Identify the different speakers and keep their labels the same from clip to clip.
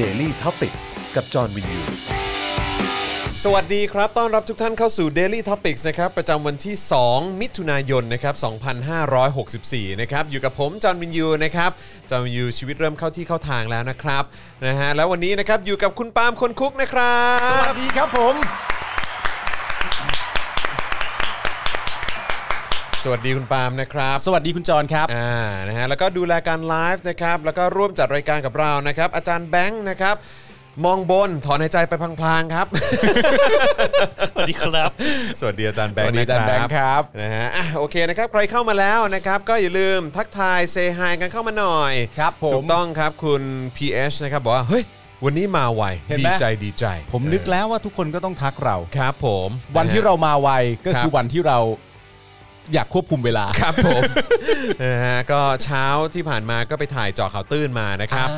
Speaker 1: Daily t o p i c กกับจอห์นวินยู
Speaker 2: สวัสดีครับ ต้อนรับทุกท่านเข้าสู่ Daily Topics นะครับ ประจำวันที่ 2 มิถุนายน นะครับ 2564 นะครับ อยู่กับผม จอห์นวินยู นะครับ จอห์นวินยู ชีวิตเริ่มเข้าที่เข้าทางแล้วนะครับ นะฮะ แล้ววันนี้นะครับ อยู่กับคุณปาล์มคนคุกนะครับ
Speaker 3: สวัสดีครับผม
Speaker 2: สวัสดีคุณปาล์มนะครับ
Speaker 3: สวัสดีคุณจรครับ
Speaker 2: อ่า นะฮะ แล้วก็ดูแลการไลฟ์นะครับ แล้วก็ร่วมจัดรายการกับเรา นะครับ อาจารย์แบงค์ นะครับ มองบน ถอนหายใจไปพลางๆ ครับ
Speaker 4: สวัสดีครับ
Speaker 2: สวัสดีอาจารย์แบงค์
Speaker 3: สวัสดีอาจารย์แบงค์
Speaker 2: นะครับ นะฮะอ่ะโอเคนะครับ ใครเข้ามาแล้วนะครับ ก็อย่าลืมทักทายเซฮายกันเข้ามาหน่อย
Speaker 3: ครับผม
Speaker 2: ถูกต้องครับคุณ PH นะครับบอกว่า เฮ้ย วันนี้มาไว
Speaker 3: เห็น
Speaker 2: ดี
Speaker 3: ไหม
Speaker 2: ใจดีใจ
Speaker 3: ผมนึกแล้วว่าทุกคนก็ต้องทักเรา
Speaker 2: ครับผม
Speaker 3: วันที่เรามาไวก็คือ
Speaker 2: ครับ
Speaker 3: วันที่เรา อยากควบคุมเวลา
Speaker 2: ครับผม นะฮะก็เช้าที่ผ่านมาก็ไปถ่ายเจาะข่าวตื้นมานะครับ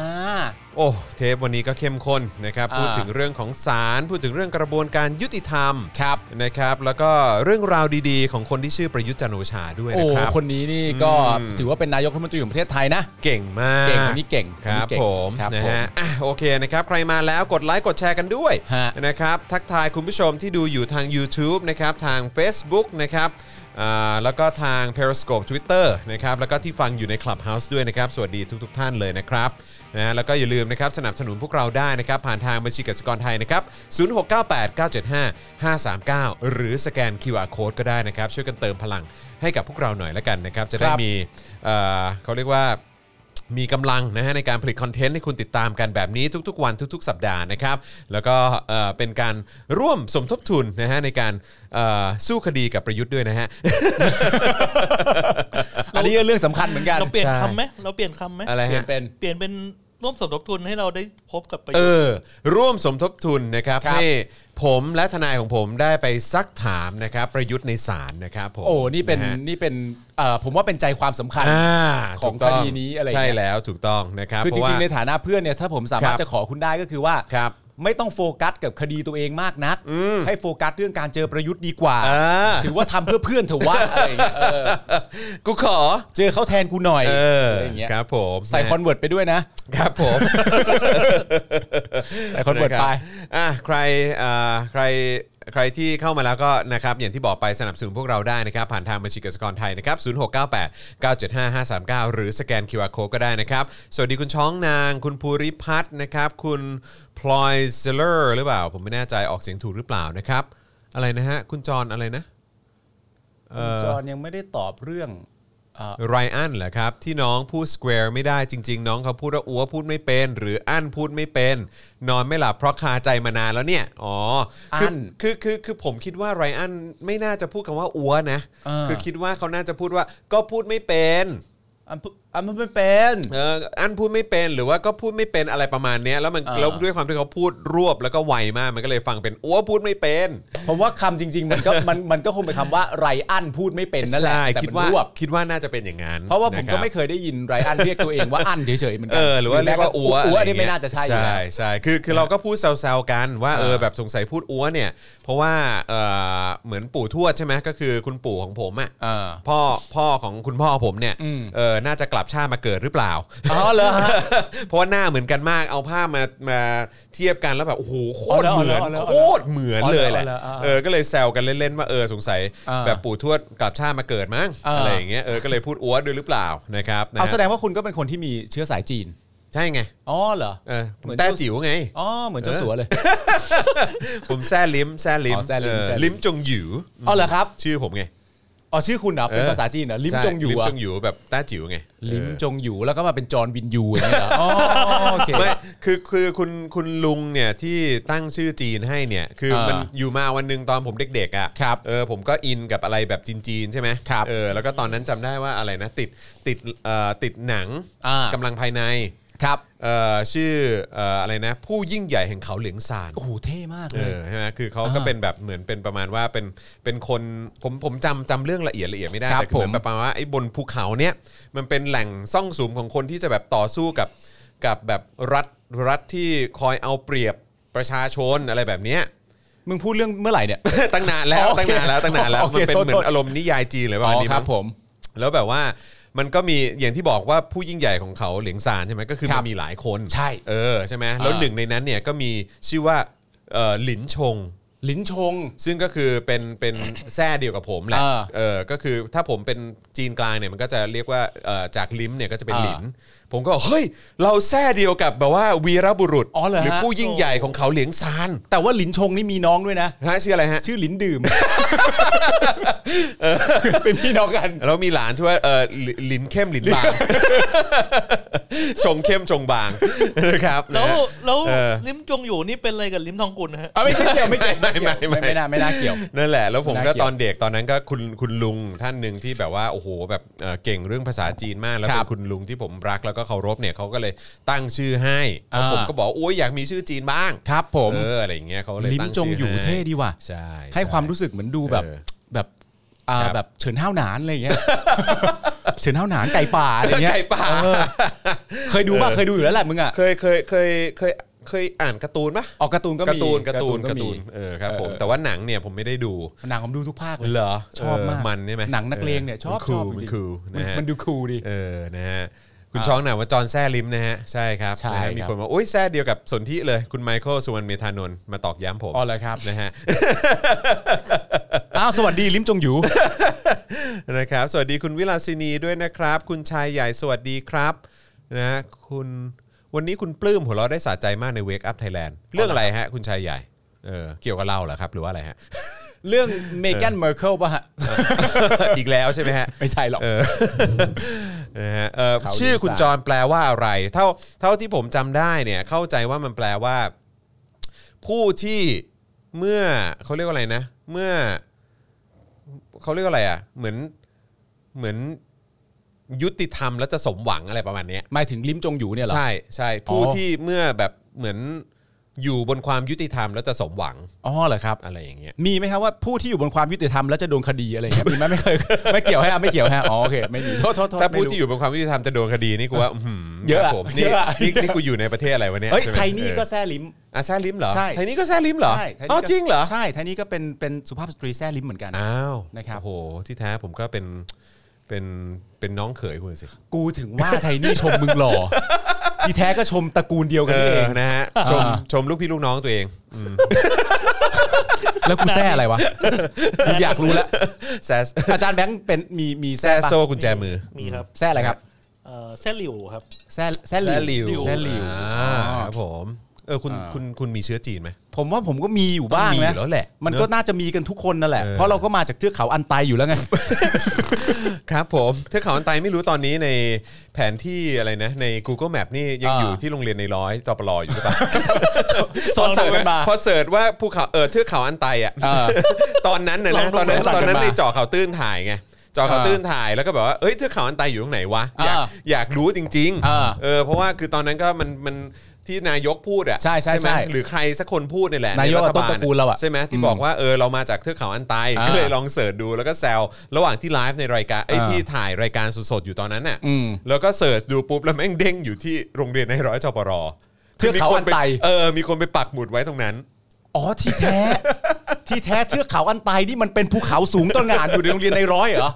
Speaker 2: โอ้เทปวันนี้ก็เข้มข้นนะครับ
Speaker 3: อ่า
Speaker 2: พูดถึงเรื่องของศาลพูดถึงเรื่องกระบวนการยุติธรรม
Speaker 3: ครับ
Speaker 2: นะครับ แล้วก็เรื่องราวดีๆ ของคนที่ชื่อประยุทธ์จันทร์โอชาด้วย
Speaker 3: โอ้
Speaker 2: นะครับ
Speaker 3: คนนี้นี่ก็
Speaker 2: อืม
Speaker 3: ถือว่าเป็นนายกรัฐมนตรีของประเทศไทยนะ
Speaker 2: เก่งมาก
Speaker 3: เก่งคนนี้เก่ง
Speaker 2: ครับ
Speaker 3: คนนี้เก่ง
Speaker 2: ผม
Speaker 3: ครับ
Speaker 2: นะ
Speaker 3: ผม
Speaker 2: ฮะอ่ะโอเคนะครับใครมาแล้วกดไลค์กดแชร์กันด้วย
Speaker 3: ฮะ
Speaker 2: นะครับทักทายคุณผู้ชมที่ดูอยู่ทาง YouTube นะครับทาง Facebook นะครับอ่าแล้วก็ทาง Periscope Twitter นะครับแล้วก็ที่ฟังอยู่ใน Clubhouse ด้วยนะครับ สวัสดีทุกๆทท่านเลยนะครับนะฮะแล้วก็อย่าลืมนะครับสนับสนุนพวกเราได้นะครับ ผ่านทางบัญชีกสิกรไทยนะครับ0698975539 หรือสแกน QR Code ก็ได้นะครับ ช่วยกันเติมพลังให้กับพวกเราหน่อยละกันนะครับจะได้
Speaker 3: ครับ
Speaker 2: มีเอ่อเขาเรียกว่า มีกำลังนะฮะในการผลิตคอนเทนต์ให้คุณติดตามกันแบบนี้ทุกๆ วันทุก ๆ สัปดาห์นะครับ แล้วก็เอ่อเป็นการร่วมสมทบทุนนะฮะในการเอ่อสู้คดีกับประยุทธ์ด้วยนะ ฮะ
Speaker 3: อันนี้ก็เรื่องสำคัญเหมือนกัน
Speaker 4: เราเปลี่ยน
Speaker 2: ใช่
Speaker 4: คำไหมเราเปลี่ยนคำไหม
Speaker 2: อะไร
Speaker 3: เปลี่ย
Speaker 2: ฮะ
Speaker 3: นเป็น
Speaker 4: เปลี่ยนเป็นร่วมสมทบทุนให้เราได้พบกับประ
Speaker 2: เอ
Speaker 4: โยชน์
Speaker 2: อร่วมสมทบทุนนะครับ
Speaker 3: ครับ
Speaker 2: ให้ผมและทนายของผมได้ไปซักถามนะครับประยุทธ์ในศาลนะครับผม
Speaker 3: โอ้นี่เป็นะ
Speaker 2: ฮะ
Speaker 3: นี่เป็นเอ่อผมว่าเป็นใจความสำคัญ
Speaker 2: อ่า
Speaker 3: ของ
Speaker 2: ถูกต้
Speaker 3: คดีนี้อะไรอย่าง
Speaker 2: ใช่
Speaker 3: เงี้ย
Speaker 2: แล้วถูกต้องนะครับ
Speaker 3: คือจ
Speaker 2: เพาะ
Speaker 3: ริง
Speaker 2: ว่า
Speaker 3: ๆในฐานะเพื่อนเนี่ยถ้าผมสามาร
Speaker 2: ค
Speaker 3: ถ
Speaker 2: รับ
Speaker 3: จะขอคุณได้ก็คือว่า
Speaker 2: ครับ
Speaker 3: ไม่ต้องโฟกัสกับคดีตัวเองมากนัก ให้โฟกัสเรื่องการเจอประยุทธ์ดีกว่า
Speaker 2: อ่า
Speaker 3: ถือว่าทำเพื่อเพื่อน เถอะวะอะไรอย่างเงี้ยเออ
Speaker 2: กูขอ
Speaker 3: เจอเขาแทนกูหน่อย
Speaker 2: เออ
Speaker 3: อะไรอย่างเงี้ย
Speaker 2: ครับผม
Speaker 3: ใส่คอนเวิร์ตไปด้วยนะ
Speaker 2: ครับผม
Speaker 3: ใส่คอนเวิร์ตไป
Speaker 2: นะครับอ่ะใครอ่าใคร ใครที่เข้ามาแล้วก็นะครับ อย่างที่บอกไปสนับสนุนพวกเราได้นะครับ ผ่านทางบัญชีกสิกรไทยนะครับ 0698 975 539 หรือสแกน QR Code ก็ได้นะครับ สวัสดีคุณช้องนาง คุณภูริพัฒน์นะครับ คุณพลอยเซเลอร์หรือเปล่า ผมไม่แน่ใจออกเสียงถูกหรือเปล่านะครับ อะไรนะฮะ คุณจรอะไรนะ
Speaker 3: คุณจอห์นยังไม่ได้ตอบเรื่องเอ่อ
Speaker 2: ไรอันเหรอครับที่น้องพูดสแควร์ไม่ได้จริง ๆ น้องเขาพูดว่าอัวพูดไม่เป็น หรืออั้นพูดไม่เป็น นอนไม่หลับเพราะคาใจมานานแล้วเนี่ยอ๋อคื
Speaker 3: น
Speaker 2: คือคือคือผมคิดว่าไรอันไม่น่าจะพูดคำว่าอัวนะ
Speaker 3: อ่า
Speaker 2: คือคิดว่าเขาน่าจะพูดว่าก็พูดไม่เป็น
Speaker 3: อันพูอันพูดไม่เป็น
Speaker 2: เอออันพูดไม่เป็นหรือว่าก็พูดไม่เป็นอะไรประมาณเนี้ยแล้วมัน
Speaker 3: อ่า
Speaker 2: แล้วด้วยความที่เขาพูดรวบแล้วก็ไวมากมันก็เลยฟังเป็นอัวพูดไม่เป็น
Speaker 3: ผมว่าคำจริง ๆ มันก็ มันมันก็คงเป็นคำว่าไรอันพูดไม่เป็นนั่นแหละ
Speaker 2: ใช่
Speaker 3: แต่
Speaker 2: คิด
Speaker 3: มัน
Speaker 2: ว่าร
Speaker 3: วบ
Speaker 2: คิดว่าน่าจะเป็นอย่างนั้น
Speaker 3: เพราะว่าผม
Speaker 2: นค
Speaker 3: ก็
Speaker 2: บ
Speaker 3: ไม่เคยได้ยินไรอันเรียกตัวเองว่าอันเฉยๆเหมือนกั
Speaker 2: เออหรือว่าเรียกว่าอัว
Speaker 3: อัว
Speaker 2: ะร
Speaker 3: อันนี้
Speaker 2: เงี้
Speaker 3: ไม่
Speaker 2: ย
Speaker 3: น่าจะใช่อยู่
Speaker 2: ใช่
Speaker 3: แล้ว
Speaker 2: ใช่คือคือเราก็พูดแซวๆกันว่าเออ
Speaker 3: อ่า
Speaker 2: แบบสงสัยพูดอัวเนี่ย เพราะว่าเออเหมือนปู่ทวดใช่ไหมก็คือคุณปู่ของผมอ่ะ
Speaker 3: อ่า
Speaker 2: พ่อพ่อของคุณพ่อผมเนี่ย
Speaker 3: อืม
Speaker 2: เออน่าจะกลับชาติมาเกิดหรือเปล่า
Speaker 3: อ๋อเหรอฮะ
Speaker 2: เพราะว่าหน้าเหมือนกันมากเอาภาพมามาเทียบกันแล้วแบบโอ้โหโคตร
Speaker 3: เอา
Speaker 2: เหมื
Speaker 3: แล้
Speaker 2: อน
Speaker 3: วเอาแล้ว
Speaker 2: โคตรเหมือน
Speaker 3: เอา
Speaker 2: เล
Speaker 3: แล้
Speaker 2: ย
Speaker 3: ว
Speaker 2: แหละ
Speaker 3: เอาแล้วเอาแล้ว
Speaker 2: เออก็เลยแซวกันเล่นๆว่าเออสงสัย
Speaker 3: อ่า
Speaker 2: แบบปู่ทวดกลับชาติมาเกิดมั้ง
Speaker 3: อ่า
Speaker 2: อะไรอย่างเงี้ยเออก็เลยพูดอัวด้วยหรือเปล่านะครับนะ
Speaker 3: เอา
Speaker 2: ฮะ
Speaker 3: แสดงว่าคุณก็เป็นคนที่มีเชื้อสายจีน
Speaker 2: ใช่ไง
Speaker 3: อ๋อเหรอ
Speaker 2: เออผม
Speaker 3: เหมือน
Speaker 2: แต้จิ๋วไง
Speaker 3: อ๋อเหมือนเจ้าสัวเลย
Speaker 2: ผมแซ่ลิมแซ่ลิม
Speaker 3: อ๋อแซ่ลิ้ม
Speaker 2: เออ
Speaker 3: แซ่ลิ้ม
Speaker 2: ลิมจงหยู
Speaker 3: อ๋อเหรอครับ
Speaker 2: ชื่อผมไง
Speaker 3: อ๋อชื่อคุณเหรอเป็นภาษาจีนเหรอลิม
Speaker 2: ใช่
Speaker 3: จงอยู่
Speaker 2: ลิม
Speaker 3: อะ
Speaker 2: จงหยูแบบต้าจิ๋วไง
Speaker 3: ลิม
Speaker 2: เออ
Speaker 3: จงอยู่แล้วก็มาเป็นจอห์นวินยูอย่างเงี้ยเหรออ๋อโอเค
Speaker 2: ไม่คือคือคุณคุณลุงเนี่ยที่ตั้งชื่อจีนให้เนี่ยคือ
Speaker 3: เออ
Speaker 2: มันอยู่มาวันหนึ่งตอนผมเด็กๆอ่ะ
Speaker 3: ครับ
Speaker 2: เออผมก็อินกับอะไรแบบจีนๆใช่ไหม
Speaker 3: ครับ
Speaker 2: เออแล้วก็ตอนนั้นจำได้ว่าอะไรนะติดติดเอ่อติดหนัง
Speaker 3: อ่าก
Speaker 2: กำลังภายใน
Speaker 3: ครับ
Speaker 2: เอ่อชื่อเอ่ออะไรนะ ผู้ยิ่งใหญ่แห่งเขาเหลืองซาน
Speaker 3: โอ้โหเท่มาก
Speaker 2: เอ
Speaker 3: เลย
Speaker 2: อใช่ไหมคือเขาก็
Speaker 3: อ่า
Speaker 2: เป็นแบบเหมือนเป็นประมาณว่าเป็นเป็นคนผมผมจำจำเรื่องละเอียดละเอียดไม่ได้
Speaker 3: ครับ
Speaker 2: แต่คือเหมือน
Speaker 3: ผม
Speaker 2: แบบประมาณว่าไอ้บนภูเขาเนี้ยมันเป็นแหล่งซ่องสุมของคนที่จะแบบต่อสู้กับกับแบบรัฐรัฐที่คอยเอาเปรียบประชาชนอะไรแบบเนี้ย
Speaker 3: มึงพูดเรื่องเมื่อไหร่เนี่ย
Speaker 2: ตั้งนานแล้ว
Speaker 3: โอ
Speaker 2: ตั้
Speaker 3: เคน
Speaker 2: งานแล้วตั้งนานแล้ว
Speaker 3: โอเค
Speaker 2: มันเป็น
Speaker 3: โทษ
Speaker 2: เหมือ
Speaker 3: โท
Speaker 2: น
Speaker 3: ษ
Speaker 2: อารมณ์นิยายจีนเลยว่า
Speaker 3: อ๋
Speaker 2: อัน
Speaker 3: อ
Speaker 2: นี้
Speaker 3: ครับ
Speaker 2: มั้ง
Speaker 3: ผม
Speaker 2: แล้วแบบว่า มันก็มีอย่างที่บอกว่าผู้ยิ่งใหญ่ของเขาเหลียงซานใช่ไหมก็คือ
Speaker 3: ครั
Speaker 2: มั
Speaker 3: บ
Speaker 2: นมีหลายคน
Speaker 3: ใช่
Speaker 2: เออใช่ไหมแล้วหนึ่งในนั้นเนี่ยก็มีชื่อว่าเอ่อหลินชง
Speaker 3: ลิ้นชง
Speaker 2: ซึ่งก็คือเป็นเป็น แทร่เดียวกับผมแหละ
Speaker 3: เออ
Speaker 2: เออก็คือถ้าผมเป็นจีนกลางเนี่ยมันก็จะเรียกว่าเอ่อจากลิ้มเนี่ยก็จะเป็น
Speaker 3: เออ
Speaker 2: หลิน ผมก็บอกเฮ้ย เราแทร่เดียวกับแบบว่าวีรบุรุษ
Speaker 3: อ๋อเหรอฮะ
Speaker 2: รือผู้ยิ่งใหญ่ของเขาเหลียงซาน
Speaker 3: แต่ว่าลิ้นชงนี่มีน้องด้วยนะ
Speaker 2: ฮะชื่ออะไรฮะ
Speaker 3: ชื่อลิ้นดื่ม เป็นพี่น้องกัน
Speaker 2: แล้วมีหลานชื่อว่าเออลิลินเข้มลิน บาง ชงเข้มชงบาง นะครับนะ
Speaker 4: แล้ว
Speaker 2: ฮะ
Speaker 4: แล้ว
Speaker 2: เออ
Speaker 4: ลิมจงอยู่นี่เป็นอะไรกับลิมทองกุลนะฮะ
Speaker 3: เอาไม่เกี่ยวไม่เกี่ยว
Speaker 2: ไม่ไม่ไม่
Speaker 3: ไม่น่าไม่น่าเกี่ยว
Speaker 2: นั่นแหละแล้วผม
Speaker 3: น่า
Speaker 2: ก็
Speaker 3: เกลี
Speaker 2: ต
Speaker 3: ยด
Speaker 2: อนเด็กตอนนั้นก็คุณคุณลุงท่านหนึ่งที่แบบว่าโอ้โหแบบเอ่อเก่งเรื่องภาษาจีนมากแล้ว
Speaker 3: ครั
Speaker 2: เป็
Speaker 3: บ
Speaker 2: นคุณลุงที่ผมรักแล้วก็เคารพเนี่ยเขาก็เลยตั้งชื่อให้แล้ว
Speaker 3: อ่า
Speaker 2: ผมก็บอกโอ้ยอยากมีชื่อจีนบ้าง
Speaker 3: ครับผม
Speaker 2: เอออะไรอย่างเงี้ยเขาเลย
Speaker 3: ลิ้น
Speaker 2: ตั้ง
Speaker 3: จง
Speaker 2: ชื่
Speaker 3: อยู่เท่ดีว่ะ
Speaker 2: ใช่
Speaker 3: ให้
Speaker 2: ช่
Speaker 3: ความรู้สึกเหมือนดูแบบ
Speaker 2: เออ
Speaker 3: แบบอ่า
Speaker 2: ครับ
Speaker 3: แบบเฉินห้าวหนานอะไรอย่างเงี้ย เฉินห้าวหนานไก่ป่าอะไรเงี้ย
Speaker 2: ไก่ป่า
Speaker 3: เออ เคยดูป่ะเคยดูอยู่แล้วแหละมึงอ่ะ
Speaker 2: เคยเคยเคยเคยเคยอ่านการ์ตูนปะ
Speaker 3: ออกการ์ตูนก็มี
Speaker 2: การ์ตูนการ์ตูน
Speaker 3: ก็
Speaker 2: การ์
Speaker 3: มี
Speaker 2: ตูนเออครับผม
Speaker 3: เออ
Speaker 2: แต่ว่าหนังเนี่ยผมไม่ได้ดู
Speaker 3: หนังผมดูทุกภาคเลย
Speaker 2: เหรอ
Speaker 3: ชอบมาก
Speaker 2: เมันใช่ไหม
Speaker 3: หนังนักเลงเนี่ยชอบช
Speaker 2: คู
Speaker 3: อบ
Speaker 2: ล
Speaker 3: จ
Speaker 2: มันคูล
Speaker 3: ริงๆ
Speaker 2: นะฮะ
Speaker 3: มันดูคูลดิ
Speaker 2: เออ นะฮะ คุณ
Speaker 3: อ่า
Speaker 2: ช้องหน่อยว่าจอห์นแซ่ลิมนะฮะ ใช่ครับ
Speaker 3: ใช่
Speaker 2: นะฮะมี
Speaker 3: ครับ
Speaker 2: คนมาอุ้ยแซ่เดียวกับสนธิเลย คุณไมเคิลสุวรรณเมธานนท์มาตอกย้ำผม
Speaker 3: อ๋อเหรอครับ
Speaker 2: นะฮะ
Speaker 3: อ้าวสวัสดีลิมจง อยู่
Speaker 2: นะครับ สวัสดีคุณวิลาสินีด้วยนะครับ คุณชายใหญ่สวัสดีครับนะฮะคุณ วันนี้คุณปลื้มหัวเราะได้สะใจมากในเวกอัพไทยแลนด์ เรื่องอะไรฮะ คุณชายใหญ่ เออ เกี่ยวกับเราเหรอครับ หรือว่าอะไร ฮะ
Speaker 3: เรื่องเมแกนเมอร์เคิลป่ะฮะ
Speaker 2: อีกแล้วใช่ไหมฮะ
Speaker 3: ไม่ใช่หรอก
Speaker 2: เออนะฮะเออ
Speaker 3: เขา
Speaker 2: ชื่อคุณ
Speaker 3: ดีไซน์
Speaker 2: จรแปลว่าอะไร เท่าเท่าที่ผมจำได้เนี่ยเข้าใจว่ามันแปลว่า ผู้ที่เมื่อเขาเรียกว่าอะไรนะ เมื่อเขาเรียกว่าอะไรอ่ะ เหมือนเหมือนยุติธรรมแล้วจะสมหวังอะไรประมาณเนี้ย
Speaker 3: หมายถึงลิมจงอยู่เนี่ยเหรอ
Speaker 2: ใช่ใช่ผู้
Speaker 3: อ๋อ
Speaker 2: ที่เมื่อแบบเหมือนอยู่บนความยุติธรรมแล้วจะสมหวัง
Speaker 3: อ๋อเหรอครับ
Speaker 2: อะไรอย่างเงี้ย
Speaker 3: มีไหมครับว่าผู้ที่อยู่บนความยุติธรรมแล้วจะโดนคดีอะไรอย่างเงี้ยมีไหมไม่เคย ไม่เกี่ยวฮะไม่เกี่ยวฮะอ๋อโอเคไม่มีโทษโทษโทษ
Speaker 2: ถ้าผู้
Speaker 3: ไม่รู้
Speaker 2: ที่อยู่บนความยุติธรรมจะโดนคดีนี่กูว่าอื้อหื
Speaker 3: เยอะ
Speaker 2: ค
Speaker 3: อะ
Speaker 2: รับผมนี่
Speaker 3: เยอะอะ
Speaker 2: นี่นี่กูอยู่ในประเทศอะไรวะเนี่ย
Speaker 3: เฮ้ย
Speaker 2: ใช่หม
Speaker 3: ไทนี่
Speaker 2: เออ
Speaker 3: ก็แซ่ลิม
Speaker 2: อ่ะแซลิมเหรอ
Speaker 3: ใช่
Speaker 2: ไทยนี้ก็แซลิมเหรอ
Speaker 3: ใช่ไทนี่
Speaker 2: อ๋อ
Speaker 3: ก็
Speaker 2: จริงเหรอ
Speaker 3: ใช่ไทนี่ก็เป็นเป็นสุภาพสตรีแซ่ลิมเหมือนกัน
Speaker 2: อ้าว
Speaker 3: นะครับ
Speaker 2: โอ้โหที่แท้ผมก็เป็นเป็นเป็นน้องเขยคุณสิ
Speaker 3: กูถึงว่าไทนี่ชมมึง หล่อ ที่แท้ก็ชมตระกูลเดียวกั
Speaker 2: เอน
Speaker 3: เอ
Speaker 2: อง นะฮะชม
Speaker 3: อ่า
Speaker 2: ชมลูกพี่ลูกน้องตัวเอง
Speaker 3: แล้วกูแซ่อะไรวะ กูอยากรู้แล้ว
Speaker 2: แซส
Speaker 3: อาจารย์แบงค์เป็นมีมี
Speaker 2: แซ
Speaker 3: แซ่
Speaker 2: ส
Speaker 3: ปะ
Speaker 2: โซกุญแจมือ
Speaker 4: มีครับ
Speaker 3: แซ่อะไรครับ
Speaker 4: เอ่อแซ่หลิวครับ
Speaker 3: แซ่แซ่
Speaker 2: แซ
Speaker 3: ลิ
Speaker 2: ลิว
Speaker 3: แซ่ลิว
Speaker 2: อ่า
Speaker 3: อ๋อ
Speaker 2: ครับผมเออคุณ
Speaker 3: อ่า
Speaker 2: คุณคุณมีเชื้อจีนไหม
Speaker 3: ผมว่าผมก็มีอยู่บ้าง
Speaker 2: ต้องมี
Speaker 3: นะ
Speaker 2: อยู่แล้วแหละ
Speaker 3: มัน
Speaker 2: เนอะ
Speaker 3: ก็น่าจะมีกันทุกคนนั่นแหละ
Speaker 2: เออ
Speaker 3: เพราะเราก็มาจากเทือกเขาอันไตอยู่แล้วไง
Speaker 2: ครับผมถ้าเขาอันไตไม่รู้ตอนนี้ในแผนที่อะไรนะ ใน Google Map นี่ยัง
Speaker 3: อ่า
Speaker 2: อยู่ที่โรงเรียนในร้อยจปลออยู่ใช่ปะ
Speaker 3: ซ้อนเสริมกันมา
Speaker 2: พอเสิร์ชว่าภูเขาเออเทือกเขาอันไตอ่ะ
Speaker 3: เออ
Speaker 2: ตอนนั้นน่ะ
Speaker 4: ลอ
Speaker 2: นะ
Speaker 4: งดู
Speaker 2: ตอนนั้น
Speaker 4: สลับ
Speaker 2: ต
Speaker 4: กั
Speaker 2: อ
Speaker 4: น
Speaker 2: นนั้น
Speaker 4: มา
Speaker 2: ในเจอเขาวตื้นถ่ายไงเจอเขาวตื้นถ่ายแล้วก็แบบว่าเอ้ยเทือกเขาอันไตอยู่ตรงไหนวะอยาก
Speaker 3: อ่า
Speaker 2: อยากรู้จริง
Speaker 3: อ่า
Speaker 2: เออเพราะว่าคือตอนนั้นก็มันมันที่นายกพูดอ่ะ
Speaker 3: ใช่ใช่
Speaker 2: ไหม
Speaker 3: ใช่
Speaker 2: หรือใครสักคนพูดนี่แหละ
Speaker 3: นายก
Speaker 2: ใฐบ
Speaker 3: ต้นตระกูลเราอะ
Speaker 2: ใช่ไหมที่บอกว่าเออเรามาจากเทือกเขาอันไต
Speaker 3: อ่า
Speaker 2: ก็เลยลองเสิร์ชดูแล้วก็แซวระหว่างที่ไลฟ์ในรายการไอ้ย
Speaker 3: อ่า
Speaker 2: ที่ถ่ายรายการสดๆอยู่ตอนนั้นน่ะ
Speaker 3: อืม
Speaker 2: แล้วก็เสิร์ชดูปุ๊บแล้วแม่งเด้งอยู่ที่โรงเรียนในร้อยจปร
Speaker 3: เทือกเขาอันไต
Speaker 2: คืมีคปเออมีคนไปปักหมุดไว้ตรงนั้น
Speaker 3: อ๋อที่แท้ ที่แท้เทือกเขาอันไตนี่มันเป็นภูเขาสูงต้นงานอยู่ในโรงเรียนในร้อยเหรอ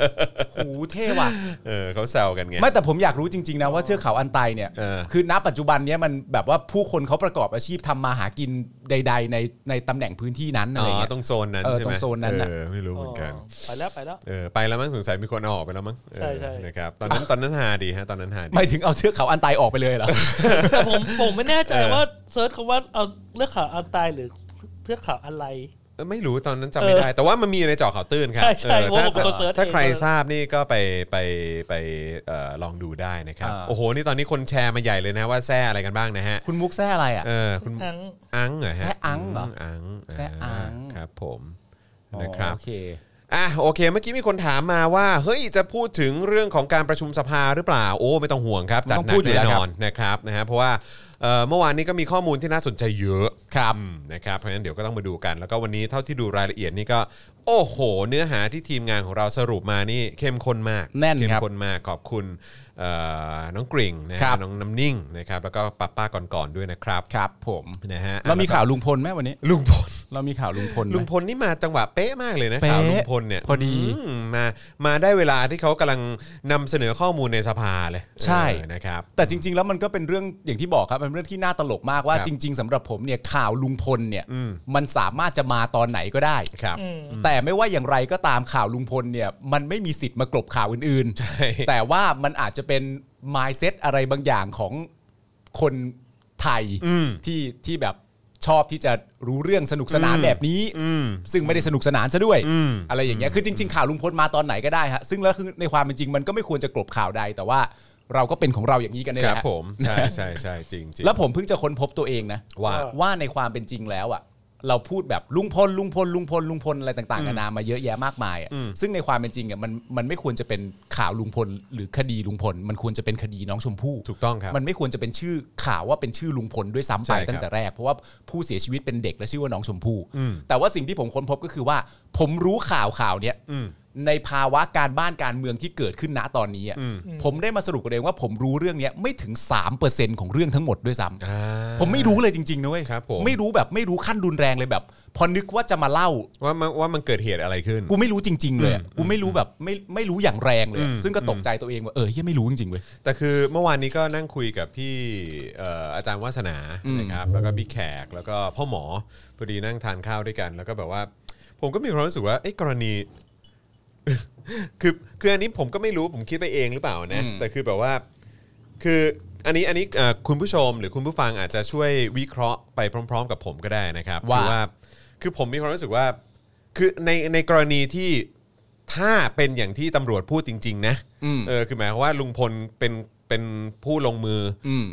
Speaker 3: หูเท่ว่ะ
Speaker 2: เออเขาแซวกันไง
Speaker 3: ไม่แต่ผมอยากรู้จริงๆนะว่าเทือกเขาอันไตเนี่ย
Speaker 2: เออ
Speaker 3: คือณปัจจุบันเนี้ยมันแบบว่าผู้คนเขาประกอบอาชีพทำมาหากินใด ๆ ในในตำแหน่งพื้นที่นั้นอะไร
Speaker 2: อ๋อ
Speaker 3: เงี้ย
Speaker 2: ตรงโซนนั้น
Speaker 3: เออ
Speaker 2: ใช่ไหม
Speaker 3: ตรงโซนนั้นน่ะ
Speaker 2: เออไม่รู้เหมือนกัน
Speaker 4: ไปแล้วไปแล้ว
Speaker 2: เออไปแล้วมั้งสงสัยมีคนเอาออกไปแล้วมั้ง
Speaker 4: ใช่ใช่
Speaker 2: เออนะครับตอนนั้นตอนนั้นฮาดีฮะตอนนั้นฮาดี
Speaker 3: ไม่ถึงเอาเทือกเขาอันไตออกไปเลยเหรอ
Speaker 4: แต่ผมผมไม่แน่ใจว่าเซิร์ชคำว่าเอาเลือกขาวอันตายหรือเทือกขาวอะไร
Speaker 2: เออไม่รู้ตอนนั้นจำไม่ได้ แต่ว่ามันมีอยู่ในเจอข่าวตื้นครั
Speaker 4: ใช่ใช่
Speaker 2: เออถ้า
Speaker 4: ผมก็เสิร์ช
Speaker 2: ถ้าใคร
Speaker 4: เองเลย
Speaker 2: ทราบนี่ก็ไปไปไปเอ่อลองดูได้นะครับ
Speaker 3: อ่า
Speaker 2: โอ้โหนี่ตอนนี้คนแชร์มาใหญ่เลยนะว่าแซ่อะไรกันบ้างนะฮะ
Speaker 3: คุณมุกแซ่อะไรอ่ะ
Speaker 2: เออคุณ
Speaker 4: ทั้ง
Speaker 2: อังเหรอฮะ
Speaker 3: แซ่อังเหรอ
Speaker 2: มอัง
Speaker 3: แซ่อัง
Speaker 2: าครับผมนะครับ
Speaker 3: โอเค
Speaker 2: อ่ะโอเค เมื่อกี้มีคนถามมาว่าเฮ้ยจะพูดถึงเรื่องของการประชุมสภาหรือเปล่าโอ้ไม่ต้องห่วงครับ จัดหนั
Speaker 3: ต้องพู
Speaker 2: ก
Speaker 3: ดอยู่
Speaker 2: แน่
Speaker 3: แล้
Speaker 2: น
Speaker 3: วครับ
Speaker 2: อนนะครับนะฮะเพราะว่าเอ่อเมื่อวานนี้ก็มีข้อมูลที่น่าสนใจเยอะครับนะครับเพราะฉะนั้นเดี๋ยวก็ต้องมาดูกัน แล้วก็วันนี้เท่าที่ดูรายละเอียดนี่ก็ โอ้โห เนื้อหาที่ทีมงานของเราสรุปมานี่เข้มข้นมาก
Speaker 3: แน่นครับ
Speaker 2: เข้มข้นมากขอบคุณเอ่อน้องกริ่งนะฮะ
Speaker 3: ครับ
Speaker 2: น้องน้ำนิ่งนะครับแล้วก็ป้าป้าก่อนๆด้วยนะครับ
Speaker 3: ครับผม
Speaker 2: นะฮะ
Speaker 3: เรามีข่าวลุงพลไหมวันนี้
Speaker 2: ลุงพล
Speaker 3: เรามีข่าวลุงพลไหม
Speaker 2: ลุงพลนี่มาจังหวะเป๊ะมากเลยนะ
Speaker 3: เป๊ะ
Speaker 2: ข่าวลุงพลเนี่ย
Speaker 3: พอดี
Speaker 2: มมามาได้เวลาที่เขากำลังนำเสนอข้อมูลในสภาเลย
Speaker 3: ใช่
Speaker 2: เออนะครับ
Speaker 3: แต่จริง ๆ แล้วมันก็เป็นเรื่องอย่างที่บอกครับเป็นเรื่องที่น่าตลกมากว่า
Speaker 2: ครับ
Speaker 3: จริง ๆสำหรับผมเนี่ยข่าวลุงพลเนี่ย
Speaker 2: อืม
Speaker 3: มันสามารถจะมาตอนไหนก็ได้
Speaker 2: ครับ
Speaker 4: อืม
Speaker 3: แต่ไม่ว่าอย่างไรก็ตามข่าวลุงพลเนี่ยมันไม่มีสิทธิ์มากลบข่าวอื่น
Speaker 2: ใช่
Speaker 3: ๆ แต่ว่ามันอาจจะเป็น mindset อะไรบางอย่างของคนไทย
Speaker 2: อืม
Speaker 3: ที่ที่แบบชอบที่จะรู้เรื่องสนุกสนานแบบนี้
Speaker 2: อืม
Speaker 3: ซึ่งไม่ได้สนุกสนานซะด้วย
Speaker 2: อืม
Speaker 3: อะไรอย่างเงี้ย คือจริง ๆ ข่าวลุงพลมาตอนไหนก็ได้ฮะ ซึ่งแล้วคือในความเป็นจริงมันก็ไม่ควรจะกลบข่าวใด แต่ว่าเราก็เป็นของเราอย่างนี้กันเนี่ย
Speaker 2: ค
Speaker 3: แห
Speaker 2: รับ
Speaker 3: ละฮะ
Speaker 2: ผม ใช่ใช่ใช่จริงจริง
Speaker 3: แล้วผมเพิ่งจะค้นพบตัวเองนะ
Speaker 2: ว่า
Speaker 4: เออ
Speaker 3: ว่าในความเป็นจริงแล้วอ่ะเราพูดแบบลุงพลลุงพลลุงพลลุงพลอะไรต่างๆนานามาเยอะแยะมากมายอะ
Speaker 2: อืม
Speaker 3: ซึ่งในความเป็นจริงอ่ะมันมันไม่ควรจะเป็นข่าวลุงพล หรือคดีลุงพล มันควรจะเป็นคดีน้องชมพู่
Speaker 2: ถูกต้องครับ
Speaker 3: มันไม่ควรจะเป็นชื่อข่าวว่าเป็นชื่อลุงพลด้วยซ้ำ
Speaker 2: ใช่
Speaker 3: ไป
Speaker 2: ครับ
Speaker 3: ตั้งแต่แรก เพราะว่าผู้เสียชีวิตเป็นเด็กและชื่อว่าน้องชมพู่
Speaker 2: อืม
Speaker 3: แต่ว่าสิ่งที่ผมค้นพบก็คือว่า ผมรู้ข่าวข่าวเนี้ย
Speaker 2: อืม
Speaker 3: ในภาวะการบ้านการเมืองที่เกิดขึ้นณตอนนี้อะ
Speaker 2: อืม
Speaker 3: ผมได้มาสรุปกับตัวเองว่าผมรู้เรื่องเนี้ยไม่ถึง 3%ของเรื่องทั้งหมดด้วยซ้ำ
Speaker 2: อ่า
Speaker 3: ผมไม่รู้เลยจริงๆนะเว้ย
Speaker 2: ครับผม
Speaker 3: ไม่รู้แบบไม่รู้ขั้นรุนแรงเลยแบบ พอนึกว่าจะมาเล่า
Speaker 2: ว่ามันว่ามันเกิดเหตุอะไรขึ้น
Speaker 3: กูไม่รู้จริง ๆ เลยอะกูไม่รู้แบบไม่ไม่รู้อย่างแรงเลยอะ
Speaker 2: อืม
Speaker 3: ซึ่งก็ตกใจตัวเองว่าเออเฮียไม่รู้จริงๆเว้ย
Speaker 2: แต่คือเมื่อวานนี้ก็นั่งคุยกับพี่เอ่ออาจารย์วาสนา
Speaker 3: อืม
Speaker 2: นะครับแล้วก็พี่แขกแล้วก็พ่อหมอพอดีนั่งทานข้าวด้วยกัน แล้วก็แบบว่า ผมก็มีความรู้สึกว่าเอ้กรณี คือคืออันนี้ผมก็ไม่รู้ผมคิดไปเองหรือเปล่านะ
Speaker 3: อืม
Speaker 2: แต่คือแบบว่า คืออันนี้อันนี้เอ่อคุณผู้ชมหรือคุณผู้ฟังอาจจะช่วยวิเคราะห์ไปพร้อม ๆ กับผมก็ได้นะครับ
Speaker 3: ว่า
Speaker 2: คือคือผมมีความรู้สึกว่า คือในในกรณีที่ถ้าเป็นอย่างที่ตำรวจพูดจริง ๆ นะ
Speaker 3: อืม
Speaker 2: เออคือหมายความว่าลุงพลเป็นเป็นผู้ลงมือ
Speaker 3: อืม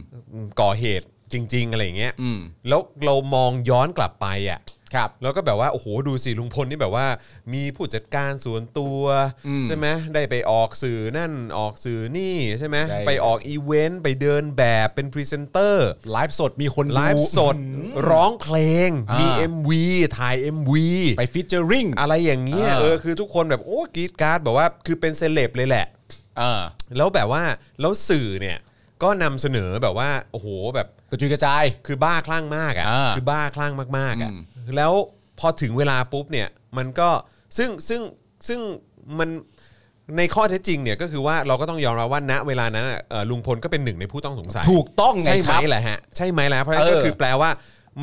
Speaker 2: ก่อเหตุจริง ๆ อะไรอย่างเงี้ย
Speaker 3: อืม
Speaker 2: แล้วเรามองย้อนกลับไปอ่ะ
Speaker 3: ครับ
Speaker 2: แล้วก็แบบว่าโอ้โหดูสิลุงพลนี่แบบว่า มีผู้จัดการส่วนตัว
Speaker 3: อืม
Speaker 2: ใช่ไหมได้ไปออกสื่อนั่นออกสื่อนี่ใช่ไหม
Speaker 3: ได้
Speaker 2: ไปออกอีเวนต์ไปเดินแบบเป็นพรีเซนเตอร์
Speaker 3: ไลฟ์สดมีคนดู
Speaker 2: ไลฟ์สดร้องเพลงมี
Speaker 3: อ่า
Speaker 2: MV ถ่าย MV
Speaker 3: ไปฟิชเจอริง
Speaker 2: อะไรอย่างเงี้ย
Speaker 3: อ่า
Speaker 2: เออคือทุกคนแบบโอ้กรีดการ์ดแบบว่าคือเป็นเซเลบเลยแหละ
Speaker 3: เออ
Speaker 2: แล้วแบบว่าแล้วสื่อเนี่ยก็นำเสนอแบบว่าโอ้โหแบบ
Speaker 3: กระจุยกระจาย
Speaker 2: คือบ้าคลั่งมาก
Speaker 3: อ่า
Speaker 2: อะ่ะคือบ้าคลั่งมากๆอะ่ะ
Speaker 3: อืม
Speaker 2: แล้วพอถึงเวลาปุ๊บเนี่ยมันก็ซึ่งซึ่งซึ่งมันในข้อเท็จจริงเนี่ยก็คือว่าเราก็ต้องยอมรับว่าณเวลานั้นอะเอ่อลุงพลก็เป็นหนึ่งในผู้ต้องสงสัย
Speaker 3: ถูกต้องไง
Speaker 2: ใช่ไหม
Speaker 3: ครับ
Speaker 2: แหละฮะใช่ไหมล่ะเพราะฉะนั้น
Speaker 3: เออ
Speaker 2: ก็คือแปลว่า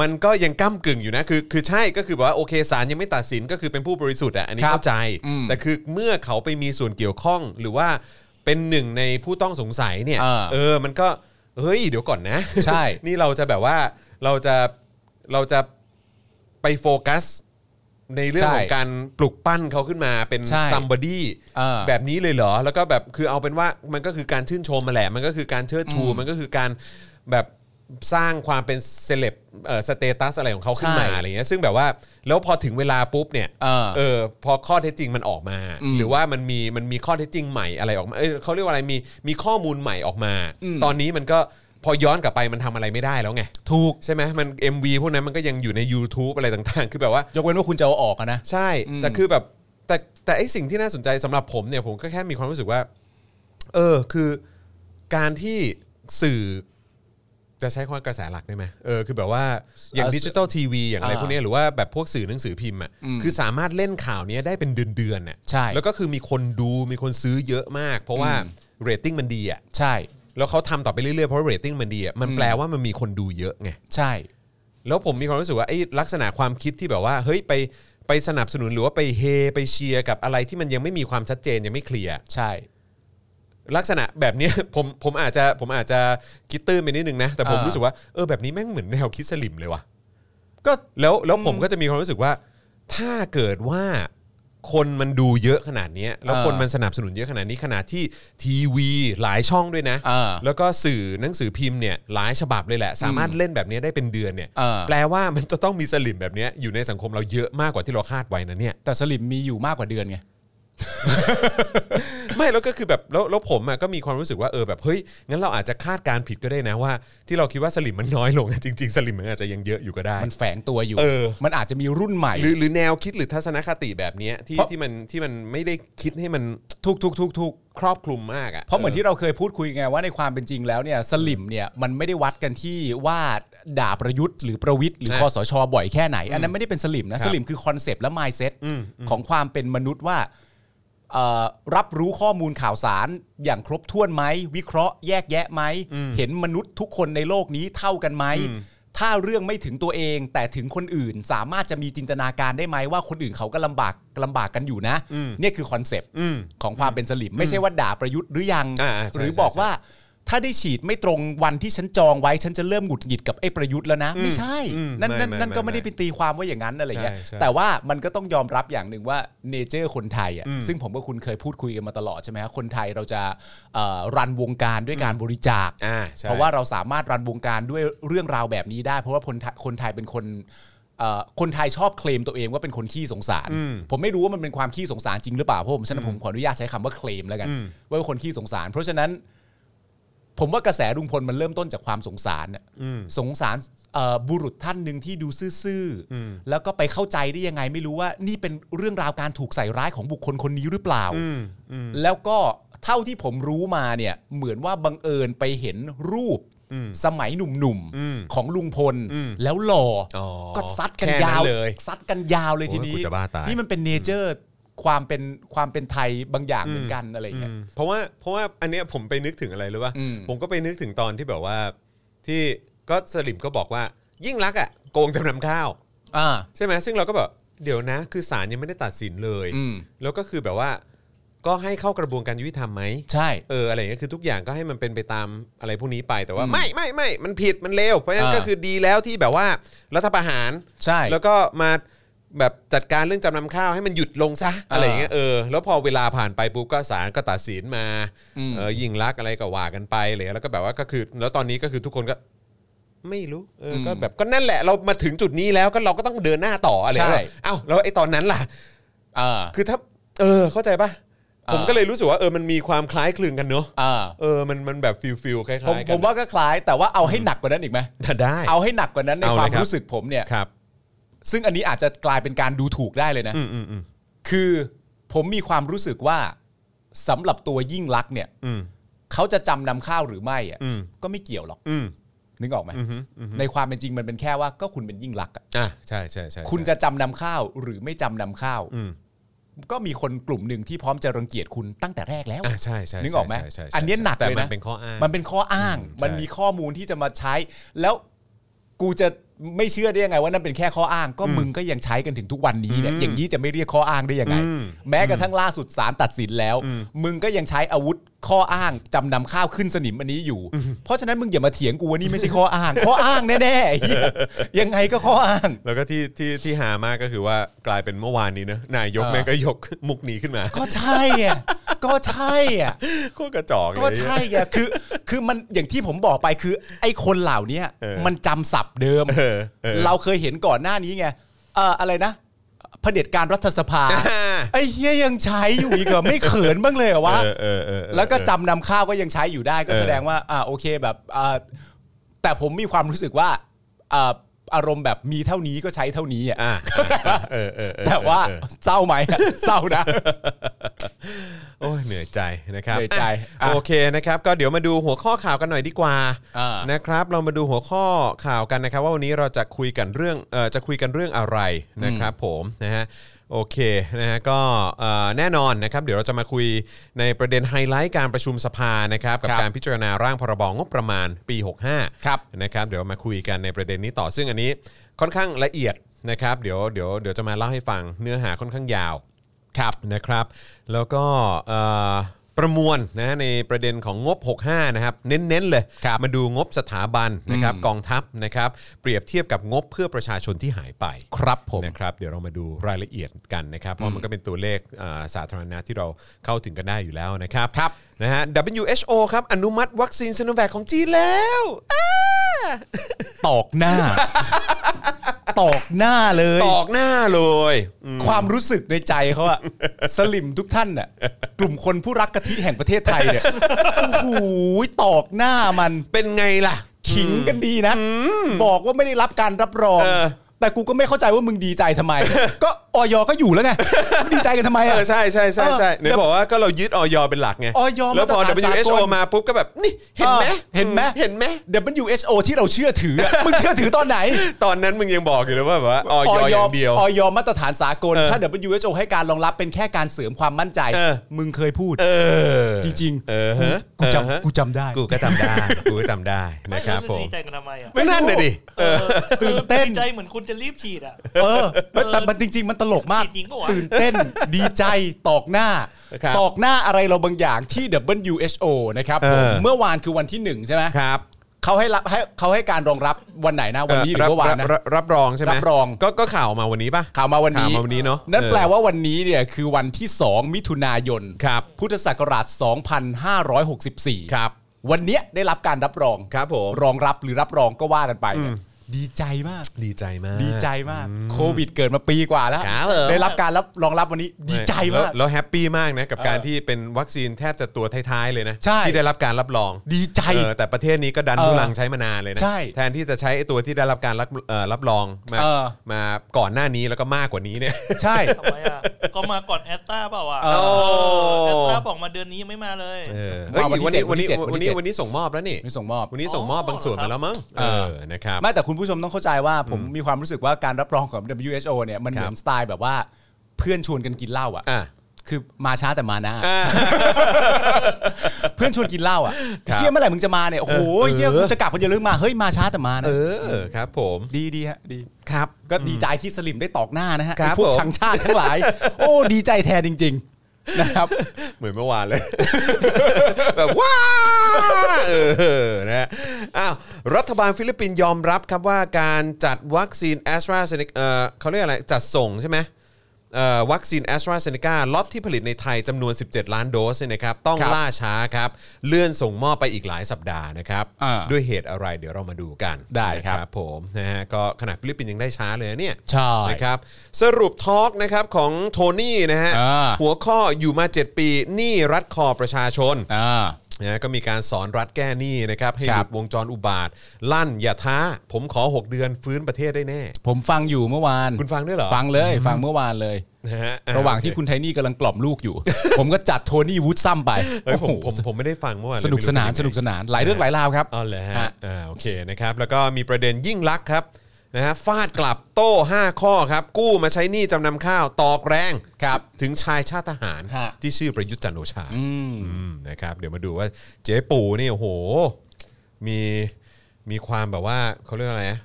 Speaker 2: มันก็ยังก้ากึ่งอยู่นะคือคือใช่ก็คือแบบว่าโอเคศาลยังไม่ตัดสินก็คือเป็นผู้บริสุทธิ์อ่ะอันนี้
Speaker 3: ครับ
Speaker 2: เข้าใจ
Speaker 3: อืม
Speaker 2: แต่คือเมื่อเขาไปมีส่วนเกี่ยวข้องหรือว่าเป็นหนึ่งในผู้ต้องสงสัยเนี่ย
Speaker 3: อ่า
Speaker 2: เออมันก็เฮ้ยเดี๋ยวก่อนนะ
Speaker 3: ใช่
Speaker 2: นี่เราจะแบบว่าเราจะเราจะไปโฟกัส ในเรื่อง
Speaker 3: ใช่
Speaker 2: ของการปลุกปั้นเขาขึ้นมาเป็น
Speaker 3: ใช่
Speaker 2: ซัมบอดี้
Speaker 3: อ่า
Speaker 2: แบบนี้เลยเหรอ แล้วก็แบบคือเอาเป็นว่ามันก็คือการชื่นชมมาแหละ มันก็คือการเชิดชู มันก็คือการแบบสร้างความเป็นเซเลบเอ่อสเตตัสอะไรของเขาขึ้นมา
Speaker 3: ใช่
Speaker 2: อะไรเงี้ยซึ่งแบบว่าแล้วพอถึงเวลาปุ๊บเนี่ย
Speaker 3: เออ
Speaker 2: เออพอข้อเท็จจริงมันออกมา
Speaker 3: อืม
Speaker 2: หรือว่ามันมีมันมีข้อเท็จจริงใหม่อะไรออกมาเอ้ยเขาเรียกว่าอะไรมีมีข้อมูลใหม่ออกมา
Speaker 3: อืม
Speaker 2: ตอนนี้มันก็พอย้อนกลับไปมันทำอะไรไม่ได้แล้วไง
Speaker 3: ถูก
Speaker 2: ใช่ไหมมัน MV พวกนั้นมันก็ยังอยู่ใน YouTube อะไรต่างๆ คือแบบว่า
Speaker 3: ยกเว้นว่าคุณจะเอาออกอะนะ
Speaker 2: ใช่
Speaker 3: อืม
Speaker 2: แต่คือแบบแต่แต่ไอสิ่งที่น่าสนใจสำหรับผมเนี่ยผมก็แค่มีความรู้สึกว่า เออคือการที่สื่อจะใช้คำว่ากระแสหลักได้ไหมเออคือแบบว่าอย่าง
Speaker 3: เอ่อ
Speaker 2: ดิจิตอลทีวีอย่างอะไร
Speaker 3: อ่า
Speaker 2: พวกเนี้ยหรือว่าแบบพวกสื่อหนังสือพิมพ์อ่ะ
Speaker 3: อืม
Speaker 2: คือสามารถเล่นข่าวเนี้ยได้เป็นเดือนเดือนอ่ะ
Speaker 3: ใช่
Speaker 2: แล้วก็คือมีคนดูมีคนซื้อเยอะมาก เพราะว่า
Speaker 3: อืม
Speaker 2: เรตติ้งมันดีอ่ะ
Speaker 3: ใช่
Speaker 2: แล้วเขาทำต่อไปเรื่อยๆเพราะเรตติ้งมันดีอ่ะมัน
Speaker 3: อืม
Speaker 2: แปลว่ามันมีคนดูเยอะไง
Speaker 3: ใช่
Speaker 2: แล้วผมมีความรู้สึกว่าไอ้ลักษณะความคิดที่แบบว่าเฮ้ยไปไปสนับสนุนหรือว่าไปเฮไปเชียร์กับอะไรที่มันยังไม่มีความชัดเจนยังไม่เคลียร์
Speaker 3: ใช่
Speaker 2: ลักษณะแบบเนี้ย ผมผมอาจจะผมอาจจะคิดตื้นไปนิดนึงนะ แต่ผม
Speaker 3: อ่ารู้
Speaker 2: รู้สึกว่าเออแบบนี้แม่งเหมือนแนวคิดสลิมเลยว่ะ
Speaker 3: ก็
Speaker 2: แล้วแล้วผม
Speaker 3: อืม
Speaker 2: ก็จะมีความรู้สึกว่า ถ้าเกิดว่าคนมันดูเยอะขนาดเนี้ยแล้ว
Speaker 3: อ่า
Speaker 2: คนมันสนับสนุนเยอะขนาดนี้ขนาดที่ทีวีหลายช่องด้วยนะ
Speaker 3: อ่า
Speaker 2: แล้วก็สื่อหนังสือพิมพ์เนี่ยหลายฉบับเลยแหละ สามารถ
Speaker 3: อืม
Speaker 2: เล่นแบบเนี้ยได้เป็นเดือนเนี่ย
Speaker 3: อ่า
Speaker 2: แปลว่ามันจะต้องมีสลิมแบบเนี้ยอยู่ในสังคมเราเยอะมากกว่าที่เราคาดไว้นะเนี่ย
Speaker 3: แต่สลิมมีอยู่มากกว่าเดือนไง
Speaker 2: ไม่แล้วก็คือแบบแล้วแล้วผมอะก็มีความรู้สึกว่าเออแบบเฮ้ยงั้นเราอาจจะคาดการณ์ผิดก็ได้นะว่า ที่เราคิดว่าสลิมมันน้อยลงอะจริง ๆ สลิมมันอาจจะยังเยอะอยู่ก็ได้
Speaker 3: มันแฝงตัวอยู่
Speaker 2: เออ
Speaker 3: มันอาจจะมีรุ่นใหม่
Speaker 2: หรือหรือแนวคิดหรือทัศนคติแบบเนี้ยที่
Speaker 3: เพราะ
Speaker 2: ที่มันที่มันไม่ได้คิดให้มัน
Speaker 3: ถูกถูกถูกถูก
Speaker 2: ครอบคลุมมากอะ
Speaker 3: เพราะเหมือนที่เราเคยพูดคุยไงว่าในความเป็นจริงแล้วเนี่ยสลิมเนี่ยมันไม่ได้วัดกันที่ว่าด่าประยุทธ์หรือประวิทย์หรือคอสชบ่อยแค่ไหน อันนั้นไม่ได้เป็นสลิมนะสลิมคือคอนเซปต์และไมเซ็ตของความเป็นมนุษย์ว่าเอ่อรับรู้ข้อมูลข่าวสารอย่างครบถ้วนไหมวิเคราะห์แยกแยะไหมเห็นมนุษย์ทุกคนในโลกนี้เท่ากันไหมถ้าเรื่องไม่ถึงตัวเองแต่ถึงคนอื่นสามารถจะมีจินตนาการได้ไหมว่าคนอื่นเขาก็ลำบากลำบากกันอยู่นะเนี่ยคือคอนเซปต์
Speaker 2: อืม
Speaker 3: ของความเป็นสลิมไม่ใช่ว่าด่าประยุทธ์หรือยัง
Speaker 2: อ่าใช่
Speaker 3: หรือ
Speaker 2: ใช่
Speaker 3: บอก
Speaker 2: ใช่
Speaker 3: ว่าถ้าได้ฉีดไม่ตรงวันที่ฉันจองไว้ ฉันจะเริ่มหงุดหงิดกับไอ้ประยุทธ์แล้วนะ ไม่ใช่ นั่นนั่นนั่นก็ไม่ได้เป็นตีความว่าอย่างนั้นอะไรเงี้ยแต่ว่ามันก็ต้องยอมรับอย่างหนึ่งว่าเนเจอร์คนไทยอ่ะซึ่งผมกับคุณเคยพูดคุยกันมาตลอดใช่ไหมฮะคนไทยเราจะเอ่อรันวงการด้วยการบริจาค
Speaker 2: อ่าใช่
Speaker 3: เพราะว่าเราสามารถรันวงการด้วยเรื่องราวแบบนี้ได้ เพราะว่าคนไทยคนไทยเป็นคนเอ่อคนไทยชอบเคลมตัวเองว่าเป็นคนขี้สงสาร ผมไม่รู้ว่ามันเป็นความขี้สงสารจริงหรือเปล่าเพราะผมฉะนั้นผมขออนุญาตใช้คำว่าเคลมแล้วกัน ว่าเป็นคนขี้สงสาร เพราะฉะนั้น ผมว่ากระแสลุงพลมันเริ่มต้นจากความสงสารน่ะสงสารเอ่อบุรุษท่านหนึ่งที่ดูซื่อๆแล้วก็ไปเข้าใจได้ยังไงไม่รู้ว่า นี่เป็นเรื่องราวการถูกใส่ร้ายของบุคคลคนนี้หรือเปล่า แล้วก็เท่าที่ผมรู้มาเนี่ย เหมือนว่าบังเอิญไปเห็นรูปสมัยหนุ่ม
Speaker 2: อืม
Speaker 3: ๆของลุงพล
Speaker 2: อืม
Speaker 3: แล้วหล่ออ
Speaker 2: อ
Speaker 3: ก็ซัดกัน
Speaker 2: แค่นั้น
Speaker 3: ยาว
Speaker 2: เลย
Speaker 3: ซัดกันยาวเลย
Speaker 2: โอ้
Speaker 3: ที
Speaker 2: ย
Speaker 3: นี้
Speaker 2: กูจะบ้าตาย
Speaker 3: นี่มันเป็นเนเจอร์ความเป็นความเป็นไทยบางอย่างเหมือนกันอะไรอย่างเงี้ย
Speaker 2: อืมเพราะว่าเพราะว่าอันเนี้ยผมไปนึกถึงอะไรรู้ป่ะ
Speaker 3: อืม
Speaker 2: ผมก็ไปนึกถึงตอนที่แบบว่าที่ก็สลิมก็บอกว่า ยิ่งรักษณ์อ่ะโกงจำนำข้าว
Speaker 3: อ่า
Speaker 2: ใช่ไหมซึ่งเราก็แบบเดี๋ยวนะ คือศาลยังไม่ได้ตัดสินเลย
Speaker 3: อืม
Speaker 2: แล้วก็คือแบบว่า ก็ให้เข้ากระบวนการยุติธรรมไหม
Speaker 3: ใช่
Speaker 2: เอออะไรอย่างเงี้ยคือทุกอย่างก็ให้มันเป็นไปตามอะไรพวกนี้ไปแต่ว่า
Speaker 3: อืม
Speaker 2: ไม่ไม่ไม่มันผิดมันเลวเพราะฉะนั้น
Speaker 3: อ่า
Speaker 2: ก็คือดีแล้วที่แบบว่ารัฐประหาร
Speaker 3: ใช่
Speaker 2: แล้วก็มาแบบจัดการเรื่องจำนำข้าวให้มันหยุดลงซะอะไรอย่างเงี้ยเออแล้วพอเวลาผ่านไปปุ๊บก็ศาลก็ตัดสินมา
Speaker 3: อืม
Speaker 2: เออยิงลักษณ์อะไรก็ว่ากันไปเลยแล้วก็แบบว่าก็คือ แล้วตอนนี้ก็คือทุกคนก็ ไม่รู้เอออ
Speaker 3: ม
Speaker 2: ก็แบบก็นั่นแหละเรามาถึงจุดนี้แล้วก็เราก็ต้องเดินหน้าต่ออะไร
Speaker 3: ใช่
Speaker 2: แล้วเอ้าแล้วไอ้ตอนนั้นล่ะ
Speaker 3: อ่า
Speaker 2: คือถ้าเออเข้าใจปะ
Speaker 3: อ่า
Speaker 2: ผมก็เลยรู้สึกว่าเออมันมีความคล้ายคลึงกันเนอะ
Speaker 3: อ่า
Speaker 2: เออมันมันแบบฟิลฟิลคล้ายๆ
Speaker 3: ผม
Speaker 2: กัน
Speaker 3: ผมว่าก็คล้ายแต่ว่าเอาให้หนักกว่านั้นอีกไหม
Speaker 2: ได้
Speaker 3: เอาให้หนักกว่านั้นใน
Speaker 2: เอาเลย
Speaker 3: ความ
Speaker 2: ครับ
Speaker 3: รู้สึกผมเนี่ย
Speaker 2: ครับ
Speaker 3: ซึ่งอันนี้อาจจะกลายเป็นการดูถูกได้เลยนะ
Speaker 2: อืมอืมอืม
Speaker 3: คือผมมีความรู้สึกว่าสำหรับตัวยิ่งลักษณ์เนี่ย
Speaker 2: อืม
Speaker 3: เขาจะจำนำข้าวหรือไม่อะ
Speaker 2: อืม
Speaker 3: ก็ไม่เกี่ยวหรอก
Speaker 2: อืม
Speaker 3: นึกออกไหม
Speaker 2: อืมอืมอืม
Speaker 3: ในความเป็นจริงมันเป็นแค่ว่าก็คุณเป็นยิ่งลักษณ์อะ
Speaker 2: อ่ะใช่ใช่ใช่ใช่
Speaker 3: คุณจะจำนำข้าวหรือไม่จำนำข้าว
Speaker 2: อืม
Speaker 3: ก็มีคนกลุ่มหนึ่งที่พร้อมจะรังเกียจคุณตั้งแต่แรกแล้ว
Speaker 2: อ่ะใช่ใช่
Speaker 3: นึกออกไหม
Speaker 2: ใช่ใช่ใช่
Speaker 3: อันเนี้ยหนัก
Speaker 2: แต่
Speaker 3: เลย
Speaker 2: มั
Speaker 3: นะ
Speaker 2: นเป็นข้ออ้าง
Speaker 3: มันเป็นข้ออ้าง
Speaker 2: อืม
Speaker 3: มัน
Speaker 2: ใช่
Speaker 3: มีข้อมูลที่จะมาใช้ แล้วกูจะไม่เชื่อได้ยังไงว่านั่นเป็นแค่ข้ออ้าง ก็มึงก็ยังใช้กันถึงทุกวันนี้เนี่ย อย่างนี้จะไม่เรียกข้ออ้างได้ยังไง แม้กระทั่งล่าสุดศาลตัดสินแล้ว มึงก็ยังใช้อาวุธข้ออ้างจำนำข้าวขึ้นสนิมอันนี้อยู่ เพราะฉะนั้นมึงอย่ามาเถียงกูว่านี่ไม่ใช่ข้ออ้าง ข้ออ้างแน่ๆไอ้เหี้ยยังไงก็ข้ออ้าง
Speaker 2: แล้วก็ที่ที่ที่หามากก็คือว่ากลายเป็นเมื่อวานนี้นะนายก
Speaker 3: เออ
Speaker 2: แม่งก็ยก มุกนี้ขึ้นมา
Speaker 3: ก็ใช่อะก็ใช่อะ
Speaker 2: โคตรกระจอกเลย
Speaker 3: ก็ใช่ไงคือคือมันอย่างที่ผมบอกไปคือ ไอ้คนเหล่าเนี้ยมันจำศัพท์เดิม
Speaker 2: เออเออ
Speaker 3: เราเคยเห็นก่อนหน้านี้ไงเอ่ออะไรนะเผด็จการรัฐส ภา
Speaker 2: อ่า
Speaker 3: ไอ้เฮียยังใช้อยู่อีกเหรอ ไม่เขินบ้างเลยเหรอวะ
Speaker 2: เออเออเออเออ
Speaker 3: แล้วก็จำนำข้าวก็ยังใช้อยู่ได้ก็
Speaker 2: เออ
Speaker 3: แสดงว่าอ่าโอเคแบบอ่าแต่ผมมีความรู้สึกว่าอ่าอารมณ์แบบมีเท่านี้ก็ใช้เท่านี้อ่ะ
Speaker 2: อ่าอ่าเออเออเออ
Speaker 3: แต่ว่า
Speaker 2: เออ
Speaker 3: เศร้าไหม เศร้านะ
Speaker 2: โอ้ยเหนื่อยใจนะครับ
Speaker 3: เหนื่อยใจ
Speaker 2: อ่ะ
Speaker 3: อ่ะ
Speaker 2: โอเคนะครับ ก็เดี๋ยวมาดูหัวข้อข่าวกันหน่อยดีกว่า
Speaker 3: อ่าน
Speaker 2: นะครับ เรามาดูหัวข้อข่าวกันนะครับ ว่าวันนี้เราจะคุยกันเรื่องเอ่อจะคุยกันเรื่องอะไรนะครับ ผมนะฮะโอเคนะฮะก็เอ่อแน่นอนนะครับ เดี๋ยวเราจะมาคุยในประเด็นไฮไลท์การประชุมสภานะครับ กับ
Speaker 3: ครับ
Speaker 2: การพิจารณาร่างพรบงบประมาณปี 65
Speaker 3: ครับ
Speaker 2: นะครับเดี๋ยวมาคุยกันในประเด็นนี้ต่อซึ่งอันนี้ค่อนข้างละเอียดนะครับเดี๋ยวเดี๋ยวเดี๋ยวจะมาเล่าให้ฟังเนื้อหาค่อนข้างยาวครับนะครับ แล้วก็เอ่อประมวลนะในประเด็นของงบ 65 นะครับ เน้นๆเลย
Speaker 3: ครับ
Speaker 2: มาดูงบสถาบันนะครับกองทัพนะครับเปรียบเทียบกับงบเพื่อประชาชนที่หายไป
Speaker 3: ครับผม
Speaker 2: นะครับเดี๋ยวเรามาดูรายละเอียดกันนะครับ เพราะมันก็เป็นตัวเลขเอ่อสาธารณะที่เราเข้าถึงกันได้อยู่แล้วนะครับ
Speaker 3: ครับ
Speaker 2: นะฮะ WHO ครับอนุมัติวัคซีนซิโนแวคของจีนแล้ว อ่า
Speaker 3: ตอกหน้า ตอกหน้าเลย
Speaker 2: ตอกหน้าเลยอืม
Speaker 3: ความรู้สึกในใจเขา อะสลิมทุกท่านอะกลุ่มคนผู้รักกะทิแห่งประเทศไทยเนี่ยโอ้โหตอกหน้ามัน
Speaker 2: เป็นไงล่ะ
Speaker 3: ขิงกันดีนะ บอกว่าไม่ได้รับการรับรอง
Speaker 2: เออ
Speaker 3: แต่กูก็ไม่เข้าใจว่ามึงดีใจทำไม ก็ออยก็อยู่แล้วไงมึงดีใจกันทำไม
Speaker 2: เออ
Speaker 3: อะ
Speaker 2: ใช่ใช่ใช่ใช่
Speaker 3: เออ
Speaker 2: เดี๋ยวบอกว่าก็เรายึดออยเป็นหลักไง
Speaker 3: OY
Speaker 2: แล้วพอ
Speaker 3: มาตรฐาน
Speaker 2: WHO
Speaker 3: สากล
Speaker 2: มาปุ๊บก็แบบนี่เห็นไหม
Speaker 3: เออเห็นไหม
Speaker 2: เห็นไหม
Speaker 3: WHO ที่เราเชื่อถืออะมึงเชื่อถือตอนไหน
Speaker 2: ตอนนั้นมึงยังบอกอยู่เลยว่าแบบว่าออยอย่างเดียว
Speaker 3: ออยมาตรฐานสากล
Speaker 2: เออ
Speaker 3: ถ้า WHO ให้การรองรับเป็นแค่การเสริมความมั่นใจ
Speaker 2: เออ
Speaker 3: มึงเคยพูด
Speaker 2: เออ
Speaker 3: จริง
Speaker 2: เออฮะ
Speaker 3: กู
Speaker 2: เออฮะ
Speaker 3: จำกูจำได้
Speaker 2: กูก็จำได้กูก็จำได้
Speaker 4: ไม่
Speaker 2: นะครับ
Speaker 4: รู้
Speaker 2: ผ
Speaker 4: จะ
Speaker 2: ม
Speaker 4: ดีใจกันทำไมอ่ะ
Speaker 2: ไม่นั่นเลยดิ
Speaker 4: เออ
Speaker 3: ตื่นเต้น
Speaker 4: ดีใจเหมือนคุณจะรีบฉีดอ่ะ
Speaker 3: เออแต่แต่มันจริง ๆ มันตลกมาก
Speaker 4: ฉีดจริงปะวะ
Speaker 3: ตื่นเต้น ดีใจ ตอกหน้า
Speaker 2: ครับ
Speaker 3: ตอกหน้าอะไรเราบางอย่างที่ WHO นะครับ
Speaker 2: เอ
Speaker 3: ผม
Speaker 2: อ
Speaker 3: เมื่อวานคือวันที่หนึ่งใช่ไหม
Speaker 2: ครับ
Speaker 3: เขาให้รับให้เขาให้การรองรับวันไหนนะ วันนี้หรือเมื่อวานนะ
Speaker 2: บรับรับรองใช่ไหม
Speaker 3: รับรอง
Speaker 2: ก็ก็ข่าวมาวันนี้ป่ะ
Speaker 3: ข่าวมาวัน
Speaker 2: ข่าว
Speaker 3: นี้
Speaker 2: มาวันนี้เนอะ
Speaker 3: นั่น
Speaker 2: เออ
Speaker 3: แปลว่าวันนี้เนี่ยคือวันที่ 2 มิถุนายน
Speaker 2: ครับ
Speaker 3: พุทธศักราช 2564
Speaker 2: ครับ
Speaker 3: วันเนี้ยได้รับการรับรอง
Speaker 2: ครับผม
Speaker 3: รองรับหรือรับรองก็ว่ากันไปเนี่ยดีใจมาก
Speaker 2: ดีใจมาก
Speaker 3: ดีใจมาก โควิดเกิดมาปีกว่าแล้ว
Speaker 2: ครับผม
Speaker 3: ได้รับการรับรองรับวันนี้ดีใจมาก
Speaker 2: แล้วแล้วแฮปปี้มากนะ กับ
Speaker 3: เออ
Speaker 2: การที่เป็นวัคซีนแทบจะตัวท้ายๆเลยนะ
Speaker 3: ใช่
Speaker 2: ที่ได้รับการรับรอง
Speaker 3: ดีใจ
Speaker 2: เออแต่ประเทศนี้ก็ดัน
Speaker 3: เออ
Speaker 2: ทุลังใช้มานานเลยนะ
Speaker 3: ใช่
Speaker 2: แทนที่จะใช้ไอ้ตัวที่ได้รับการรับเอ่อรับรองมา
Speaker 3: เออ
Speaker 2: มาก่อนหน้านี้แล้วก็มากกว่านี้เนี่ย
Speaker 3: ใช่
Speaker 4: ทำไมอ่ะ ก็มาก่อนแอตตาเปล่าวะ
Speaker 3: เออ
Speaker 4: แอตตาบอกมาเดือนนี้ยังไม่มาเลย
Speaker 2: เออ
Speaker 3: มาวันที่
Speaker 2: วัน
Speaker 3: เจ็
Speaker 2: นี้
Speaker 3: ด
Speaker 2: วันนี้
Speaker 3: วันที่เจ็ด
Speaker 2: วันนี้วั
Speaker 3: วันที่เจ็ด
Speaker 2: นนี้ส่งมอบแล้วนี่
Speaker 3: ไม่ส่งมอบ
Speaker 2: วันนี้ส่งมอบ
Speaker 4: อ๋อ
Speaker 2: บางส่วนมาแล้วมั้ง
Speaker 3: เอ
Speaker 2: เอ
Speaker 3: อ
Speaker 2: อนะครับ
Speaker 3: ไม่แต่คุณผู้ชมต้องเข้าใจว่าผมมีความรู้สึกว่าการรับรองของ WHO เนี่ยมันเหมือนสไตล์แบบว่าเพื่อนชวนกันกินเหล้าอ่ะ
Speaker 2: อ่ะ
Speaker 3: คือมาช้าแต่มานะเพื่อนชวนกินเหล้าอ่ะเฮียเมื่อไหร่มึงจะมาเนี่ยโอ้โหเฮีย
Speaker 2: เออ
Speaker 3: จะกลับคนเดียวหรือมาเฮ้ยมาช้าแต่มานะ
Speaker 2: เออครับผม
Speaker 3: ดีดีฮะดี
Speaker 2: ครับ
Speaker 3: ก็ดีใจที่สลิมได้ตอกหน้านะฮะ
Speaker 2: ครับ
Speaker 3: ไอ้พวก
Speaker 2: ผม
Speaker 3: ชังชาติทั้งหลาย โอ้ดีใจแทนจริง ๆ นะครับ
Speaker 2: เหมือนเมื่อวานเลย แบบว้าวเออนะฮะอ้าวรัฐบาลฟิลิปปินส์ยอมรับครับว่าการจัดวัคซีนแอสตราเซเนกเออเขาเรียกอะไร จัดส่งใช่ไหมเอ่อวัคซีนแอสตราเซเนกาล็อตที่ผลิตในไทยจำนวน 17 ล้านโดสเนี่ยนะครับ ต้อง
Speaker 3: ครับ
Speaker 2: ล่าช้าครับ เลื่อนส่งมอบไปอีกหลายสัปดาห์นะครับ
Speaker 3: อ่า
Speaker 2: ด้วยเหตุอะไรเดี๋ยวเรามาดูกัน
Speaker 3: ได้ครับ
Speaker 2: นะผมนะฮะก็ขนาดฟิลิปปินส์ยังได้ช้าเลยนะเนี่ย
Speaker 3: ใช่
Speaker 2: นะครับสรุปทอล์กนะครับของโทนี่นะฮะ
Speaker 3: อ่า
Speaker 2: หัวข้ออยู่มา 7 ปีหนี้รัดคอประชาชน
Speaker 3: อ่า
Speaker 2: นะก็มีการสอนรัฐแก้หนี้นะครับให้ห
Speaker 3: ครั
Speaker 2: ยุ
Speaker 3: บ
Speaker 2: ดวงจรอุบาท ลั่นอย่าท้า ผมขอ 6 เดือนฟื้นประเทศได้แน่
Speaker 3: ผมฟังอยู่เมื่อวาน
Speaker 2: คุณฟังด้วยเหรอ
Speaker 3: ฟังเลยฟังเมื่อวานเลย
Speaker 2: นะฮะ
Speaker 3: ระหว่างที่
Speaker 2: โอเ
Speaker 3: คุณไทนี่กำลังกล่อมลูกอยู่ ผมก็จัดโทนี่วูดซ้ำไป
Speaker 2: เอ้ยผม
Speaker 3: โอ้โห
Speaker 2: ผมผมไม่ได้ฟังเมื่อวานเลย
Speaker 3: สนุกสนาน
Speaker 2: ไม่รู้เป็ยัง
Speaker 3: สนุก
Speaker 2: ไง
Speaker 3: สนานหลายเรื่องหลายราวครับ
Speaker 2: อ๋อเหรอฮะ
Speaker 3: ฮะ
Speaker 2: อ่าโอเคนะครับ แล้วก็มีประเด็นยิ่งลักษณ์ครับนะฮะฟาดกลับโต้ 5 ข้อครับ กู้มาใช้หนี้จำนำข้าว ตอกแรง
Speaker 3: ครับ
Speaker 2: ถึงชายชาติทหาร
Speaker 3: ฮะ
Speaker 2: ที่ชื่อประยุทธ์จันทร์โอชา
Speaker 3: อืม
Speaker 2: อืมนะครับ เดี๋ยวมาดูว่าเจ๊ปู่นี่โอ้โห มีมีความแบบว่าเขาเรียกอะไรนะ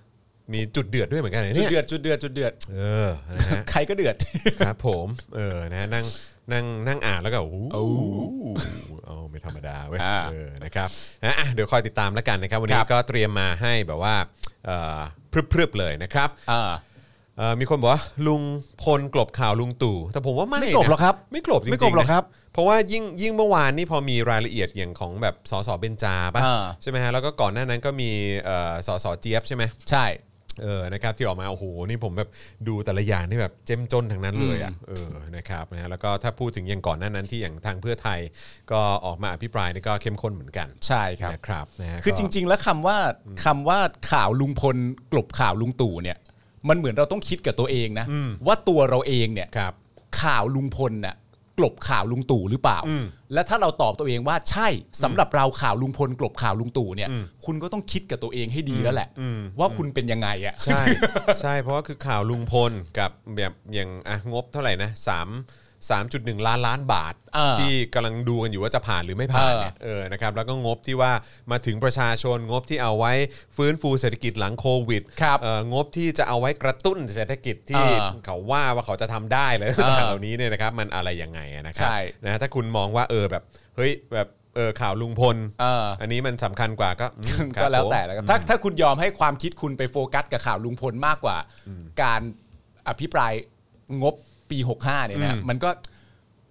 Speaker 2: มีจุดเดือดด้วยเหมือนกันเหรอ
Speaker 3: จุด
Speaker 2: เนี่ย
Speaker 3: เดือดจุดเดือดจุดเดือด
Speaker 2: เออนะฮะ
Speaker 3: ใครก็เดือด
Speaker 2: ครับผมเออนะนั่งนั่งนั่งอ่านแล้วก็โอ้โห
Speaker 3: โอ้โห
Speaker 2: เอาไม่ธรรมดาเว้ย
Speaker 3: อ่า
Speaker 2: เออนะครับนะอ่ะเดี๋ยวคอยติดตามแล้วกันนะครับ วันนี้
Speaker 3: ครับ
Speaker 2: ก็เตรียมมาให้แบบว่าเอ่อพรึบๆเลยนะครับ
Speaker 3: อ่า
Speaker 2: เอ่อมีคนบอกว่าลุงพลกลบข่าวลุงตู่แต่ผมว่าไม่
Speaker 3: ไม่กลบ
Speaker 2: นะ
Speaker 3: หรอกครับ
Speaker 2: ไม่กลบจริงๆ
Speaker 3: ไม่กลบหรอก
Speaker 2: นะครับ เพราะว่ายิ่งยิ่งเมื่อวานนี่พอมีรายละเอียดอย่างของแบบสสเบญจาป่ะ
Speaker 3: อ่า
Speaker 2: ใช่ไหมฮะแล้วก็ก่อนหน้านั้นก็มีเอ่อสสเจี๊ยบใช่ไหม
Speaker 3: ใช่
Speaker 2: เออ นะครับ ที่ออกมา โอ้โห นี่ผมแบบดูแต่ละอย่างนี่แบบเจ้มจนทั้งนั้นเลยอ่ะ เออ นะครับนะฮะแล้วก็ถ้าพูดถึงอย่างก่อนหน้านั้นที่อย่างทางเพื่อไทย ก็ออกมาอภิปรายนี่ก็เข้มข้นเหมือนกัน
Speaker 3: ใช่ครับ
Speaker 2: นะครับนะฮะ
Speaker 3: คือจริง ๆ แล้วคำว่าคำว่าข่าวลุงพลกลบข่าวลุงตู่เนี่ย มันเหมือนเราต้องคิดกับตัวเองนะ ว่าตัวเราเองเนี่ย
Speaker 2: ๆครับ
Speaker 3: ข่าวลุงพลน่ะกลบข่าวลุงตู่หรือเปล่า
Speaker 2: อืม
Speaker 3: และถ้าเราตอบตัวเองว่าใช่สำหรับเราข่าวลุงพลกลบข่าวลุงตู่เนี่ย
Speaker 2: อืม
Speaker 3: คุณก็ต้องคิดกับตัวเองให้ดีแล้วแหละ
Speaker 2: อืม
Speaker 3: ว่าคุณเป็นยังไงอ่ะ
Speaker 2: ใช่ ใช่ เพราะว่าคือข่าวลุงพลกับแบบอย่างอ่ะงบเท่าไหร่นะสามสามจุดหนึ่งล้านล้านบาท
Speaker 3: เออ
Speaker 2: ที่กำลังดูกันอยู่ว่าจะผ่านหรือไม่ผ่านเนี่ยเออนะครับแล้วก็งบที่ว่ามาถึงประชาชนงบที่เอาไว้ฟื้นฟูเศรษฐกิจหลังโควิด
Speaker 3: ครับ
Speaker 2: เอองบที่จะเอาไว้กระตุ้นเศรษฐกิจที่
Speaker 3: เออ
Speaker 2: เขาว่าว่าเขาจะทำได้เลย
Speaker 3: เออ
Speaker 2: เหล่านี้เนี่ยนะครับมันอะไรยังไงอะนะครั
Speaker 3: ใช่
Speaker 2: นะถ้าคุณมองว่าเออแบบเฮ้ยแบบเออข่าวลุงพล
Speaker 3: เออ
Speaker 2: อันนี้มันสำคัญกว่าก็อืมครับ
Speaker 3: ก็แล้ว
Speaker 2: ผม
Speaker 3: แต่แล้วกันถ้าถ้าคุณยอมให้ความคิดคุณไปโฟกัสกับข่าวลุงพลมากกว่า การอภิปรายงบปี 65เนี่ยนะ
Speaker 2: อืม
Speaker 3: มันก็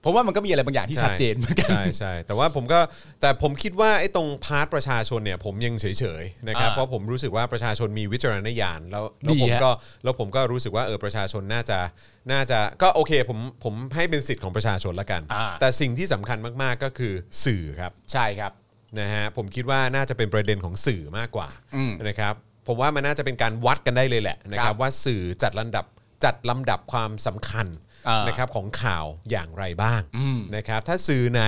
Speaker 3: ผมว่ามันก็มีอะไรบางอย่างที่ชัดเจนเหมือนกัน
Speaker 2: ใช่ใช่แต่ว่าผมก็แต่ผมคิดว่าไอ้ตรงพาร์ทประชาชนเนี่ยผมยังเฉยๆนะครับ
Speaker 3: อ่า
Speaker 2: เพราะผมรู้สึกว่าประชาชนมีวิจารณญาณแล้วแล้ว
Speaker 3: ดี
Speaker 2: ผม
Speaker 3: ฮะ
Speaker 2: ก็แล้วผมก็รู้สึกว่าเออประชาชนน่าจะน่าจะก็โอเคผมผมให้เป็นสิทธิ์ของประชาชนละกัน
Speaker 3: อ่า
Speaker 2: แต่สิ่งที่สำคัญมากๆก็คือสื่อครับ
Speaker 3: ใช่ครับ
Speaker 2: นะฮะผมคิดว่าน่าจะเป็นประเด็นของสื่อมากกว่า
Speaker 3: อืม
Speaker 2: นะครับผมว่ามันน่าจะเป็นการวัดกันได้เลยแหละนะค
Speaker 3: ครั
Speaker 2: รับบ ว่าสื่อจัดลำดับจัดลำดับความสำคัญ
Speaker 3: อ่าน
Speaker 2: นะครับของข่าวอย่างไรบ้าง
Speaker 3: อืม
Speaker 2: นะครับถ้าสื่อไหน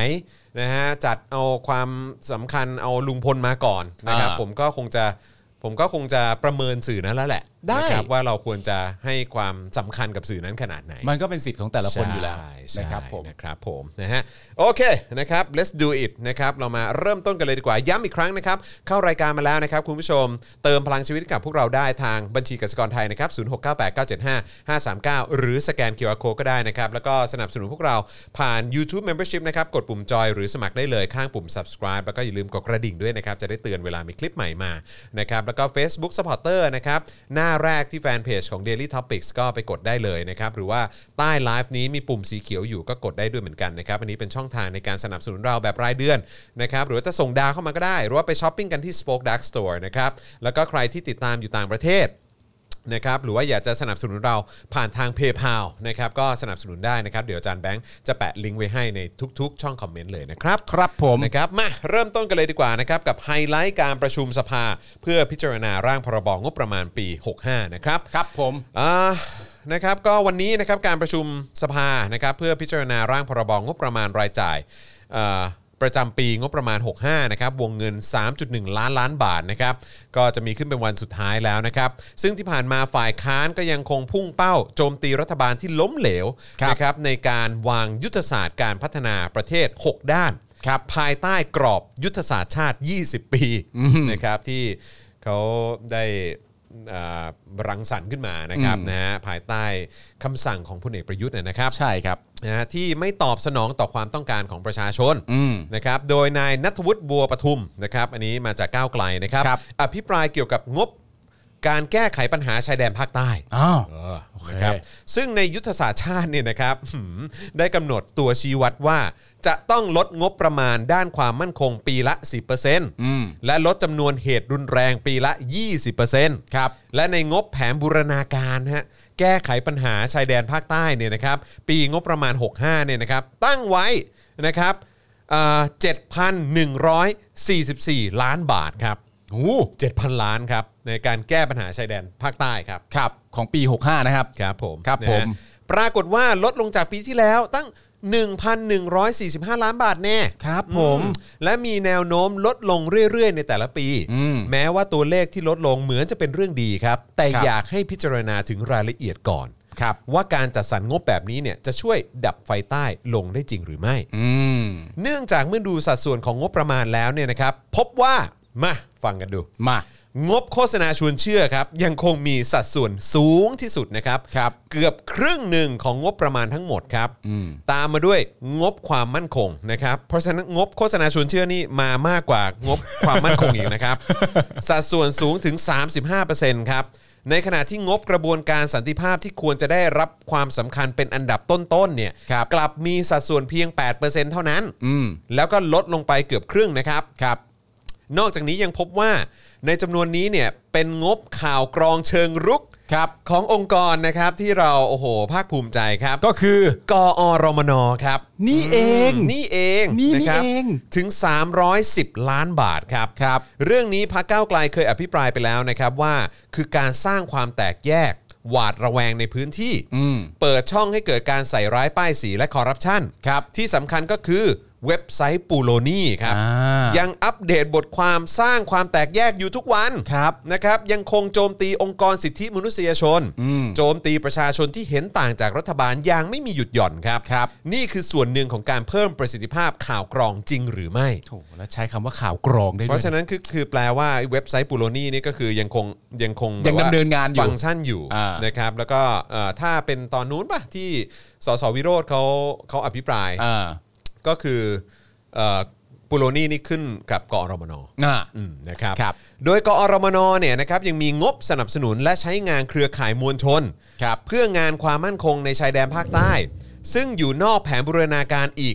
Speaker 2: นะฮะจัดเอาความสำคัญเอาลุงพลมาก่อนนะครับ
Speaker 3: อ่า
Speaker 2: ผมก็คงจะผมก็คงจะประเมินสื่อนั้นแล้วแหละ
Speaker 3: ได้
Speaker 2: นะครับว่าเราควรจะให้ความสำคัญกับสื่อนั้นขนาดไหน
Speaker 3: มันก็เป็นสิทธิ์ของแต่ละคนอยู่แล้ว
Speaker 2: ใช่ใช่
Speaker 3: นะครับผม
Speaker 2: นะครับผมนะฮะโอเคนะครับ let's do it นะครับเรามาเริ่มต้นกันเลยดีกว่าย้ำอีกครั้งนะครับ เข้ารายการมาแล้วนะครับ คุณผู้ชมเติมพลังชีวิตกับพวกเราได้ทางบัญชีกสิกรไทยนะครับ0698975539 หรือสแกน QR Code ก็ได้นะครับ แล้วก็สนับสนุนพวกเราผ่าน YouTube Membership นะครับ กดปุ่มจอยหรือสมัครได้เลยข้างปุ่ม subscribe แล้วก็อย่าลืมกดกระดิ่งด้วยนะครับ จะได้เตือนเวลามีคลิปใหม่มานะครับแล้วก็ Facebook Supporter นะครับหน้าแรกที่แฟนเพจของ Daily Topics ก็ไปกดได้เลยนะครับ หรือว่าใต้ไลฟ์นี้มีปุ่มสีเขียวอยู่ก็กดได้ด้วยเหมือนกันนะครับ อันนี้เป็นช่องทางในการสนับสนุนเราแบบรายเดือนนะครับ หรือว่าจะส่งดาวเข้ามาก็ได้ หรือว่าไปช้อปปิ้งกันที่ Spoke Dark Store นะครับแล้วก็ใครที่ติดตามอยู่ต่างประเทศ นะครับหรือว่าอยากจะสนับสนุนเราผ่านทาง PayPal นะครับก็สนับสนุนได้นะครับ เดี๋ยวอาจารย์แบงค์จะแปะลิงก์ไว้ให้ในทุกๆ ช่องคอมเมนต์เลยนะครับ
Speaker 3: ครับผม
Speaker 2: นะครับมาเริ่มต้นกันเลยดีกว่านะครับกับไฮไลท์การประชุมสภา เพื่อพิจารณาร่างพรบงบประมาณปี 65 นะครับ
Speaker 3: ครับผม
Speaker 2: อ่านะครับก็วันนี้นะครับการประชุมสภานะครับเพื่อพิจารณาร่างพรบงบประมาณรายจ่ายเอ่อประจำปีงบประมาณ 65นะครับวงเงิน 3.1 ล้านล้านบาทนะครับก็จะมีขึ้นเป็นวันสุดท้ายแล้วนะครับ ซึ่งที่ผ่านมาฝ่ายค้านก็ยังคงพุ่งเป้าโจมตีรัฐบาลที่ล้มเหลว
Speaker 3: ครับ
Speaker 2: นะครับในการวางยุทธศาสตร์การพัฒนาประเทศ 6 ด้าน
Speaker 3: ครับ
Speaker 2: ภายใต้กรอบยุทธศาสตร์ชาติ 20 ปีนะครับที่เขาได้อ่ารังสรรค์ขึ้นมานะครับ
Speaker 3: อืม
Speaker 2: นะฮะภายใต้คำสั่งของพลเอกประยุทธ์เนยนะครับ
Speaker 3: ใช่ครับ
Speaker 2: นะฮะที่ไม่ตอบสนองต่อความต้องการของประชาชน
Speaker 3: อืม
Speaker 2: นะครับ โดยนายนัทวุฒิบัวประทุมนะครับ อันนี้มาจากก้าวไกลนะครับ
Speaker 3: ครับ
Speaker 2: อภิปรายเกี่ยวกับงบการแก้ไขปัญหาชายแดนภาคใต้
Speaker 3: อ้าว
Speaker 2: นะครับ ซึ่งในยุทธศาสตร์ชาติเนี่ยนะครับ หืมได้กำหนดตัวชี้วัดว่า จะต้องลดงบประมาณด้านความมั่นคงปีละ
Speaker 3: ม
Speaker 2: 10%และลดจำนวนเหตุรุนแรงปีละ 20%
Speaker 3: ครับ
Speaker 2: และในงบแผนบูรณาการฮะแก้ไขปัญหาชายแดนภาคใต้เนี่ยนะครับ ปีงบประมาณ 65เนี่ยนะครับ ตั้งไว้นะครับเอ่อ7,144 ล้านบาทครับ
Speaker 3: โอ้
Speaker 2: 7,000 ล้านครับในการแก้ปัญหาชายแดนภาคใต้ครับ
Speaker 3: ครับ ของปี 65 นะครับ
Speaker 2: ครับผม
Speaker 3: ครับ
Speaker 2: นะฮะ
Speaker 3: ผม
Speaker 2: ปรากฏว่าลดลงจากปีที่แล้วตั้ง 1,145 ล้านบาทแน่
Speaker 3: ครับผม
Speaker 2: อืและมีแนวโน้มลดลงเรื่อย ๆ ในแต่ละปี
Speaker 3: อืม
Speaker 2: แม้ว่าตัวเลขที่ลดลงเหมือนจะเป็นเรื่องดีครับ แต่
Speaker 3: ครับ
Speaker 2: อยากให้พิจารณาถึงรายละเอียดก่อน
Speaker 3: ครับ
Speaker 2: ว่าการจัดสรรงบแบบนี้เนี่ยจะช่วยดับไฟใต้ลงได้จริงหรือไม่
Speaker 3: อืม
Speaker 2: เนื่องจากเมื่อดูสัดส่วนของงบประมาณแล้วเนี่ยนะครับ พบว่ามาฟังกันดู
Speaker 3: มา
Speaker 2: งบโฆษณาชวนเชื่อครับ ยังคงมีสัดส่วนสูงที่สุดนะครับ
Speaker 3: ครับ
Speaker 2: เกือบครึ่งหนึ่งของงบประมาณทั้งหมดครับ
Speaker 3: อืม
Speaker 2: ตามมาด้วยงบความมั่นคงนะครับ เพราะฉะนั้นงบโฆษณาชวนเชื่อนี่มามากกว่างบความมั่นคงอีก นะครับ สัดส่วนสูงถึง 35%ครับ ในขณะที่งบกระบวนการสันติภาพที่ควรจะได้รับความสำคัญเป็นอันดับต้นๆเนี่ย
Speaker 3: ครับ
Speaker 2: กลับมีสัดส่วนเพียง 8%เท่านั้น
Speaker 3: อืม
Speaker 2: แล้วก็ลดลงไปเกือบครึ่งนะครับ
Speaker 3: ครับ
Speaker 2: นอกจากนี้ยังพบว่าในจำนวนนี้เนี่ยเป็นงบข่าวกรองเชิงรุก
Speaker 3: ครับ
Speaker 2: ขององค์กรนะครับที่เราโอ้โหภาคภูมิใจครับ
Speaker 3: ก็คือ
Speaker 2: กอรมนครับ
Speaker 3: นี่เอง
Speaker 2: มนี่เอง
Speaker 3: นี่
Speaker 2: ะครับ
Speaker 3: นี่เอง
Speaker 2: ถึง 310 ล้านบาทครับ
Speaker 3: ครับ
Speaker 2: เรื่องนี้พักก้าวไกลเคยอภิปรายไปแล้วนะครับว่าคือการสร้างความแตกแยก หวาดระแวงในพื้นที่
Speaker 3: อืม
Speaker 2: เปิดช่องให้เกิดการใส่ร้ายป้ายสีและคอร์รัปชัน
Speaker 3: ครับ
Speaker 2: ที่สำคัญก็คือเว็บไซต์ปูโลนี่ครับ
Speaker 3: อ่ายั
Speaker 2: ยังอัปเดตบทความสร้างความแตกแยกอยู่ทุกวัน
Speaker 3: ครับ
Speaker 2: นะครับยังคงโจมตีองค์กรสิทธิมนุษยชน
Speaker 3: อืม
Speaker 2: โจมตีประชาชนที่เห็นต่างจากรัฐบาลอย่างไม่มีหยุดหย่อนครับ
Speaker 3: ครับ
Speaker 2: นี่คือส่วนหนึ่งของการเพิ่มประสิทธิภาพข่าวกรองจริงหรือไม่
Speaker 3: โถแล้วใช้คำว่าข่าวกรองได้ด้วย
Speaker 2: เพราะฉะนั้นคือคือแปลว่าไอ้เว็บไซต์ปูโรนี่นี่ก็คือยังคงยังคง
Speaker 3: ยัง
Speaker 2: แบบว่
Speaker 3: ดำเนินงานอยู่
Speaker 2: ฟังก์ชันอยู่
Speaker 3: อ่าน
Speaker 2: นะครับแล้วก็เอ่อถ้าเป็นตอนนู้นป่ะที่สสวิโรธเขาเขาอภิปราย
Speaker 3: อ่า
Speaker 2: ก็คือเอ่อปูโรนี่นี่ขึ้นกับกอรมน
Speaker 3: อ่า
Speaker 2: อืมนะครับ
Speaker 3: ครับ
Speaker 2: โดยกอรมนเนี่ยนะครับยังมีงบสนับสนุนและใช้งานเครือข่ายมวลชน
Speaker 3: ครับ
Speaker 2: เพื่องานความมั่นคงในชายแดนภาคใต้ ซึ่งอยู่นอกแผนบูรณาการอีก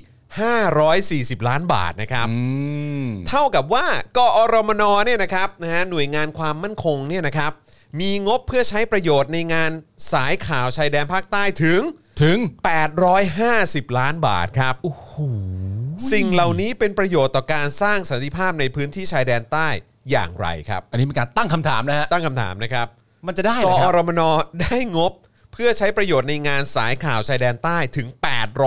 Speaker 2: 540 ล้านบาทนะครับ
Speaker 3: อืม
Speaker 2: เท่ากับว่ากอรมนเนี่ยนะครับนะฮะหน่วยงานความมั่นคงเนี่ยนะครับมีงบเพื่อใช้ประโยชน์ในงานสายข่าวชายแดนภาคใต้ถึง
Speaker 3: ถึง
Speaker 2: 850 ล้านบาทครับ สิ่งเหล่านี้เป็นประโยชน์ต่อการสร้างสันติภาพในพื้นที่ชายแดนใต้อย่างไรครับ
Speaker 3: อันนี้เป็นการตั้งคำถามนะฮะ
Speaker 2: ตั้งคำถามนะครับ
Speaker 3: มันจะได้
Speaker 2: ก
Speaker 3: เหรอค
Speaker 2: อ
Speaker 3: รับ
Speaker 2: รมนได้งบเพื่อใช้ประโยชน์ในงานสายข่าวชายแดนใต้ถึง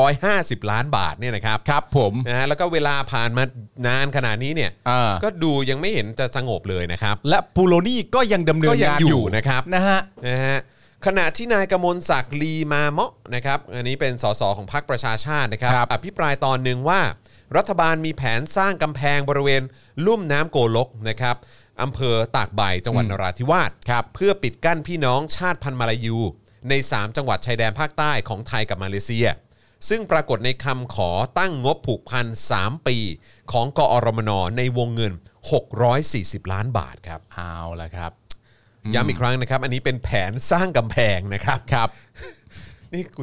Speaker 2: 850 ล้านบาทเนี่ยนะครับ
Speaker 3: ครับผม
Speaker 2: นะฮะแล้วก็เวลาผ่านมานานขนาดนี้เนี่ย
Speaker 3: อ่า
Speaker 2: ก็ดูยังไม่เห็นจะสงบเลยนะครับ
Speaker 3: และปูโรนี่ก็ยังดำเนิ
Speaker 2: ก็
Speaker 3: น
Speaker 2: ยัง
Speaker 3: งา
Speaker 2: อ
Speaker 3: นอยู่ ยู่
Speaker 2: นะครับ
Speaker 3: นะฮะ
Speaker 2: นะฮะขณะที่นายกมลศักดิ์ลีมาเมาะนะครับอันนี้เป็นสสของพรรคประชาชาตินะครับ
Speaker 3: ครับ
Speaker 2: อภิปรายตอนหนึ่งว่า รัฐบาลมีแผนสร้างกำแพงบริเวณลุ่มน้ำโกลกนะครับอำเภอตากใบจังหวัดนราธิวาสเพื่อปิดกั้นพี่น้องชาติพันธุ์มาลายู ใน 3 จังหวัดชายแดนภาคใต้ของไทยกับมาเลเซีย ซึ่งปรากฏในคำขอตั้งงบผูกพัน 3 ปี ของกอรมนในวงเงิน 640 ล้านบาทครับ
Speaker 3: เอาละครับ
Speaker 2: ย้ำอีกครั้งนะครับ อันนี้เป็นแผนสร้างกำแพงนะครับ
Speaker 3: ครับ
Speaker 2: นี่กู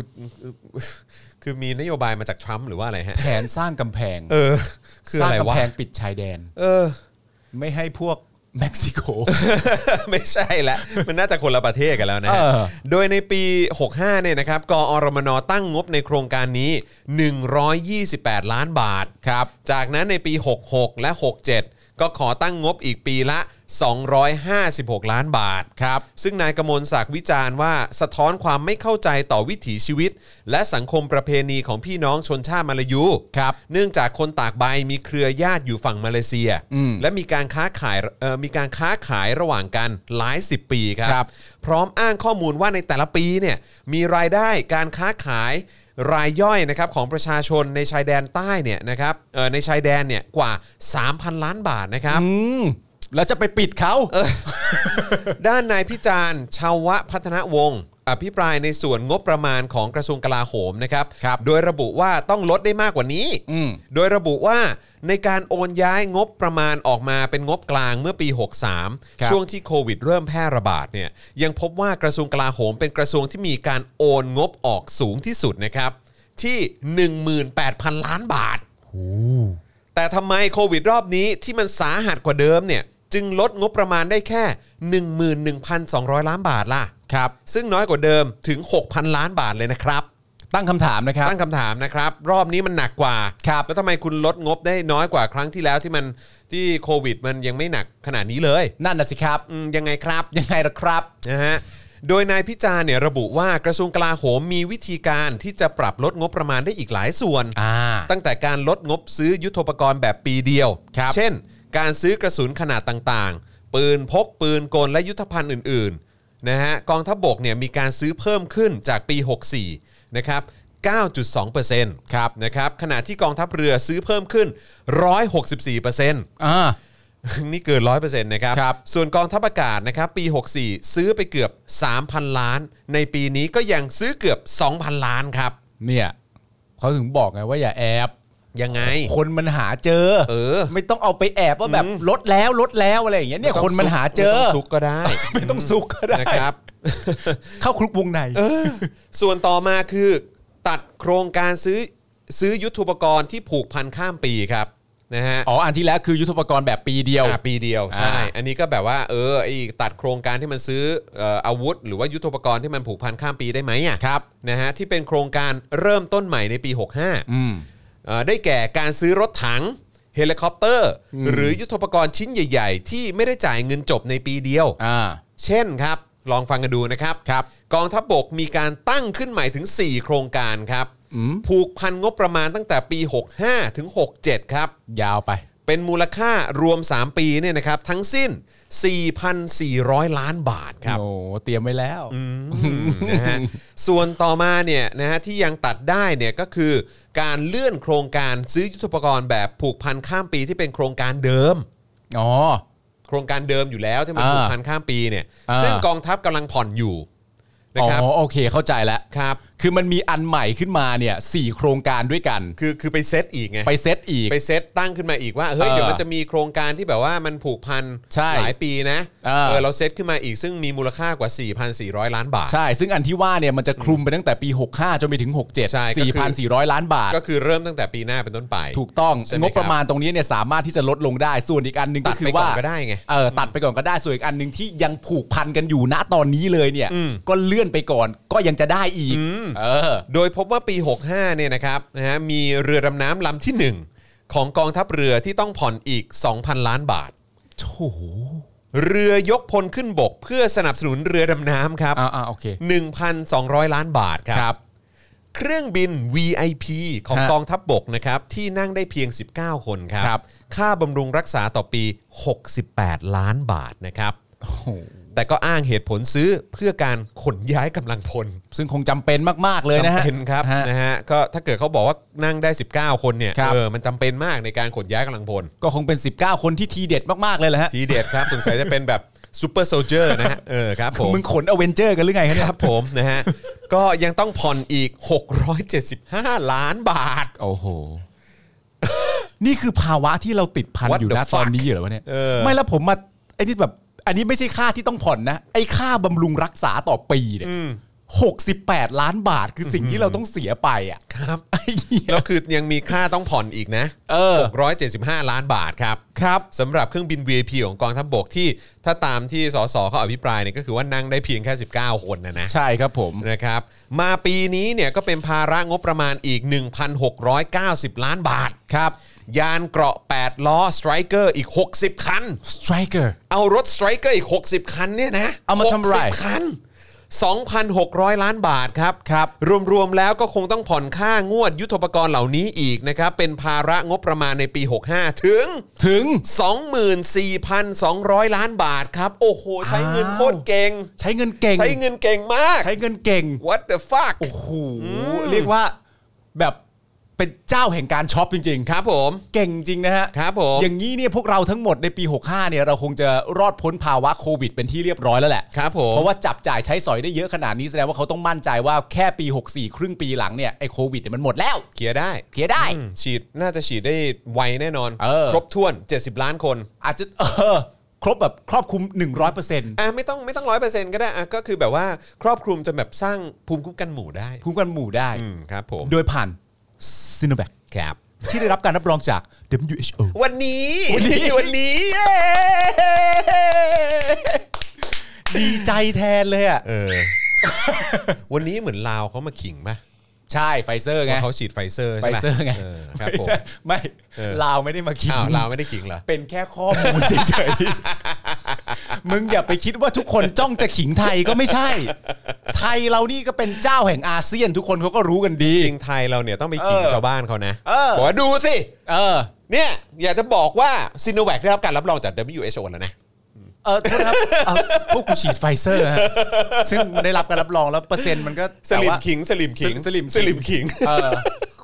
Speaker 2: คือมีนโยบายมาจากทรัมป์หรือว่าอะไรฮะ
Speaker 3: แผนสร้างกำแพง
Speaker 2: เออ คือ
Speaker 3: สร้า
Speaker 2: อะ
Speaker 3: ง
Speaker 2: ไร
Speaker 3: กำ
Speaker 2: วะ
Speaker 3: แพงปิดชายแดน
Speaker 2: เออ
Speaker 3: ไม่ให้พวกเม็กซิโก
Speaker 2: ไม่ใช่ละมันน่าจะคนละประเทศกันแล้วนะฮะ
Speaker 3: เออ
Speaker 2: โดยในปี 65เนี่ยนะครับกอรมนตั้งงบในโครงการนี้ 128 ล้านบาท
Speaker 3: ครับ
Speaker 2: จากนั้นในปี 66 และ 67 ก็ขอตั้งงบอีกปีละ 256 ล้านบาท
Speaker 3: ครับ
Speaker 2: ซึ่งนายกมลศักดิ์วิจารณ์ว่าสะท้อนความไม่เข้าใจต่อวิถีชีวิต และสังคมประเพณีของพี่น้องชนชาติมาลายู
Speaker 3: ครับ
Speaker 2: เนื่องจากคนตากใบมีเครือญาติอยู่ฝั่งมาเลเซีย
Speaker 3: อืม
Speaker 2: และมีการค้าขายเอ่อมีการค้าขายระหว่างกันหลายสิบปีครั
Speaker 3: ครับ
Speaker 2: พร้อมอ้างข้อมูลว่าในแต่ละปีเนี่ยมีรายได้การค้าขายรายย่อยนะครับของประชาชนในชายแดนใต้เนี่ยนะครับเอ่อในชายแดนเนี่ยกว่า 3,000 ล้านบาทนะครับ
Speaker 3: อืม แล้วจะไปปิดเขา
Speaker 2: ด้านนายพิจารณ์ชาวะพัฒนวงศ์อภิปรายในส่วนงบประมาณของกระทรวงกลาโหมนะครับ โดยระบุว่าต้องลดได้มากกว่านี้
Speaker 3: อืม
Speaker 2: โดยระบุว่าในการโอนย้ายงบประมาณออกมาเป็นงบกลางเมื่อปี
Speaker 3: ครั
Speaker 2: 63
Speaker 3: บ
Speaker 2: ช่วงที่โควิดเริ่มแพร่ระบาดเนี่ยยังพบว่ากระทรวงกลาโหมเป็นกระทรวงที่มีการโอนงบออกสูงที่สุดนะครับที่ 18,000 ล้านบาท แต่ทำไมโควิดรอบนี้ที่มันสาหัสกว่าเดิมเนี่ยจึงลดงบประมาณได้แค่ 11,200 ล้านบาทล่ะ
Speaker 3: ครับ
Speaker 2: ซึ่งน้อยกว่าเดิมถึง 6,000 ล้านบาทเลยนะครับ
Speaker 3: ตั้งคำถามนะครับ
Speaker 2: ตั้งคำถามนะครับ รอบนี้มันหนักกว่า
Speaker 3: ครับ
Speaker 2: แล้วทำไมคุณลดงบได้น้อยกว่าครั้งที่แล้วที่มันที่โควิดมันยังไม่หนักขนาดนี้เลย
Speaker 3: นั่นน่ะสิครับ
Speaker 2: อืมยังไงครับ
Speaker 3: ยังไงล่ะครับ
Speaker 2: นะฮะ โดยนายพิจารณ์เนี่ยระบุว่ากระทรวงกลาโหมมีวิธีการที่จะปรับลดงบประมาณได้อีกหลายส่วน
Speaker 3: อ่า
Speaker 2: ตั้งแต่การลดงบซื้อยุทโธปกรณ์แบบปีเดียว
Speaker 3: ครับ
Speaker 2: เช่น การซื้อกระสุนขนาดต่างๆ ปืนพกปืนกลและยุทธภัณฑ์อื่นๆ นะฮะ กองทัพบกเนี่ยมีการซื้อเพิ่มขึ้นจากปี 64 นะครับ 9.2%
Speaker 3: ครับ
Speaker 2: นะครับ ขณะที่กองทัพเรือซื้อเพิ่มขึ้น 164%
Speaker 3: อ่า
Speaker 2: นี่เกินร้อยเปอร์เซ็นต์นะครับ
Speaker 3: ครับ
Speaker 2: ส่วนกองทัพอากาศนะครับ ปี 64 ซื้อไปเกือบ 3,000 ล้าน ในปีนี้ก็ยังซื้อเกือบ 2,000 ล้านครับ
Speaker 3: เนี่ยเขาถึงบอกไงว่าอย่าแอบ
Speaker 2: ยังไง
Speaker 3: คนมันหาเจอ
Speaker 2: เออ
Speaker 3: ไม่ต้องเอาไปแอบว่าแบบลดแล้วลดแล้วอะไรอย่างเงี้ยเนี่ยคนมันหาเจอ
Speaker 2: ไม่ต้องซุกก็ได้
Speaker 3: ไม่ต้องซุกก็ได้
Speaker 2: นะครับ
Speaker 3: เข้าคลุกวงใน
Speaker 2: ส่วนต่อมาคือ ตัดโครงการซื้อซื้อยุทธุปกรณ์ที่ผูกพันข้ามปีครับนะฮะ
Speaker 3: อ๋อ อันที่แล้วคือยุทธปกรณ์แบบปีเดียว
Speaker 2: อ่ะปีเดียวใช่
Speaker 3: อ่า
Speaker 2: อันนี้ก็แบบว่าเออไอ้ตัดโครงการที่มันซื้อเอ่ออาวุธ หรือว่ายุทโธปกรณ์ที่มันผูกพันข้ามปีได้ไหมอ่ะ
Speaker 3: ครับ
Speaker 2: นะฮะที่เป็นโครงการเริ่มต้นใหม่ในปี 65
Speaker 3: อืม
Speaker 2: เอ่อได้แก่การซื้อรถถังเฮลิคอปเตอร์ หรือยุทโธปกรณ์ชิ้นใหญ่ ๆ ที่ไม่ได้จ่ายเงินจบในปีเดียว
Speaker 3: อ่า
Speaker 2: เช่นครับ ลองฟังกันดูนะครับ
Speaker 3: ครับ
Speaker 2: กองทัพบกมีการตั้งขึ้นใหม่ถึง 4 โครงการครับ
Speaker 3: อืม
Speaker 2: ผูกพันงบประมาณตั้งแต่ปี 65 ถึง 67 ครับ
Speaker 3: ยาวไป
Speaker 2: เป็นมูลค่ารวม 3 ปีเนี่ยนะครับ ทั้งสิ้น 4,400 ล้านบาทครับ
Speaker 3: โอ้โหเตรียมไว้แล้ว
Speaker 2: นะฮะส่วนต่อมาเนี่ยนะฮะที่ยังตัดได้เนี่ยก็คือการเลื่อนโครงการซื้อยุทธปกรณ์แบบผูกพันข้ามปีที่เป็นโครงการเดิม
Speaker 3: อ๋อ
Speaker 2: โครงการเดิมอยู่แล้วที่มัน
Speaker 3: อ่า
Speaker 2: ผูกพันข้ามปีเนี่ย
Speaker 3: อ่า
Speaker 2: ซึ่งกองทัพกำลังผ่อนอยู่นะครับ
Speaker 3: อ๋อโอเคเข้าใจแล้ว
Speaker 2: ครับ
Speaker 3: คือมันมีอันใหม่ขึ้นมาเนี่ยสี่โครงการด้วยกัน
Speaker 2: คือคือไปเซตอีกไง
Speaker 3: ไปเซตอีก
Speaker 2: ไปเซตตั้งขึ้นมาอีกว่าเฮ้ย
Speaker 3: เออ
Speaker 2: เดี๋ยวมันจะมีโครงการที่แบบว่ามันผูกพัน
Speaker 3: ใช่
Speaker 2: หลายปีนะ
Speaker 3: เออ
Speaker 2: เราเซตขึ้นมาอีกซึ่งมีมูลค่ากว่า 4,400 ล้านบาท
Speaker 3: ใช่ ซึ่งอันที่ว่าเนี่ยมันจะคลุมไปตั้งแต่ปี 65 จนไปถึง
Speaker 2: ใช่ก็คือ
Speaker 3: 67 4,400 ล้านบาท
Speaker 2: ก็คือเริ่มตั้งแต่ปีหน้าเป็นต้นไป
Speaker 3: ถูกต้อง
Speaker 2: ใช่ไหม
Speaker 3: งบประมาณตรงนี้เนี่ยสามารถที่จะลดลงได้ ส่วนอีกอันหนึ่ง
Speaker 2: ตั
Speaker 3: ก็
Speaker 2: ดไป
Speaker 3: คือว่า
Speaker 2: ก่อนก็ได้ไง
Speaker 3: เออตัดไปก่อนก็ได้ ส่วนอีกอันหนึ่งที่ยังผูกพันกันอยู่ณตอนนี้เลยเนี่ย
Speaker 2: อืม
Speaker 3: ก็เลื่อนไปก่อนก็ยังจะได้อีก เออ
Speaker 2: โดยพบว่าปี 65 เนี่ยนะครับนะฮะมีเรือดำน้ำลำที่ 1 ของกองทัพเรือที่ต้องผ่อนอีก 2,000 ล้านบาท
Speaker 3: โอ้โห
Speaker 2: เรือยกพลขึ้นบก เพื่อสนับสนุนเรือดำน้ำครับ
Speaker 3: อ่าอ่าโอเค
Speaker 2: 1,200 ล้านบาทครั
Speaker 3: ครับ
Speaker 2: เครื่องบิน VIP ของ
Speaker 3: ฮะ
Speaker 2: กองทัพบกนะครับที่นั่งได้เพียง 19 คนครับ
Speaker 3: ครับ
Speaker 2: ค่าบำรุงรักษาต่อปี 68 ล้านบาทนะครับ
Speaker 3: โอ้โห
Speaker 2: แต่ก็อ้างเหตุผลซื้อเพื่อการขนย้ายกำลังพล
Speaker 3: ซึ่งคงจำเป็นมาก ๆ เลยนะฮะ
Speaker 2: จำเป็นครับ
Speaker 3: ฮะ
Speaker 2: นะฮะก็ถ้าเกิดเขาบอกว่านั่งได้ 19 คนเนี่ย
Speaker 3: ครับ
Speaker 2: เออมันจำเป็นมากในการขนย้ายกำลังพล
Speaker 3: ก็คงเป็น 19 คนที่ทีเด็ดมาก ๆ เลยแหละฮะ
Speaker 2: ทีเด็ดครับ สงสัยจะเป็นแบบซูเปอร์โซลเจอร์นะฮะเออครับผม
Speaker 3: มึงขนอเวนเจอร์กันหรือไง
Speaker 2: ค
Speaker 3: ค
Speaker 2: รั
Speaker 3: รั
Speaker 2: บบ ผมนะฮะ ก็ยังต้องผ่อนอีก 675 ล้านบาท
Speaker 3: โอ้โห นี่คือภาวะที่เราติดพัน
Speaker 2: What
Speaker 3: อยู่
Speaker 2: the
Speaker 3: นะ
Speaker 2: fuck?
Speaker 3: ตอนนี้เหรอวะเนี่ย
Speaker 2: เออ
Speaker 3: ไม่แล้วผมมาไอ้นี่แบบ อันนี้ไม่ใช่ค่าที่ต้องผ่อนนะ ไอ้ค่าบำรุงรักษาต่อปีเนี่ยหกสิบแปดล้านบาทคือสิ่งที่เราต้องเสียไปอ่ะ
Speaker 2: ครับ
Speaker 3: ไอ้เหี้ย
Speaker 2: แล้วคือยังมีค่าต้องผ่อนอีกนะ
Speaker 3: เออ
Speaker 2: 675 ล้านบาทครับ
Speaker 3: ครับ
Speaker 2: สำหรับเครื่องบิน VIP ของกองทัพบกที่ถ้าตามที่สสเขาอภิปรายเนี่ยก็คือว่านั่งได้เพียงแค่ 19 คนนะนะ
Speaker 3: ใช่ครับผม
Speaker 2: นะครับมาปีนี้เนี่ยก็เป็นภาระงบประมาณอีก 1,690 ล้านบาท
Speaker 3: ครับ
Speaker 2: ยานเกราะ 8 ล้อสไตรเกอร์อีก 60 คัน
Speaker 3: Striker
Speaker 2: เอารถสไตรเกอร์อีก 60 คันเนี่ยนะ
Speaker 3: เอามาทำอะไร
Speaker 2: 60คัน 2,600 ล้านบาทครับ
Speaker 3: ครับ
Speaker 2: รวมๆแล้วก็คงต้องผ่อนค่างวดยุทธปกรณ์เหล่านี้อีกนะครับ เป็นภาระงบประมาณในปี 65 ถึง
Speaker 3: ถึง
Speaker 2: 24,200 ล้านบาทครับ โอ้โห ใช้เงินโคตรเก่ง
Speaker 3: ใช้เงินเก่ง
Speaker 2: ใช้เงินเก่งมาก
Speaker 3: ใช้เงินเก่ง
Speaker 2: What the fuck
Speaker 3: โอ้โห เรียกว่าแบบเป็นเจ้าแห่งการช็อปจริงๆ
Speaker 2: ครับผม
Speaker 3: เก่งจริงนะฮะ
Speaker 2: ครับผม
Speaker 3: อย่างนี้เนี่ยพวกเราทั้งหมดในปี 65 เนี่ยเราคงจะรอดพ้นภาวะโควิดเป็นที่เรียบร้อยแล้วแหละ
Speaker 2: ครับผม
Speaker 3: เพราะว่าจับจ่ายใช้สอยได้เยอะขนาดนี้แสดงว่าเขาต้องมั่นใจว่าแค่ปี 64 ครึ่งปีหลังเนี่ยไอ้โควิดเนี่ยมันหมดแล้ว
Speaker 2: เคลียร์ได้
Speaker 3: เคลียร์ได้
Speaker 2: อืมฉีดน่าจะฉีดได้ไวแน่นอน
Speaker 3: เออ
Speaker 2: ครบถ้วน 70 ล้านคน
Speaker 3: อาจจะเออครบแบบครอบคลุม 100%
Speaker 2: อ่ะไม่ต้องไม่ต้องร้อยเปอร์เซ็นต์ก็ได้อ่ะก็คือแบบว่าครอบคลุมจนแบบสร้างภูมิคุ้มกันหมู่ได้
Speaker 3: คุ้มกันหมู่ได้
Speaker 2: อืมครับผม
Speaker 3: โดยผ่านซิโนแวค
Speaker 2: ครับ
Speaker 3: ที่ได้รับการรับรองจาก WHO
Speaker 2: วันนี้
Speaker 3: วันนี้
Speaker 2: วันนี้เย้
Speaker 3: ดีใจแทนเลยอ่ะ
Speaker 2: เออ วันนี้เหมือนลาวเขามาขิงป่ะ
Speaker 3: ใช่ไฟเซอร์ไง
Speaker 2: ว่าเขาฉีดไฟเซอร์
Speaker 3: ไฟ
Speaker 2: ใช่หม
Speaker 3: เซอร์ไง
Speaker 2: ครับผม
Speaker 3: ไม่ใช่ไม่
Speaker 2: เออ
Speaker 3: ลาวไม่ได้มาคิด
Speaker 2: อ้าวลาวไม่ได้ขิงเหรอ
Speaker 3: เป็นแค่ข้อมูลเฉย ๆ มึงอย่าไปคิดว่าทุกคนจ้องจะขิงไทยก็ไม่ใช่ ไทยเรานี่ก็เป็นเจ้าแห่งอาเซียนทุกคนเขาก็รู้กันดี
Speaker 2: จริงไทยเราเนี่ยต้องไปขิง
Speaker 3: เออ
Speaker 2: ชาวบ้านเขานะ
Speaker 3: เออ
Speaker 2: บอกว่าดูสิ
Speaker 3: เออ
Speaker 2: เนี่ยอยากจะบอกว่าซิโนแวคได้รับการรับรองจาก WHO แล้วนะ
Speaker 3: เออโทษนะครับเอ่อพวกกูฉีดไฟเซอร์ฮะซึ่งมันได้รับการรับรองแล้วเปอร์เซ็นต์มันก็
Speaker 2: สลิม
Speaker 3: แต่ว่า
Speaker 2: คิง สลิมคิง
Speaker 3: สลิม
Speaker 2: สลิมคิง
Speaker 3: เออ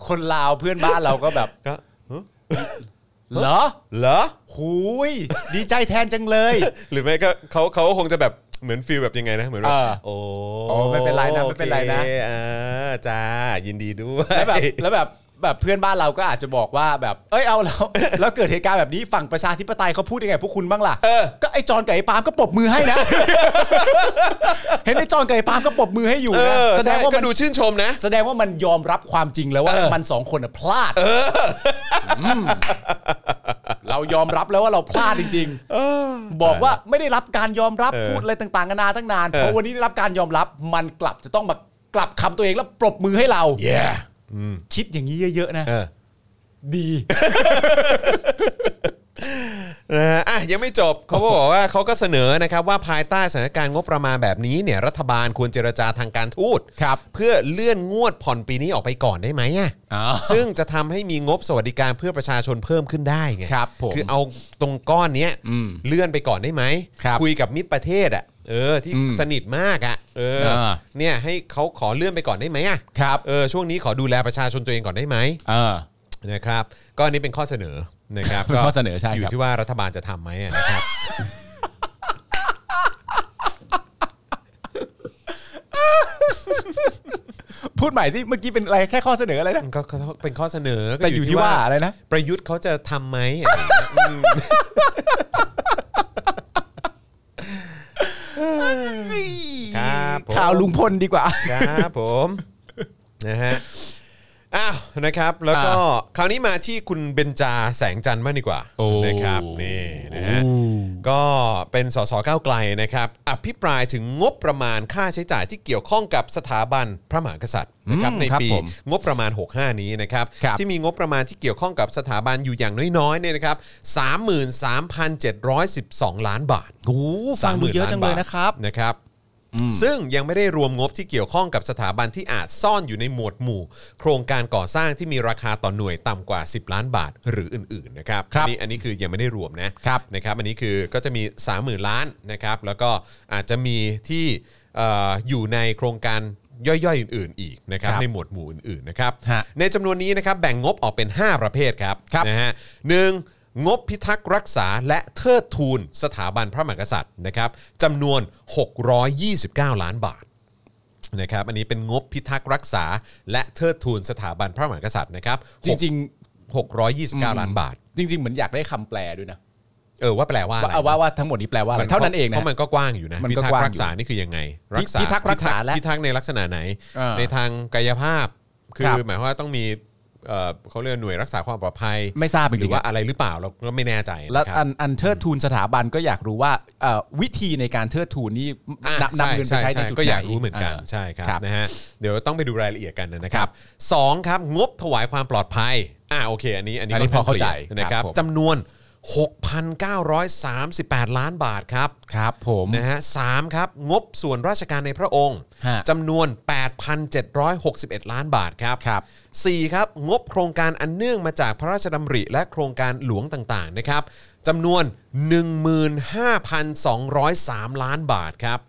Speaker 3: คนลาวเพื่อนบ้านเราก็แบบ
Speaker 2: ก็
Speaker 3: เหรอ
Speaker 2: เหรอ
Speaker 3: หุยดีใจแทนจังเลย
Speaker 2: หรือไม่ก็เขาเขาคงจะแบบเหมือนฟีลแบบยังไงนะ เหมือนแบ
Speaker 3: เอบ อ
Speaker 2: โอ้
Speaker 3: โอ้ไม่เป็นไรนะไม่เป็นไรนะ
Speaker 2: โอคอ่าจ้า ยินดีด้วย
Speaker 3: แล้วแบบแล้วแบบแบบเพื่อนบ้านเราก็อาจจะบอกว่าแบบ เอ้ยเอาแล้ว แล้วเกิดเหตุการณ์แบบนี้ฝั่งประชาธิปไตยเขาพูดยังไงพวกคุณบ้างล่ะ
Speaker 2: เออ
Speaker 3: ก็ไอ้จอนกับไอ้ปาล์มก็ปรบมือให้นะ เห็นไอ้จอนกับไอ้ปาล์มก็ปรบมือให้อยู่
Speaker 2: เอ
Speaker 3: นะ
Speaker 2: อ
Speaker 3: แสดงว่า
Speaker 2: ก็
Speaker 3: มัน
Speaker 2: ดูชื่นชมนะ
Speaker 3: แสดงว่ามันยอมรับความจริงแล้วว่ามันสองคนน่ะพลาดมเรายอมรับแล้วว่าเราพลาดจริง ๆ บอกว่าไม่ได้รับการยอมรับ
Speaker 2: เออ
Speaker 3: พูดอะไรต่างๆกันานาตั้งนาน
Speaker 2: เออ
Speaker 3: เพราะวันนี้ได้รับการยอมรับมันกลับจะต้องมากลับคำตัวเองแล้วปรบมือให้เรา
Speaker 2: เย้
Speaker 3: คิดอย่างนี้เยอะๆนะ
Speaker 2: เออ
Speaker 3: ดี
Speaker 2: นะฮะอ่ะยังไม่จบเขาบอกว่าเขาก็เสนอนะครับว่าภายใต้สถานการณ์งบประมาณแบบนี้เนี่ยรัฐบาลควรเจรจาทางการทูต
Speaker 3: ครับ
Speaker 2: เพื่อเลื่อนงวดผ่อนปีนี้ออกไปก่อนได้ไหมอ่ะ ซึ่งจะทำให้มีงบสวัสดิการเพื่อประชาชนเพิ่มขึ้นได้ไง
Speaker 3: ครับผม
Speaker 2: อเอาตรงก้อนเนี้ย
Speaker 3: อืม
Speaker 2: เลื่อนไปก่อนได้ไหม
Speaker 3: ครับ
Speaker 2: ยกับมิตรประเทศอ่ะเออที่
Speaker 3: อืม
Speaker 2: สนิทมากอ่ะเออ
Speaker 3: เออ
Speaker 2: เนี่ยให้เขาขอเลื่อนไปก่อนได้ไหมอ่ะ
Speaker 3: ครับ
Speaker 2: เออช่วงนี้ขอดูแลประชาชนตัวเองก่อนได้ไหม
Speaker 3: เออ
Speaker 2: นะครับ ก็อันนี้เป็นข้อเสนอนะครับ
Speaker 3: เป็นข้อเสนอใช่ครับ
Speaker 2: อยู่ที่ว่ารัฐบาลจะทำไหมอะนะครับ
Speaker 3: พ พูดใหม่ที่เมื่อกี้เป็นอะไรแค่ข้อเสนออะไรนะ
Speaker 2: ก็ก็เป็นข้อเสนอก็
Speaker 3: แต่อยู่ที่ว่าอะไรนะ
Speaker 2: ประยุทธ์เขาจะทำไหม ครับผม
Speaker 3: ข่าวลุงพลดีกว่า
Speaker 2: ครับผม นะฮะอ้าวนะครับ แล้วก็คราวนี้มาที่คุณเบนจาแสงจันทร์มากดีกว่า
Speaker 3: โอ้
Speaker 2: นะครับนี่นะฮะก็เป็นสสก้าวไกลนะครับอภิปรายถึงงบประมาณค่าใช้จ่ายที่เกี่ยวข้องกับสถาบันพระมหากษัตริย์นะครับ
Speaker 3: อืม
Speaker 2: ใน
Speaker 3: ครับ
Speaker 2: ปี
Speaker 3: ผม
Speaker 2: งบประมาณ 65 นี้นะครับ
Speaker 3: ครับ
Speaker 2: ที่มีงบประมาณที่เกี่ยวข้องกับสถาบันอยู่อย่างน้อยๆเนี่ยนะครับ33,712 ล้านบาท
Speaker 3: โอ้โหฟังดูเยอะจังเลย
Speaker 2: 30,000าท
Speaker 3: นะครับ
Speaker 2: นะครับ ซึ่งยังไม่ได้รวมงบที่เกี่ยวข้องกับสถาบันที่อาจซ่อนอยู่ในหมวดหมู่ โครงการก่อสร้างที่มีราคาต่อหน่วยต่ำกว่า 10 ล้านบาทหรืออื่นๆนะครับ
Speaker 3: ครั
Speaker 2: อั
Speaker 3: บ
Speaker 2: นนี้อันนี้คือยังไม่ได้รวมนะครับ นะครับอันนี้คือก็จะมี 30,000 ล้านนะครับแล้วก็อาจจะมีที่เอ่ออยู่ในโครงการย่อยๆอื่น ๆ อีกนะครับ
Speaker 3: ครับ
Speaker 2: ในหมวดหมู่อื่นๆนะครับ
Speaker 3: ฮะ
Speaker 2: ในจำนวนนี้นะครับแบ่งงบออกเป็น 5 ประเภทครับ
Speaker 3: ครับ
Speaker 2: นะฮะหนึ่งงบพิทักษ์รักษาและเทิดทูนสถาบันพระมหากษัตริย์นะครับจำนวน 629 ล้านบาท นะครับอันนี้เป็นงบพิทักษ์รักษา และเทิดทูนสถาบันพระมหากษัตริย์นะครับ
Speaker 3: จริง
Speaker 2: ๆ629 ล้านบาท
Speaker 3: ๆ จริง ๆ เหมือนอยากได้คำแปลด้วยนะ
Speaker 2: เออว่าแปลว่าอะไร
Speaker 3: ว่าว่าว่าทั้งหมดนี้แปลว่าอะไรเท่านั้นเอง
Speaker 2: เพ
Speaker 3: นะ
Speaker 2: ราะมันก็กว้างอยู่นะ
Speaker 3: มัน
Speaker 2: พิ
Speaker 3: ก็
Speaker 2: ทัก
Speaker 3: กว้า
Speaker 2: ษ์รั
Speaker 3: ง
Speaker 2: กษานี่คือยังไง
Speaker 3: พิ
Speaker 2: รักษา
Speaker 3: พิทักษ์รักษาและ
Speaker 2: พิทักษ์ในลักษณะไหน
Speaker 3: เออ
Speaker 2: ในทางกายภาพ คื
Speaker 3: ครั
Speaker 2: อบ หมายความว่าต้องมีเอ่อเขาเรียกว่าหน่วยรักษาความปลอดภัย
Speaker 3: ไม่ทราบจ
Speaker 2: หรื
Speaker 3: ริ
Speaker 2: อง
Speaker 3: ๆ
Speaker 2: ว่า
Speaker 3: อะ
Speaker 2: อะไรหรือเปล่าเราก็ไม่แน่ใจ
Speaker 3: และ
Speaker 2: นะครับ
Speaker 3: อันอันเทิดทูนสถาบันก็อยากรู้ว่าเอ่อวิธีในการเทิดทูนนี่
Speaker 2: อ่ะ
Speaker 3: นำนำเงินไปใช้ในจุดไหน
Speaker 2: ก็อยากรู้เหมือนกัน
Speaker 3: อ่า
Speaker 2: ใช่ครับ
Speaker 3: ครับ
Speaker 2: นะฮะเดี๋ยวต้องไปดูรายละเอียดกันนะค
Speaker 3: ครั
Speaker 2: รับบ สองครับงบถวายความปลอดภัยอ่าโอเค อันนี้อันนี้
Speaker 3: อันนี้
Speaker 2: ค่นข้ง
Speaker 3: พอเข้าใจ
Speaker 2: คลียร์นะครับ
Speaker 3: ครับผม
Speaker 2: จำนวน 6,938 ล้านบาทครับ
Speaker 3: ครับผม
Speaker 2: นะฮะสามครับงบส่วนราชการในพระองค์
Speaker 3: ฮะ
Speaker 2: จำนวน 8,761 ล้านบาทครับ
Speaker 3: ครับ
Speaker 2: สี่ครับงบโครงการอันเนื่องมาจากพระราชดำริ และโครงการหลวงต่างๆนะครับจำนวน 15,203 ล้านบาทครับ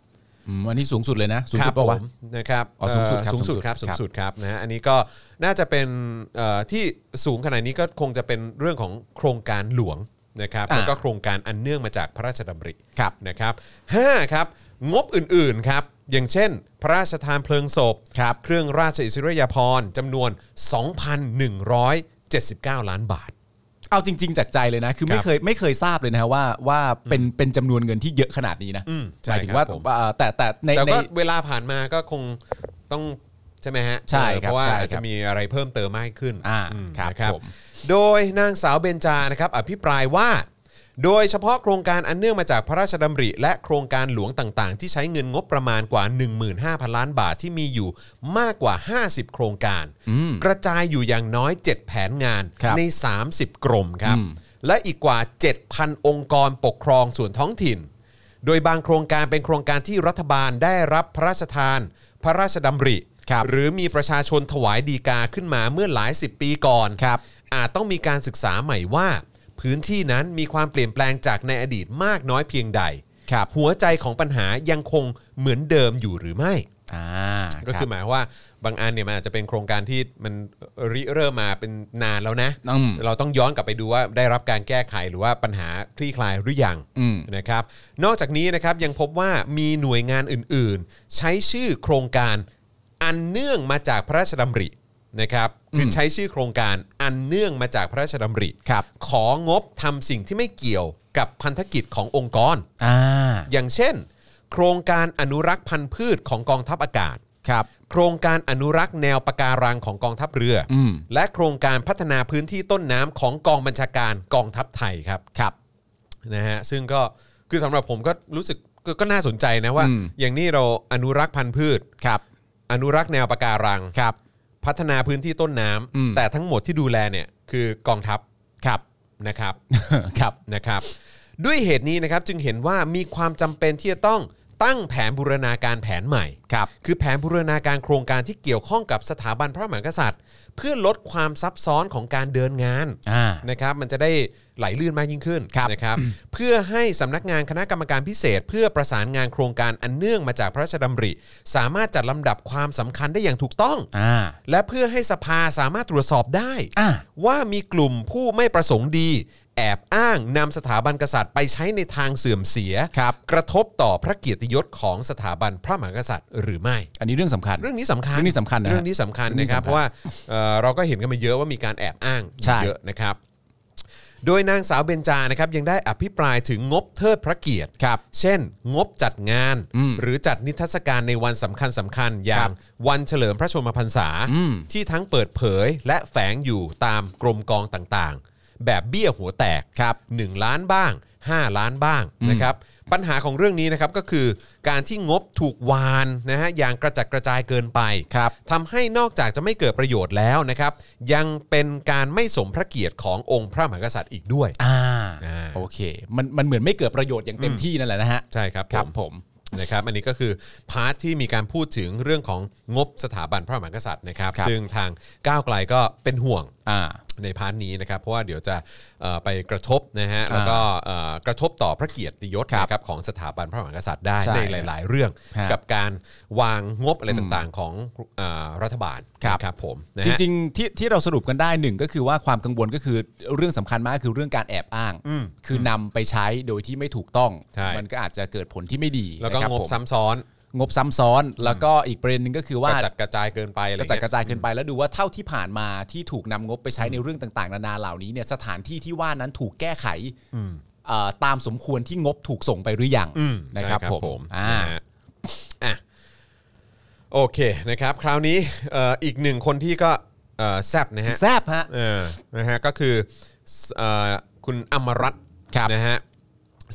Speaker 3: อืมอันนี้สูงสุดเลยนะ สูง
Speaker 2: ครั
Speaker 3: สุ
Speaker 2: บ
Speaker 3: ดปะวะ
Speaker 2: ผมนะครับ
Speaker 3: อ๋อสูงสุดครับ
Speaker 2: เอ่อสูงสุดครับ
Speaker 3: สู
Speaker 2: สูง
Speaker 3: งสุ
Speaker 2: สุด
Speaker 3: ด
Speaker 2: ค
Speaker 3: ครั
Speaker 2: รับบ นะฮะอันนี้ก็น่าจะเป็นเอ่อที่สูงขนาดนี้ก็คงจะเป็นเรื่องของโครงการหลวงนะครับ
Speaker 3: อ่า
Speaker 2: แล้วก็โครงการอันเนื่องมาจากพระราชดำริ
Speaker 3: ครับ
Speaker 2: นะครับห้าครับงบอื่นๆครับอย่างเช่น พระราชทานเพลิงศพ
Speaker 3: ครับ
Speaker 2: เครื่องราชอิสริยาภรณ์จำนวน 2,179 ล้านบาท
Speaker 3: เอาจริง ๆ จากใจเลยนะ คือ
Speaker 2: ค
Speaker 3: ไม่
Speaker 2: รับ
Speaker 3: เคยไม่เคยทราบเลยนะฮะว่าว่าเป็นเป็นจำนวนเงินที่เยอะขนาดนี้นะ
Speaker 2: อืมใช่
Speaker 3: หมายถึ
Speaker 2: ครับ
Speaker 3: งว่า
Speaker 2: ผม
Speaker 3: เอ่อแต่แต่ใน
Speaker 2: แต่
Speaker 3: ใน
Speaker 2: ก็เวลาผ่านมาก็คงต้องใช่ไหมฮะ
Speaker 3: ใช่ครั
Speaker 2: เออเพ
Speaker 3: บ
Speaker 2: ราะว่า
Speaker 3: ใช่ครับ
Speaker 2: อาจจะมีอะไรเพิ่มเติมมากขึ้น
Speaker 3: อ่า
Speaker 2: อืม
Speaker 3: ครับ
Speaker 2: นะครับ
Speaker 3: ผม
Speaker 2: โดยนางสาวเบญจานะครับอภิปรายว่า โดยเฉพาะโครงการอันเนื่องมาจากพระราชดำริ และโครงการหลวงต่างๆ ที่ใช้เงินงบประมาณกว่า 15,000 ล้านบาทที่มีอยู่มากกว่า 50 โครงการ กระจายอยู่อย่างน้อย 7 แผนงาน
Speaker 3: ครับ
Speaker 2: ใน 30 กรมครับ และอีกกว่า 7,000 องค์กรปกครองส่วนท้องถิ่น โดยบางโครงการเป็นโครงการที่รัฐบาลได้รับพระราชทาน พระราชดำริ
Speaker 3: ครับ
Speaker 2: หรือมีประชาชนถวายดีกาขึ้นมาเมื่อหลายสิบปีก่อน
Speaker 3: ครับ
Speaker 2: อาจต้องมีการศึกษาใหม่ว่า พื้นที่นั้นมีความเปลี่ยนแปลงจากในอดีตมากน้อยเพียงใด
Speaker 3: ครับ
Speaker 2: หัวใจของปัญหายังคงเหมือนเดิมอยู่หรือไม่
Speaker 3: อ่า
Speaker 2: ก็
Speaker 3: รับ
Speaker 2: คือหมายความว่าบางอันเนี่ยมันอาจจะเป็นโครงการที่มันริเริ่มมาเป็นนานแล้วนะ
Speaker 3: อืม
Speaker 2: เราต้องย้อนกลับไปดูว่าได้รับการแก้ไขหรือว่าปัญหาคลี่คลายหรือยัง
Speaker 3: อืม
Speaker 2: นะครับ นอกจากนี้นะครับยังพบว่ามีหน่วยงานอื่นๆ ใช้ชื่อโครงการอันเนื่องมาจากพระราชดำรินะครับคือใช้ชื่อโครงการอันเนื่องมาจากพระราชดำริ
Speaker 3: ครับ
Speaker 2: ของบทำสิ่งที่ไม่เกี่ยวกับพันธกิจขององค์กร
Speaker 3: อ่า
Speaker 2: อย่างเช่น โครงการอนุรักษ์พันธุ์พืชของกองทัพอากาศ
Speaker 3: ครับ
Speaker 2: โครงการอนุรักษ์แนวปะการังของกองทัพเรืออ
Speaker 3: ม
Speaker 2: และโครงการพัฒนาพื้นที่ต้นน้ำของกองบัญชาการกองทัพไทยครับ
Speaker 3: ครับ
Speaker 2: นะฮะซึ่งก็คือสำหรับผมก็รู้สึกก็ก็น่าสนใจนะว่า
Speaker 3: อืม
Speaker 2: อย่างนี้เราอนุรักษ์พันธุ์พืช
Speaker 3: ครับ
Speaker 2: อนุรักษ์แนวปะการัง
Speaker 3: ครับ
Speaker 2: พัฒนาพื้นที่ต้นน้
Speaker 3: อืม
Speaker 2: ำแต่ทั้งหมดที่ดูแลเนี่ยคือกองทัพ
Speaker 3: ครับ
Speaker 2: นะครับ
Speaker 3: ครับ
Speaker 2: นะครับด้วยเหตุนี้นะครับจึงเห็นว่ามีความจำเป็นที่จะต้องตั้งแผนบูรณาการแผนใหม่
Speaker 3: ครับ
Speaker 2: คือแผนบูรณาการโครงการที่เกี่ยวข้องกับสถาบันพระมหากษัตริย์ เพื่อลดความซับซ้อนของการเดินงาน
Speaker 3: อ่า
Speaker 2: นะครับมันจะได้ไหลลื่นมากยิ่งขึ้น
Speaker 3: ครับ
Speaker 2: นะครับเพื่อให้สำนักงานคณะกรรมการพิเศษ เพื่อประสานงานโครงการอันเนื่องมาจากพระราชดำริ สามารถจัดลำดับความสำคัญได้อย่างถูกต้อง
Speaker 3: อ่า
Speaker 2: และเพื่อให้สภาสามารถตรวจสอบได้
Speaker 3: อ่ะ
Speaker 2: ว่ามีกลุ่มผู้ไม่ประสงค์ดี แอบอ้างนำสถาบันกษัตริย์ไปใช้ในทางเสื่อมเสีย
Speaker 3: ครับ
Speaker 2: กระทบต่อพระเกียรติยศของสถาบันพระมหากษัตริย์หรือไม่
Speaker 3: อันนี้เรื่องสำคัญ
Speaker 2: เรื่องนี้สำคัญ
Speaker 3: เรื่องนี้สำคัญนะฮะ
Speaker 2: เรื่องนี้สำคัญ
Speaker 3: เรื่องนี้
Speaker 2: นะครับ
Speaker 3: สำคัญ
Speaker 2: เพราะว่าเอ่อเราก็เห็นกันมาเยอะว่ามีการแอบอ้าง
Speaker 3: ใช่
Speaker 2: เยอะนะครับ โดยนางสาวเบญจานะครับยังได้อภิปรายถึงงบเทิดพระเกียรติ
Speaker 3: ครับ
Speaker 2: เช่น งบจัดงาน
Speaker 3: อืม
Speaker 2: หรือจัดนิทรรศการในวันสำคัญสำคัญๆอย่า
Speaker 3: ครั
Speaker 2: ง
Speaker 3: บ
Speaker 2: วันเฉลิมพระชนมพรรษา
Speaker 3: อืม
Speaker 2: ที่ทั้งเปิดเผยและแฝงอยู่ตามกรมกองต่างๆ แบบเบี้ยหัวแตก
Speaker 3: ครับ
Speaker 2: 1 ล้านบ้าง 5 ล้านบ้าง
Speaker 3: อืม
Speaker 2: นะครับปัญหาของเรื่องนี้นะครับก็คือการที่งบถูกวานนะฮะอย่างกระจัดกระจายเกินไป
Speaker 3: ครับ
Speaker 2: ทำให้นอกจากจะไม่เกิดประโยชน์แล้วนะครับ ยังเป็นการไม่สมพระเกียรติขององค์พระมหากษัตริย์อีกด้วย
Speaker 3: อ่า
Speaker 2: อ่า
Speaker 3: โอเค มันมันเหมือนไม่เกิดประโยชน์อย่างเต็มที่นั่นแหละนะฮะ
Speaker 2: ใช่ครับผม
Speaker 3: ครับผม
Speaker 2: นะครับอันนี้ก็คือพาร์ทที่มีการพูดถึงเรื่องของงบสถาบันพระมหากษัตริย์นะครับ
Speaker 3: ครับ
Speaker 2: ซึ่งทางก้าวไกลก็เป็นห่วง
Speaker 3: อ่า
Speaker 2: ในพาร์ทนี้นะครับ เพราะว่าเดี๋ยวจะเอ่อไปกระทบนะฮะ
Speaker 3: อ่า
Speaker 2: แล้วก็เอ่อกระทบต่อพระเกียรติยศ
Speaker 3: ครับ
Speaker 2: นะครับของสถาบันพระมหากษัตริย์ได้
Speaker 3: ใช่
Speaker 2: ในหลาย ๆ เรื่อง
Speaker 3: ฮะ
Speaker 2: กับการวางงบอะไรต่างๆของเอ่อรัฐบาล
Speaker 3: ครับ
Speaker 2: นะผมนะ
Speaker 3: จ
Speaker 2: ฮะ
Speaker 3: ริงๆที่ที่เราสรุปกันได้หนึ่งก็คือว่าความกังวลก็คือเรื่องสำคัญมากคือเรื่องการแอบอ้าง
Speaker 2: อืม
Speaker 3: คือนำไปใช้โดยที่ไม่ถูกต้อง
Speaker 2: ใช่
Speaker 3: มันก็อาจจะเกิดผลที่ไม่ดี
Speaker 2: แล้วก็
Speaker 3: นะครับ
Speaker 2: งบ
Speaker 3: ผม
Speaker 2: ซ้ำซ้อน
Speaker 3: งบซ้ำซ้อนแล้วก็อีกประเด็นหนึ่งก็คือกว่า
Speaker 2: ระจัดกระจายเกินไปอะไร
Speaker 3: กระจัด
Speaker 2: เงี้ย
Speaker 3: กระจายเกินไปแล้วดูว่าเท่าที่ผ่านมาที่ถูกนำงบไปใช้ในเรื่องต่างๆ นานาเหล่านี้เนี่ยสถานที่ที่ว่านั้นถูกแก้ไขเอ่อตามสมควรที่งบถูกส่งไปหรือยัง
Speaker 2: อืม
Speaker 3: นะครับ
Speaker 2: ใช่
Speaker 3: ผมอ่า
Speaker 2: อ่าอ่ะโอเคนะครับ คราวนี้เอ่ออีกหนึ่งคนที่ก็เอ่อแซบนะฮะ
Speaker 3: แซบฮะ
Speaker 2: เออนะฮะก็คือสเอ่อคุณอมรัตน์
Speaker 3: ครับ
Speaker 2: นะฮะ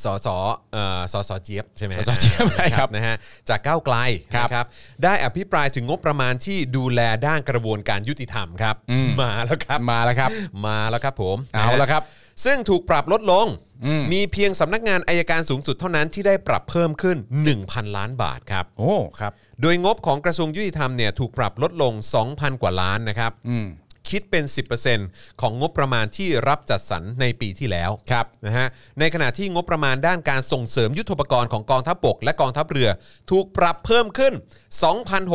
Speaker 2: สสเอ่อสสเจี๊ยบใช่ไหมฮะ
Speaker 3: สสเจี๊ยบ
Speaker 2: อ่า
Speaker 3: ครับ
Speaker 2: นะฮะจากก้าวไกล
Speaker 3: ครับ
Speaker 2: นะครับ ได้อภิปรายถึงงบประมาณที่ดูแลด้านกระบวนการยุติธรรมครับ
Speaker 3: อืม
Speaker 2: มาแล้วครับ
Speaker 3: มาแล้วครับ
Speaker 2: มาแล้วครับผม
Speaker 3: เอา
Speaker 2: นฮ
Speaker 3: แล้วครับ
Speaker 2: ซึ่งถูกปรับลดลง
Speaker 3: อืม
Speaker 2: มีเพียงสำนักงานอายการสูงสุดเท่านั้นที่ได้ปรับเพิ่มขึ้น 1,000 ล้านบาทครับ
Speaker 3: โอ้ครับ
Speaker 2: โดยงบของกระทรวงยุติธรรมเนี่ยถูกปรับลดลง 2,000 กว่าล้านนะครับ
Speaker 3: อืม
Speaker 2: คิดเป็น 10%ของงบประมาณที่รับจัดสรรในปีที่แล้ว
Speaker 3: ครับ
Speaker 2: นะฮะ ในขณะที่งบประมาณด้านการส่งเสริมยุทธปกรณ์ของกองทัพบกและกองทัพเรือ ถูกปรับเพิ่มขึ้น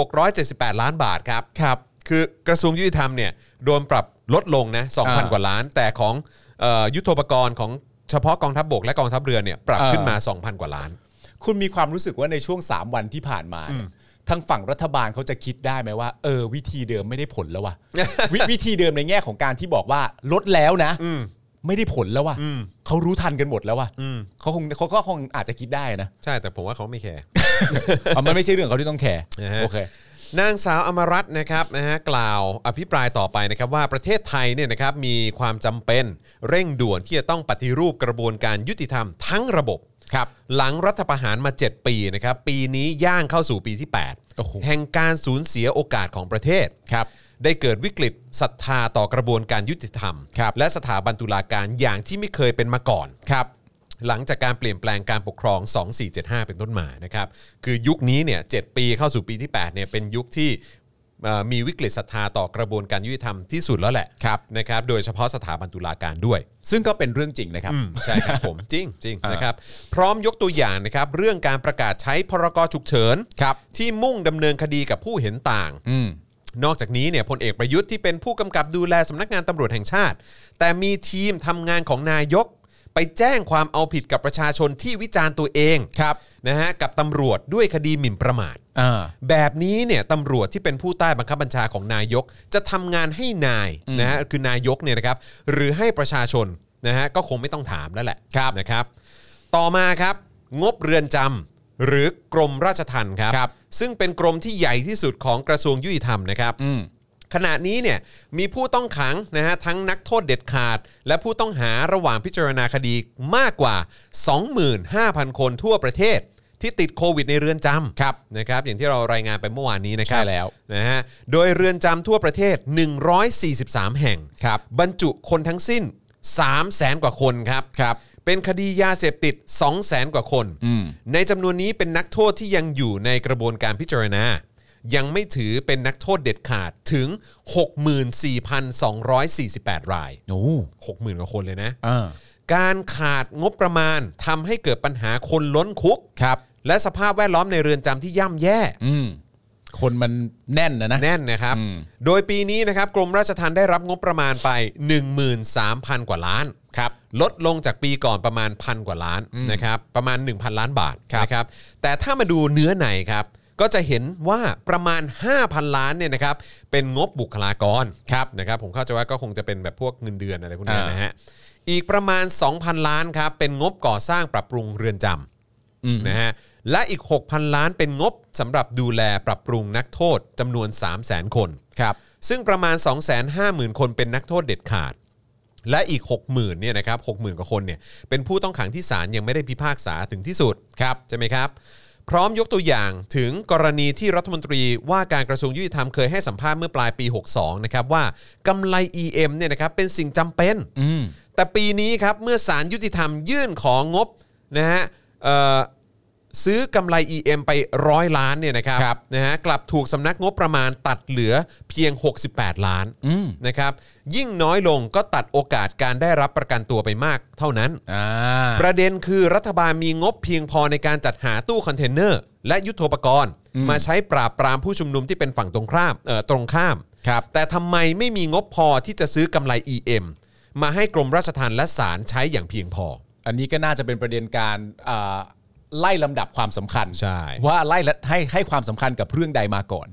Speaker 2: 2,678 ล้านบาทครับ
Speaker 3: ครับ
Speaker 2: คือกระทรวงยุติธรรมเนี่ยโดนปรับลดลงนะ2,000
Speaker 3: อ่าก
Speaker 2: ว่าล้าน แต่ของเอ่อยุทโธปกรณ์ของเฉพาะกองทัพบบกและกองทัพเรือเนี่ยปรับ
Speaker 3: เออ
Speaker 2: ขึ้นมา 2,000 กว่าล้าน
Speaker 3: คุณมีความรู้สึกว่าในช่วง 3 วันที่ผ่านมาเนี่ยทางฝั่งรัฐบาลเขาจะคิดได้ไหมว่า เออ วิธีเดิมไม่ได้ผล แล้วว่ะ วิวิธีเดิมในแง่ของการที่บอกว่าลดแล้วนะไม่ได้ผลแล้วว่ะเขารู้ทันกันหมดแล้วว่ะเขาคงเขาก็คงอาจจะคิดได้นะ
Speaker 2: ใช่แต่ผมว่าเขาไม่แคร์
Speaker 3: อ๋อมันไม่ใช่เรื่องเขาที่ต้องแคร์
Speaker 2: นะฮะ
Speaker 3: โอเค
Speaker 2: นางสาวอมรัตน์นะครับนะฮะกล่าวอภิปรายต่อไปนะครับว่าประเทศไทยเนี่ยนะครับมีความจำเป็นเร่งด่วนที่จะต้องปฏิรูปกระบวนการยุติธรรมทั้งระบบ
Speaker 3: ครับ
Speaker 2: หลังรัฐประหารมา 7 ปีนะครับปีนี้ย่างเข้าสู่ปีที่
Speaker 3: โอ้โห
Speaker 2: 8 แห่งการสูญเสียโอกาสของประเทศ
Speaker 3: ครับ
Speaker 2: ได้เกิดวิกฤตศรัทธาต่อกระบวนการยุติธรรม
Speaker 3: ครับ
Speaker 2: และสถาบันตุลาการอย่างที่ไม่เคยเป็นมาก่อน
Speaker 3: ครับ
Speaker 2: หลังจากการเปลี่ยนแปลงการปกครอง 2475 เป็นต้นมานะครับคือยุคนี้เนี่ย 7 ปีเข้าสู่ปีที่ 8 เนี่ยเป็นยุคที่เอ่อมีวิกฤตศรัทธาต่อกระบวนการยุติธรรมที่สุดแล้วแหละ
Speaker 3: ครับ
Speaker 2: นะครับโดยเฉพาะสถาบันตุลาการด้วย
Speaker 3: ซึ่งก็เป็นเรื่องจริงนะครับ
Speaker 2: อืมใช่ครับผม จริงจริง
Speaker 3: อ่าน
Speaker 2: นะครับพร้อมยกตัวอย่างนะครับเรื่องการประกาศใช้พรกฉุกเฉิน
Speaker 3: ครับ
Speaker 2: ที่มุ่งดำเนินคดีกับผู้เห็นต่าง
Speaker 3: อืม
Speaker 2: นอกจากนี้เนี่ยพลเอกประยุทธ์ที่เป็นผู้กำกับดูแลสำนักงานตำรวจแห่งชาติ แต่มีทีมทำงานของนายก ไปแจ้งความเอาผิดกับประชาชนที่วิจารณ์ตัวเอง
Speaker 3: ครับ
Speaker 2: นะฮะกับตำรวจด้วยคดีหมิ่นประมาท
Speaker 3: อ่า
Speaker 2: แบบนี้เนี่ยตำรวจที่เป็นผู้ใต้บังคับบัญชาของนายก จะทำงานให้นายนะฮะคือนายกเนี่ยนะครับหรือให้ประชาชนนะฮะก็คงไม่ต้องถามแล้วแหละ
Speaker 3: ครับ
Speaker 2: นะครับ ต่อมาครับ งบเรือนจำหรือกรมราชทัณฑ์ครับ
Speaker 3: ครับ
Speaker 2: ซึ่งเป็นกรมที่ใหญ่ที่สุดของกระทรวงยุติธรรมนะครับ
Speaker 3: อืม
Speaker 2: ขณะนี้เนี่ยมีผู้ต้องขังนะฮะทั้งนักโทษเด็ดขาด และผู้ต้องหาระหว่างพิจารณาคดีมากกว่า 25,000 คนทั่วประเทศ ที่ติดโควิดในเรือนจำ
Speaker 3: ครับ
Speaker 2: นะครับอย่างที่เรารายงานไปเมื่อวานนี้นะครับ
Speaker 3: ใช่แล้ว
Speaker 2: นะฮะโดยเรือนจำทั่วประเทศ 143 แห่ง
Speaker 3: ครับ
Speaker 2: บรรจุคนทั้งสิ้น 3 0 0แสนกว่าคนครับ
Speaker 3: ครับ
Speaker 2: เป็นคดียาเสพติด 2 0 0แสนกว่าคน
Speaker 3: อืม
Speaker 2: ในจำนวนนี้เป็นนักโทษที่ยังอยู่ในกระบวนการพิจารณา ยังไม่ถือเป็นนักโทษเด็ดขาดถึง 64,248 ราย
Speaker 3: โอ้
Speaker 2: 60,000 กว่าคนเลยนะ
Speaker 3: อ่า
Speaker 2: การขาดงบประมาณทำให้เกิดปัญหาคนล้นคุก
Speaker 3: ครับ
Speaker 2: และสภาพแวดล้อมในเรือนจำที่ย่ำแย่
Speaker 3: อืม คนมันแน่นนะนะ
Speaker 2: แน่นนะครับ
Speaker 3: อืม
Speaker 2: โดยปีนี้นะครับกรมราชทัณฑ์ได้รับงบประมาณไป 13,000 กว่าล้าน
Speaker 3: ครับ
Speaker 2: ลดลงจากปีก่อนประมาณพันกว่าล้านนะครับประมาณ 1,000 ล้านบาทนะครับแต่ถ้ามาดูเนื้อในครับก็จะเห็นว่าประมาณ 5,000 ล้านเนี่ยนะครับเป็นงบบุคลากรครับนะครับผมเข้าใจว่าก็คงจะเป็นแบบพวกเงินเดือนอะไรพวกเนี้ยนะฮะอีกประมาณ 2,000 ล้านครับเป็นงบก่อสร้างปรับปรุงเรือนจำนะฮะและอีก 6,000 ล้านเป็นงบสำหรับดูแลปรับปรุงนักโทษจำนวน 300,000 คน
Speaker 3: ครับ
Speaker 2: ซึ่งประมาณ 250,000 คนเป็นนักโทษเด็ดขาด และอีก 60,000เนี่ยนะครับ60,000 กว่าคนเนี่ยเป็นผู้ต้องขังที่ศาลยังไม่ได้พิพากษาถึงที่สุดครับใช่ไหมครับ พร้อมยกตัวอย่างถึงกรณีที่รัฐมนตรีว่าการกระทรวงยุติธรรมเคยให้สัมภาษณ์เมื่อปลายปี 62 นะครับว่ากำไร EM เนี่ยนะครับเป็นสิ่งจำเป็น
Speaker 3: อืม
Speaker 2: แต่ปีนี้ครับเมื่อศาลยุติธรรมยื่นของงบนะฮะเอ่อซื้อกำไร EM ไปร้อยล้านเนี่ยนะครับ
Speaker 3: ครับ
Speaker 2: นะฮะกลับถูกสำนักงบประมาณตัดเหลือเพียง 68 ล้าน
Speaker 3: อืม
Speaker 2: นะครับยิ่งน้อยลงก็ตัดโอกาสการได้รับประกันตัวไปมากเท่านั้น
Speaker 3: อ่า
Speaker 2: ประเด็นคือรัฐบาลมีงบเพียงพอในการจัดหาตู้คอนเทนเนอร์ และยุทโธปกรณ์ มาใช้ปราบปรามผู้ชุมนุมที่เป็นฝั่งตรงข้ามเอ่อตรงข้าม
Speaker 3: ครับ
Speaker 2: แต่ทำไมไม่มีงบพอที่จะซื้อกำไร EM มาให้กรมราชทัณฑ์และศาลใช้อย่างเพียงพอ
Speaker 3: อันนี้ก็น่าจะเป็นประเด็นการอ่าไล่ลำดับความสำคัญ
Speaker 2: ใช่
Speaker 3: ว่าไล่ละให้ให้ความสำคัญกับเรื่องใดมาก่อน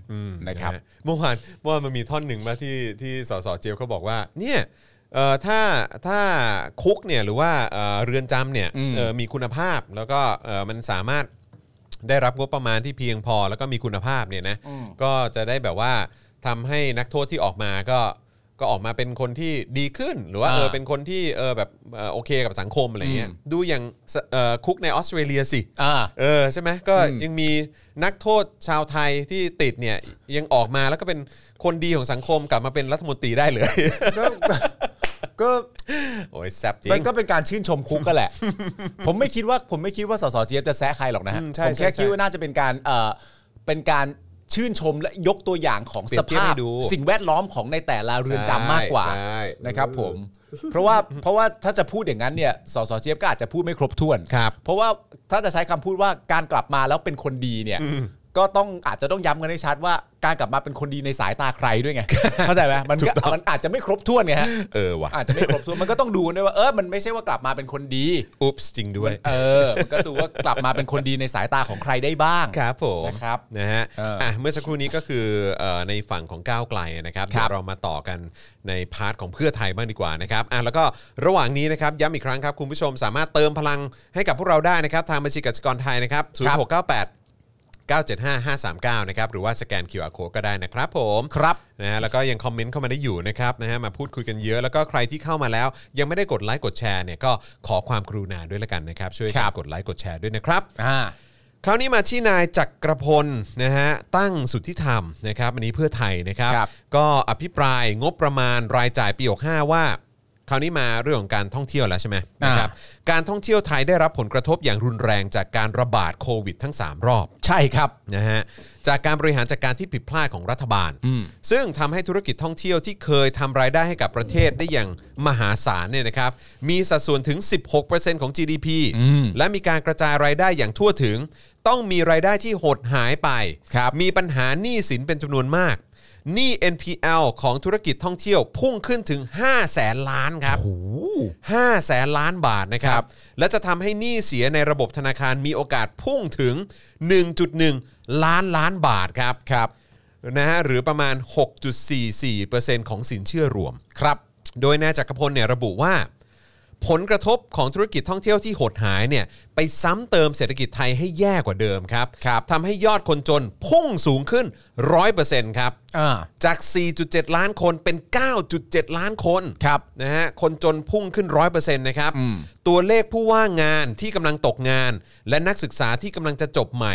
Speaker 3: นะครับ
Speaker 2: นะฮะเมื่อวานเมื่อวานมันมีท่อนหนึ่งมาที่ที่สสเจียวเขาบอกว่าเนี่ยเอ่อถ้าถ้าคุกเนี่ยหรือว่าเอ่อเรือนจำเนี่ย
Speaker 3: อืม
Speaker 2: เอ่อมีคุณภาพแล้วก็เอ่อมันสามารถได้รับงบประมาณที่เพียงพอแล้วก็มีคุณภาพเนี่ยนะก็จะได้แบบว่าทำให้นักโทษที่ออกมาก็ก็ออกมาเป็นคนที่ดีขึ้น หรือว่า
Speaker 3: อ่า
Speaker 2: เออเป็นคนที่เออแบบเอ่อโอเคกับสังคมอะไรเงี้ย
Speaker 3: อืม
Speaker 2: ดูอย่างสเอ่อคุกในออสเตรเลียสิ
Speaker 3: อ่า
Speaker 2: เออใช่ไหมก็
Speaker 3: อืม
Speaker 2: ยังมีนักโทษชาวไทยที่ติดเนี่ยยังออกมาแล้วก็เป็นคนดีของสังคมกลับมาเป็นรัฐมนตรีได้เลย
Speaker 3: ก็ก็
Speaker 2: โอ้ยแซ่บจริ
Speaker 3: มัน
Speaker 2: ง
Speaker 3: ก็เป็นการชื่นชมคุกก็แหละ ผมไม่คิดว่าผมไม่คิดว่าสสเจี๊ยบจะแซะใครหรอกนะฮะ
Speaker 2: อืมใช่
Speaker 3: ผมแค่
Speaker 2: ใช่ใช่
Speaker 3: คิดว่าน่าจะเป็นการเอ่อเป็นการชื่นชมและยกตัวอย่างของ
Speaker 2: เปรี
Speaker 3: ส
Speaker 2: ยบเทียบ
Speaker 3: ภา
Speaker 2: ให้
Speaker 3: พ
Speaker 2: ดู
Speaker 3: สิ่งแวดล้อมของในแต่ละเรือนจำมากกว่า
Speaker 2: ใช่
Speaker 3: นะครับ ผม เพราะว่า เพราะว่าถ้าจะพูดอย่างนั้นเนี่ยสสเจี๊ยบก็อาจจะพูดไม่ครบถ้วน
Speaker 2: ครับ
Speaker 3: เพราะว่าถ้าจะใช้คำพูดว่าการกลับมาแล้วเป็นคนดีเนี่ย ก็ต้องอาจจะต้องย้ำกันให้ชัดว่าการกลับมาเป็นคนดีในสายตาใครด้วยไง เข้าใจไหมมันก็มันอาจจะไม่ครบถ้วนไงฮะ
Speaker 2: เออว่ะ
Speaker 3: อาจจะไม่ครบถ้วนมันก็ต้องดูกันด้วยว่าเออมันไม่ใช่ว่ากลับมาเป็นคนดี
Speaker 2: อุ๊บจริงด้วย
Speaker 3: เออ มันก็ดูว่ากลับมาเป็นคนดีในสายตาของใครได้บ้าง
Speaker 2: ครับผม
Speaker 3: นะครับ
Speaker 2: นะฮะ
Speaker 3: เอออ่
Speaker 2: ่ะเมื่อสักครู่นี้ก็คือเอ่อในฝั่งของก้าวไกลนะครับ
Speaker 3: ค
Speaker 2: เดี๋
Speaker 3: รั
Speaker 2: ยว
Speaker 3: บ
Speaker 2: เรามาต่อกันในพาร์ทของเพื่อไทยบ้างดีกว่านะครับอ่ะแล้วก็ระหว่างนี้นะครับย้ำอีกครั้งครับคุณผู้ชมสามารถเติมพลังให้กับพวกเราได้นะครับ ทางบัญชีกสิกรไทยนะครับ
Speaker 3: ครับ
Speaker 2: 0698 975539 นะครับ หรือว่าสแกน QR Code ก็ได้นะครับผม
Speaker 3: ครับ
Speaker 2: นะฮะแล้วก็ยังคอมเมนต์เข้ามาได้อยู่นะครับนะฮะมาพูดคุยกันเยอะ แล้วก็ใครที่เข้ามาแล้ว ยังไม่ได้กดไลค์กดแชร์เนี่ยก็ขอความกรุณาด้วยละกันนะครับช่วยกั
Speaker 3: ครั
Speaker 2: น
Speaker 3: บ
Speaker 2: กดไลค์กดแชร์ด้วยนะครับ
Speaker 3: อ่า
Speaker 2: คราวนี้มาที่นายจักรพลนะฮะตั้งสุทธิธรรมนะครับอันนี้เพื่อไทยนะครับ
Speaker 3: ครับ
Speaker 2: ก็อภิปรายงบประมาณรายจ่ายปี65ว่า คราวนี้มาเรื่องของการท่องเที่ยวแล้วใช่ไหม
Speaker 3: อ่า
Speaker 2: นะครับการท่องเที่ยวไทยได้รับผลกระทบอย่างรุนแรงจากการระบาดโควิดทั้ง 3 รอบ
Speaker 3: ใช่ครับ
Speaker 2: นะฮะจากการบริหารจัดการที่ผิดพลาดของรัฐบาล
Speaker 3: อืม
Speaker 2: ซึ่งทำให้ธุรกิจท่องเที่ยวที่เคยทำรายได้ให้กับประเทศได้อย่างมหาศาลเนี่ยนะครับมีสัดส่วนถึง 16%ของ GDP
Speaker 3: อืม
Speaker 2: และมีการกระจายรายได้อย่างทั่วถึง ต้องมีรายได้ที่หดหายไป
Speaker 3: ครับ
Speaker 2: มีปัญหาหนี้สินเป็นจำนวนมากหนี้ NPL ของธุรกิจท่องเที่ยวพุ่งขึ้นถึง 5 0 0แสนล้านครับ 5แสนล้านบาทนะครับ และจะทำให้หนี้เสียในระบบธนาคารมีโอกาสพุ่งถึง 1.1 ล้านล้านบาทครับครับนะฮะหรือประมาณ 6.44%ของสินเชื่อรวม
Speaker 3: ครับ
Speaker 2: โดยนายจักรพลเนี่ยระบุว่า ผลกระทบของธุรกิจท่องเที่ยวที่หดหายเนี่ยไปซ้ำเติมเศรษฐกิจไทยให้แย่กว่าเดิมครับ
Speaker 3: ครับ
Speaker 2: ทำให้ยอดคนจนพุ่งสูงขึ้น 100%ครับ
Speaker 3: อ่า
Speaker 2: จาก 4.7 ล้านคนเป็น 9.7 ล้านคน
Speaker 3: ครับ
Speaker 2: นะฮะ คนจนพุ่งขึ้น 100%นะครับ
Speaker 3: อืม
Speaker 2: ตัวเลขผู้ว่างงานที่กำลังตกงาน และนักศึกษาที่กำลังจะจบใหม่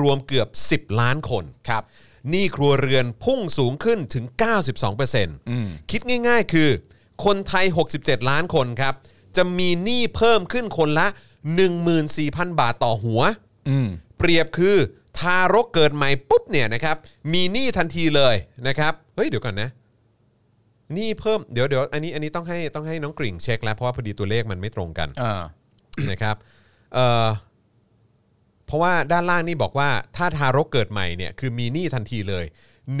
Speaker 2: รวมๆเกือบ 10 ล้านคน
Speaker 3: ครับ
Speaker 2: หนี้ครัวเรือนพุ่งสูงขึ้นถึง 92%คิดง่ายๆคือ คนไทย 67 ล้านคนครับ จะมีหนี้เพิ่มขึ้นคนละ 14,000 บาทต่อหัว
Speaker 3: อืม
Speaker 2: เปรียบคือทารกเกิดใหม่ปุ๊บเนี่ยนะครับมีหนี้ทันทีเลยนะครับเฮ้ยเดี๋ยวก่อนนะหนี้เพิ่มเดี๋ยวเดี๋ยวอันนี้อันนี้ต้องให้ต้องให้น้องกริ่งเช็คแล้วเพราะว่าพอดีตัวเลขมันไม่ตรงกัน
Speaker 3: อ่า
Speaker 2: นะครับเอ่อเพราะว่าด้านล่างนี่บอกว่าถ้าทารกเกิดใหม่เนี่ยคือมีหนี้ทันทีเลย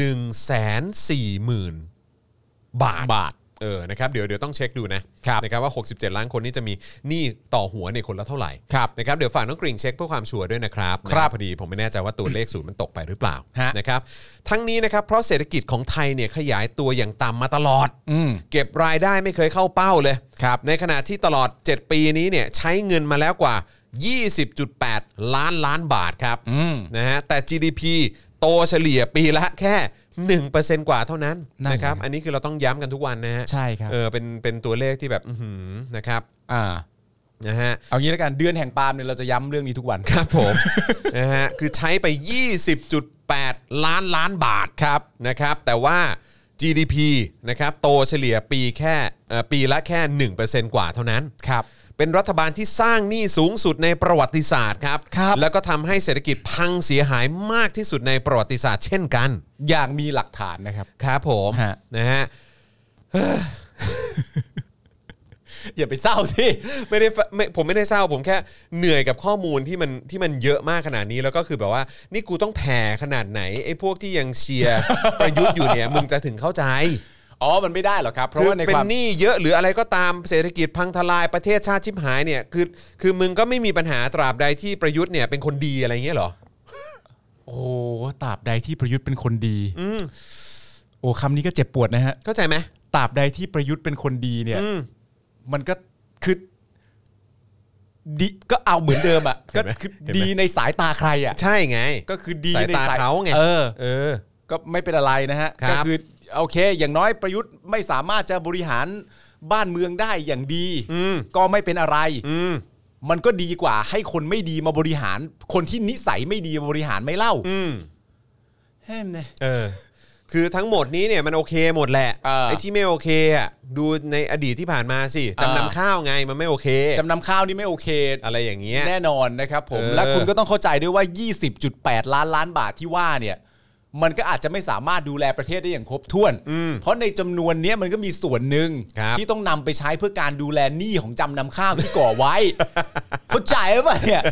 Speaker 2: 1 4 0 0 0 0 บาท
Speaker 3: บาท
Speaker 2: เออนะครับเดี๋ยวเดี๋ยวต้องเช็คดูนะครับ นะครับว่า 67 ล้านคนนี่จะมีหนี้ต่อหัวในยคนละเท่าไหร่
Speaker 3: ครับ
Speaker 2: นะครับเดี๋ยวฝากน้องกริ่งเช็คเพื่อความชัวร์ด้วยนะครับ
Speaker 3: ครับ
Speaker 2: นะพอดีผมไม่แน่ใจว่าตัวเลขศูนย์มันตกไปหรือเปล่า
Speaker 3: ฮะ
Speaker 2: นะครับทั้งนี้นะครับเพราะเศรษฐกิจของไทยเนี่ยขยายตัวอย่างต่ำมาตลอด
Speaker 3: อืม
Speaker 2: เก็บรายได้ไม่เคยเข้าเป้าเลย
Speaker 3: ครับ
Speaker 2: ในขณะที่ตลอด 7 ปีนี้เนี่ยใช้เงินมาแล้วกว่า 20.8 ล้านล้านบาทครับ
Speaker 3: อืม
Speaker 2: นะฮะแต่ GDP โตเฉลี่ยปีละแค่ 1%กว่าเท่านั้น
Speaker 3: นั่น
Speaker 2: นะครับ
Speaker 3: ไง
Speaker 2: อันนี้คือเราต้องย้ำกันทุกวันนะฮะ
Speaker 3: ใช่ครับ
Speaker 2: เออเป็นเป็นตัวเลขที่แบบอื้อหือนะครับ
Speaker 3: อ่า
Speaker 2: นะฮะ
Speaker 3: เอางี้แล้วกันเดือนแห่งปาล์มเนี่ยเราจะย้ำเรื่องนี้ทุกวัน
Speaker 2: ครับผม นะฮะคือใช้ไป 20.8 ล้านล้านบาทครับนะครับแต่ว่า GDP นะครับโตเฉลี่ยปีแค่เอ่อปีละแค่ 1%กว่าเท่านั้น
Speaker 3: ครับ
Speaker 2: เป็นรัฐบาลที่สร้างหนี้สูงสุดในประวัติศาสตร์ครับ
Speaker 3: ครับ
Speaker 2: แล้วก็ทำให้เศรษฐกิจพังเสียหายมากที่สุดในประวัติศาสตร์เช่นกัน
Speaker 3: อย่างมีหลักฐานนะครับ
Speaker 2: ครับผม
Speaker 3: ฮะ
Speaker 2: นะฮะ
Speaker 3: อย่าไปเศร้าสิ
Speaker 2: ไม่ได้ไม่ผมไม่ได้เศร้าผมแค่เหนื่อยกับข้อมูลที่มันที่มันเยอะมากขนาดนี้แล้วก็คือแบบว่านี่กูต้องแผ่ขนาดไหนไอ้พวกที่ยังเชียร์ ประยุทธ์อยู่เนี่ยมึงจะถึงเข้าใจ
Speaker 3: อ๋อ มันไม่ได้หรอกครับ เพราะ
Speaker 2: คือ
Speaker 3: ว่าใน
Speaker 2: เป็
Speaker 3: คน วาม
Speaker 2: หนี้เยอะหรืออะไรก็ตามเศรษฐกิจพังทลายประเทศชาติชิบหายเนี่ยคือคือมึงก็ไม่มีปัญหาตราบใดที่ประยุทธ์เนี่ยเป็นคนดีอะไรเงี้ยเหรอ
Speaker 3: โอ้ตราบใดที่ประยุทธ์เป็นคนดี โอ้คำนี้ก็เจ็บปวดนะฮะ
Speaker 2: เข้าใจไหม
Speaker 3: ตราบใดที่ประยุทธ์เป็นคนดีเนี่ย
Speaker 2: อืม
Speaker 3: มันก็คือดีก็เอาเหมือนเดิมอ่ะ
Speaker 2: เห็
Speaker 3: ก็
Speaker 2: นไหม
Speaker 3: คือ
Speaker 2: เห็นไหม
Speaker 3: ดีในสายตาใครอ่ะ
Speaker 2: ใช่ไง
Speaker 3: ก็คือดี
Speaker 2: สาย
Speaker 3: ใน
Speaker 2: ตาเขาไง
Speaker 3: เออ
Speaker 2: เออ
Speaker 3: ก็ไม่เป็นอะไรนะฮะ
Speaker 2: ครับ
Speaker 3: ก็คือโอเค อย่างน้อยประยุทธ์ไม่สามารถจะบริหารบ้านเมืองได้อย่างดี
Speaker 2: อืม
Speaker 3: ก็ไม่เป็นอะไร
Speaker 2: อืม
Speaker 3: มันก็ดีกว่าให้คนไม่ดีมาบริหาร คนที่นิสัยไม่ดีมาบริหารไม่เล่า
Speaker 2: อืม
Speaker 3: เฮ้ยเนี่ย
Speaker 2: เออ คือทั้งหมดนี้เนี่ยมันโอเคหมดแหละ
Speaker 3: เออ
Speaker 2: ไอ้ที่ไม่โอเคอ่ะดูในอดีตที่ผ่านมาสิ
Speaker 3: เออ
Speaker 2: จำนำข้าวไงมันไม่โอเค
Speaker 3: จำนำข้าวนี่ไม่โอเค
Speaker 2: อะไรอย่างเงี้ย
Speaker 3: แน่นอนนะครับผม
Speaker 2: เออ
Speaker 3: และคุณก็ต้องเข้าใจด้วยว่า 20.8 ล้านล้านบาทที่ว่าเนี่ย มันก็อาจจะไม่สามารถดูแลประเทศได้อย่างครบถ้วน
Speaker 2: อืม
Speaker 3: เพราะในจำนวนเนี้ยมันก็มีส่วนหนึ่ง
Speaker 2: ครับ
Speaker 3: ที่ต้องนำไปใช้เพื่อการดูแลหนี้ของจำนำข้าวที่ก่อไว้ เข้าใจป่ะเนี่ย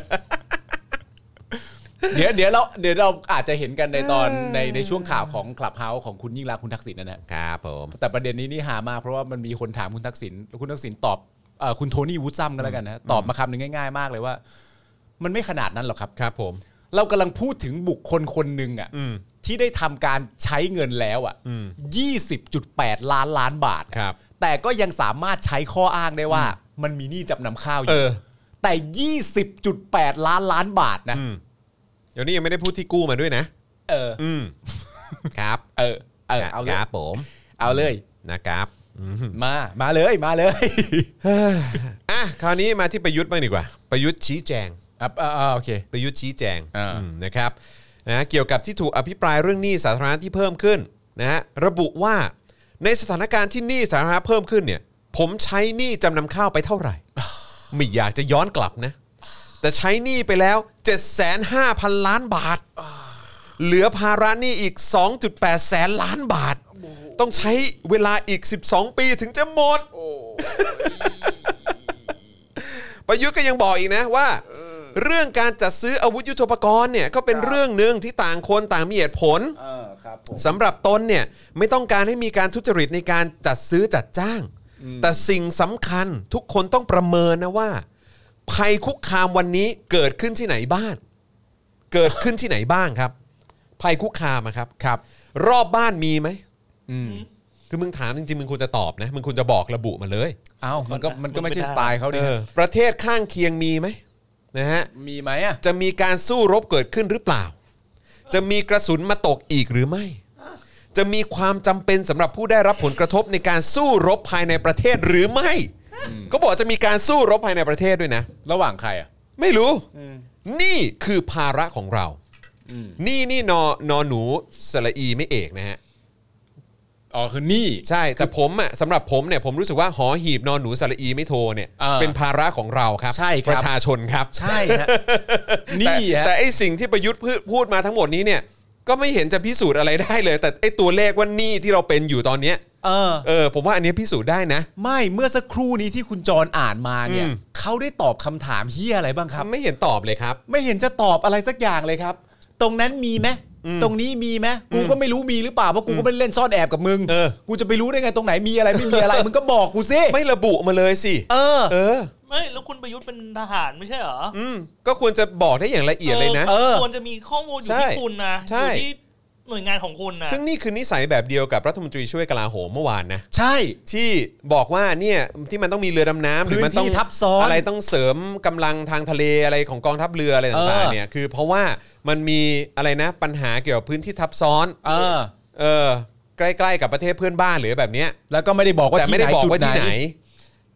Speaker 3: เดี๋ยวเดี๋ยวเราเดี๋ยวเราอาจจะเห็นกันในตอนในในช่วงข่าวของคลับเฮาส์ของคุณยิ่งรักษณ์คุณทักษิณนั่นแหละ
Speaker 2: ครับผม
Speaker 3: แต่ประเด็นนี้นี่หามากเพราะว่ามันมีคนถามคุณทักษิณแล้วคุณทักษิณตอบเอ่อคุณโทนี่วูดซัมก็แล้วกันนะตอบมาคำหนึ่งง่ายๆมากเลยว่า มันไม่ขนาดนั้นหรอกครับ
Speaker 2: ครับผม
Speaker 3: เรากำลังพูดถึงบุคคลคนหนึ่งอ่ะ
Speaker 2: อืม
Speaker 3: ที่ได้ทำการใช้เงินแล้วอ่ะ
Speaker 2: อืม
Speaker 3: 20.8 ล้านล้านบาท
Speaker 2: ครับ
Speaker 3: แต่ก็ยังสามารถใช้ข้ออ้างได้ว่า มันมีหนี้จำนำข้าวอ
Speaker 2: เอยู่ อ
Speaker 3: แต่ 20.8 ล้านล้านบาทนะ
Speaker 2: อืม เดี๋ยวนี้ยังไม่ได้พูดที่กู้มาด้วยนะ
Speaker 3: เออ
Speaker 2: อืม ครับ
Speaker 3: เออ เออ เอาเล
Speaker 2: ค
Speaker 3: ย
Speaker 2: รับผม
Speaker 3: เอาเลย
Speaker 2: นะครับอืม
Speaker 3: มา มาเลย มาเลย
Speaker 2: อ่ะคราวนี้มาที่ประยุทธ์บ้างดีกว่า ประยุทธ์ชี้แจง
Speaker 3: อ่ะอ่ะอ่ะโอเค
Speaker 2: ประยุทธ์ชี้แจง
Speaker 3: อ่า
Speaker 2: อืมนะครับนะเกี่ยวกับที่ถูกอภิปรายเรื่องหนี้สาธารณะที่เพิ่มขึ้นนะฮะระบุว่าในสถานการณ์ที่หนี้สาธารณะเพิ่มขึ้นเนี่ยผมใช้หนี้จำนำข้าวไปเท่าไหร่ ไม่อยากจะย้อนกลับนะ แต่ใช้หนี้ไปแล้ว 75,000 ล้านบา ท เหลือภาระหนี้อีก 2.8 แสนล้านบาท ต้องใช้เวลาอีก 12 ปีถึงจะหมด ประยุทธ์ก็ยังบอกอีกนะว่า เรื่องการจัดซื้ออาวุธยุทโธปกรณ์เนี่ยก็เป็นเรื่องหนึ่งที่ต่างคนต่างมีเหตุผล
Speaker 3: เออ ครับผม
Speaker 2: สำหรับตนเนี่ยไม่ต้องการให้มีการทุจริตในการจัดซื้อจัดจ้าง แต่สิ่งสำคัญทุกคนต้องประเมินนะว่า ภัยคุกคามวันนี้เกิดขึ้นที่ไหนบ้าง เกิดขึ้นที่ไหนบ้างครับ ภัยคุกคามอะครับ
Speaker 3: ครับ
Speaker 2: รอบบ้านมีไหม
Speaker 3: อืม
Speaker 2: คือมึงถามจริงๆมึงควรจะตอบนะมึงควรจะบอกระบุมาเลย
Speaker 3: เอ้า มันก็ มันก็ไม่ใช่
Speaker 4: มันไม่ได้
Speaker 3: สไตล์เขาดิ
Speaker 2: เออประเทศข้างเคียงมีไหมนะฮะ
Speaker 3: มีไหมอ่ะ
Speaker 2: จะมีการสู้รบเกิดขึ้นหรือเปล่า จะมีกระสุนมาตกอีกหรือไม่ จะมีความจำเป็นสำหรับผู้ได้รับผลกระทบในการสู้รบภายในประเทศหรือไม่ ก็บอกจะมีการสู้รบภายในประเทศด้วยนะ
Speaker 3: ระหว่างใครอ่ะ
Speaker 2: ไม่รู้ นี่คือภาระของเรา
Speaker 3: อืม
Speaker 2: นี่นี่นอนอหนูสระอีไม่เอกนะฮะ
Speaker 3: อ๋อ คือหนี้
Speaker 2: ใช่ แต่ผมอ่ะสำหรับผมเนี่ยผมรู้สึกว่าหอหีบนอนหนูสระอีไม่โทเนี่ย
Speaker 3: เออ
Speaker 2: เป็นภาระของเราครับ
Speaker 3: ใช่ครับ
Speaker 2: ประชาชนครับ
Speaker 3: ใช่ฮะห
Speaker 2: แต่
Speaker 3: นี้ฮะ
Speaker 2: แต่ไอสิ่งที่ประยุทธ์พูดพูดมาทั้งหมดนี้เนี่ย ก็ไม่เห็นจะพิสูจน์อะไรได้เลย แต่ไอตัวเลขว่าหนี่ที่เราเป็นอยู่ตอนเนี้ย
Speaker 3: เออ
Speaker 2: เออผมว่าอันเนี้ยพิสูจน์ได้นะ
Speaker 3: ไม่เมื่อสักครู่นี้ที่คุณจรอ่านมาเนี่ย
Speaker 2: อืม
Speaker 3: เขาได้ตอบคำถามเฮียอะไรบ้างครับ
Speaker 2: ไม่เห็นตอบเลยครับ
Speaker 3: ไม่เห็นจะตอบอะไรสักอย่างเลยครับ ตรงนั้นมีไหม ตรงนี้มีไหมกูก็ไม่รู้มีหรือเปล่าเพราะกูก็ไม่ได้เล่นซ่อนแอบกับมึง
Speaker 2: เออ
Speaker 3: กูจะไปรู้ได้ไงตรงไหนมีอะไรไม่มีอะไร มึงก็บอกกูสิ
Speaker 2: ไม่ระบุมาเลยสิ
Speaker 3: เออ
Speaker 2: เออ
Speaker 4: ไม่แล้วคุณประยุทธ์เป็นทหารไม่ใช่เหรอ
Speaker 2: อืม ก็ควรจะบอกได้อย่างละเอียดเลยนะ
Speaker 3: เออ
Speaker 4: ควรจะมีข้อมูลอยู่
Speaker 2: ใช่
Speaker 4: ที่คุณนะอ
Speaker 2: ใช่
Speaker 4: ยู่ที่หน่วยงานของคุณนะ
Speaker 2: ซึ่งนี่คือนิสัยแบบเดียวกับรัฐมนตรีช่วยกลาโหมเมื่อวานนะ
Speaker 3: ใช่
Speaker 2: ที่บอกว่าเนี่ยที่มันต้องมีเรือดำน้ำหรือมันต้อง
Speaker 3: พื้นที่ทับซ้อน
Speaker 2: อะไรต้องเสริมกำลังทางทะเลอะไรของกองทัพเรืออะไรต่าง
Speaker 3: เอ
Speaker 2: ๆ
Speaker 3: อ
Speaker 2: เนี่ยคือเพราะว่ามันมีอะไรนะปัญหาเกี่ยวกับพื้นที่ทับซ้อน
Speaker 3: เออ
Speaker 2: เออใกล้ๆกับประเทศเพื่อนบ้านหรือแบบเนี้ย
Speaker 3: แล้วก็ไม่ได้บอกว่า
Speaker 2: แต่ไม่ได้บอกว่าที่ไหน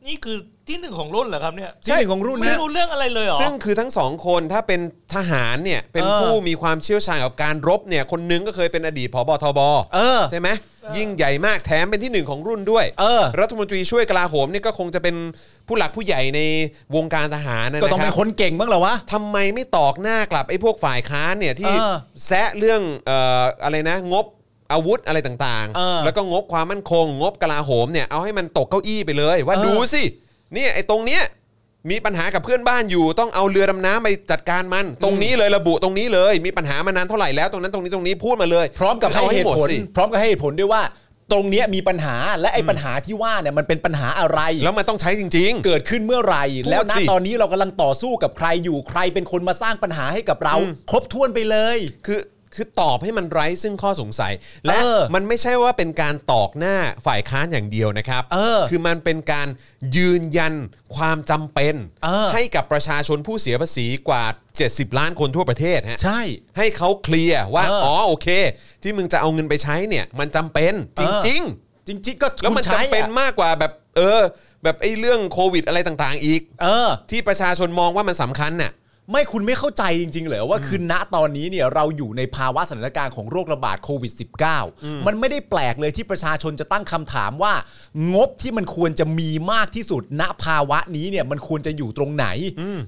Speaker 4: นี่คือที่หนึ่งของรุ่นเหรอครับเนี่ย
Speaker 3: ที่หนึ่งของรุ่น
Speaker 4: ไม่
Speaker 3: นะ
Speaker 4: รู้เรื่องอะไรเลยเหรอ
Speaker 2: ซึ่งคือทั้งสองคนถ้าเป็นทหารเนี่ยเป็น
Speaker 3: เออ
Speaker 2: ผู้มีความเชี่ยวชาญกับการรบเนี่ยคนนึงก็เคยเป็นอดีตผบทบ
Speaker 3: เออ
Speaker 2: ใช่ไหมยิ่งใหญ่มากแถมเป็นที่หนึ่งของรุ่นด้วย
Speaker 3: เออ
Speaker 2: รัฐมนตรีช่วยกลาโหมเนี่ยก็คงจะเป็นผู้หลักผู้ใหญ่ในวงการทหารนะ
Speaker 3: ก็ต้อง
Speaker 2: นะ
Speaker 3: เป็
Speaker 2: คน รับ
Speaker 3: คนเก่งบ้างเหรอวะ
Speaker 2: ทำไมไม่ตอกหน้ากลับไอ้พวกฝ่ายค้านเนี่ยที่
Speaker 3: เออ
Speaker 2: แซะเรื่องเอ่ออะไรนะ งบอาวุธอะไรต่าง
Speaker 3: เออ
Speaker 2: แล้วก็งบความมั่นคง งบกลาโหมเนี่ยเอาให้มันตกเก้าอี้ไปเลย ว่า
Speaker 3: เออ
Speaker 2: ดูสิเนี่ยไอ้ตรงเนี้ยมีปัญหากับเพื่อนบ้านอยู่ ต้องเอาเรือดำน้ำไปจัดการมัน ตรงนี้เลยระบุตรงนี้เลย มีปัญหามานานเท่าไหร่แล้วตรงนั้นตรงนี้ตรงนี้พูดมาเลย
Speaker 3: พร้อมกับให้
Speaker 2: า
Speaker 3: เหตุ
Speaker 2: มด
Speaker 3: ผล
Speaker 2: สิ
Speaker 3: พร้อมกับให้เหตุผลด้วยว่า ตรงเนี้ยมีปัญหาและไอ้ปัญหาที่ว่าเนี่ยมันเป็นปัญหาอะไร
Speaker 2: แล้วมันต้องใช้จริง ๆ
Speaker 3: เกิดขึ้นเมื่อไหร่
Speaker 2: พูดสิ
Speaker 3: แล้วณตอนนี้เรากำลังต่อสู้กับใครอยู่ใครเป็นคนมาสร้างปัญหาให้กับเรา
Speaker 2: อืม
Speaker 3: ครบถ้วนไปเลย
Speaker 2: คือคือตอบให้มันไร้ซึ่งข้อสงสัย และ
Speaker 3: เออ
Speaker 2: มันไม่ใช่ว่าเป็นการตอกหน้าฝ่ายค้านอย่างเดียวนะครับ
Speaker 3: เออ
Speaker 2: คือมันเป็นการยืนยันความจำเป็น
Speaker 3: เออ
Speaker 2: ให้กับประชาชนผู้เสียภาษีกว่า 70 ล้านคนทั่วประเทศฮะ
Speaker 3: ใช่
Speaker 2: ให้เขาเคลียร์ว่า
Speaker 3: เอออ๋
Speaker 2: อ๋อโอเค ที่มึงจะเอาเงินไปใช้เนี่ย มันจำเป็นจ
Speaker 3: เออ
Speaker 2: ริง
Speaker 3: จริงๆก็
Speaker 2: ๆ แล้วมัน
Speaker 3: คุณใช้
Speaker 2: จำเป็น
Speaker 3: อะ
Speaker 2: มากกว่าแบบเออ แบบไอ้เรื่องโควิดอะไรต่างๆ อีก
Speaker 3: เออ
Speaker 2: ที่ประชาชนมองว่ามันสำคัญน่ะ
Speaker 3: ไม่คุณไม่เข้าใจจริงๆเหรอว่าคือณตอนนี้เนี่ยเราอยู่ในภาวะสถานการณ์ของโรคระบาดโควิด -19 มันไม่ได้แปลกเลยที่ประชาชนจะตั้งคำถามว่า งบที่มันควรจะมีมากที่สุด ณภาวะนี้เนี่ยมันควรจะอยู่ตรงไหน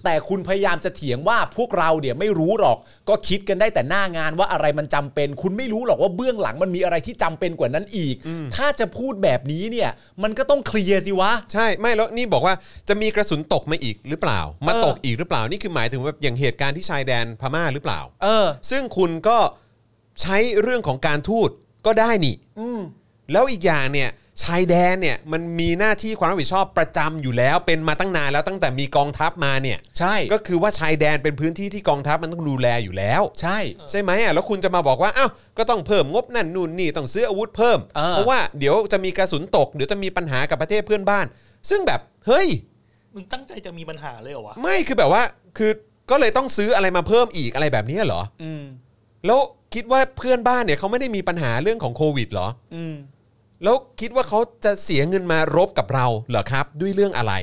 Speaker 3: แต่คุณพยายามจะเถียงว่าพวกเราเนี่ยไม่รู้หรอก ก็คิดกันได้แต่หน้างานว่าอะไรมันจำเป็น คุณไม่รู้หรอกว่าเบื้องหลังมันมีอะไรที่จำเป็นกว่านั้นอีก ถ้าจะพูดแบบนี้เนี่ยมันก็ต้องเคลียร์สิวะ
Speaker 2: ใช่ไม่แล้วนี่บอกว่าจะมีกระสุนตกมาอีกหรือเปล่า มา
Speaker 3: เออ
Speaker 2: ตกอีกหรือเปล่านี่คือหมายถึงว่าอย่างเหตุการณ์ที่ชายแดนพม่าหรือเปล่า
Speaker 3: เออ
Speaker 2: ซึ่งคุณก็ใช้เรื่องของการทูตก็ได้นี่แล้วอีกอย่างเนี่ยชายแดนเนี่ยมันมีหน้าที่ความรับผิดชอบประจำอยู่แล้ว เป็นมาตั้งนานแล้วตั้งแต่มีกองทัพมาเนี่ย
Speaker 3: ใช่
Speaker 2: ก็คือว่าชายแดนเป็นพื้นที่ที่กองทัพมันต้องดูแลอยู่แล้ว
Speaker 3: ใช่
Speaker 2: ใช่ไหมอ่ะแล้วคุณจะมาบอกว่าอ้าวก็ต้องเพิ่มงบนั่นนู่นนี่ต้องซื้ออาวุธเพิ่ม
Speaker 3: เออ
Speaker 2: เพราะว่าเดี๋ยวจะมีกระสุนตก เดี๋ยวจะมีปัญหากับประเทศเพื่อนบ้าน ซึ่งแบบเฮ้ย
Speaker 4: มึงตั้งใจจะมีปัญหาเลยเหรอวะ
Speaker 2: ไม่คือแบบว่าคือก็เลยต้องซื้ออะไรมาเพิ่มอีกอะไรแบบนี้เหรอ
Speaker 3: อืม
Speaker 2: แล้วคิดว่าเพื่อนบ้านเนี่ยเขาไม่ได้มีปัญหาเรื่องของโควิดเหรอ
Speaker 3: อืม
Speaker 2: แล้วคิดว่าเขาจะเสียเงินมารบกับเราเหรอครับ ด้วยเรื่องอะไร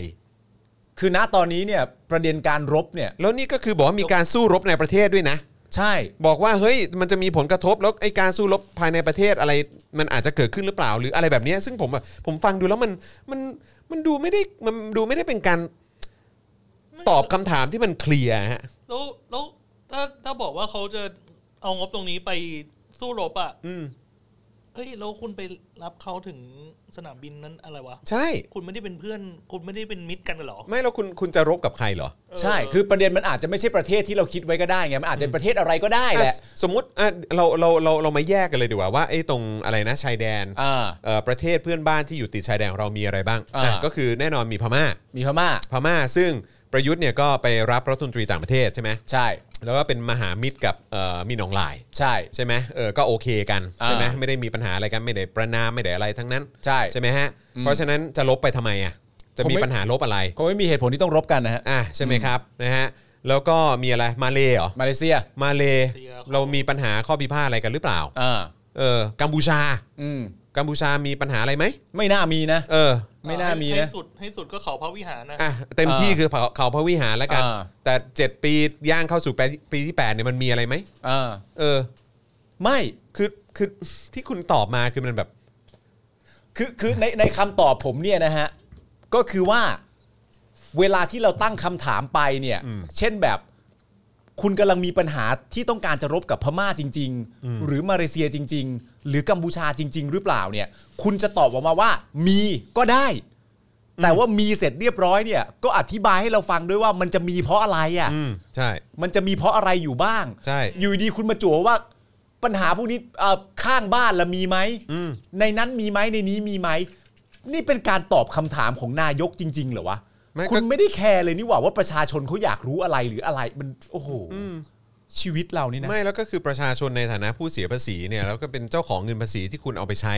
Speaker 3: คือณตอนนี้เนี่ยประเด็นการรบเนี่ย
Speaker 2: แล้วนี่ก็คือบอกว่ามีการสู้รบในประเทศด้วยนะ
Speaker 3: ใช่
Speaker 2: บอกว่าเฮ้ยมันจะมีผลกระทบแล้วไอ้การสู้รบภายในประเทศอะไร มันอาจจะเกิดขึ้นหรือเปล่าหรืออะไรแบบเนี้ยซึ่งผมแบบผมฟังดูแล้วมันมันมันดูไม่ได้มันดูไม่ได้เป็นการตอบคำถามที่มันเคลียร์ฮะ
Speaker 4: แล้วแล้วถ้าถ้าบอกว่าเขาจะเอางบตรงนี้ไปสู้รบอ่ะ
Speaker 2: อืม
Speaker 4: เฮ้ยแล้วคุณไปรับเขาถึงสนามบินนั้นอะไรวะ
Speaker 2: ใช่
Speaker 4: คุณไม่ได้เป็นเพื่อน คุณไม่ได้เป็นมิตรกันเหรอ
Speaker 2: ไม่แล้วคุณคุณจะรบกับใครเหรอ
Speaker 3: ใช่ คือประเด็นมันอาจจะไม่ใช่ประเทศที่เราคิดไว้ก็ได้ไงมันอาจจะเป็นประเทศอะไรก็ได้แห
Speaker 2: อ่ะ
Speaker 3: ละ
Speaker 2: สสมมติอ่ะเราเราเราเรามาแยกกันเลยดีกว่าว่าไอ้ตรงอะไรนะชายแดน
Speaker 3: อ่า
Speaker 2: เอ่อประเทศเพื่อนบ้านที่อยู่ติดชายแดนของเรามีอะไรบ้าง
Speaker 3: อ่า
Speaker 2: อ่ะก็คือแน่นอนมีพม่า
Speaker 3: มีพม่า
Speaker 2: พม่า ซึ่งประยุทธ์เนี่ยก็ไปรับรัฐมนตรีต่างประเทศใช่ไหม
Speaker 3: ใช่
Speaker 2: แล้วก็เป็นมหามิตรกับเอ่อมีหนองลาย
Speaker 3: ใช่
Speaker 2: ใช่ไหมเออ ก็โอเคกัน ใช่ไหม
Speaker 3: อ่า
Speaker 2: ไม่ได้มีปัญหาอะไรกัน ไม่ได้ประนาม ไม่ได้อะไรทั้งนั้น
Speaker 3: ใช่
Speaker 2: ใช่ไหมฮะ เพราะฉะนั้นจะลบไปทำไมอ่ะ จะ
Speaker 3: ผม
Speaker 2: มี
Speaker 3: ไม่
Speaker 2: ปัญหาลบอะไร
Speaker 3: คงไม่มีเหตุผลที่ต้องรบกันนะฮะ
Speaker 2: อ่ะ ใช่ไหมครับ นะฮะ แล้วก็มีอะไร มาเลเหรอ
Speaker 3: มาเลเซีย
Speaker 2: มาเล เรามีปัญหาข้อพิพาทอะไรกันหรือเปล่า
Speaker 3: อ่า
Speaker 2: เออ กัมพูชา
Speaker 3: อืม
Speaker 2: กัมพูชามีปัญหาอะไรไหม
Speaker 3: ไม่น่ามีนะ
Speaker 2: เออ
Speaker 3: ไม่น่ามี
Speaker 4: ให้
Speaker 3: นะ
Speaker 4: สุดให้สุดก็เขาพระวิหารนะ
Speaker 2: อ่ะ เต็มที่
Speaker 3: อ่า
Speaker 2: คือเขาเขาพระวิหารแล้วกัน
Speaker 3: อ่า
Speaker 2: แต่ 7 ปีย่างเข้าสู่ปีที่8เนี่ยมันมีอะไรไหม
Speaker 3: อ่า
Speaker 2: เออ
Speaker 3: ไม่
Speaker 2: คือ คือ ที่คุณตอบมาคือมันแบบ
Speaker 3: คือคือในในคำตอบผมเนี่ยนะฮะ ก็คือว่าเวลาที่เราตั้งคำถามไปเนี่ย
Speaker 2: อืม
Speaker 3: เช่นแบบ คุณกำลังมีปัญหาที่ต้องการจะรบกับพม่าจริง ๆ หรือมาเลเซียจริง ๆ หรือกัมพูชาจริง ๆ หรือเปล่าเนี่ย คุณจะตอบออกมาว่า มีก็ได้ แต่ว่ามีเสร็จเรียบร้อยเนี่ย ก็อธิบายให้เราฟังด้วยว่ามันจะมีเพราะอะไรอะ่ะ
Speaker 2: อืม ใช่
Speaker 3: มันจะมีเพราะอะไรอยู่บ้าง
Speaker 2: ใช่
Speaker 3: อยู่ดีคุณมาจั่วว่า ปัญหาพวกนี้เอ่อข้างบ้านละมีไหมในนั้นมีไหมในนี้มีไหมนี่เป็นการตอบคำถามของนายกจริง ๆ เหรอวะ
Speaker 2: ไม่ก็
Speaker 3: คุณไม่ได้แคร์เลยนี่หว่าว่าประชาชนเขาอยากรู้อะไรหรืออะไรมันโอ้โหชีวิตเรานี่นะ
Speaker 2: ไม่แล้วก็คือประชาชนในฐานะผู้เสียภาษีเนี่ยแล้วก็เป็นเจ้าของเงินภาษีที่คุณเอาไปใช้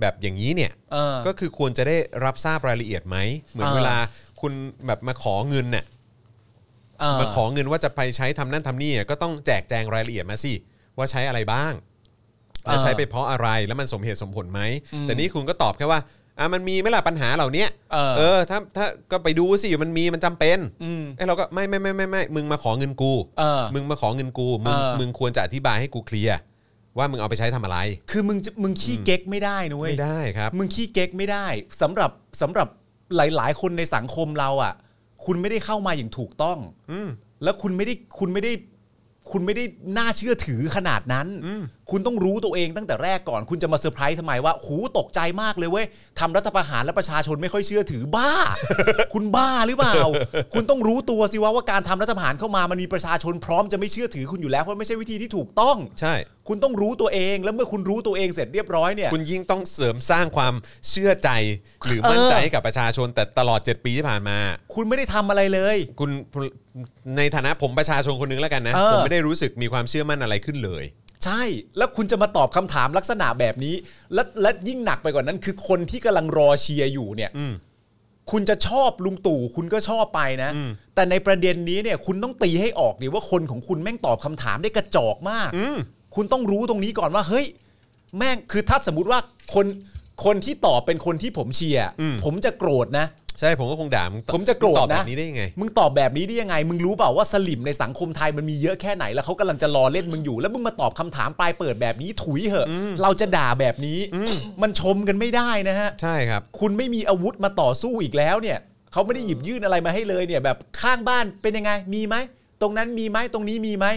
Speaker 2: แบบอย่างนี้เนี่ย
Speaker 3: เออ
Speaker 2: ก็คือควรจะได้รับทราบรายละเอียดไหมเหมือน
Speaker 3: เออ
Speaker 2: เวลาคุณแบบมาขอเงินเนี่ย
Speaker 3: เออ
Speaker 2: มาขอเงินว่าจะไปใช้ทำนั่นทำนี่อะก็ต้องแจกแจงรายละเอียดมาสิว่าใช้อะไรบ้างแล้วใช้ไปเพราะอะไรแล้วมันสมเหตุสมผลไหมแต่นี่คุณก็ตอบแค่ว่าอ่ะมันมีไหมล่ะปัญหาเหล่านี้
Speaker 3: เออ
Speaker 2: เออถ้าถ้าก็ไปดูสิมันมีมันจำเป็น
Speaker 3: อืม
Speaker 2: ไอ้เราก็ไม่ไม่ไม่ไม่ไม่มึงมาขอเงินกู
Speaker 3: เออ
Speaker 2: มึงมาขอเงินกู มึง
Speaker 3: เออ
Speaker 2: มึงควรจะอธิบายให้กูเคลียร์ว่ามึงเอาไปใช้ทำอะไร
Speaker 3: คือมึงจะมึงขี้เก๊กไม่ได้นะเว้ย
Speaker 2: ไม่ได้ครับ
Speaker 3: มึงขี้เก๊กไม่ได้สำหรับสำหรับหลาย ๆ คนในสังคมเราอ่ะ คุณไม่ได้เข้ามาอย่างถูกต้อง
Speaker 2: อืม
Speaker 3: แล้วคุณไม่ได้คุณไม่ได้คุณไม่ได้น่าเชื่อถือขนาดนั้น คุณต้องรู้ตัวเองตั้งแต่แรกก่อน คุณจะมาเซอร์ไพรส์ทำไมว่าหูตกใจมากเลยเว้ยทำรัฐประหารแล้วประชาชนไม่ค่อยเชื่อถือบ้า คุณบ้าหรือเปล่า คุณต้องรู้ตัวสิว่าว่าการทำรัฐประหารเข้ามามันมีประชาชนพร้อมจะไม่เชื่อถือคุณอยู่แล้วเพราะไม่ใช่วิธีที่ถูกต้อง
Speaker 2: ใช่
Speaker 3: คุณต้องรู้ตัวเองแล้วเมื่อคุณรู้ตัวเองเสร็จเรียบร้อยเนี่ย
Speaker 2: คุณยิ่งต้องเสริมสร้างความเชื่อใจ หรือมั่นใจให้กับประชาชน แต่ตลอด 7 ปีที่ผ่านมา
Speaker 3: คุณไม่ได้ทำอะไรเลย
Speaker 2: คุณในฐานะผมประชาชนคนหนึงแล้วกันนะ
Speaker 3: เออ
Speaker 2: ผมไม่ได้รู้สึกมีความเชื่อมั่นอะไรขึ้นเลย
Speaker 3: ใช่ แล้วคุณจะมาตอบคำถามลักษณะแบบนี้ และและยิ่งหนักไปกว่านั้น คือคนที่กำลังรอเชียร์อยู่เนี่ย
Speaker 2: อืม
Speaker 3: คุณจะชอบลุงตู่คุณก็ชอบไปนะ แต่ในประเด็นนี้เนี่ย คุณต้องตีให้ออกดิว่าคนของคุณแม่งตอบคำถามได้กระจอกมาก
Speaker 2: อืม
Speaker 3: คุณต้องรู้ตรงนี้ก่อนว่า เฮ้ย แม่งคือถ้าสมมติว่าคนคนที่ตอบเป็นคนที่ผมเชียร์
Speaker 2: อืม
Speaker 3: ผมจะโกรธนะ
Speaker 2: ใช่ผมก็คงด่ามึง
Speaker 3: ผมจะโกรธนะ
Speaker 2: ตอบแบบนี้ได้ยังไง
Speaker 3: มึงตอบแบบนี้ได้ยังไง มึงรู้เปล่าว่าสลิมในสังคมไทยมันมีเยอะแค่ไหน แล้วเขากำลังจะรอเล่นมึงอยู่ แล้วมึงมาตอบคำถามปลายเปิดแบบนี้ถุยเหอะ เราจะด่าแบบนี้ มันชมกันไม่ได้นะฮะ
Speaker 2: ใช่ครับ
Speaker 3: คุณไม่มีอาวุธมาต่อสู้อีกแล้วเนี่ย เขาไม่ได้หยิบยื่นอะไรมาให้เลยเนี่ย แบบข้างบ้านเป็นยังไง มีไหม ตรงนั้นมีไหม ตรงนี้มีไหม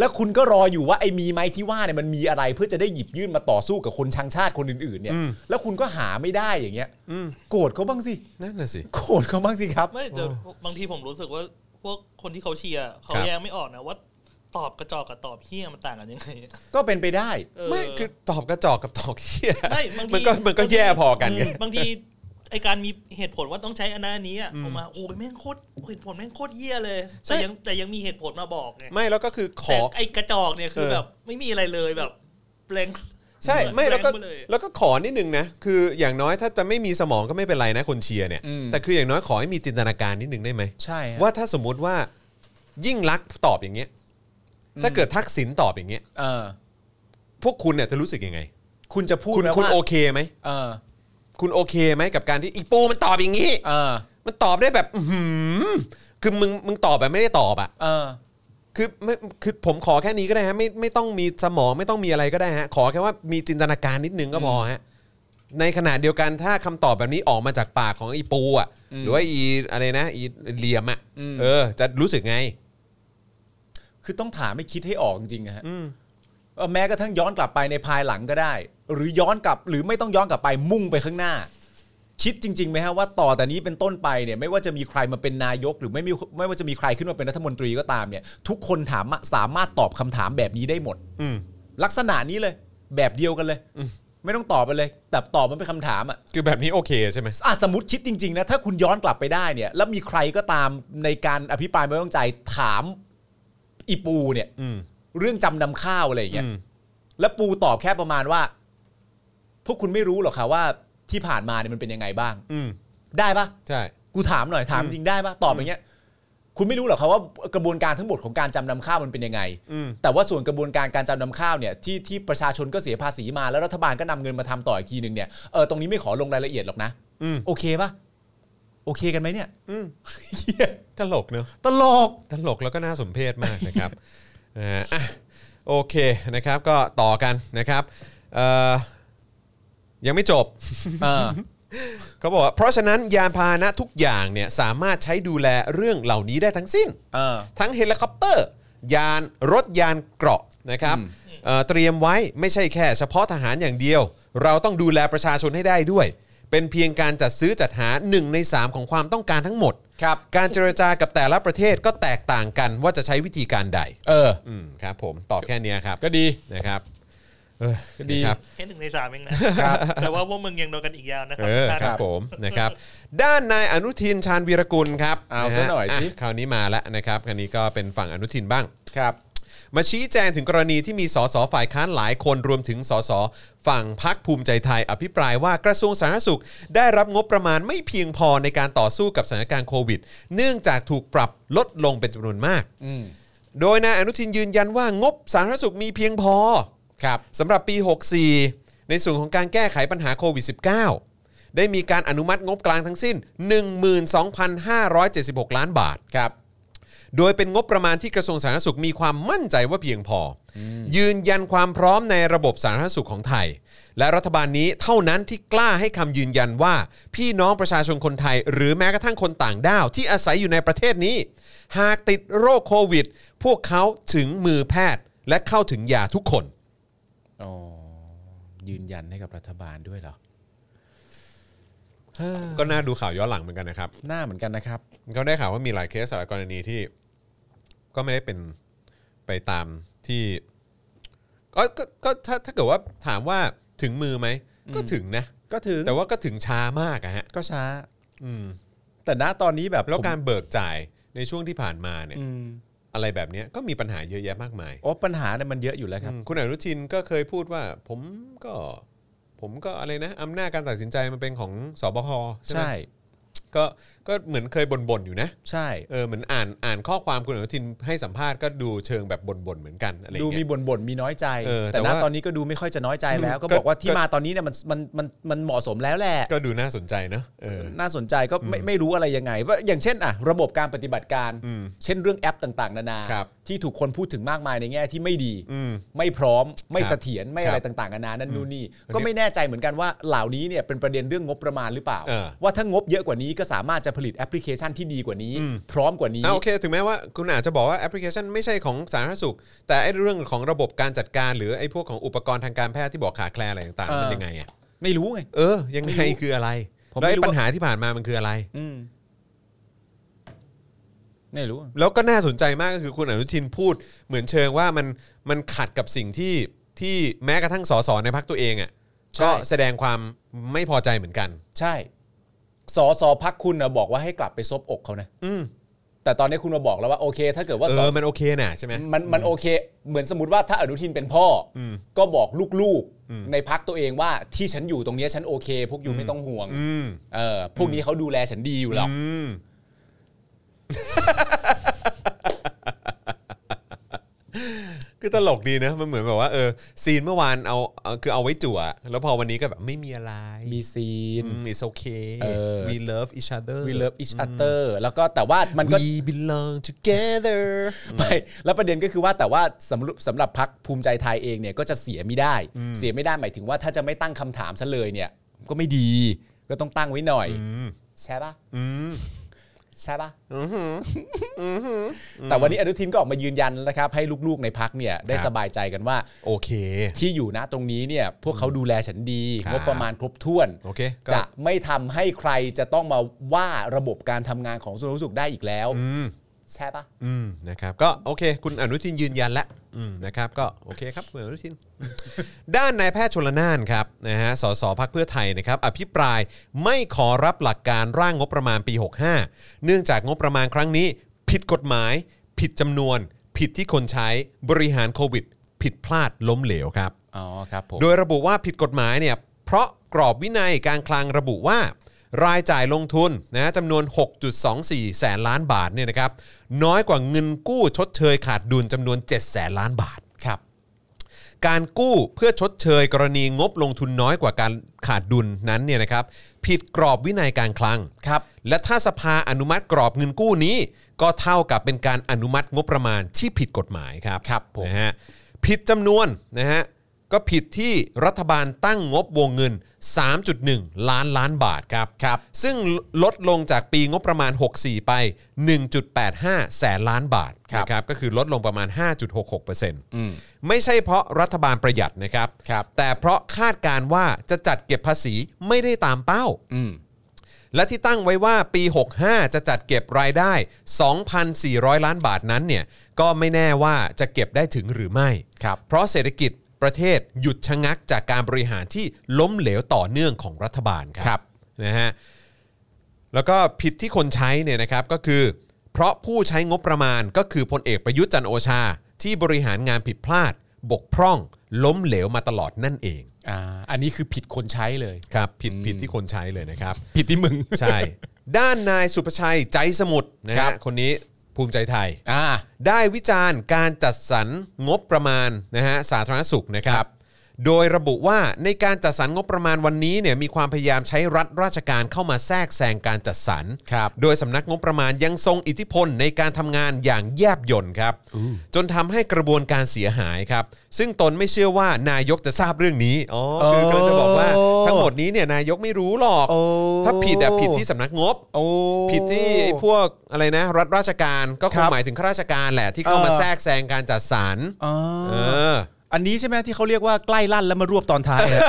Speaker 3: แล้วคุณก็รออยู่ว่าไอ้มีไหมที่ว่าเนี่ยมันมีอะไรเพื่อจะได้หยิบยื่นมาต่อสู้กับคนชังชาติคนอื่นๆ เนี่ย แล้วคุณก็หาไม่ได้อย่างเงี้ย
Speaker 2: อืม
Speaker 3: โกรธเขาบ้างสิ
Speaker 2: นั่นน่ะสิ
Speaker 3: โกรธเขาบ้างสิครับ
Speaker 4: ไม่แต่บางทีผมรู้สึกว่าพวกคนที่เขาเชียร์เขา
Speaker 2: ครับ
Speaker 4: แยกไม่ออกนะว่าตอบกระจอกกับตอบเฮี้ยมันต่างกันยังไง
Speaker 3: ก็เป็นไปได้
Speaker 4: เออ
Speaker 2: ไม่คือตอบกระจอกกับตอบเหี้ย
Speaker 4: ไม่บางที
Speaker 2: มันก็มันก็
Speaker 4: บางที
Speaker 2: แย่พอกันไง
Speaker 4: อืมบางทีไอการมีเหตุผลว่าต้องใช้อันนั้นอันนี้อะออกมาโอ้ยแม่งโคตรเหตุผลแม่งโคตรเยี่ยเลย
Speaker 2: ใช่
Speaker 4: แต่ยังแต่ยังมีเหตุผลมาบอกไง
Speaker 2: ไม่แล้วก็คือข
Speaker 4: แต่
Speaker 2: อ
Speaker 4: ไอกระจอกเนี่ยคือ
Speaker 2: เออ
Speaker 4: แบบไม่มีอะไรเลยแบบเปลง
Speaker 2: ใช่ไม่
Speaker 4: แบ
Speaker 2: แล้ว
Speaker 4: งค์
Speaker 2: ก็
Speaker 4: ไปเลย
Speaker 2: แล้วก็ขอนิดนึงนะ คืออย่างน้อยถ้าจะไม่มีสมองก็ไม่เป็นไรนะคนเชียร์เนี่ย
Speaker 3: อืม
Speaker 2: แต่คืออย่างน้อยขอให้มีจินตนาการนิดนึงได้ไหม
Speaker 3: ใช่ฮะ
Speaker 2: ว่าถ้าสมมุติว่ายิ่งรักษณ์ตอบอย่างเงี้ย ถ้าเกิดทักษิณตอบอย่างเงี้ย
Speaker 3: เออ
Speaker 2: พวกคุณเนี่ยจะรู้สึกยังไง
Speaker 3: คุณจะพูด
Speaker 2: คุณ
Speaker 3: ไหม
Speaker 2: คุณ
Speaker 3: ว่า
Speaker 2: โอเคไหม
Speaker 3: เออ
Speaker 2: คุณโอเคไหมกับการที่อีปูมันตอบอย่างงี้
Speaker 3: เออ
Speaker 2: มันตอบได้แบบอื้อหือคือมึงมึงตอบแบบไม่ได้ตอบอะ
Speaker 3: เออ
Speaker 2: คือไม่คือผมขอแค่นี้ก็ได้ฮะไม่ไม่ต้องมีสมองไม่ต้องมีอะไรก็ได้ฮะ ขอแค่ว่ามีจินตนาการนิดนึงก็พอฮะในขณะเดียวกันถ้าคำตอบแบบนี้ออกมาจากปากของไอีปูอ่ะ หรือว่าอีอะไรนะอีเหลี่ยมอ่ะ
Speaker 3: อืม
Speaker 2: เออ จะรู้สึกไง
Speaker 3: คือต้องถามไม่คิดให้ออกจริงๆฮะเออแม้กระทั่งย้อนกลับไปในภายหลังก็ได้ หรือย้อนกลับหรือไม่ต้องย้อนกลับไปมุ่งไปข้างหน้า คิดจริงๆไหมฮะว่าต่อแต่นี้เป็นต้นไปเนี่ย ไม่ว่าจะมีใครมาเป็นนายก หรือไม่มีไม่ว่าจะมีใครขึ้นมาเป็นรัฐมนตรีก็ตามเนี่ย ทุกคนถามอะสามารถตอบคำถามแบบนี้ได้หมด
Speaker 2: อืม
Speaker 3: ลักษณะนี้เลย แบบเดียวกันเลยไม่ต้องตอบไปเลยแต่ตอบมันเป็นคำถามอะ
Speaker 2: คือแบบนี้โอเคใช่ไหม
Speaker 3: อ่ะสมมติคิดจริง ๆ นะ ถ้าคุณย้อนกลับไปได้เนี่ย แล้วมีใครก็ตามในการอภิปรายไม่ไว้วางใจถามอีปูเนี่ย
Speaker 2: อืม
Speaker 3: เรื่องจำนำข้าวอะไรอย่างเงี้ย
Speaker 2: อืม
Speaker 3: แล้วปูตอบแค่ประมาณว่า พวกคุณไม่รู้หรอกค่ะว่าที่ผ่านมาเนี่ยมันเป็นยังไงบ้าง
Speaker 2: อืม
Speaker 3: ได้ปะ
Speaker 2: ใช่
Speaker 3: กูถามหน่อยถามจริงได้ปะตอบอย่างเงี้ย คุณไม่รู้หรอกค่ะว่ากระบวนการทั้งหมดของการจำนำข้าวมันเป็นยังไง
Speaker 2: อืม
Speaker 3: แต่ว่าส่วนกระบวนการการจำนำข้าวเนี่ยที่ที่ประชาชนก็เสียภาษีมาแล้วรัฐบาลก็นำเงินมาทำต่ออีกทีหนึ่งเนี่ยเออตรงนี้ไม่ขอลงรายละเอียดหรอกนะ
Speaker 2: อืม
Speaker 3: โอเคปะโอเคกันไหมเนี่ย
Speaker 2: อืม
Speaker 3: เหี้ย
Speaker 2: ตลกเนอะ
Speaker 3: ตลก
Speaker 2: ตลกแล้วก็น่าสมเพชมาก นะครับ นะฮะอ่ะโอเคนะครับ ก็ต่อกันนะครับเอ่อยังไม่จบ
Speaker 3: เออ
Speaker 2: เขาบอกว่าเพราะฉะนั้นยานพาหนะทุกอย่างเนี่ยสามารถใช้ดูแลเรื่องเหล่านี้ได้ทั้งสิ้น
Speaker 3: เออ
Speaker 2: ทั้งเฮลิคอปเตอร์ ยานรถยานเกราะนะครับ
Speaker 3: อืม
Speaker 2: เอ่อเตรียมไว้ไม่ใช่แค่เฉพาะทหารอย่างเดียว เราต้องดูแลประชาชนให้ได้ด้วย เป็นเพียงการจัดซื้อจัดหา 1 ใน 3 ของความต้องการทั้งหมด
Speaker 3: ครับ
Speaker 2: การเจรจากับแต่ละประเทศก็แตกต่างกันว่าจะใช้วิธีการใด
Speaker 3: เออ
Speaker 2: อืมครับผมตอบแค่เนี้ยครับ
Speaker 3: ก็ดี
Speaker 2: นะครับเออ
Speaker 3: ก็ดี
Speaker 2: นะครับ
Speaker 4: แค่หนึ่งในสามเองนะครับ แต่ว่าพวกมึงยังโดนกันอีกยาวนะครั
Speaker 2: เออ
Speaker 4: ท่าน
Speaker 2: ครับผมนะครับ ด้านนายอนุทินชาญวีรกุลครับ
Speaker 3: เอา
Speaker 2: ะ
Speaker 3: ซะ
Speaker 2: ฮะ
Speaker 3: หน่อยสิ
Speaker 2: ะคราวนี้มาแล้วนะครับคราวนี้ก็เป็นฝั่งอนุทินบ้าง
Speaker 3: ครับ
Speaker 2: มาชี้แจงถึงกรณีที่มีสสฝ่ายค้านหลายคนรวมถึงสสฝั่งพักภูมิใจไทย อภิปรายว่ากระทรวงสาธารณสุข ได้รับงบประมาณไม่เพียงพอในการต่อสู้กับสถานการณ์โควิด เนื่องจากถูกปรับลดลงเป็นจำนวนมาก
Speaker 3: อืม
Speaker 2: โดยนายอนุทินยืนยันว่างบสาธารณสุขมีเพียงพอ
Speaker 3: ครับ
Speaker 2: สำหรับปี 64 ในส่วนของการแก้ไขปัญหาโควิด -19 ได้มีการอนุมัติงบกลางทั้งสิ้น 12,576 ล้านบาท
Speaker 3: ครับ
Speaker 2: โดยเป็นงบประมาณที่กระทรวงสาธารณสุขมีความมั่นใจว่าเพียงพออยืนยันความพร้อมในระบบสาธารณสุขของไทย และรัฐบาลนี้เท่านั้นที่กล้าให้คำยืนยันว่า พี่น้องประชาชนคนไทย หรือแม้กระทั่งคนต่างด้าวที่อาศัยอยู่ในประเทศนี้ หากติดโรคโควิด พวกเขาถึงมือแพทย์ และเข้าถึงยาทุกคน
Speaker 3: อ๋อ ยืนยันให้กับรัฐบาลด้วยเหรอ
Speaker 2: ก็น่าดูข่าวย้อนหลังเหมือนกันนะครับ
Speaker 3: หน้าเหมือนกันนะครับ
Speaker 2: ก็ได้ข่าวว่ามีหลายเคสหลายกรณีที่ ก็ไม่ได้เป็นไปตามที่ก็ก็ก็ถ้าถ้าเกิดว่าถามว่าถึงมือไหม ก็ถึงนะ
Speaker 3: ก็ถึง
Speaker 2: แต่ว่าก็ถึงช้ามากอะฮะ
Speaker 3: ก็ช้า
Speaker 2: อืม
Speaker 3: แต่ณตอนนี้แบบ
Speaker 2: แล้วการ
Speaker 3: ผม
Speaker 2: เบิกจ่ายในช่วงที่ผ่านมาเนี่ย
Speaker 3: อืม
Speaker 2: อะไรแบบเนี้ยก็มีปัญหาเยอะแยะมากมาย
Speaker 3: โอ้ปัญหาเนี่ยมันเยอะอยู่แล้วครับ
Speaker 2: อืมคุณอนุทินก็เคยพูดว่า ผมก็ ผมก็อะไรนะอำนาจการตัดสินใจมันเป็นของสบคใช่ไหม
Speaker 3: ใช่
Speaker 2: ก็ก็เหมือนเคยบ่นๆอยู่นะ
Speaker 3: ใช่
Speaker 2: เออเหมือนอ่านอ่านข้อความคุณอนุทินให้สัมภาษณ์ก็ดูเชิงแบบบ่นๆเหมือนกันอะไร
Speaker 3: ดูมี
Speaker 2: เงี้ย
Speaker 3: บ่นบ่นๆมีน้อยใจ
Speaker 2: เออแต่
Speaker 3: แต่ณ
Speaker 2: ว่า
Speaker 3: ตอนนี้ก็ดูไม่ค่อยจะน้อยใจแล้ว
Speaker 2: อืม
Speaker 3: ก็บอกว่า
Speaker 2: ก็
Speaker 3: ที่มาตอนนี้เนี่ยมันมันมันมันเหมาะสมแล้วแหละ
Speaker 2: ก็ดูน่าสนใจเนอะเออ
Speaker 3: น่าสนใจก็ไม่ไม่รู้อะไรยังไงว่าอย่างเช่นอ่ะระบบการปฏิบัติการ
Speaker 2: อืม
Speaker 3: เช่นเรื่องแอปต่างๆ นานา
Speaker 2: ครับ
Speaker 3: ที่ถูกคนพูดถึงมากมายในแง่ที่ไม่ดี
Speaker 2: อืม
Speaker 3: ไม่พร้อมไม่
Speaker 2: ครับ
Speaker 3: เสถียรไม่อะไร
Speaker 2: ครับ
Speaker 3: ต่างๆนานานั่นนู่นนี่
Speaker 2: อันนี้
Speaker 3: ก็ไม่แน่ใจเหมือนกันว่าเหล่านี้เนี่ยเป็นประเด็นเรื่องงบประมาณหรือเปล่า
Speaker 2: เออ
Speaker 3: ว่าถ้างบเยอะกว่านี้ก็สามารถจะผลิตแอปพลิเคชันที่ดีกว่านี้
Speaker 2: อืม
Speaker 3: พร้อมกว่านี้
Speaker 2: อ่ะโอเค ถึงแม้ว่าคุณอาจจะบอกว่าแอปพลิเคชันไม่ใช่ของสาธารณสุข แต่ไอ้เรื่องของระบบการจัดการ หรือไอ้พวกของอุปกรณ์ทางการแพทย์ที่บอกขาดแคลนอะไรต่าง
Speaker 3: เอ
Speaker 2: ๆ
Speaker 3: อ
Speaker 2: มันยังไงอ่ะ
Speaker 3: ไม่รู้ไง
Speaker 2: เออ ยังไง
Speaker 3: ไม่รู้
Speaker 2: คืออะไร
Speaker 3: ผม
Speaker 2: แล้ว
Speaker 3: ไม่
Speaker 2: ไอ้
Speaker 3: รู้
Speaker 2: ปัญหาที่ผ่านมามันคืออะไร
Speaker 3: อืมไม่รู้
Speaker 2: แล้วก็น่าสนใจมากก็คือคุณอนุทินพูด เหมือนเชิงว่ามันมันขัดกับสิ่งที่ที่แม้กระทั่งสสในพักตัวเองอ่ะ
Speaker 3: ใช่
Speaker 2: ก็แสดงความไม่พอใจเหมือนกัน
Speaker 3: ใช่สอสอพักคุณนะบอกว่าให้กลับไปซบอกเขานะ
Speaker 2: อืม
Speaker 3: แต่ตอนนี้คุณมาบอกแล้วว่าโอเค ถ้าเกิดว่า
Speaker 2: เอ
Speaker 3: ส
Speaker 2: อมันโอเคน่ะใช่ไหม
Speaker 3: มันมันโอเค เหมือนสมมติว่าถ้าอนุทินเป็นพ่ออ
Speaker 2: ม
Speaker 3: ก็บอกลูก
Speaker 2: อืม
Speaker 3: ๆ ในพักตัวเองว่าที่ฉันอยู่ตรงเนี้ยฉันโอเค พวกอยู่ไม่ต้องห่วง
Speaker 2: อืม
Speaker 3: เออพวกนี้เขาดูแลฉันดีอยู่หรอก
Speaker 2: อืม คือตลกดีนะ มันเหมือนแบบว่าเออซีนเมื่อวานเอาเอาคือเอาไว้จั่ว แล้วพอวันนี้ก็แบบไม่มีอะไร
Speaker 3: มีซีน
Speaker 2: อืม it's okay
Speaker 3: เออ
Speaker 2: we love each other
Speaker 3: we love each other แล้วก็แต่ว่ามันก็
Speaker 2: we belong together
Speaker 3: ไม่แล้วประเด็นก็คือว่าแต่ว่าสำหรับสำหรับพักภูมิใจไทยเองเนี่ยก็จะเสียไม่ได้ เสียไม่ได้หมายถึงว่าถ้าจะไม่ตั้งคำถามซะเลยเนี่ย ก็ไม่ดีก็ต้องตั้งไว้หน่อยใช่ปะ
Speaker 2: อืม
Speaker 3: ใช่ปะแต่วันนี้อนุทินก็ออกมายืนยันแล้วนะครับ ให้ลูกๆในพักเนี่ยได้
Speaker 2: ครับ
Speaker 3: สบายใจกันว่า
Speaker 2: โอเค
Speaker 3: ที่อยู่นะตรงนี้เนี่ยพวกเขาดูแลฉันดี
Speaker 2: ครับ
Speaker 3: งบประมาณครบถ้วน
Speaker 2: โอเคก็
Speaker 3: จะไม่ทำให้ใครจะต้องมาว่าระบบการทำงานของส่วนรู้สึกได้อีกแล้ว
Speaker 2: อืม
Speaker 3: ใช่ปะ
Speaker 2: อืมนะครับก็โอเค คุณอนุทินยืนยันแล้วอืมนะครับก็โอเคครับคุณอนุทิน ด้านนายแพทย์ชลนานครับนะฮะสสพักเพื่อไทยนะครับอภิปรายไม่ขอรับหลักการร่างงบประมาณปี 65 เนื่องจากงบประมาณครั้งนี้ ผิดกฎหมาย ผิดจำนวน ผิดที่คนใช้บริหารโควิด ผิดพลาดล้มเหลวครับ
Speaker 3: อ๋อครับผม
Speaker 2: โดยระบุว่าผิดกฎหมายเนี่ยเพราะกรอบวินัยการคลังระบุว่า รายจ่ายลงทุนนะจำนวน 6.24 แสนล้านบาทเนี่ยนะครับน้อยกว่าเงินกู้ชดเชยขาดดุลจำนวน 7 แสนล้านบาท
Speaker 3: ครับ
Speaker 2: การกู้เพื่อชดเชยกรณีงบลงทุนน้อยกว่าการขาดดุลนั้นเนี่ยนะครับผิดกรอบวินัยการคลัง
Speaker 3: ครับ
Speaker 2: และถ้าสภาอนุมัติกรอบเงินกู้นี้ ก็เท่ากับเป็นการอนุมัติงบประมาณที่ผิดกฎหมายครับ
Speaker 3: ครับผม
Speaker 2: นะฮะผิดจำนวนนะฮะก็ผิดที่รัฐบาลตั้งงบวงเงิน 3.1 ล้านล้านบาทครับ
Speaker 3: ครับ
Speaker 2: ซึ่งลดลงจากปีงบประมาณ 64 ไป 1.85 แสนล้านบาท
Speaker 3: ครับ
Speaker 2: นะครับก็คือลดลงประมาณ 5.66%
Speaker 3: อืม
Speaker 2: ไม่ใช่เพราะรัฐบาลประหยัดนะครับ
Speaker 3: ครับ
Speaker 2: แต่เพราะคาดการณ์ว่าจะจัดเก็บภาษีไม่ได้ตามเป้า
Speaker 3: อืม
Speaker 2: และที่ตั้งไว้ว่าปี 65 จะจัดเก็บรายได้ 2,400 ล้านบาทนั้นเนี่ยก็ไม่แน่ว่าจะเก็บได้ถึงหรือไม่
Speaker 3: ครับ
Speaker 2: เพราะเศรษฐกิจประเทศหยุดชะงักจากการบริหารที่ล้มเหลวต่อเนื่องของรัฐบาลครั
Speaker 3: ครับ
Speaker 2: นะฮะแล้วก็ผิดที่คนใช้เนี่ยนะครับก็คือ เพราะผู้ใช้งบประมาณก็คือพลเอกประยุทธ์จันทร์โอชา ที่บริหารงานผิดพลาด บกพร่อง ล้มเหลวมาตลอดนั่นเอง
Speaker 3: อ่าอันนี้คือผิดคนใช้เลย
Speaker 2: ครับผิดผิดที่คนใช้เลยนะครับ
Speaker 3: ผิดที่มึง
Speaker 2: ใช่ ด้านนายสุภชัยใจสมุทรนะ
Speaker 3: ครั
Speaker 2: ฮะ
Speaker 3: บ
Speaker 2: คนนี้ภูมิใจไทย
Speaker 3: อ่า
Speaker 2: ได้วิจารณ์การจัดสรรงบประมาณนะฮะสาธารณสุขนะครับ โดยระบุว่าในการจัดสรรงบประมาณวันนี้เนี่ยมีความพยายามใช้รัฐราชการเข้ามาแทรกแซงการจัดสรร
Speaker 3: ครับ
Speaker 2: โดยสำนักงบประมาณยังทรงอิทธิพลในการทำงานอย่างแยบยลครับ จนทำให้กระบวนการเสียหายครับ ซึ่งตนไม่เชื่อว่านายกจะทราบเรื่องนี้อ๋อคือกำลังจะบอกว่า
Speaker 3: โอ้
Speaker 2: ทั้งหมดนี้เนี่ยนายกไม่รู้หรอก ถ้าผิดอะผิดที่สำนักงบ
Speaker 3: โอ้
Speaker 2: ผิดที่ไอ้พวกอะไรนะ รัฐราชการก็ค
Speaker 3: ครั
Speaker 2: ง
Speaker 3: บ
Speaker 2: หมายถึงข้าราชการแหละที่เข้ามา
Speaker 3: เออ
Speaker 2: แทรกแซงการจัดสรร
Speaker 3: อ่า
Speaker 2: เออ
Speaker 3: อันนี้ใช่ไหมที่เขาเรียกว่าใกล้ลั่นแล้วมารวบตอนท้าย อะ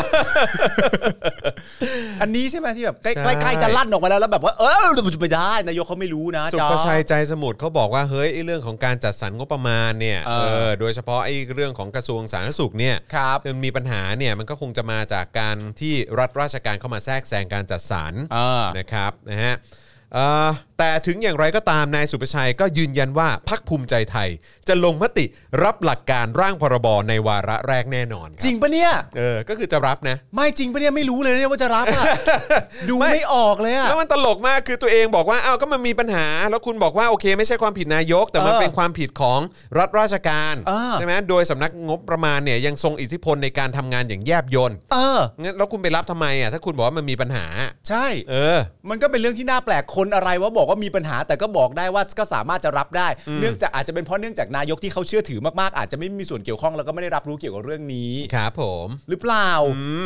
Speaker 3: อันนี้ใช่ไหมที่แบบใกล้
Speaker 2: ใช่
Speaker 3: ใกล้ใกล้จะลั่นออกมาแล้วแล้วแบบว่าเออไม่ได้นายกเขาไม่รู้นะ
Speaker 2: สุ
Speaker 3: จ๊ะ
Speaker 2: ภชัยใจสมุทรเขาบอกว่าเฮ้ยไอ้เรื่องของการจัดสรรงบประมาณเนี่ย
Speaker 3: เอ
Speaker 2: เอ
Speaker 3: อ
Speaker 2: อโดยเฉพาะไอ้เรื่องของกระทรวงสาธารณสุขเนี่ย
Speaker 3: ครับ
Speaker 2: มันมีปัญหาเนี่ยมันก็คงจะมาจากการที่รัฐราชการเข้ามาแทรกแซงการจัดสรร
Speaker 3: เออ
Speaker 2: นะครับนะฮะเอ่อแต่ถึงอย่างไรก็ตามนายสุประชัยก็ยืนยันว่าพักภูมิใจไทย จะลงมติรับหลักการร่างพรบในวาระแรกแน่นอนคบ
Speaker 3: จริงปะเนี่ย
Speaker 2: เออก็คือจะรับนะ
Speaker 3: ไม่จริงปะเนี่ยไม่รู้เลยเนี่ยว่าจะรับอะ ดู
Speaker 2: ไม่
Speaker 3: ไม่ออกเลยอะ
Speaker 2: แล้วมันตลกมากคือตัวเองบอกว่าอ้าวก็มันมีปัญหา แล้วคุณบอกว่าโอเคไม่ใช่ความผิดนายก แต่มัน
Speaker 3: เออ
Speaker 2: เป็นความผิดของรัฐราชการ
Speaker 3: เออ
Speaker 2: ใช่ไหมโดยสำนักงบประมาณเนี่ยยังทรงอิทธิพลในการทำงานอย่างแยบยล
Speaker 3: เออ
Speaker 2: งั้นแล้วคุณไปรับทำไมอ่ะถ้าคุณบอกว่ามันมีปัญหา
Speaker 3: ใช่
Speaker 2: เออ
Speaker 3: มันก็เป็นเรื่องที่น่าแปลกคนอะไรว่าบอกว่ามีปัญหา แต่ก็บอกได้ว่าก็สามารถจะรับได้ เนื่องจากอาจจะเป็นเพราะเนื่องจากนายกที่เขาเชื่อถือมากๆอาจจะไม่มีส่วนเกี่ยวข้องแล้วก็ไม่ได้รับรู้เกี่ยวกับเรื่องนี้
Speaker 2: ครับผม
Speaker 3: หรือเปล่า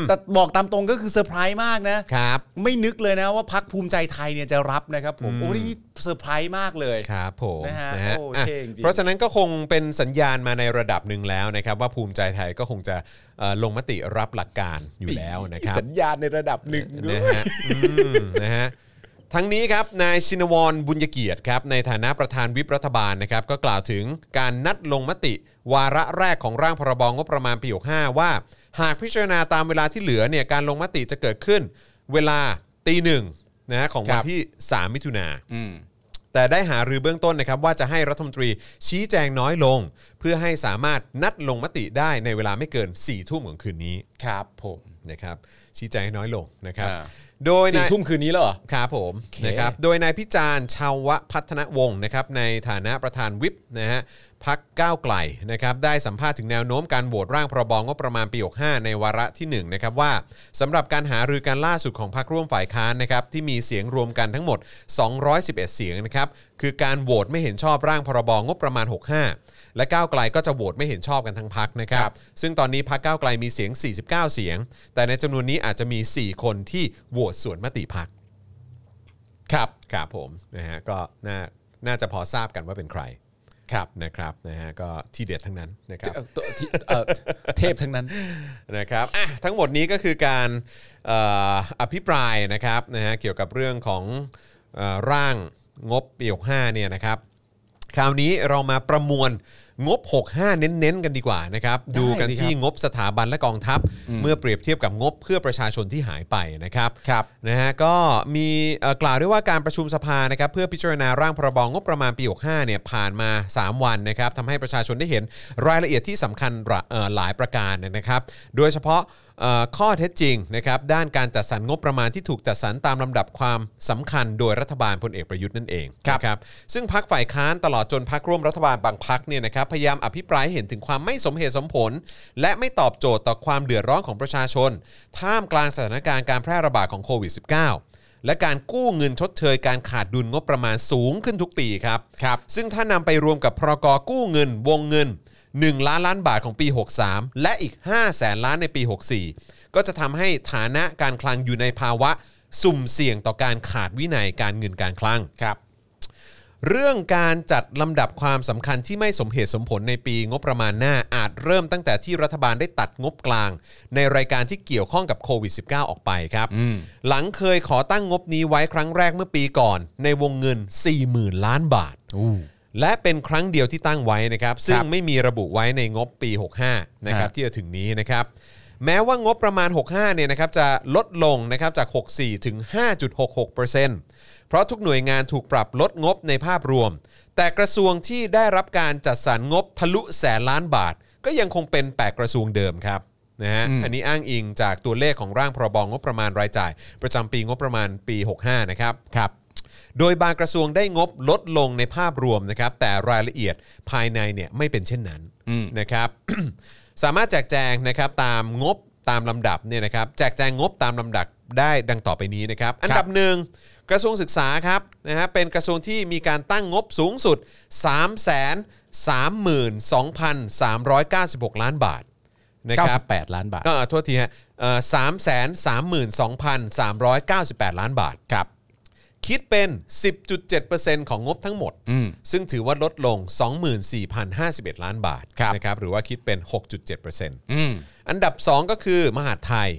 Speaker 3: แต่บอกตามตรงก็คือเซอร์ไพรส์มากนะ
Speaker 2: ครับ
Speaker 3: ไม่นึกเลยนะว่าพักภูมิใจไทยเนี่ยจะรับนะครับผม โอ้นี่เซอร์ไพรส์มากเลย
Speaker 2: ครับผม
Speaker 3: นะฮะโอ้
Speaker 2: อ่ะ
Speaker 3: เท่จริงๆ
Speaker 2: เพราะฉะนั้นก็คงเป็นสัญญาณมาในระดับหนึ่งแล้วนะครับ ว่าภูมิใจไทยก็คงจะเอ่อลงมติรับหลักการอยู่แล้วนะครับ
Speaker 3: สัญญาณในระดับหนึ่งด้
Speaker 2: นะ
Speaker 3: วย
Speaker 2: ฮะอืม นะฮะทั้งนี้ครับนายชินวรบุญเกียรติครับในฐานะประธานวิปรัฐบาลนะครับ ก็กล่าวถึงการนัดลงมติ วาระแรกของร่างพรบงบประมาณปี65ว่า หากพิจารณาตามเวลาที่เหลือเนี่ยการลงมติจะเกิดขึ้น เวลาตีหนึ่งนะฮะของวั
Speaker 3: คน รับ
Speaker 2: ที่ 3 มิถุนา
Speaker 3: อืม
Speaker 2: แต่ได้หารือเบื้องต้นนะครับว่าจะให้รัฐมนตรีชี้แจงน้อยลง เพื่อให้สามารถนัดลงมติได้ในเวลาไม่เกิน4ี่ทุ่มของคืนนี้
Speaker 3: ครับผม
Speaker 2: นะครับชี้แจงให้น้อยลงนะครับ
Speaker 3: อ่า
Speaker 2: โดย
Speaker 3: สี่
Speaker 2: นาย
Speaker 3: ทุ่มคืนนี้แล้วเหรอ
Speaker 2: ครับผม
Speaker 3: โอเค
Speaker 2: นะครับโดยนายพิจารณ์ชาวพัฒนวงศ์นะครับในฐานะประธานวิปนะฮะพักก้าวไกลนะครับได้สัมภาษณ์ถึงแนวโน้มการโหวตร่างพรบงบประมาณปี 65 ในวาระที่หนึ่งนะครับว่าสำหรับการหารือการล่าสุดของพรรคร่วมฝ่ายค้านนะครับที่มีเสียงรวมกันทั้งหมด 211 เสียงนะครับ คือการโหวตไม่เห็นชอบร่างพรบงบประมาณ 65 และก้าวไกลก็จะโหวตไม่เห็นชอบกันทั้งพักนะครับ
Speaker 3: ครับ
Speaker 2: ซึ่งตอนนี้พักก้าวไกลมีเสียง 49 เสียง แต่ในจำนวนนี้อาจจะมี 4 คนที่โหวตสวนมติพักครับครับผมนะฮะก็น่าน่าจะพอทราบกันว่าเป็นใคร
Speaker 3: ครับ
Speaker 2: นะครับนะฮะก็ที่เด็ดทั้งนั้นนะครับ
Speaker 3: เอ่อตัวที่เอ่อเทพทั้งนั้น
Speaker 2: นะครับอ่ะทั้งหมดนี้ก็คือการเอ่ออภิปรายนะครับนะฮะเกี่ยวกับเรื่องของเออร่างงบปี65เนี่ยนะครับ คราวนี้เรามาประมวลงบ 65 เน้นๆ กันดีกว่านะครับ
Speaker 3: ได้
Speaker 2: ดูกัน
Speaker 3: สิครับ
Speaker 2: ที่งบสถาบันและกองทัพ เมื่อเปรียบเทียบกับงบเพื่อประชาชนที่หายไปนะครับ
Speaker 3: ครับ
Speaker 2: นะฮะก็มีเอ่อกล่าวด้วยว่าการประชุมสภานะครับเพื่อพิจารณาร่างพรบงบประมาณปี 65 เนี่ยผ่านมา 3 วันนะครับทำให้ประชาชนได้เห็นรายละเอียดที่สำคัญระเอ่อหลายประการนะครับ โดยเฉพาะเอ่อข้อเท็จจริงนะครับด้านการจัดสรรงบประมาณที่ถูกจัดสรรตามลำดับความสำคัญโดยรัฐบาลพลเอกประยุทธ์นั่นเอง
Speaker 3: ครับ
Speaker 2: นะ นะครับซึ่งพักฝ่ายค้านตลอดจนพักร่วมรัฐบาลบางพักเนี่ยนะครับพยายามอภิปรายให้เห็นถึงความไม่สมเหตุสมผล และไม่ตอบโจทย์ต่อความเดือดร้อนของประชาชน ท่ามกลางสถานการณ์การแพร่ระบาดของโควิด -19 และการกู้เงินชดเชยการขาดดุลงบประมาณสูงขึ้นทุกปีครับ
Speaker 3: ครับ
Speaker 2: ซึ่งถ้านำไปรวมกับพรกกู้เงินวงเงิน 1 ล้านล้านบาทของปี 63 และอีก 5 แสนล้านในปี 64 ก็จะทำให้ฐานะการคลังอยู่ในภาวะ สุ่มเสี่ยงต่อการขาดวินัยการเงินการคลัง
Speaker 3: ครับ
Speaker 2: เรื่องการจัดลำดับความสำคัญที่ไม่สมเหตุสมผลในปีงบประมาณหน้าอาจเริ่มตั้งแต่ที่รัฐบาลได้ตัดงบกลาง ในรายการที่เกี่ยวข้องกับโควิด -19 ออกไปครับ หลังเคยขอตั้งงบนี้ไว้ครั้งแรกเมื่อปีก่อน ในวงเงิน 40,000 ล้านบาท และเป็นครั้งเดียวที่ตั้งไว้นะครับ ซึ่งไม่มีระบุไว้ในงบปี 65 นะครับ ที่จะถึงนี้นะครับ แม้ว่างบประมาณ 65 เนี่ยนะครับจะลดลงนะครับจาก 64 ถึง 5.66%เพราะทุกหน่วยงานถูกปรับลดงบในภาพรวม แต่กระทรวงที่ได้รับการจัดสรรงบทะลุแสนล้านบาท ก็ยังคงเป็น 8 กระทรวงเดิมครับนะฮะอันนี้อ้างอิงจากตัวเลขของร่างพรบงบประมาณรายจ่าย ประจำปีงบประมาณปี 65 นะครับ โดยบางกระทรวงได้งบลดลงในภาพรวมนะครับแต่รายละเอียดภายในเนี่ยไม่เป็นเช่นนั้นนะครับ สามารถแจกแจงนะครับตามงบตามลำดับเนี่ยนะครับแจกแจงงบตามลำดับได้ดังต่อไปนี้นะครับ อันดับหนึ่งกระทรวงศึกษาครับนะฮะเป็นกระทรวงที่มีการตั้งงบสูงสุด 3 3 2 3 9 6 ล้านบาทนะครับ
Speaker 3: 98 ล้านบาท
Speaker 2: ก็โทษทีฮะสามแสนสามหมื่นสองพันสามร้อยเก้าสิบแปดล้านบาทครับ คิดเป็น 10.7%ของงบทั้งหมด
Speaker 3: อืม
Speaker 2: ซึ่งถือว่าลดลง 24,051 ล้านบาท
Speaker 3: ครับ
Speaker 2: นะครับ หรือว่าคิดเป็น 6.7%
Speaker 3: อืม
Speaker 2: อันดับ 2 ก็คือมหาดไทย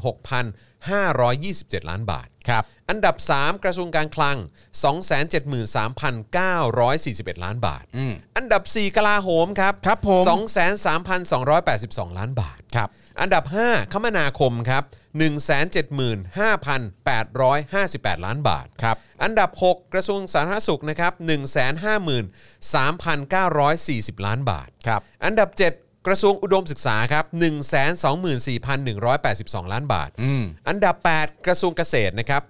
Speaker 2: 316,527 ล้านบาท
Speaker 3: ครับ
Speaker 2: อันดับ 3 กระทรวงการคลัง 273,941 ล้านบาท
Speaker 3: อืม
Speaker 2: อันดับ 4กลาโหมครับ
Speaker 3: ครับผม
Speaker 2: 23,282 ล้านบาท
Speaker 3: ครับ
Speaker 2: อันดับ 5 คมนาคมครับ 175,858 ล้านบาท
Speaker 3: ครับ
Speaker 2: อันดับ 6 กระทรวงสาธารณสุขนะครับ153,940 ล้านบาท
Speaker 3: ครับ
Speaker 2: อันดับ 7 กระทรวงอุดมศึกษาครับ124,182 ล้านบาท
Speaker 3: อืม
Speaker 2: อันดับ 8 กระทรวงเกษตรนะครับ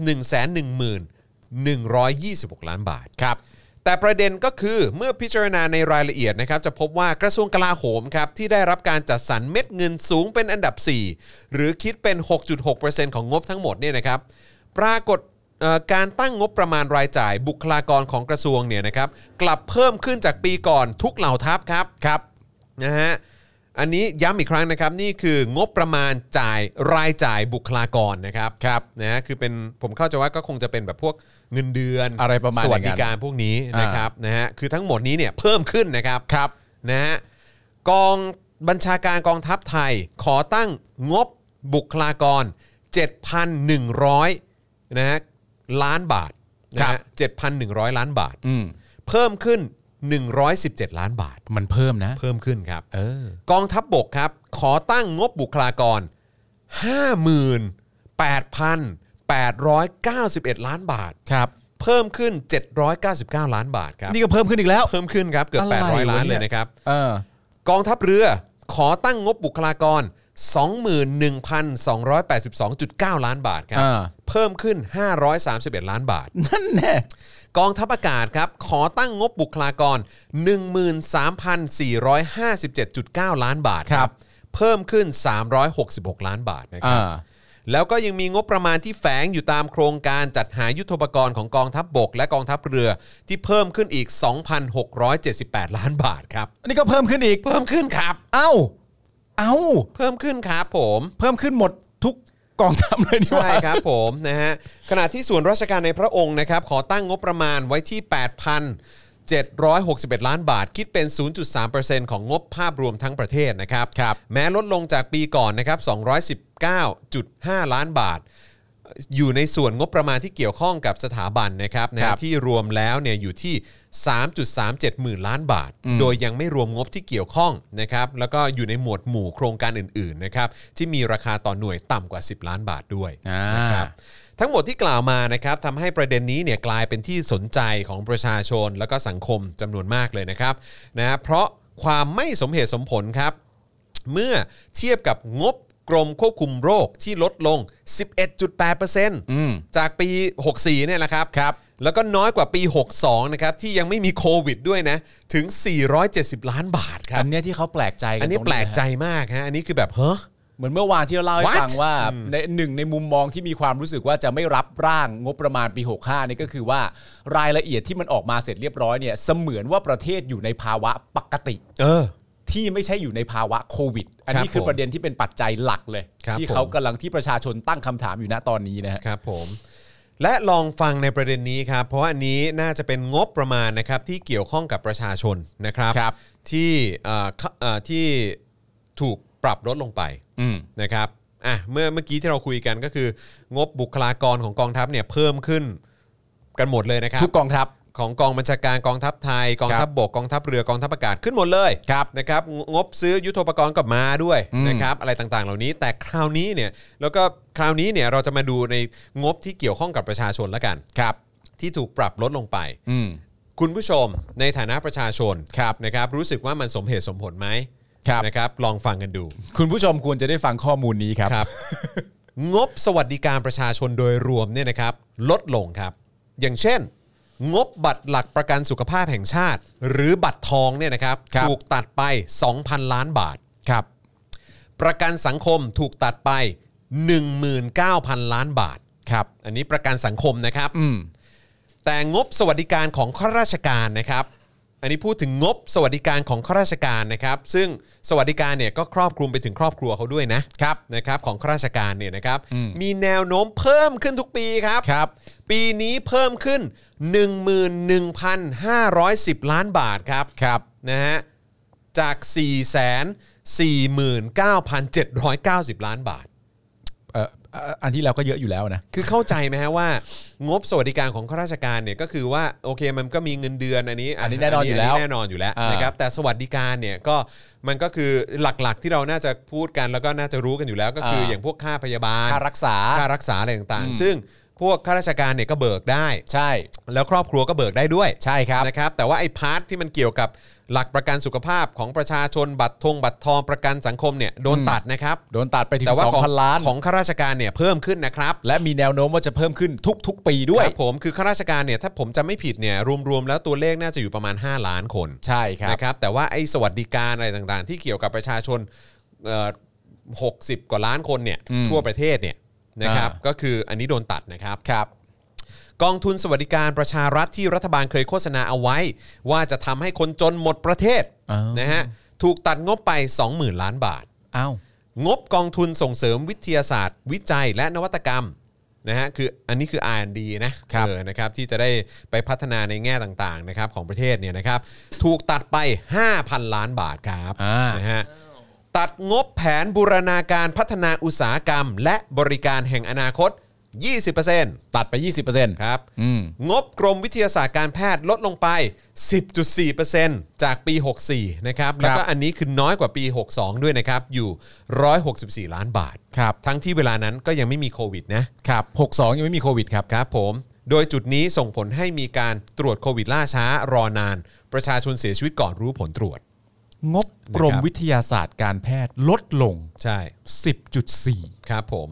Speaker 2: 111,126 ล้านบาท
Speaker 3: ครับ
Speaker 2: แต่ประเด็นก็คือเมื่อพิจารณาในรายละเอียดนะครับ จะพบว่ากระทรวงกลาโหมครับ ที่ได้รับการจัดสรรเม็ดเงินสูงเป็นอันดับ 4 หรือคิดเป็น 6.6%ของงบทั้งหมดเนี่ยนะครับ ปรากฏเอ่อการตั้งงบประมาณรายจ่ายบุคลากรของกระทรวงเนี่ยนะครับ กลับเพิ่มขึ้นจากปีก่อนทุกเหล่าทัพครับครับนะฮะอันนี้ย้ำอีกครั้งนะครับ นี่คืองบประมาณจ่ายรายจ่ายบุคลากรนะครับครับนะฮะคือเป็นผมเข้าใจว่าก็คงจะเป็นแบบพวกเงินเดือน
Speaker 3: อะไรประมาณ
Speaker 2: ส
Speaker 3: อย่างนั้น
Speaker 2: วัสดิการพวกนี้นะครับนะฮะคือทั้งหมดนี้เนี่ยเพิ่มขึ้นนะครับครับนะฮะกองบัญชาการกองทัพไทยขอตั้งงบบุคลากร 7,100นะฮะล้านบาทนะ
Speaker 3: ครั
Speaker 2: ฮะ
Speaker 3: บ
Speaker 2: 7,100 ล้านบาท
Speaker 3: อืม
Speaker 2: เพิ่มขึ้น 117 ล้านบาท
Speaker 3: มันเพิ่มนะ
Speaker 2: เพิ่มขึ้นครับ
Speaker 3: เออ
Speaker 2: กองทัพบบกครับ ขอตั้งงบบุคลากร 58,891 ล้านบาท
Speaker 3: ครับ
Speaker 2: เพิ่มขึ้น 799 ล้านบาทครับ
Speaker 3: นี่ก็เพิ่มขึ้นอีกแล้ว
Speaker 2: เพิ่มขึ้นครับเกือบ
Speaker 3: อะไรวะ
Speaker 2: 800 ล้าน
Speaker 3: เนี่
Speaker 2: เลย ยนะครับ
Speaker 3: เออ
Speaker 2: กองทัพเรือขอตั้งงบบุคลากร 21,282.9 ล้านบาทครับ
Speaker 3: อ่า
Speaker 2: เพิ่มขึ้น 531 ล้านบาท
Speaker 3: นั่นแน่
Speaker 2: กองทัพอากาศครับ ขอตั้งงบบุคลากร 13,457.9 ล้านบาทครับ เพิ่มขึ้น 366 ล้านบาทนะครั
Speaker 3: อ่า
Speaker 2: บ แล้วก็ยังมีงบประมาณที่แฝงอยู่ตามโครงการจัดหายุทโธปกรณ์ของกองทัพบบก และกองทัพเรือที่เพิ่มขึ้นอีก 2,678 ล้านบาทครับ
Speaker 3: อันนี้ก็เพิ่มขึ้นอีก
Speaker 2: เพิ่มขึ้นครับ
Speaker 3: เอ้า เอ้า
Speaker 2: เพิ่มขึ้นครับผม
Speaker 3: เพิ่มขึ้นหมดทุกกองทัพเลยดีก
Speaker 2: ใช่
Speaker 3: ว่า
Speaker 2: ครับผมนะฮะขณะที่ส่วนราชการในพระองค์นะครับ ขอตั้งงบประมาณไว้ที่ 8,761 ล้านบาท คิดเป็น 0.3%ของงบภาพรวมทั้งประเทศนะครับ
Speaker 3: ครับ
Speaker 2: แม้ลดลงจากปีก่อนนะครับ 219.5 ล้านบาท อยู่ในส่วนงบประมาณที่เกี่ยวข้องกับสถาบันนะครับนะ
Speaker 3: ครั
Speaker 2: ฮะ
Speaker 3: บ
Speaker 2: ที่รวมแล้วเนี่ยอยู่ที่ 3.37 หมื่นล้านบาท โดยยังไม่รวมงบที่เกี่ยวข้องนะครับแล้วก็อยู่ในหมวดหมู่โครงการอื่นๆนะครับที่มีราคาต่อหน่วยต่ำกว่า 10 ล้านบาทด้วย
Speaker 3: อ่าน
Speaker 2: นะครับ ทั้งหมดที่กล่าวมานะครับทำให้ประเด็นนี้เนี่ยกลายเป็นที่สนใจของประชาชน และก็สังคมจำนวนมากเลยนะครับนะฮะเพราะความไม่สมเหตุสมผลครับ เมื่อเทียบกับงบกรมควบคุมโรคที่ลดลง 11.8%จากปี 64 เนี่ยแหละครับ แล้วก็น้อยกว่าปี 62 นะครับ ที่ยังไม่มีโควิดด้วยนะ ถึง 470 ล้านบาทครับ
Speaker 3: อันเนี้ยที่เขาแปลกใจกั
Speaker 2: อันนี้
Speaker 3: ตรง
Speaker 2: แปลกใจ
Speaker 3: ฮะ
Speaker 2: มากฮะ อันนี้คือแบบเฮ้อ
Speaker 3: เหมือนเมื่อวานที่เราเล่าให้
Speaker 2: What?
Speaker 3: ฟังว่าในหนึ่งในมุมมองที่มีความรู้สึกว่าจะไม่รับร่างงบประมาณปี 65นี่ก็คือว่ารายละเอียดที่มันออกมาเสร็จเรียบร้อยเนี่ยเสมือนว่าประเทศอยู่ในภาวะปกติ
Speaker 2: เออ
Speaker 3: ที่ไม่ใช่อยู่ในภาวะโควิด อัน
Speaker 2: ครับ
Speaker 3: นี้คือ
Speaker 2: ผม
Speaker 3: ประเด็นที่เป็นปัจจัยหลักเลย
Speaker 2: ครับ
Speaker 3: ที่
Speaker 2: ผม
Speaker 3: เขากำลังที่ประชาชนตั้งคำถามอยู่ณตอนนี้นะฮะ
Speaker 2: ครับผม และลองฟังในประเด็นนี้ครับ เพราะว่าอันนี้น่าจะเป็นงบประมาณนะครับที่เกี่ยวข้องกับประชาชนนะครับ
Speaker 3: ครับ
Speaker 2: ที่เอ่อเข้าเอ่อที่ถูกปรับลดลงไป
Speaker 3: อืม
Speaker 2: นะครับ อ่ะ เมื่อเมื่อกี้ที่เราคุยกันก็คืองบบุคลากรของกองทัพเนี่ยเพิ่มขึ้นกันหมดเลยนะครับ
Speaker 3: ทุกกองทัพ
Speaker 2: ของกองบัญชาการกองทัพไทย กองทัพบกกองทัพเรือกองทัพอากาศขึ้นหมดเลย
Speaker 3: ครับ
Speaker 2: นะครับงงบซื้อยุทโธปกรณ์กับมาด้วย
Speaker 3: อืม
Speaker 2: นะครับอะไรต่างๆ เหล่านี้แต่คราวนี้เนี่ยแล้วก็คราวนี้เนี่ยเราจะมาดูในงบที่เกี่ยวข้องกับประชาชนละกัน
Speaker 3: ครับ
Speaker 2: ที่ถูกปรับลดลงไป
Speaker 3: อืม
Speaker 2: คุณผู้ชมในฐานะประชาชน
Speaker 3: ครับ
Speaker 2: นะครับรู้สึกว่ามันสมเหตุสมผลไหม
Speaker 3: ครับ
Speaker 2: นะครับลองฟังกันดู
Speaker 3: คุณผู้ชมควรจะได้ฟังข้อมูลนี้ครับ
Speaker 2: ครับ งบสวัสดิการประชาชนโดยรวมเนี่ยนะครับ ลดลงครับ อย่างเช่น งบบัตรหลักประกันสุขภาพแห่งชาติ หรือบัตรทองเนี่ยนะครับ
Speaker 3: ครับ
Speaker 2: ถูกตัดไป 2,000 ล้านบาท
Speaker 3: ครับ
Speaker 2: ประกันสังคมถูกตัดไป 19,000 ล้านบาท
Speaker 3: ครับ
Speaker 2: อันนี้ประกันสังคมนะครับ
Speaker 3: อืม
Speaker 2: แต่งบสวัสดิการของข้าราชการนะครับ อันนี้พูดถึงงบสวัสดิการของข้าราชการนะครับ ซึ่งสวัสดิการเนี่ยก็ครอบคลุมไปถึงครอบครัวเขาด้วยนะครับ นะครับของข้าราชการเนี่ยนะครับ
Speaker 3: อืม
Speaker 2: มีแนวโน้มเพิ่มขึ้นทุกปีครับ
Speaker 3: ครับ
Speaker 2: ปีนี้เพิ่มขึ้น 11,510 ล้านบาทครับ
Speaker 3: ครับ
Speaker 2: นะฮะจาก 449,790 ล้านบาท
Speaker 3: เอ่อเอ่ออันที่แล้วก็เยอะอยู่แล้วนะ
Speaker 2: คือเข้าใจไหมฮะว่างบสวัสดิการของข้าราชการเนี่ยก็คือว่าโอเคมันก็มีเงินเดือนอันนี้
Speaker 3: อันนี้แน่นอนอยู่แล้ว
Speaker 2: แน่นอนอยู่แล้ว
Speaker 3: อ่าน
Speaker 2: นะครับแต่สวัสดิการเนี่ยก็มันก็คือหลักๆที่เราน่าจะพูดกันแล้วก็น่าจะรู้กันอยู่แล้ว ก็คืออา อย่างพวกค่าพยาบาล
Speaker 3: ค่ารักษา
Speaker 2: ค่ารักษาอะไรต่าง
Speaker 3: อืม
Speaker 2: ๆ ซึ่งพวกข้าราชการเนี่ยก็เบิกได้
Speaker 3: ใช่
Speaker 2: แล้วครอบครัวก็เบิกได้ด้วย
Speaker 3: ใช่ครับ
Speaker 2: นะครับแต่ว่าไอ้พาร์ทที่มันเกี่ยวกับหลักประกันสุขภาพของประชาชนบัตรทงบัตรทองประกันสังคมเนี่ยโดน
Speaker 3: อืม
Speaker 2: ตัดนะครับ
Speaker 3: โดนตัดไปถึง
Speaker 2: แต่ว่า
Speaker 3: สอง
Speaker 2: ของ
Speaker 3: พันล้าน
Speaker 2: ของข้าราชการเนี่ยเพิ่มขึ้นนะครับ
Speaker 3: และมีแนวโน้มว่าจะเพิ่มขึ้นทุก ๆ ปีด้วย
Speaker 2: ครับผมคือข้าราชการเนี่ยถ้าผมจะไม่ผิดเนี่ยรวมๆแล้วตัวเลขน่าจะอยู่ประมาณ 5 ล้านคน
Speaker 3: ใช่ครับ
Speaker 2: นะครับแต่ว่าไอ้สวัสดิการอะไรต่างๆ ที่เกี่ยวกับประชาชนหกสิบกว่าล้านคนเนี่ย
Speaker 3: อืม
Speaker 2: ทั่วประเทศเนี่ยนะครับ
Speaker 3: อ่า
Speaker 2: ก็คืออันนี้โดนตัดนะครับ
Speaker 3: ครับ
Speaker 2: กองทุนสวัสดิการประชารัฐที่รัฐบาลเคยโฆษณาเอาไว้ ว่าจะทำให้คนจนหมดประเทศ
Speaker 3: อ้าว
Speaker 2: นะฮะถูกตัดงบไป 20,000 ล้านบาท
Speaker 3: อ้าว
Speaker 2: งบกองทุนส่งเสริมวิทยาศาสตร์ วิจัยและนวัตกรรมนะฮะคืออันนี้คือ R&D นะครับ เออนะครับที่จะได้ไปพัฒนาในแง่ต่างๆนะครับของประเทศเนี่ยนะครับถูกตัดไป 5,000 ล้านบาทครับ
Speaker 3: อ่า
Speaker 2: นะฮะตัดงบแผนบูรณาการพัฒนาอุตสาหกรรม และบริการแห่งอนาคต 20%
Speaker 3: ตัดไป 20%
Speaker 2: ครับ
Speaker 3: อืม
Speaker 2: งบกรมวิทยาศาสตร์การแพทย์ลดลงไป 10.4%จากปี 64 นะครับ แล้วก็อันนี้คือน้อยกว่าปี 62 ด้วยนะครับ อยู่ 164 ล้านบาท
Speaker 3: ครับ
Speaker 2: ทั้งที่เวลานั้นก็ยังไม่มีโควิดนะ
Speaker 3: ครับ 62 ยังไม่มีโควิดครับ
Speaker 2: ครับผม โดยจุดนี้ส่งผลให้มีการตรวจโควิดล่าช้ารอนาน ประชาชนเสียชีวิตก่อนรู้ผลตรวจ
Speaker 3: งบกรม
Speaker 2: นะครับ
Speaker 3: วิทยาศาสตร์การแพทย์ลดลง
Speaker 2: ใช่ค
Speaker 3: 10.4
Speaker 2: รับผม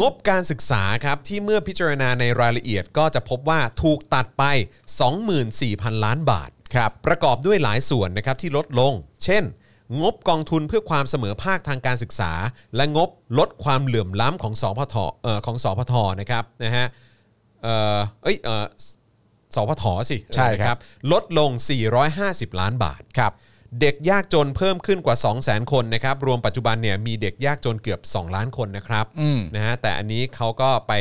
Speaker 2: งบการศึกษาครับที่เมื่อพิจารณาในรายละเอียดก็จะพบว่าถูกตัดไป 24,000 ล้านบาท
Speaker 3: ครับ
Speaker 2: ประกอบด้วยหลายส่วนนะครับที่ลดลง เช่น งบกองทุนเพื่อความเสมอภาคทางการศึกษา และงบลดความเหลื่อมล้ำของสพทเอ่อของสพทนะครับนะฮะเอ่อเอ้ยเอ่อสพทสิ
Speaker 3: ใช่ครับ
Speaker 2: เออนะลดลง 450 ล้านบาท
Speaker 3: ครับ
Speaker 2: เด็กยากจนเพิ่มขึ้นกว่า 200,000 คนนะครับ รวมปัจจุบันเนี่ยมีเด็กยากจนเกือบ 2 ล้านคนนะครับ
Speaker 3: อืม
Speaker 2: นะฮะแต่อันนี้เขาก็ไป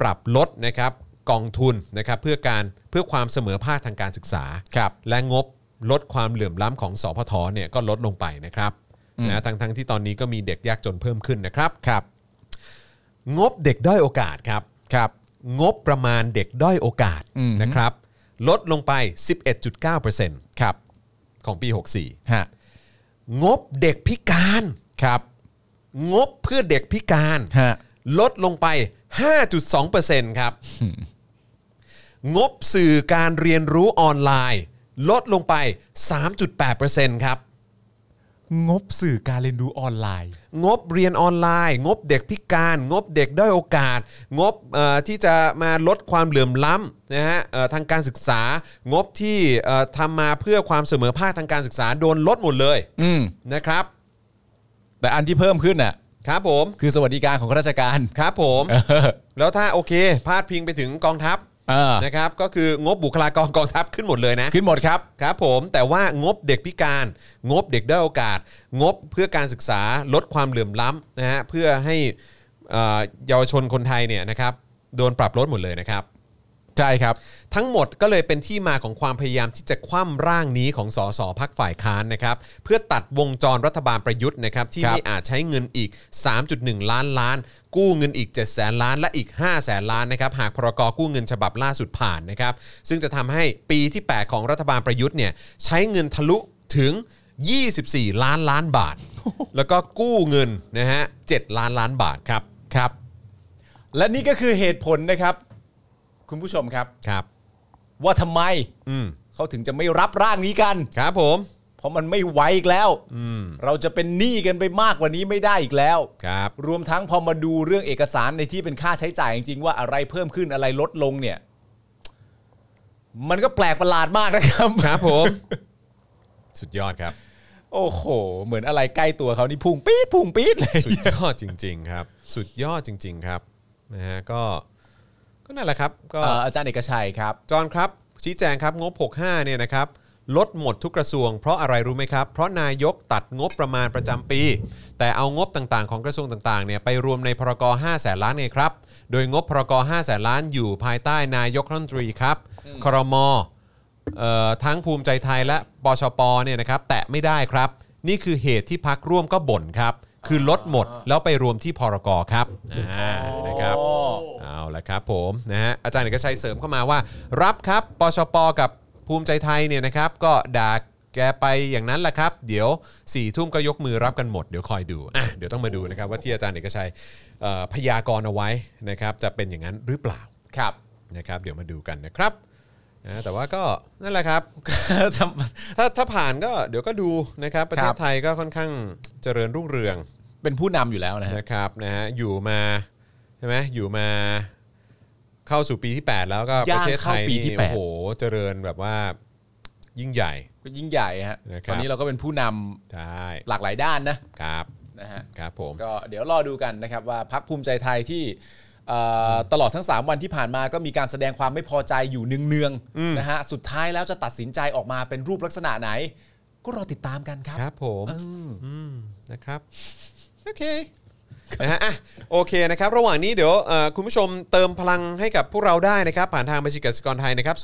Speaker 2: ปรับลดนะครับกองทุนนะครับเพื่อการเพื่อความเสมอภาคทางการศึกษา
Speaker 3: ครับ
Speaker 2: และงบลดความเหลื่อมล้ำของสพทเนี่ยก็ลดลงไปนะครับนะทั้งทั้งๆที่ตอนนี้ก็มีเด็กยากจนเพิ่มขึ้นนะครับ
Speaker 3: ครับ
Speaker 2: งบเด็กด้อยโอกาสครับ
Speaker 3: ครับ
Speaker 2: งบประมาณเด็กด้อยโอกาส
Speaker 3: อืม
Speaker 2: นะครับ ลดลงไป 11.9%
Speaker 3: ครับ
Speaker 2: ของปี
Speaker 3: ฮะ
Speaker 2: 64 งบเด็กพิการ
Speaker 3: ครับ
Speaker 2: งบเพื่อเด็กพิการ
Speaker 3: ฮะ
Speaker 2: ลดลงไป 5.2%ครับ งบสื่อการเรียนรู้ออนไลน์ ลดลงไป 3.8%ครับ
Speaker 3: งบสื่อการเรียนรู้ออนไลน์
Speaker 2: งบเรียนออนไลน์ งบเด็กพิการ งบเด็กด้อยโอกาส งบเอ่อที่จะมาลดความเหลื่อมล้ำนะฮะเอ่อทางการศึกษางบที่เอ่อทำมาเพื่อความเสมอภาคทางการศึกษาโดนลดหมดเลย
Speaker 3: อืม
Speaker 2: นะครับ
Speaker 3: แต่อันที่เพิ่มขึ้นน่ะ
Speaker 2: ครับผม
Speaker 3: คือสวัสดิการของข้าราชการ
Speaker 2: ครับผม
Speaker 3: เออ
Speaker 2: แล้วถ้าโอเคพาดพิงไปถึงกองทัพ
Speaker 3: เออ
Speaker 2: นะครับก็คืองบบุคลากรกองทัพขึ้นหมดเลยนะ
Speaker 3: ขึ้นหมดครับ
Speaker 2: ครับผมแต่ว่างบเด็กพิการ งบเด็กด้อยโอกาส งบเพื่อการศึกษาลดความเหลื่อมล้ำนะฮะเพื่อให้เอ่อเยาวชนคนไทยเนี่ยนะครับ โดนปรับลดหมดเลยนะครับ
Speaker 3: ใช่ครับ
Speaker 2: ทั้งหมดก็เลยเป็นที่มาของความพยายามที่จะคว่ำร่างนี้ของสสพักฝ่ายค้านนะครับ เพื่อตัดวงจรรัฐบาลประยุทธ์นะครับ ที่
Speaker 3: ครับ
Speaker 2: ไม่อาจใช้เงินอีก 3.1 ล้านล้าน กู้เงินอีก 7 0 0แสนล้านและอีก 5 0 0แสนล้านนะครับ หากพรกกู้เงินฉบับล่าสุดผ่านนะครับ ซึ่งจะทำให้ปีที่ 8 ของรัฐบาลประยุทธ์เนี่ยใช้เงินทะลุถึง 24 ล้านล้านบาท แล้วก็กู้เงินนะฮะ7ล้านล้านบาทครับ
Speaker 3: ครับ และนี่ก็คือเหตุผลนะครับ คุณผู้ชมครับ
Speaker 2: ครับ
Speaker 3: ว่าทำไม
Speaker 2: อืม
Speaker 3: เขาถึงจะไม่รับร่างนี้กัน
Speaker 2: ครับผม
Speaker 3: เพราะมันไม่ไหวอีกแล้ว
Speaker 2: อืม
Speaker 3: เราจะเป็นหนี้กันไปมากกว่านี้ไม่ได้อีกแล้ว
Speaker 2: ครับ
Speaker 3: รวมทั้งพอมาดูเรื่องเอกสารในที่เป็นค่าใช้จ่ายจริงๆว่าอะไรเพิ่มขึ้นอะไรลดลงเนี่ย มันก็แปลกประหลาดมากนะครับ
Speaker 2: ครับผม สุดยอดครับ
Speaker 3: โอ้โห เหมือนอะไรใกล้ตัวเขานี่พุ่งปี๊ดพุ่งปี๊ดเลย
Speaker 2: สุดยอดจริง ๆ ครับ สุดยอดจริง ๆ ครับนะฮะก็ก็นั่นแหละครับก็
Speaker 3: เอ่ออาจารย์เอกชัยครับ
Speaker 2: จอห์นครับ ชี้แจงครับงบ 65เนี่ยนะครับ ลดหมดทุกกระทรวง เพราะอะไรรู้ไหมครับ เพราะนายกตัดงบประมาณประจำปี แต่เอางบต่างๆ ของกระทรวงต่างๆเนี่ยไปรวมในพรก5แสนล้านไงครับ โดยงบพรก5แสนล้านอยู่ภายใต้นายกรัฐมนตรีครับครม เอ่อทั้งภูมิใจไทยและปชปเนี่ยนะครับแตะไม่ได้ครับ นี่คือเหตุที่พักร่วมก็บ่นครับ คือลดหมดแล้วไปรวมที่พรกครับอ่านะครับเอาละครับผมนะฮะอาจารย์เอกชัยเสริมเข้ามาว่า รับครับปชปกับภูมิใจไทยเนี่ยนะครับ ก็ด่าแกไปอย่างนั้นแหละครับ เดี๋ยว4ี่ทุ่มก็ยกมือรับกันหมดเดี๋ยวคอยดูอ่ะเดี๋ยวต้องมาดูนะครับว่าที่อาจารย์เอกชัยเอ่อพยากรณ์เอาไว้นะครับจะเป็นอย่างนั้นหรือเปล่า
Speaker 3: ครับ
Speaker 2: นะครับ เดี๋ยวมาดูกันนะครับนะแต่ว่าก็นั่นแหละครับ ถ้าถ้าผ่านก็เดี๋ยวก็ดูนะครับประเท
Speaker 3: ครั
Speaker 2: ศ
Speaker 3: บ
Speaker 2: ไทยก็ค่อนข้างเจริญรุ่งเรือง
Speaker 3: เป็นผู้นำอยู่แล้วนะฮะ
Speaker 2: นะครับนะฮะอยู่มาใช่ไหมอยู่มาเข้าสู่ปีที่ 8 แล้วก็ป
Speaker 3: ย่าง
Speaker 2: ระเทศไทย
Speaker 3: เข้าปีที่
Speaker 2: นี่
Speaker 3: แป
Speaker 2: โอ้
Speaker 3: ด
Speaker 2: โหเจริญแบบว่ายิ่งใหญ่
Speaker 3: ก็ยิ่งใหญ่ฮะ
Speaker 2: นะครับ
Speaker 3: ตอนนี้เราก็เป็นผู้นำ
Speaker 2: ใช่
Speaker 3: หลากหลายด้านนะครับ นะฮะ
Speaker 2: ครับผม
Speaker 3: ก็เดี๋ยวรอดูกันนะครับว่าพักภูมิใจไทยที่เอ่อตลอดทั้ง 3 วันที่ผ่านมาก็มีการแสดงความไม่พอใจอยู่เนืองๆนะฮะสุดท้ายแล้วจะตัดสินใจออกมาเป็นรูปลักษณะไหน ก็รอติดตามกันครับ
Speaker 2: ครับผมอืมนะครับโอเคนะฮะอ่ะโอเคนะครับ ระหว่างนี้เดี๋ยวเอ่อคุณผู้ชมเติมพลังให้กับพวกเราได้นะครับ ผ่านทางบัญชีกสิกรไทยนะครับ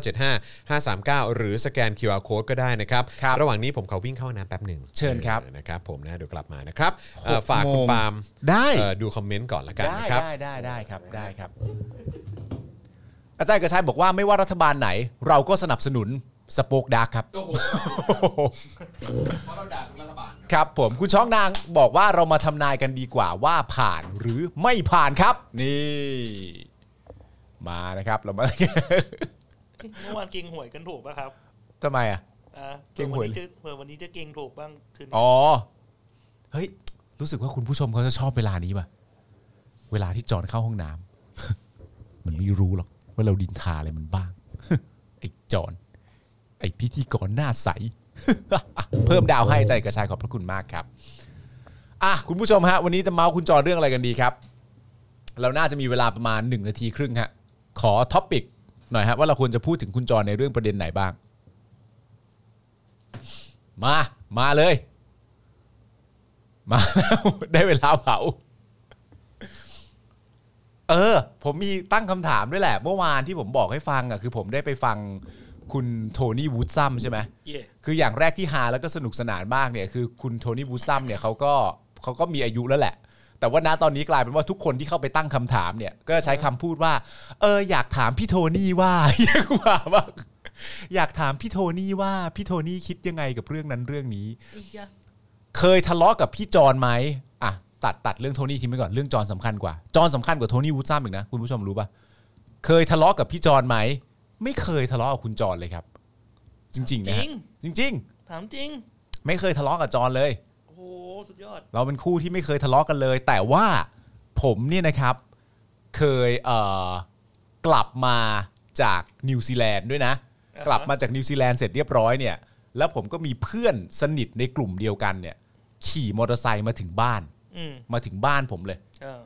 Speaker 2: 0698975539 หรือสแกน QR Code ก็ได้นะครับ
Speaker 3: ครับ
Speaker 2: ระหว่างนี้ผมขอวิ่งเข้าห้องน้ำแป๊บหนึ่ง
Speaker 3: เชิญครับ
Speaker 2: ออนะครับผมนะเดี๋ยวกลับมานะครับเอ่อฝากคุณปาล์ม
Speaker 3: ได้
Speaker 2: เอ่อดูคอมเมนต์ก่อนละกัน
Speaker 3: ได้
Speaker 2: นะครับ
Speaker 3: ได้ได้ได้ครับได้ครับ อาจารย์เกระชัยบอกว่าไม่ว่ารัฐบาลไหน เราก็สนับสนุนสป o อ e ดาร์ครับ ครับผมคุณช้องนางบอกว่าเรามาทำนายกันดีกว่าว่าผ่านหรือไม่ผ่านครับ นี่ มานะครับเรา มา
Speaker 4: เมื่อวานเก่งหวยกันถูกป่ะครับ
Speaker 3: ทำไมอ่ะ
Speaker 4: อ่ะ
Speaker 3: เกรงหวย
Speaker 4: เผื่อวันนี้จะเผื่อวันนี้จะเก่งถูกบ้างคืนนี้
Speaker 3: อ๋อ เฮ้ย รู้สึกว่าคุณผู้ชมเขาจะชอบเวลานี้ป่ะ เวลาที่จอนเข้าห้องน้ำ มันไม่รู้หรอก ว่าเราดินทาอะไรมันบ้าง ไอ้จอนไอ้พิธีกรหน้าใส เพิ่มดาวให้ใจกระชายขอบพระคุณมากครับ อ่ะคุณผู้ชมฮะ วันนี้จะเมาส์คุณจอนเรื่องอะไรกันดีครับ เราน่าจะมีเวลาประมาณ 1 นาทีครึ่งฮะ ขอท็อปิกหน่อยฮะว่าเราควรจะพูดถึงคุณจอนในเรื่องประเด็นไหนบ้าง มา มาเลย มาแล้ว ได้เวลาเผา เออ ผมมีตั้งคำถามด้วยแหละ เมื่อวานที่ผมบอกให้ฟังอ่ะคือผมได้ไปฟังคุณโทนี่วูดซัมใช่ไหม
Speaker 4: เย่
Speaker 3: คืออย่างแรกที่ฮาแล้วก็สนุกสนานมากเนี่ยคือคุณโทนี่วูดซัมเนี่ยเขาก็เขาก็มีอายุแล้วแหละ แต่ว่าณตอนนี้กลายเป็นว่าทุกคนที่เข้าไปตั้งคำถามเนี่ยก็จะใช้คำพูดว่า เอออยากถามพี่โทนี่ว่า อยากว่าว่าอยากถามพี่โทนี่ว่าพี่โทนี่คิดยังไงกับเรื่องนั้นเรื่องนี้
Speaker 4: ไอ้ยะ
Speaker 3: เคยทะเลาะกับพี่จอนไหมอ่ะตัดตัดเรื่องโทนี่ทิ้งไปก่อนเรื่องจอนสำคัญกว่า จอนสำคัญกว่าโทนี่วูดซัมอีกนะคุณผู้ชมรู้ปะเคยทะเลาะกับพี่จอนไหมไม่เคยทะเลาะกับคุณจอนเลยครับ จริงๆ
Speaker 4: จ
Speaker 3: นะ
Speaker 4: ริ
Speaker 3: ฮะ
Speaker 4: ง
Speaker 3: จริง ๆ
Speaker 4: ถามจริง
Speaker 3: ไม่เคยทะเลาะกับจอนเลย
Speaker 4: โอ้โหสุดยอด
Speaker 3: เราเป็นคู่ที่ไม่เคยทะเลาะกันเลย แต่ว่าผมเนี่ยนะครับ เคยเอ่อกลับมาจากนิวซีแลนด์ด้วยนะ
Speaker 4: อ่าฮะ
Speaker 3: กลับมาจากนิวซีแลนด์เสร็จเรียบร้อยเนี่ย แล้วผมก็มีเพื่อนสนิทในกลุ่มเดียวกันเนี่ย ขี่มอเตอร์ไซค์มาถึงบ้าน
Speaker 4: อืม
Speaker 3: มาถึงบ้านผมเลย
Speaker 4: เออ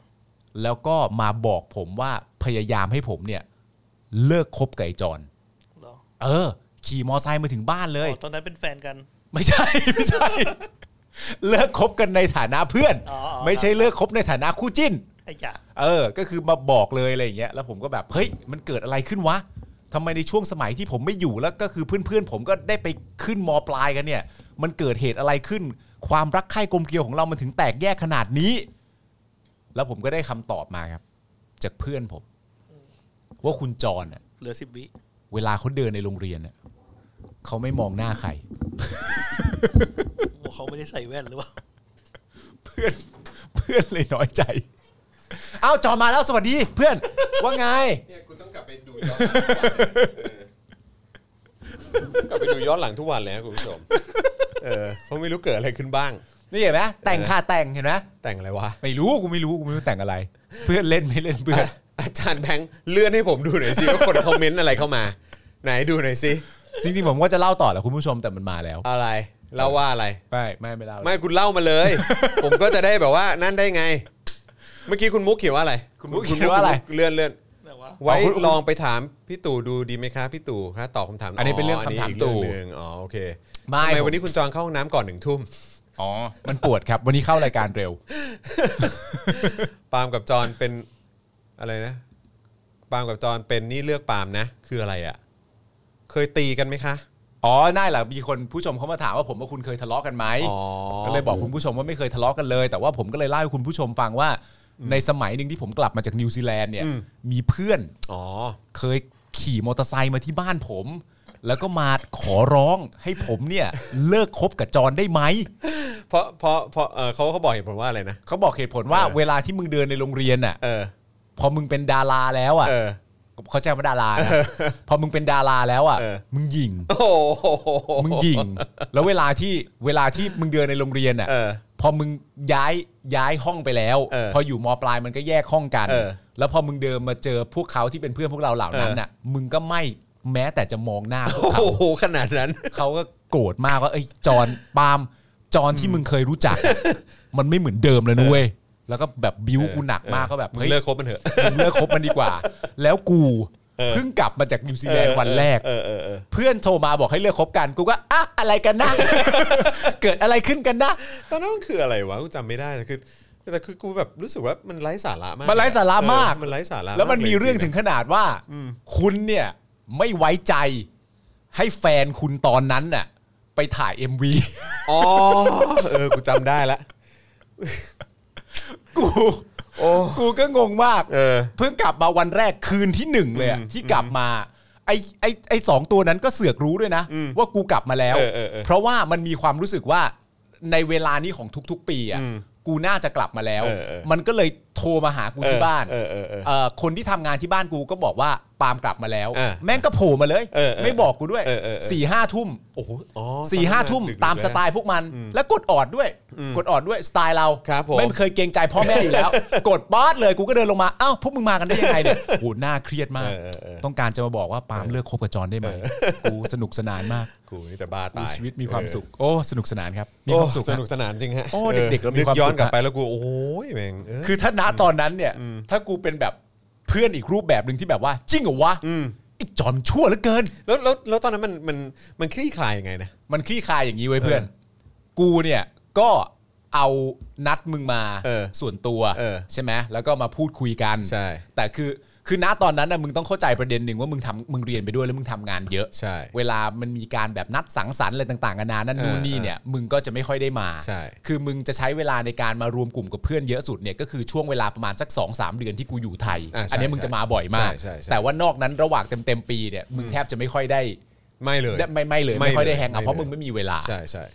Speaker 3: แล้วก็มาบอกผมว่าพยายามให้ผมเนี่ย เลิกคบกับไอ้จอน
Speaker 4: เหรอ
Speaker 3: เออ ขี่มอเตอร์ไซค์มาถึงบ้านเลย
Speaker 4: อ๋อตอนนั้นเป็นแฟนกัน
Speaker 3: ไม่ใช่ ไม่ ใช่ เลิกคบกันในฐานะเพื่อน
Speaker 4: อ๋ออ๋อ
Speaker 3: ไม่ใช่เลิกคบในฐานะคู่จิ้น
Speaker 4: ไอ้จ่า
Speaker 3: เออ ก็คือมาบอกเลยอะไรอย่างเงี้ย แล้วผมก็แบบ เฮ้ย มันเกิดอะไรขึ้นวะทำไมในช่วงสมัยที่ผมไม่อยู่แล้วก็คือเพื่อนๆ ผมก็ได้ไปขึ้นมปลายกันเนี่ย มันเกิดเหตุอะไรขึ้น ความรักใคร่กลมเกลียวของเรามันถึงแตกแยกขนาดนี้ แล้วผมก็ได้คำตอบมาครับ จากเพื่อนผม ว่าคุณจรน่ะ
Speaker 4: เหลือสิบวิ
Speaker 3: เวลาเขาเดินในโรงเรียนน่ะเขาไม่มองหน้าใคร
Speaker 4: โอ้เขาไม่ได้ใส่แว่นหรือเปล่า
Speaker 3: เพื่อนเพื่อนเลยน้อยใจ เอ้าวจอมาแล้วสวัสดีเพื่อน ว่าไง
Speaker 2: เนี่ยคุณต้องกลับไปดูย้อนหลังทุกวันเลยกลับไปดูย้อนหลังทุกวันเลยนะคุณผู้ชมเออเพราะไม่รู้เกิดอะไรขึ้นบ้าง
Speaker 3: นี่เห็นไหมแต่งค่ะแต่งเห็นไหม
Speaker 2: แต่งอะไรวะ
Speaker 3: ไม่รู้กูไม่รู้กูไม่รู้แต่งอะไร เพื่อนเล่นไม่เล่นเพื่อน
Speaker 2: อาจารย์แบงค์เลื่อนให้ผมดูหน่อยสิว่าคนคอมเมนต์อะไรเข้ามา ไหนดูหน่อยสิ
Speaker 3: จริงๆผมก็จะเล่าต่อแหละคุณผู้ชมแต่มันมาแล้ว
Speaker 2: อะไรเล่าว่าอะไร
Speaker 3: ไม่ไม่ไม่เล่าแล้ว
Speaker 2: ไม่คุณเล่ามาเลย ผมก็จะได้แบบว่านั่นได้ไง เมื่อกี้คุณมุกเขียนว่าอะไร
Speaker 3: คิดว่าอะไร
Speaker 2: เลื่อนเลื่อน
Speaker 4: แต่ว่า
Speaker 2: ไว้
Speaker 3: อ๋อคุณ
Speaker 2: ลองไปถามพี่ตู่ดูดีไหมคะพี่ตู่คะตอบคำถาม
Speaker 3: อันนี้เป็นเรื่องคำถาม
Speaker 2: ก
Speaker 3: ตู่
Speaker 2: เรื่องหนึ่งอ๋อโอเค
Speaker 3: ไม่
Speaker 2: ทำไม
Speaker 3: ผม
Speaker 2: วันนี้คุณจองเข้าห้องน้ำก่อนหนึ่งทุ่ม
Speaker 3: อ๋อมันปวดครับ วันนี้เข้ารายการเร็ว
Speaker 2: ปาล์มกับจอนเป็นอะไรนะ ปาล์มกับจอนเป็นนี่เลือกปาล์มนะ คืออะไรอะ่ะ เคยตีกันไหมคะ
Speaker 3: อ๋อได้แหละมีคนผู้ชมเขามาถามว่าผมว่าคุณเคยทะเลาะกันไหม
Speaker 2: อ๋อ
Speaker 3: ก็เลยบอกคุณผู้ชมว่าไม่เคยทะเลาะกันเลย แต่ว่าผมก็เลยเล่าให้คุณผู้ชมฟังว่า ในสมัยหนึ่งที่ผมกลับมาจากนิวซีแลนด์เนี่ย
Speaker 2: อืม
Speaker 3: มีเพื่อน
Speaker 2: อ๋อ
Speaker 3: เคยขี่มอเตอร์ไซค์มาที่บ้านผม แล้วก็มาขอร้องให้ผมเนี่ยเลิกคบกับจรได้ไหม
Speaker 2: เพราะเพราะเพราะเออเขาเขาบอกเหตุผลว่าอะไรนะ
Speaker 3: เขาบอกเหตุผลว่า
Speaker 2: เออ
Speaker 3: เวลาที่มึงเดินในโรงเรียนน่ะ
Speaker 2: เออ
Speaker 3: พอมึงเป็นดาราแล้วอ่ะ
Speaker 2: เออ
Speaker 3: เขาแจ้งว่าดารานะพอมึงเป็นดาราแล้วอ่ะ
Speaker 2: เออ
Speaker 3: มึงหยิ่ง
Speaker 2: โอ้โห
Speaker 3: มึงหยิ่ง แล้วเวลาที่เวลาที่มึงเดินในโรงเรียนอ่ะ
Speaker 2: เออ
Speaker 3: พอมึงย้ายย้ายห้องไปแล้ว
Speaker 2: เออ
Speaker 3: พออยู่มปลายมันก็แยกห้องกัน
Speaker 2: เออ
Speaker 3: แล้วพอมึงเดินมาเจอพวกเขาที่เป็นเพื่อนพวกเราเหล่านั้นน่ะ มึงก็ไม่แม้แต่จะมองหน้าพวก
Speaker 2: โอ้
Speaker 3: เขา
Speaker 2: โหขนาดนั้น
Speaker 3: เขาก็โกรธมากว่าไอ้ยจอนปาล์มจอนที่มึงเคยรู้จัก มันไม่เหมือนเดิมแล้วนุ้ยแล้วก็แบบบิ้วกูหนักมากก็แบบ
Speaker 2: มึง
Speaker 3: เฮ้ย
Speaker 2: เลิกคบมันเถอะ
Speaker 3: มึงเลิกคบมันดีกว่า แล้วกูเพิ่งกลับมาจากนิวซีแลนด์วันแรก
Speaker 2: เออเออเออ
Speaker 3: เพื่อนโทรมาบอกให้เลิกคบกันกูก็อ่ะอะไรกันนะ เกิดอะไรขึ้นกันนะ
Speaker 2: ตอนนั้นมันคืออะไรวะ กูจำไม่ได้แต่คือแต่คือกูแบบรู้สึกว่ามันไร้สาระมาก
Speaker 3: มันไร้สาระมาก
Speaker 2: เออมันไร้สาระ
Speaker 3: แล้วมันมี
Speaker 2: ากย
Speaker 3: เรื่องถึงขนาดว่าคุณเนี่ยไม่ไว้ใจให้แฟนคุณตอนนั้นน่ะ ไปถ่าย MV
Speaker 2: อ๋อ เออ กูจำได้ละ
Speaker 3: กูกูก็งงมาก
Speaker 2: เออ
Speaker 3: เพิ่งกลับมาวันแรกคืนที่หนึ่งเลยอะที่กลับมาไอ้ไอ้ไอ้สองตัวนั้นก็เสือกรู้ด้วยนะ ว่ากูกลับมาแล้ว
Speaker 2: เออเออเออ
Speaker 3: เพราะว่ามันมีความรู้สึกว่าในเวลานี้ของทุกๆ ปีอ่ะกูน่าจะกลับมาแล้ว
Speaker 2: เออเออ
Speaker 3: มันก็เลยโทรมาหากูที่บ้าน
Speaker 2: เออเออเออ
Speaker 3: เอ่อคนที่ทำงานที่บ้านกูก็บอกว่าปาล์มกลับมาแล้ว
Speaker 2: เออ
Speaker 3: แม่งก็โผล่มาเลย
Speaker 2: เออเออ
Speaker 3: ไม่บอกกูด้วย
Speaker 2: เออเออเออ
Speaker 3: สี่ห้าทุ่ม
Speaker 2: โอ้โหอ๋อ
Speaker 3: สี่ห้า
Speaker 2: อนนั้น
Speaker 3: ทุ่ม
Speaker 2: ดึก
Speaker 3: ตามสไต
Speaker 2: แว
Speaker 3: ล์พวกมัน แล้วกดออดด้วย กดออดด้วยสไตล์เรา
Speaker 2: ครับผม
Speaker 3: ไม่เคยเกรงใจพ่อแม่อยู่ แล้ว กดป๊อดเลยกูก็เดินลงมาอ้าวพวกมึงมากันได้ยังไงเนี่ยโหน่าเครียดมาก
Speaker 2: เออเออเออ
Speaker 3: ต้องการจะมาบอกว่าปาล์มเลิกคบกับจอนได้ไหมกูสนุกสนานมาก
Speaker 2: กูนี่แต่บ้า
Speaker 3: กู
Speaker 2: ตาย
Speaker 3: ชีวิตมีความสุข โอ้สนุกสนานครับมี
Speaker 2: โอ้
Speaker 3: ความสุข
Speaker 2: ส
Speaker 3: ฮะ
Speaker 2: นุกสนานจริงฮะ
Speaker 3: โอ้เด็กๆเรามี
Speaker 2: นึ
Speaker 3: ความสุข
Speaker 2: ย้อนกลับไปแล้วกูโอ้ยแม่งเออ
Speaker 3: คือถ้าณตอนนั้นเนี่ย ถ้ากูเป็นแบบเพื่อนอีกรูปแบบหนึ่งที่แบบว่าจริงเหรอวะไอ้จอนชั่วเหลือเกิน
Speaker 2: แล้วแล้วแล้วตอนนั้นมันมันมันคลี่คลายยังไงนะ
Speaker 3: มันคลี่คลายอย่างนี้ไว้ย
Speaker 2: เออ
Speaker 3: เพื่อน กูเนี่ยก็เอานัดมึงมา
Speaker 2: เออ
Speaker 3: ส่วนตัว
Speaker 2: เออ
Speaker 3: ใช่ไหมแล้วก็มาพูดคุยกัน
Speaker 2: ใช่
Speaker 3: แต่คือคือณตอนนั้นนะมึงต้องเข้าใจประเด็นหนึ่งว่ามึงทำมึงเรียนไปด้วยแล้วมึงทำงานเยอะ
Speaker 2: ใช่
Speaker 3: เวลามันมีการแบบนัดสังสรรค์อะไรต่างๆนานานั่น
Speaker 2: เออ
Speaker 3: นู่นนี่เนี่ยมึงก็จะไม่ค่อยได้มา
Speaker 2: ใช่
Speaker 3: คือมึงจะใช้เวลาในการมารวมกลุ่มกับเพื่อนเยอะสุดเนี่ยก็คือช่วงเวลาประมาณสัก2อสเดือนที่กูอยู่ไทย
Speaker 2: อ่ะใช่
Speaker 3: อันเนี้ยมึงจะมาบ่อยมาก
Speaker 2: ใช่ใช่ใช่
Speaker 3: แต่ว่านอกนั้นระหว่างเต็มๆปีเนี่ยมึงแทบจะไม่ค่อยได้
Speaker 2: ไม่เลย
Speaker 3: ได้ไม่ไม่เลย
Speaker 2: ไม่
Speaker 3: ไม่ค่อยได้
Speaker 2: เลย
Speaker 3: แฮงเอา
Speaker 2: ไม่
Speaker 3: เพราะ
Speaker 2: เลย
Speaker 3: มึงไม่มีเวลา
Speaker 2: ใช่ใช่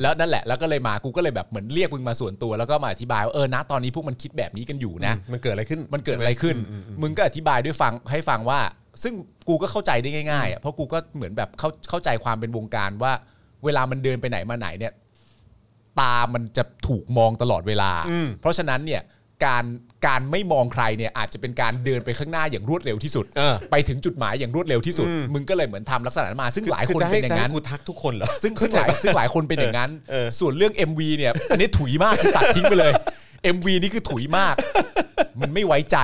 Speaker 3: แล้วนั่นแหละแล้วก็เลยมากูก็เลยแบบเหมือนเรียกมึงมาส่วนตัวแล้วก็มาอธิบายว่าเออนะตอนนี้พวกมันคิดแบบนี้กันอยู่นะ
Speaker 2: มันเกิดอะไรขึ้น
Speaker 3: มันเกิดอะไรขึ้น มึงก็อธิบายด้วยฟังให้ฟังว่า ซึ่งกูก็เข้าใจได้ง่ายๆอ่ะเพราะกูก็เหมือนแบบเข้าเข้าใจความเป็นวงการว่า เวลามันเดินไปไหนมาไหนเนี่ย ตามันจะถูกมองตลอดเวลา
Speaker 2: อืม
Speaker 3: เพราะฉะนั้นเนี่ยการการไม่มองใครเนี่ยอาจจะเป็นการเดินไปข้างหน้าอย่างรวดเร็วที่สุด
Speaker 2: เออ
Speaker 3: ไปถึงจุดหมายอย่างรวดเร็วที่สุด มึงก็เลยเหมือนทำลักษณะนั้นมา ซึ่งหลาย
Speaker 2: คือ
Speaker 3: คน
Speaker 2: จะให้
Speaker 3: เป็นอย่า
Speaker 2: จะ
Speaker 3: ง
Speaker 2: ให้
Speaker 3: นั้น
Speaker 2: กูทักทุกคนเหรอ
Speaker 3: ซึ่งซึ่งหลายซึ่งหลายคนเป็นอย่างนั้น
Speaker 2: เออ
Speaker 3: ส่วนเรื่อง MV เนี่ย อันนี้ถุยมากคือตัดทิ้งไปเลย MV นี่คือถุยมาก มันไม่ไว้ใจ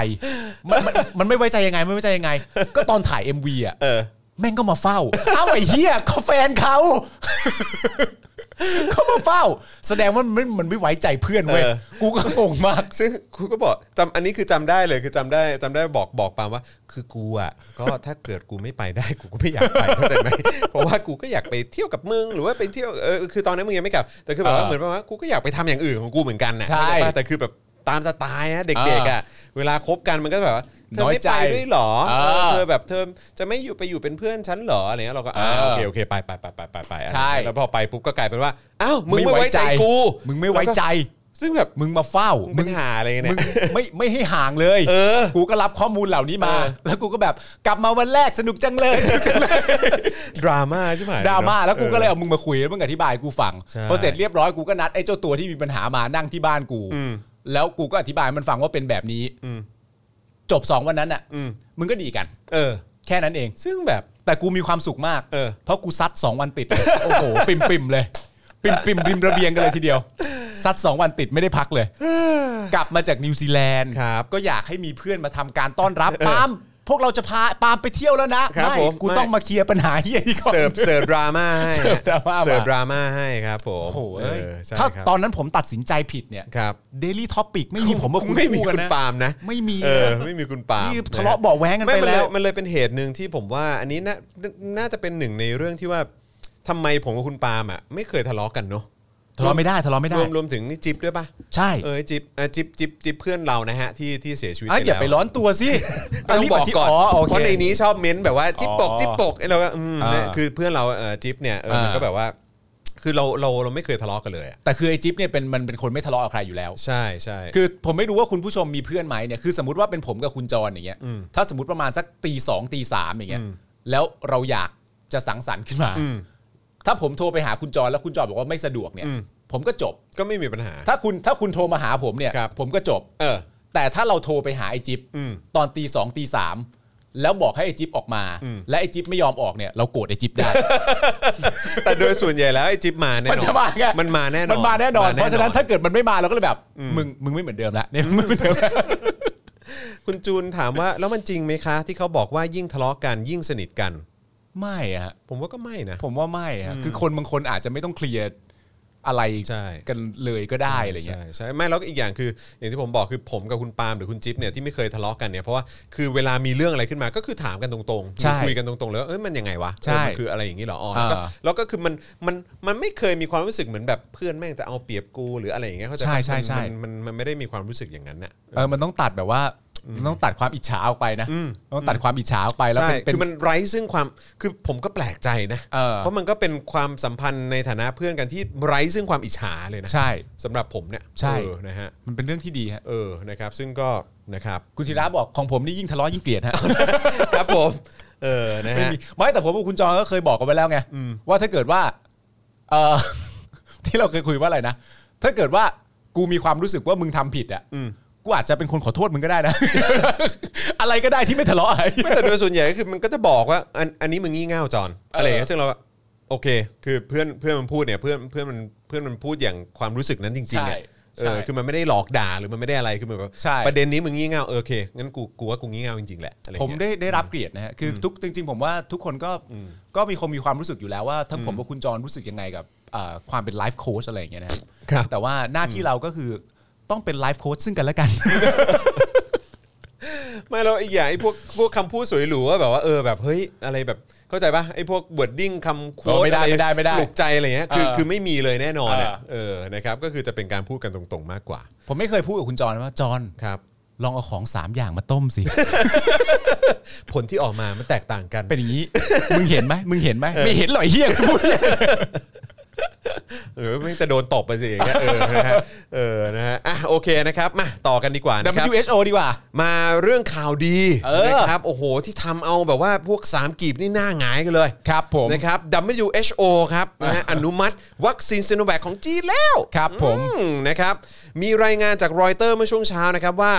Speaker 3: มันมันมันไม่ไว้ใจยังไงไม่ไว้ใจยังไง ก็ตอนถ่าย MV อ่ะ
Speaker 2: เออ
Speaker 3: แม่งก็มาเฝ้า เอ้าไอ้เหี้ยก็แฟนเขา ก็มาเฝ้า แสดงว่ามันมันไม่ไว้ใจเพื่อนเว้ย
Speaker 2: เออ
Speaker 3: กูก็งงมาก
Speaker 2: ซึ่งกูก็บอกจำอันนี้คือจำได้เลยคือจำได้จำได้บอกบอกปามว่า คือกูอ่ะ ก็ถ้าเกิดกูไม่ไปได้กูก็ไม่อยากไปเข้าใจไหมเพราะว่ากูก็อยากไปเที่ยวกับมึงหรือว่าไปเที่ยวเออคือตอนนั้นมึงยังไม่กลับแต่คือแบบว่า
Speaker 3: เออ
Speaker 2: เหมือนประมาณว่ากูก็อยากไปทำอย่างอื่นของกูเหมือนกันนะ
Speaker 3: ใช่
Speaker 2: เข้าจปะแต่คือแบบตามสไตล์อะเด็กๆอ่ะเวลาคบกันมันก็แบบว่าเธอ
Speaker 3: น้อย
Speaker 2: ไม่
Speaker 3: ใจ
Speaker 2: ไปด้วยเหรอ
Speaker 3: เออ
Speaker 2: เธอแบบเธอจะไม่อยู่ไปอยู่เป็นเพื่อนฉันเหรออะไรเงี้ยเราก็อ่า
Speaker 3: เออ
Speaker 2: โอเคโอเคไปไปไปไปไปไปอ่ะ
Speaker 3: ใช่
Speaker 2: แล้วพอไปปุ๊บก็กลายเป็นว่าอ้าวมึง
Speaker 3: ไม่
Speaker 2: ไม่ไว้ใจกู
Speaker 3: มึงไม่ไว้ใจ
Speaker 2: ซึ่งแบบ
Speaker 3: มึงมาเฝ้า
Speaker 2: มึ
Speaker 3: มึ
Speaker 2: ง
Speaker 3: ง
Speaker 2: หาอะไรกันเนี่ย
Speaker 3: มึงไม่ไม่ให้ห่างเลย
Speaker 2: เออ
Speaker 3: กูก็รับข้อมูลเหล่านี้มา
Speaker 2: เออ
Speaker 3: แล้วกูก็แบบกลับมาวันแรกสนุกจังเลยสนุกจังเลย
Speaker 2: ดราม่าใช่ไหม
Speaker 3: ดราม่าแล้วกูก็เลยเอามึงมาคุยแล้วมึงอธิบายให้กูฟัง
Speaker 2: ใช่
Speaker 3: พอเสร็จเรียบร้อยกูก็นัดไอ้เจ้าตัวที่มีปัญหามานั่งที่บ้านกู
Speaker 2: อืม
Speaker 3: แล้วกูก็อธิบายให้มันฟังว่าเป็นแบบนี้
Speaker 2: อืม
Speaker 3: จบสองวันนั้นอ่ะ
Speaker 2: อืม
Speaker 3: มึงก็ดีกัน
Speaker 2: เออ
Speaker 3: แค่นั้นเอง
Speaker 2: ซึ่งแบบ
Speaker 3: แต่กูมีความสุขมาก
Speaker 2: เออ
Speaker 3: ราะกูซัดสองวันติดเลย โอ้โหปิ่มปิมๆเลย ปิ่มปิมๆริมระเบียงกันเลยทีเดียว ซัดสองวันติดไม่ได้พักเลย กลับมาจากนิวซีแลนด์
Speaker 2: ครับ
Speaker 3: ก็อยากให้มีเพื่อนมาทำการต้อนรับปาล์มพวกเราจะพาปาล์มไปเที่ยวแล้วนะครับ ไม่
Speaker 2: ผม
Speaker 3: กู
Speaker 2: ไม่
Speaker 3: ต้องมาเคลียร์ปัญหาเฮียนี่ก่อน
Speaker 2: เสิร์ฟเสิร์ฟดราม่าให้
Speaker 3: เสิร์ฟดราม่ามา
Speaker 2: เสิร์ฟดราม่าให้ครับผม
Speaker 3: โอ้โหเอ้ย
Speaker 2: เออใช่
Speaker 3: ถ้า
Speaker 2: ครับ
Speaker 3: ตอนนั้นผมตัดสินใจผิดเนี่ย
Speaker 2: ครับ
Speaker 3: เดลี่ท็อปิกไม่มีผมกับคุณ
Speaker 2: ไม่มี
Speaker 3: คู่กั
Speaker 2: คุ
Speaker 3: น
Speaker 2: ณ
Speaker 3: นะ
Speaker 2: ปาล์มนะ
Speaker 3: ไม่มี
Speaker 2: เออไม่มีคุณปาล์ม
Speaker 3: นี่ทะเลาะเบาะแว้งกัน
Speaker 2: ไม่มั
Speaker 3: ไป
Speaker 2: นเล
Speaker 3: แล้
Speaker 2: ยว มันเลยเป็นเหตุหนึ่งที่ผมว่าอันนี้น่าน่าจะเป็นหนึ่งในเรื่องที่ว่าทำไมผมกับคุณปาล์มอ่ะไม่เคยทะเลาะกันเนาะ
Speaker 3: ทะเลาะไม่ได้ทะเลาะไม่
Speaker 2: ร
Speaker 3: ได้
Speaker 2: วมรวมถึงนี่จิ๊บด้วยป่ะ
Speaker 3: ใช่
Speaker 2: เออจิ๊บอ่ะจิ๊บจิ๊บจิ๊บเพื่อนเรานะฮะที่ที่เสียชีวิต
Speaker 3: อ่ะอย่าไป
Speaker 2: แล้ว
Speaker 3: ร้อนตัว สิ
Speaker 2: ต้อง
Speaker 3: รี
Speaker 2: บอก
Speaker 3: ธิ
Speaker 2: ก่อน
Speaker 3: โอเค
Speaker 2: เพราะในนี้ชอบเม้นแบบว่าจิ๊บปก
Speaker 3: อ๋อ
Speaker 2: จิ๊บปกเราก็อืม
Speaker 3: อ่า
Speaker 2: เนี่ยคือเพื่อนเราเอ่อจิ๊บเนี่ยเออมัน
Speaker 3: อ่า
Speaker 2: ก็แบบว่า คือเราเราเราไม่เคยทะเลาะกันเลยอะ
Speaker 3: แต่คือไอ้จิ๊บเนี่ยเป็นมันเป็นคนไม่ทะเลาะกับใครอยู่แล้ว
Speaker 2: ใช่ใช่
Speaker 3: คือผมไม่รู้ว่าคุณผู้ชมมีเพื่อนไหมเนี่ยคือสมมติว่าเป็นผมกับคุณจรอย่างเงี้ย
Speaker 2: อืม
Speaker 3: ถ้าสมมติประมาณสักตีสองตีสามอย่างเงี้ย
Speaker 2: อืม
Speaker 3: แล้วเราอยากจะสังสรรค์ขึ้นมา
Speaker 2: อืม
Speaker 3: ถ้าผมโทรไปหาคุณจรแล้วคุณจรบอกว่าไม่สะดวกเนี่ย
Speaker 2: อืม
Speaker 3: ผมก็จบ
Speaker 2: ก็ไม่มีปัญหา
Speaker 3: ถ้าคุณถ้าคุณโทรมาหาผมเนี่ย
Speaker 2: ครับ
Speaker 3: ผมก็จบ
Speaker 2: เออ
Speaker 3: แต่ถ้าเราโทรไปหาไอ้จิ๊บ
Speaker 2: อืม
Speaker 3: ตอนตีสองตีสามแล้วบอกให้ไอ้จิ๊บออกมา
Speaker 2: อืม
Speaker 3: และไอ้จิ๊บไม่ยอมออกเนี่ยเราโกรธไอ้จิ๊บได้
Speaker 2: แต่โดยส่วนใหญ่แล้วไอ้จิ๊บมาแน่นอน
Speaker 3: มันจะมาไง
Speaker 2: มันมาแน่นอน
Speaker 3: มันมาแน่นอน เพราะฉะนั้น
Speaker 2: อ
Speaker 3: ถ้าเกิดมันไม่มาเราก็เลยแบบมึงมึงไม่เหมือนเดิมละเนี่ยมึงไม่เหมือนเดิมละ
Speaker 2: คุณจูนถามว่า แล้วมันจริงไหมคะ ที่เขาบอกว่ายิ่งทะเลาะกันยิ่งสนิทกัน
Speaker 3: ไม่อะฮะ
Speaker 2: ผมว่าก็ไม่นะ
Speaker 3: ผมว่าไม่ฮะคือคนบางคนอาจจะไม่ต้องเคลียร์อะไร
Speaker 2: ใช่
Speaker 3: กันเลยก็ได้อะไรเงี้ย
Speaker 2: ใช่ใช่ไม่แล้วก็อีกอย่างคือ อย่างที่ผมบอกคือผมกับคุณปาล์มหรือคุณจิ๊บเนี่ยที่ไม่เคยทะเลาะกันเนี่ยเพราะว่าคือเวลามีเรื่องอะไรขึ้นมาก็คือถามกันตรงๆคื
Speaker 3: ใช่
Speaker 2: อคุยกันตรงๆแล้วาเอ้ยมันยังไงวะ
Speaker 3: ใช่
Speaker 2: เออมันคืออะไรอย่างนี้เหรออ๋อแล้วก็
Speaker 3: อ่า
Speaker 2: แล้วก็คือมันมันมันไม่เคยมีความรู้สึกเหมือนแบบเพื่อนแม่งจะเอาเปรียบกูหรืออะไรอย่างเงี้ยเข้าใจปะ
Speaker 3: ใช่ใช่ใช่
Speaker 2: มันมันมันไม่ได้มีความรู้สึกอย่างนั้นน่ะ
Speaker 3: เออมันต้องตัดแบบว่ามันต้องตัดความอิจฉาออกไปนะ
Speaker 2: อืม
Speaker 3: ต้องตัดความอิจฉาออกไปแล้ว
Speaker 2: ใช่
Speaker 3: เป็นเป็
Speaker 2: คือน มันไร้ซึ่งความคือผมก็แปลกใจนะ
Speaker 3: เออ
Speaker 2: ราะมันก็เป็นความสัมพันธ์ในฐานะเพื่อนกันที่ไร้ซึ่งความอิจฉาเลยนะ
Speaker 3: ใช่
Speaker 2: สำหรับผมเนี่ย
Speaker 3: ใช่
Speaker 2: เออนะฮะ
Speaker 3: มันเป็นเรื่องที่ดีฮะ
Speaker 2: เออนะครับซึ่งก็นะครับ
Speaker 3: คุณธีระบอกของผมนี่ยิ่งทะเลาะยิ่งเกลียดฮะ
Speaker 2: ครับผม เออ นะ
Speaker 3: ไม่
Speaker 2: ฮะ
Speaker 3: มีไม่แต่ผมกับคุณจองก็เคยบอกกันไปแล้วไงว่าถ้าเกิดว่าเอ อ ที่เราเคยคุยว่าอะไรนะถ้าเกิดว่ากูมีความรู้สึกว่ามึงทำผิดอ่ะ
Speaker 2: อืม
Speaker 3: กูอาจจะเป็นคนขอโทษมึงก็ได้นะ อะไรก็ได้ที่ไม่ท ะเลาะอะไร
Speaker 2: ไม่แต่โดยส่วนใหญ่ก็คือมันก็จะบอกว่า อันอันนี้มึงงี่เง่าจอนอะไรอย่างเงี้ยซึ่งเราก็โอเค คือเพื่อนเพื่อนมันพูดเนี่ยเพื่อนเพื่อนมันเพื่อนมันพูดอย่างความรู้สึกนั้นจริงๆอ่ะ
Speaker 3: ใช่
Speaker 2: เออ
Speaker 3: ใช่
Speaker 2: คือมันไม่ได้หลอกด่าหรือมันไม่ได้อะไรคือมันแบบ
Speaker 3: ใช่
Speaker 2: ประเด็นนี้มึงงี่เง่าเออโอเคงั้นกูกูว่ากูงี่เง่าจริงๆแหละอะไรอ
Speaker 3: ผ
Speaker 2: ย่าง
Speaker 3: ม
Speaker 2: เงี้ย
Speaker 3: ได้ได้รับเกลียดนะฮะคือทุกจริง ๆ ผมว่าทุกคนก็ก็มีคงมีความรู้สึกอยู่แล้วว่าทั้งผมกับคุณจรรู้สึกยังไงกับเอ่อความเป็นไลฟ์โค้ชอะไรอย่างเงี้ยนะครับ แต่ว่าหน้าที่เราก็คือต้องเป็นไลฟ์โค้ชซึ่งกันและ กัน
Speaker 2: ไม่เราไอ้อย่างไอ้พวกพวกคำพูดสวยหรูว่าแบบว่าเออแบบเฮ้ยอะไรแบบเข้าใจปะไอ้พวกบวดดิ้งคำโค้ด
Speaker 3: เออไม่ได้
Speaker 2: อะร
Speaker 3: ไม่ได้ไม่ได้
Speaker 2: ปลุกใจอะไรเงี้ยคือ
Speaker 3: เออ
Speaker 2: คือไม่มีเลยแน่นอนอ่ะ
Speaker 3: เออ
Speaker 2: เออนะครับก็คือจะเป็นการพูดกันตรงๆมากกว่า
Speaker 3: ผมไม่เคยพูดกับคุณจรว่าจร
Speaker 2: ครับ
Speaker 3: ลองเอาของสามอย่างมาต้มสิ
Speaker 2: ผลที่ออกมามันแตกต่างกัน
Speaker 3: เป็นอย่างนี้ มึงเห็นไหมมึงเห็นไหมไม่เห็นหรอยเฮียพูดเลย
Speaker 2: หรือไม่งจะโดนตบไปสิอย่างเงี้ยเออนะฮะเออนะฮะอ่ะโอเคนะครับมาต่อกันดีกว่านะครับ
Speaker 3: WHO ดีกว่า
Speaker 2: มาเรื่องข่าวดี
Speaker 3: เออ
Speaker 2: นะครับโอ้โหที่ทำเอาแบบว่าพวกสามกีบนี่หน้าหงายกันเลย
Speaker 3: ครับผม
Speaker 2: นะครับ WHO ครับนะฮะอนุมัติวัคซีนซิโนแวคของจีนแล้ว
Speaker 3: ครับผม
Speaker 2: อืมนะครับมีรายงานจากรอยเตอร์เมื่อช่วงเช้านะครับว่า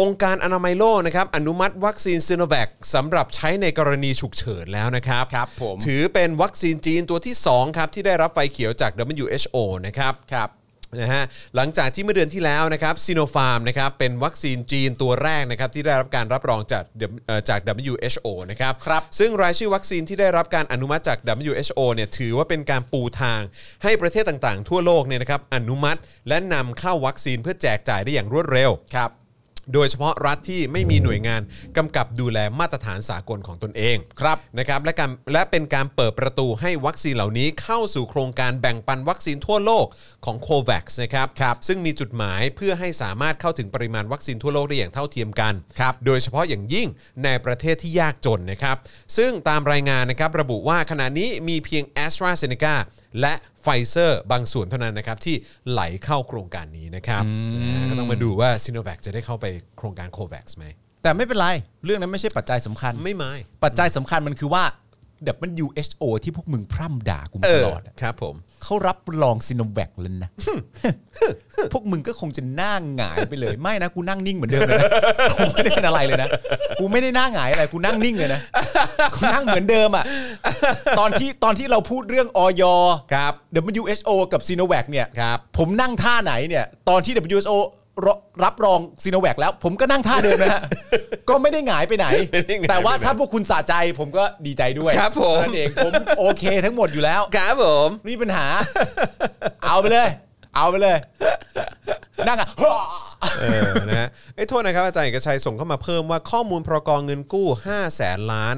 Speaker 2: องค์การอนามัยโลกนะครับอนุมัติวัคซีนซีโนแวคสำหรับใช้ในกรณีฉุกเฉินแล้วนะครับ
Speaker 3: ครับผม
Speaker 2: ถือเป็นวัคซีนจีนตัวที่ 2 ครับ ที่ได้รับไฟเขียวจาก WHO นะครับ
Speaker 3: ครับ
Speaker 2: นะฮะหลังจากที่เมื่อเดือนที่แล้วนะครับซีโนฟาร์มนะครับเป็นวัคซีนจีนตัวแรกนะครับที่ได้รับการรับรองจาก W- เอ่อจาก WHO นะครับ
Speaker 3: ครับ
Speaker 2: ซึ่งรายชื่อวัคซีนที่ได้รับการอนุมัติจาก WHO เนี่ยถือว่าเป็นการปูทางให้ประเทศต่างๆ ทั่วโลกเนี่ยนะครับอนุมัติ และนำเข้าวัคซีนเพื่อแจกจ่ายได้อย่างรวดเร็ว
Speaker 3: ครับ
Speaker 2: โดยเฉพาะรัฐที่ไม่มีหน่วยงานกำกับดูแลมาตรฐานสากลของตนเอง
Speaker 3: ครับ
Speaker 2: นะครับและการและเป็นการเปิดประตูให้วัคซีนเหล่านี้เข้าสู่โครงการแบ่งปันวัคซีนทั่วโลกของ c o v a x นะครับ
Speaker 3: ครับ
Speaker 2: ซึ่งมีจุดหมายเพื่อให้สามารถเข้าถึงปริมาณวัคซีนทั่วโลกได้อย่างเท่าเทียมกัน
Speaker 3: ครับ
Speaker 2: โดยเฉพาะอย่างยิ่งในประเทศที่ยากจนนะครับ ซึ่งตามรายงานนะครับระบุว่าขณะนี้มีเพียง a s t r a z e ซ e c a และไฟเซอร์บางส่วนเท่านั้นนะครับที่ไหลเข้าโครงการนี้นะครับนะก็ต้องมาดูว่าซิโนแวคจะได้เข้าไปโครงการ c o v a x ไหม
Speaker 3: แต่ไม่เป็นไร เรื่องนั้นไม่ใช่ปัจจัยสำคัญ
Speaker 2: ไม่ไม่
Speaker 3: ปัจจัยสำคัญมันคือว่า WHO ที่พวกมึงพร่ำด่ากูมา
Speaker 2: เออ
Speaker 3: ตลอดอะ
Speaker 2: ครับผม
Speaker 3: เขารับรองซิโนแวคแล้วนะ พวกมึงก็คงจะหน้าหงายไปเลย ไม่นะกูนั่งนิ่งเหมือนเดิมเลย นะกูไม่ได้เป็นอะไรเลยนะ กูไม่ได้หน้าหงายอะไรกูนั่งนิ่งเลยนะกูนั่งเหมือนเดิมอ่ะตอนที่ตอนที่เราพูดเรื่องออย
Speaker 2: ครับ
Speaker 3: WHO กับซีโนแวคเนี่ย
Speaker 2: ครับ
Speaker 3: ผมนั่งท่าไหนเนี่ย ตอนที่ WHO รรับรองซีโนแวคแล้ว ผมก็นั่งท่าเดิมนะ ฮะ ก็ไม่ได้หงายไปไหน
Speaker 2: ไม่ได้หงาย
Speaker 3: แต่ว่า
Speaker 2: ไปไหน
Speaker 3: ถ้าพวกคุณสะใจผมก็ดีใจด้วย
Speaker 2: ครับผม
Speaker 3: นั่นเองผมโอเคทั้งหมดอยู่แล้ว
Speaker 2: ครับผม
Speaker 3: นี่ปัญหา เอาไปเลย เอาไปเลย นั่งอ่ะ
Speaker 2: เออนะฮะไอ้ยโทษนะครับอาจารย์เอกชัยส่งเข้ามาเพิ่มว่าข้อมูลพรกองเงินกู้ 5 0 0แสนล้าน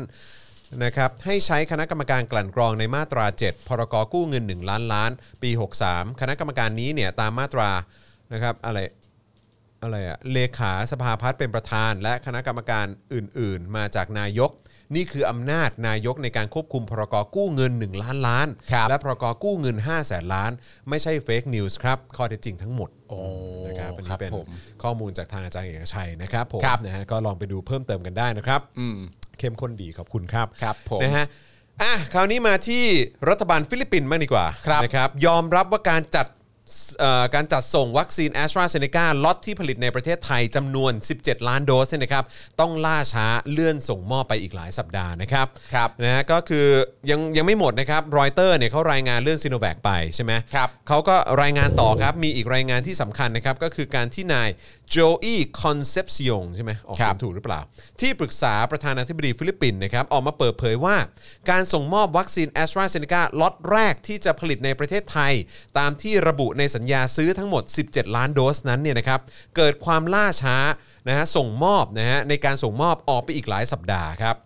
Speaker 2: นะครับให้ใช้คณะกรรมการกลั่นกรองในมาตรา 7 พรกกู้เงิน 1 ล้านล้าน ปี 63 คณะกรรมการนี้เนี่ยตามมาตรานะครับอะไรอะไรอะเลขาสภาพัฒน์เป็นประธาน และคณะกรรมการอื่น ๆ มาจากนายก นี่คืออำนาจนายกในการควบคุมพรกกู้เงิน 1 ล้านล้าน
Speaker 3: ครับ
Speaker 2: และพรกกู้เงิน 5 0 0แสนล้าน ไม่ใช่เฟกนิวส์ครับข้อเท็จจริงทั้งหมด
Speaker 3: โอ้
Speaker 2: นะครับอัน
Speaker 3: ครั
Speaker 2: นี้
Speaker 3: บ
Speaker 2: เป็น
Speaker 3: ผม
Speaker 2: ข้อมูลจากทางอาจารย์เอกชัยนะครับผม
Speaker 3: ครับ
Speaker 2: นะฮะก็ลองไปดูเพิ่มเติมกันได้นะครับ
Speaker 3: อืม
Speaker 2: เข้มข้นดีขอบคุณครับ
Speaker 3: ครับผม
Speaker 2: นะฮะอ่ะคราวนี้มาที่รัฐบาลฟิลิปปินส์มากดีกว่า
Speaker 3: ครับ
Speaker 2: นะครับยอมรับว่าการจัดเอ่อการจัดส่งวัคซีน a s t r a z e ซ e c a ล็อตที่ผลิตในประเทศไทยจำนวน 17 ล้านโดสเนี่ยนะครับต้องล่าช้าเลื่อนส่งมอบไปอีกหลายสัปดาห์นะครับ
Speaker 3: ครับ
Speaker 2: นะฮะก็คือยังยังไม่หมดนะครับรอยเตอร์เนี่ยเขารายงานเรื่องซีโนแวคไปใช่ไหม
Speaker 3: ครับ
Speaker 2: เขาก็รายงานต่อครับ มีอีกรายงานที่สำคัญนะครับ ก็คือการที่นายโจอีคอนเซปซิองใช่ไหมออก
Speaker 3: ครั
Speaker 2: เสีย
Speaker 3: บ
Speaker 2: ง ถูกหรือเปล่า ที่ปรึกษาประธานาธิบดีฟิลิปปินส์นะครับออกมาเปิดเผยว่า การส่งมอบวัคซีนแอสตราเซเนกาล็อตแรกที่จะผลิตในประเทศไทย ตามที่ระบุในสัญญาซื้อทั้งหมด 17 ล้านโดสนั้นเนี่ยนะครับเกิดความล่าช้านะฮะส่งมอบนะฮะในการส่งมอบออกไปอีกหลายสัปดาห์ครับ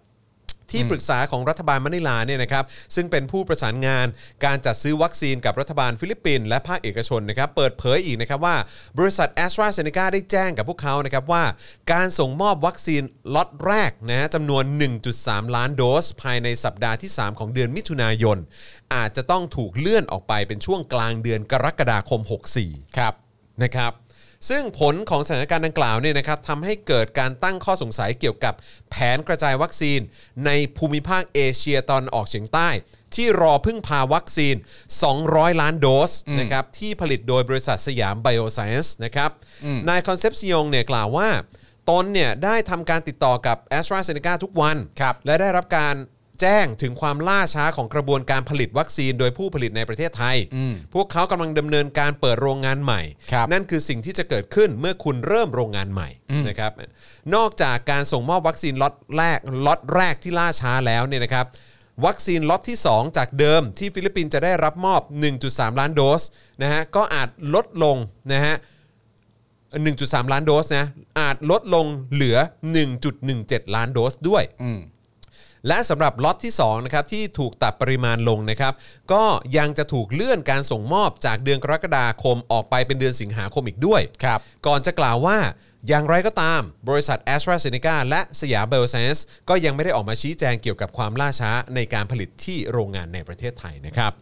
Speaker 2: ที่ปรึกษาของรัฐบาลมะนิลาเนี่ยนะครับซึ่งเป็นผู้ประสานงานการจัดซื้อวัคซีนกับรัฐบาลฟิลิปปินส์และภาคเอกชนนะครับเปิดเผยอีกนะครับว่า บริษัท a s t r a z e ซ e c a ได้แจ้งกับพวกเขานะครับว่า การส่งมอบวัคซีนล็อตแรกนะฮะจำนวน 1.3 ล้านโดส ภายในสัปดาห์ที่ 3 ของเดือนมิถุนายน อาจจะต้องถูกเลื่อนออกไปเป็นช่วงกลางเดือนกรกฎาคม 64
Speaker 3: ครับ
Speaker 2: นะครับซึ่งผลของสถานการณ์ดังกล่าวเนี่ยนะครับทำให้เกิดการตั้งข้อสงสัยเกี่ยวกับแผนกระจายวัคซีน ในภูมิภาคเอเชียตอนออกเฉียงใต้ ที่รอพึ่งพาวัคซีน 200 ล้านโดสนะครับที่ผลิตโดยบริษัทสยามไบโอไซเอนส์นะครับนายคอนเซปซิองเนี่ยกล่าวว่า ตนเนี่ยได้ทำการติดต่อกับ a s t r a z e ซ e c a ทุกวัน
Speaker 3: ครับ
Speaker 2: และได้รับการแจ้งถึงความล่าช้าของกระบวนการผลิตวัคซีน โดยผู้ผลิตในประเทศไทย พวกเขากำลังดำเนินการเปิดโรงงานใหม่
Speaker 3: ครับ
Speaker 2: นั่นคือสิ่งที่จะเกิดขึ้นเมื่อคุณเริ่มโรงงานใหม่นะครับ นอกจากการส่งมอบวัคซีนล็อตแรกล็อตแรกที่ล่าช้าแล้วเนี่ยนะครับ วัคซีนล็อตที่ 2 จากเดิมที่ฟิลิปปินส์จะได้รับมอบ 1.3 ล้านโดสนะฮะก็อาจลดลงนะฮะ 1.3 ล้านโดสนะอาจลดลงเหลือ 1.17 ล้านโดสด้วย และสำหรับล็อตที่2นะครับที่ถูกตัดปริมาณลงนะครับ ก็ยังจะถูกเลื่อนการส่งมอบจากเดือนกรกฎาคมออกไปเป็นเดือนสิงหาคมอีกด้วย
Speaker 3: ครับ
Speaker 2: ก่อนจะกล่าวว่าอย่างไรก็ตาม บริษัท a s t r a z e ซ e c a และสยามไบโอไซเอนส์ก็ยังไม่ได้ออกมาชี้แจงเกี่ยวกับความล่าช้าในการผลิตที่โรงงานในประเทศไทยนะครับ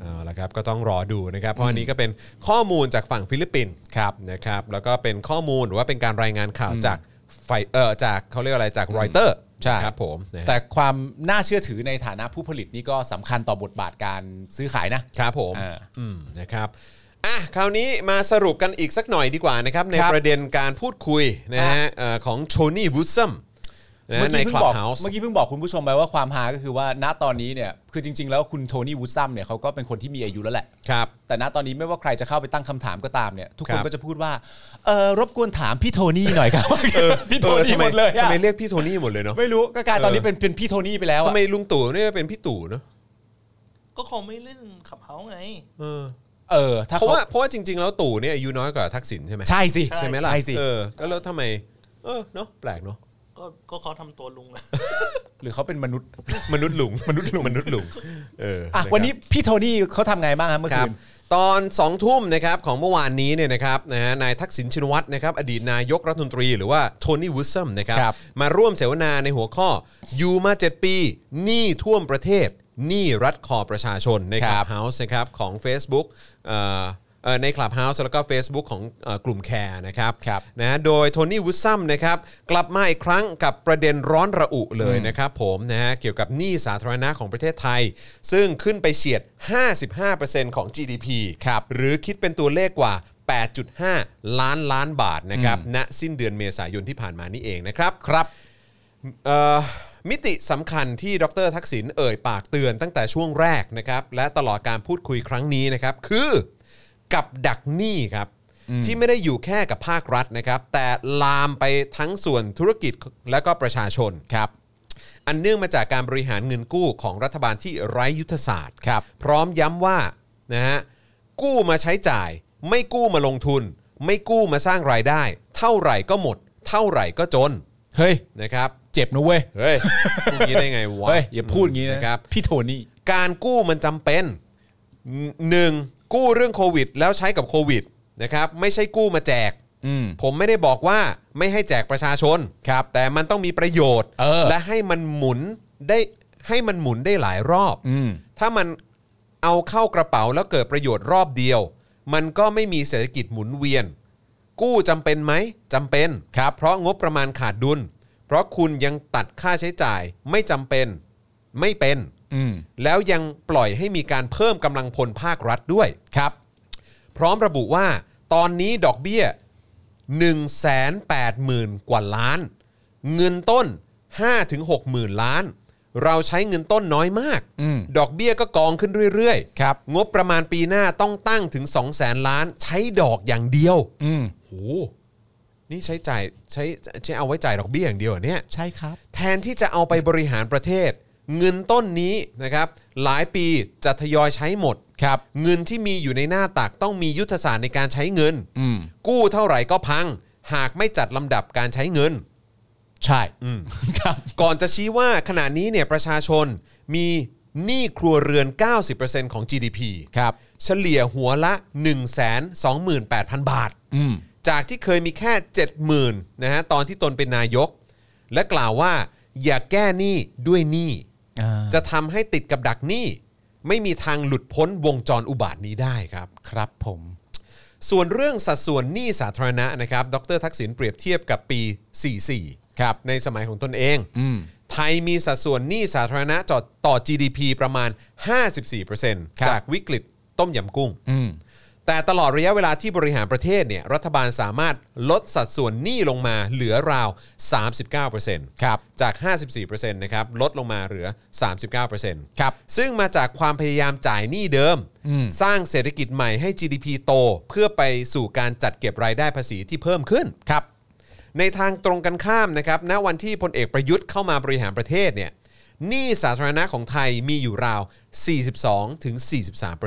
Speaker 2: เอาละครับก็ต้องรอดูนะครับ เพราะอันนี้ก็เป็นข้อมูลจากฝั่งฟิลิปปินส์
Speaker 3: ครับ
Speaker 2: นะครับแล้วก็เป็นข้อมูลหรือว่าเป็นการรายงานข่าวจากไฟเออจากเขาเรียกอะไรจากรอยเตอร์
Speaker 3: ใช่
Speaker 2: ครับผมนะฮะ
Speaker 3: แต่ความน่าเชื่อถือในฐานะผู้ผลิตนี่ก็สำคัญต่อบทบาทการซื้อขายนะ
Speaker 2: ครับผม
Speaker 3: อ่า
Speaker 2: อืมนะครับอ่ะคราวนี้มาสรุปกันอีกสักหน่อยดีกว่านะครับ ใน
Speaker 3: ครับ
Speaker 2: ประเด็นการพูดคุยนะฮะเอ่อของโทนี่วูดซัม นะ
Speaker 3: เมื่อ
Speaker 2: ใน
Speaker 3: กี้
Speaker 2: คลับบ
Speaker 3: เพิ่งอก
Speaker 2: เฮาส์
Speaker 3: เมื่อกี้เพิ่งบอกคุณผู้ชมไปว่าความฮาก็คือว่าณตอนนี้เนี่ยคือจริง ๆ แล้วคุณโทนี่วูดซัมเนี่ยเขาก็เป็นคนที่มีอายุแล้วแหละ
Speaker 2: ครับ
Speaker 3: แต่ณตอนนี้ไม่ว่าใครจะเข้าไปตั้งคำถามก็ตามเนี่ย ทุกค
Speaker 2: ครั
Speaker 3: น
Speaker 2: บ
Speaker 3: ก็จะพูดว่าเออรบกวนถามพี่โทนี่หน่อยครับ พี่โทนี่
Speaker 2: ออำไห
Speaker 3: มดเลย
Speaker 2: ทำ
Speaker 3: อะ
Speaker 2: ไมเรียกพี่โทนี่หมดเลยเนาะ
Speaker 3: ไม่รู้ก็กลายตอนนี้
Speaker 2: เออ
Speaker 3: เป็นเป็นพี่โทนี่ไปแล้ว
Speaker 2: ทำ
Speaker 3: อะ
Speaker 2: ไมลุงตู่เนี่ยเป็นพี่ตู่เนาะ
Speaker 4: ก็คงไม่เล่นขับเฮาไง
Speaker 2: เออ
Speaker 3: เออ ถ้า
Speaker 2: เพราะ
Speaker 3: เขา
Speaker 2: ว่าเพราะว่าจริง ๆ แล้วตู่เนี่ยอายุน้อยกว่าทักษิณใช่ไหม
Speaker 3: ใช่สิ
Speaker 4: ใช่
Speaker 2: ไหมล่ะ
Speaker 3: ใช่สิ
Speaker 2: เออก็แล้วทำไม เออเนาะแปลกเนาะ
Speaker 4: ก็ก็เขาทำตัวลุงอะ
Speaker 3: หรือเขาเป็นมนุษย์
Speaker 2: มนุษย์ห ลุงมนุษย์หลุงมนุษย์หลุงเออ
Speaker 3: อ่ะ
Speaker 2: ะครับ
Speaker 3: วันนี้พี่โทนี่เขาทำไงบ้างครับเมื่อ
Speaker 2: ครับ
Speaker 3: คืน
Speaker 2: ตอน 2 ทุ่มนะครับของเมื่อวานนี้เนี่ยนะครับนะฮะนายทักษิณชินวัตรนะครับอดีตนายกรัฐมนตรีหรือว่าโทนี่วูดซัมนะครับ
Speaker 3: ครับ
Speaker 2: มาร่วมเสวนาในหัวข้ออยู่มา 7 ปีหนี้ท่วมประเทศหนี้รัฐคอประชาชนในคลับเฮาส์นะครับของ Facebook เอ่อเอ่อในคลับเฮาส์แล้วก็ Facebook ของเออกลุ่มแคร์นะครับ
Speaker 3: ครับ
Speaker 2: นะฮะโดยโทนี่วูดซัมนะครับกลับมาอีกครั้งกับประเด็นร้อนระอุเลยนะครับผมนะฮะเกี่ยวกับหนี้สาธารณะของประเทศไทย ซึ่งขึ้นไปเฉียด 55%ของ GDP ครับหรือคิดเป็นตัวเลขกว่า 8.5 ล้านล้านบาทนะครับณสิ้นเดือนเมษายนที่ผ่านมานี่เองนะครับ
Speaker 3: ครับ
Speaker 2: เอ่อมิติสำคัญที่ดรทักษิณเอ่ยปากเตือนตั้งแต่ช่วงแรกนะครับและตลอดการพูดคุยครั้งนี้นะครับคือกับดักหนี้ครับที่ไม่ได้อยู่แค่กับภาครัฐนะครับ แต่ลามไปทั้งส่วนธุรกิจและก็ประชาชน
Speaker 3: ครับ
Speaker 2: อันเนื่องมาจากการบริหารเงินกู้ของรัฐบาลที่ไร้ยุทธศาสตร์
Speaker 3: ครับ
Speaker 2: พร้อมย้ำว่านะฮะกู้มาใช้จ่าย ไม่กู้มาลงทุน ไม่กู้มาสร้างรายได้ เท่าไหร่ก็หมด เท่าไหร่ก็จน
Speaker 3: เฮ้ย
Speaker 2: นะครับ
Speaker 3: เจ็บนะเว้ย
Speaker 2: เฮ้ยพูดงี้ได้ไงวะ
Speaker 3: เฮ้ย อย่าพูดอย่างนี้นะ
Speaker 2: ครับ
Speaker 3: พี่โทนี่
Speaker 2: การกู้มันจำเป็นหนึ่งกู้เรื่องโควิด แล้วใช้กับโควิดนะครับไม่ใช่กู้มาแจก
Speaker 3: อืม
Speaker 2: ผมไม่ได้บอกว่าไม่ให้แจกประชาชน
Speaker 3: ครับ
Speaker 2: แต่มันต้องมีประโยชน์
Speaker 3: เออ
Speaker 2: และให้มันหมุนได้ให้มันหมุนได้หลายรอบ
Speaker 3: อืม
Speaker 2: ถ้ามันเอาเข้ากระเป๋าแล้วเกิดประโยชน์รอบเดียว มันก็ไม่มีเศรษฐกิจหมุนเวียน กู้จำเป็นไหมจำเป็น
Speaker 3: ครับ
Speaker 2: เพราะงบประมาณขาดดุล เพราะคุณยังตัดค่าใช้จ่ายไม่จำเป็นไม่เป็น
Speaker 3: อืม
Speaker 2: แล้วยังปล่อยให้มีการเพิ่มกำลังพลภาครัฐด้วย
Speaker 3: ครับ
Speaker 2: พร้อมระบุว่าตอนนี้ดอกเบี้ย 1 8 0 0 0 0 กว่าล้าน เงินต้น 5 6 0 0 0 0 ล้าน เราใช้เงินต้นน้อยมาก
Speaker 3: อืม
Speaker 2: ดอกเบี้ยก็กองขึ้นเรื่อยๆ
Speaker 3: ครับ
Speaker 2: งบประมาณปีหน้าต้องตั้งถึง 2 0 0แสนล้านใช้ดอกอย่างเดียว
Speaker 3: อืม
Speaker 2: โหนี่ใช้จ่ายใช้ใช้เอาไว้จ่ายดอกเบี้ยอย่างเดียวเหรอเนี่ย
Speaker 3: ใช่ครับ
Speaker 2: แทนที่จะเอาไปบริหารประเทศ เงินต้นนี้นะครับ หลายปีจะทยอยใช้หมด
Speaker 3: ครับ
Speaker 2: เงินที่มีอยู่ในหน้าตักต้องมียุทธศาสตร์ในการใช้เงิน
Speaker 3: อืม
Speaker 2: กู้เท่าไหร่ก็พัง หากไม่จัดลำดับการใช้เงิน
Speaker 3: ใช่
Speaker 2: อืม
Speaker 3: ครับ
Speaker 2: ก่อนจะชี้ว่าขณะนี้เนี่ยประชาชนมีหนี้ครัวเรือน 90%ของ GDP
Speaker 3: ครับ
Speaker 2: เฉลี่ยหัวละ 128,000 บาท
Speaker 3: อืม
Speaker 2: จากที่เคยมีแค่ 70,000นะฮะตอนที่ตนเป็นนายก และกล่าวว่าอย่าแก้หนี้ด้วยหนี้
Speaker 3: อ่า
Speaker 2: จะทำให้ติดกับดักหนี้ไม่มีทางหลุดพ้นวงจรอุบาทนี้ได้ครับ
Speaker 3: ครับผม
Speaker 2: ส่วนเรื่องสัดส่วนหนี้สาธารณะนะครับ ดรทักษิณเปรียบเทียบกับปี 44
Speaker 3: ครับ
Speaker 2: ในสมัยของตนเอง
Speaker 3: อืม
Speaker 2: ไทยมีสัดส่วนหนี้สาธารณะต่อต่อ GDP ประมาณ
Speaker 3: ครั
Speaker 2: 54%
Speaker 3: บ
Speaker 2: จากวิกฤตต้มยำกุ้ง
Speaker 3: อืม
Speaker 2: แต่ตลอดระยะเวลาที่บริหารประเทศเนี่ยรัฐบาลสามารถลดสัดส่วนหนี้ลงมาเหลือราว 39%
Speaker 3: ครับ
Speaker 2: จาก 54%นะครับลดลงมาเหลือ 39%
Speaker 3: ครับ
Speaker 2: ซึ่งมาจากความพยายามจ่ายหนี้เดิม
Speaker 3: อืม
Speaker 2: สร้างเศรษฐกิจใหม่ให้ GDP โต เพื่อไปสู่การจัดเก็บรายได้ภาษีที่เพิ่มขึ้น
Speaker 3: ครับ
Speaker 2: ในทางตรงกันข้ามนะครับณวันที่พลเอกประยุทธ์เข้ามาบริหารประเทศเนี่ยหนี้สาธารณะของไทยมีอยู่ราว 42-43%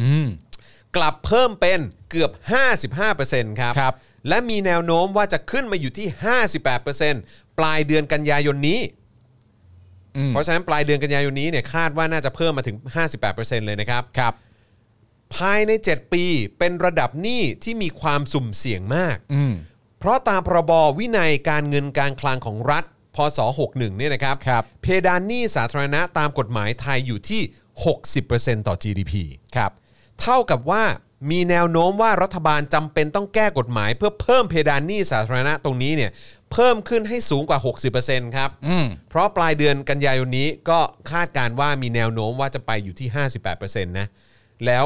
Speaker 3: อืม
Speaker 2: กลับเพิ่มเป็นเกือบ 55%ครับ
Speaker 3: ครับ
Speaker 2: และมีแนวโน้มว่าจะขึ้นมาอยู่ที่ 58%ปลายเดือนกันยายนนี้
Speaker 3: อืม
Speaker 2: เพราะฉะนั้นปลายเดือนกันยายนนี้เนี่ยคาดว่าน่าจะเพิ่มมาถึง 58%เลยนะครับ
Speaker 3: ครับ
Speaker 2: ภายใน 7 ปีเป็นระดับหนี้ที่มีความสุ่มเสี่ยงมาก
Speaker 3: อืม
Speaker 2: เพราะตามพรบวินัยการเงินการคลังของรัฐ พศ 61 เนี่ยนะครับ
Speaker 3: ครับ
Speaker 2: เพดานหนี้สาธารณะตามกฎหมายไทยอยู่ที่ 60%ต่อ GDP
Speaker 3: ครับ
Speaker 2: เท่ากับว่ามีแนวโน้มว่ารัฐบาลจำเป็นต้องแก้กฎหมาย เพื่อเพิ่มเพดานหนี้สาธารณะตรงนี้เนี่ยเพิ่มขึ้นให้สูงกว่า 60%ครับ
Speaker 3: อืม
Speaker 2: เพราะปลายเดือนกันยายนนี้ก็คาดการณ์ว่ามีแนวโน้มว่าจะไปอยู่ที่ 58%นะแล้ว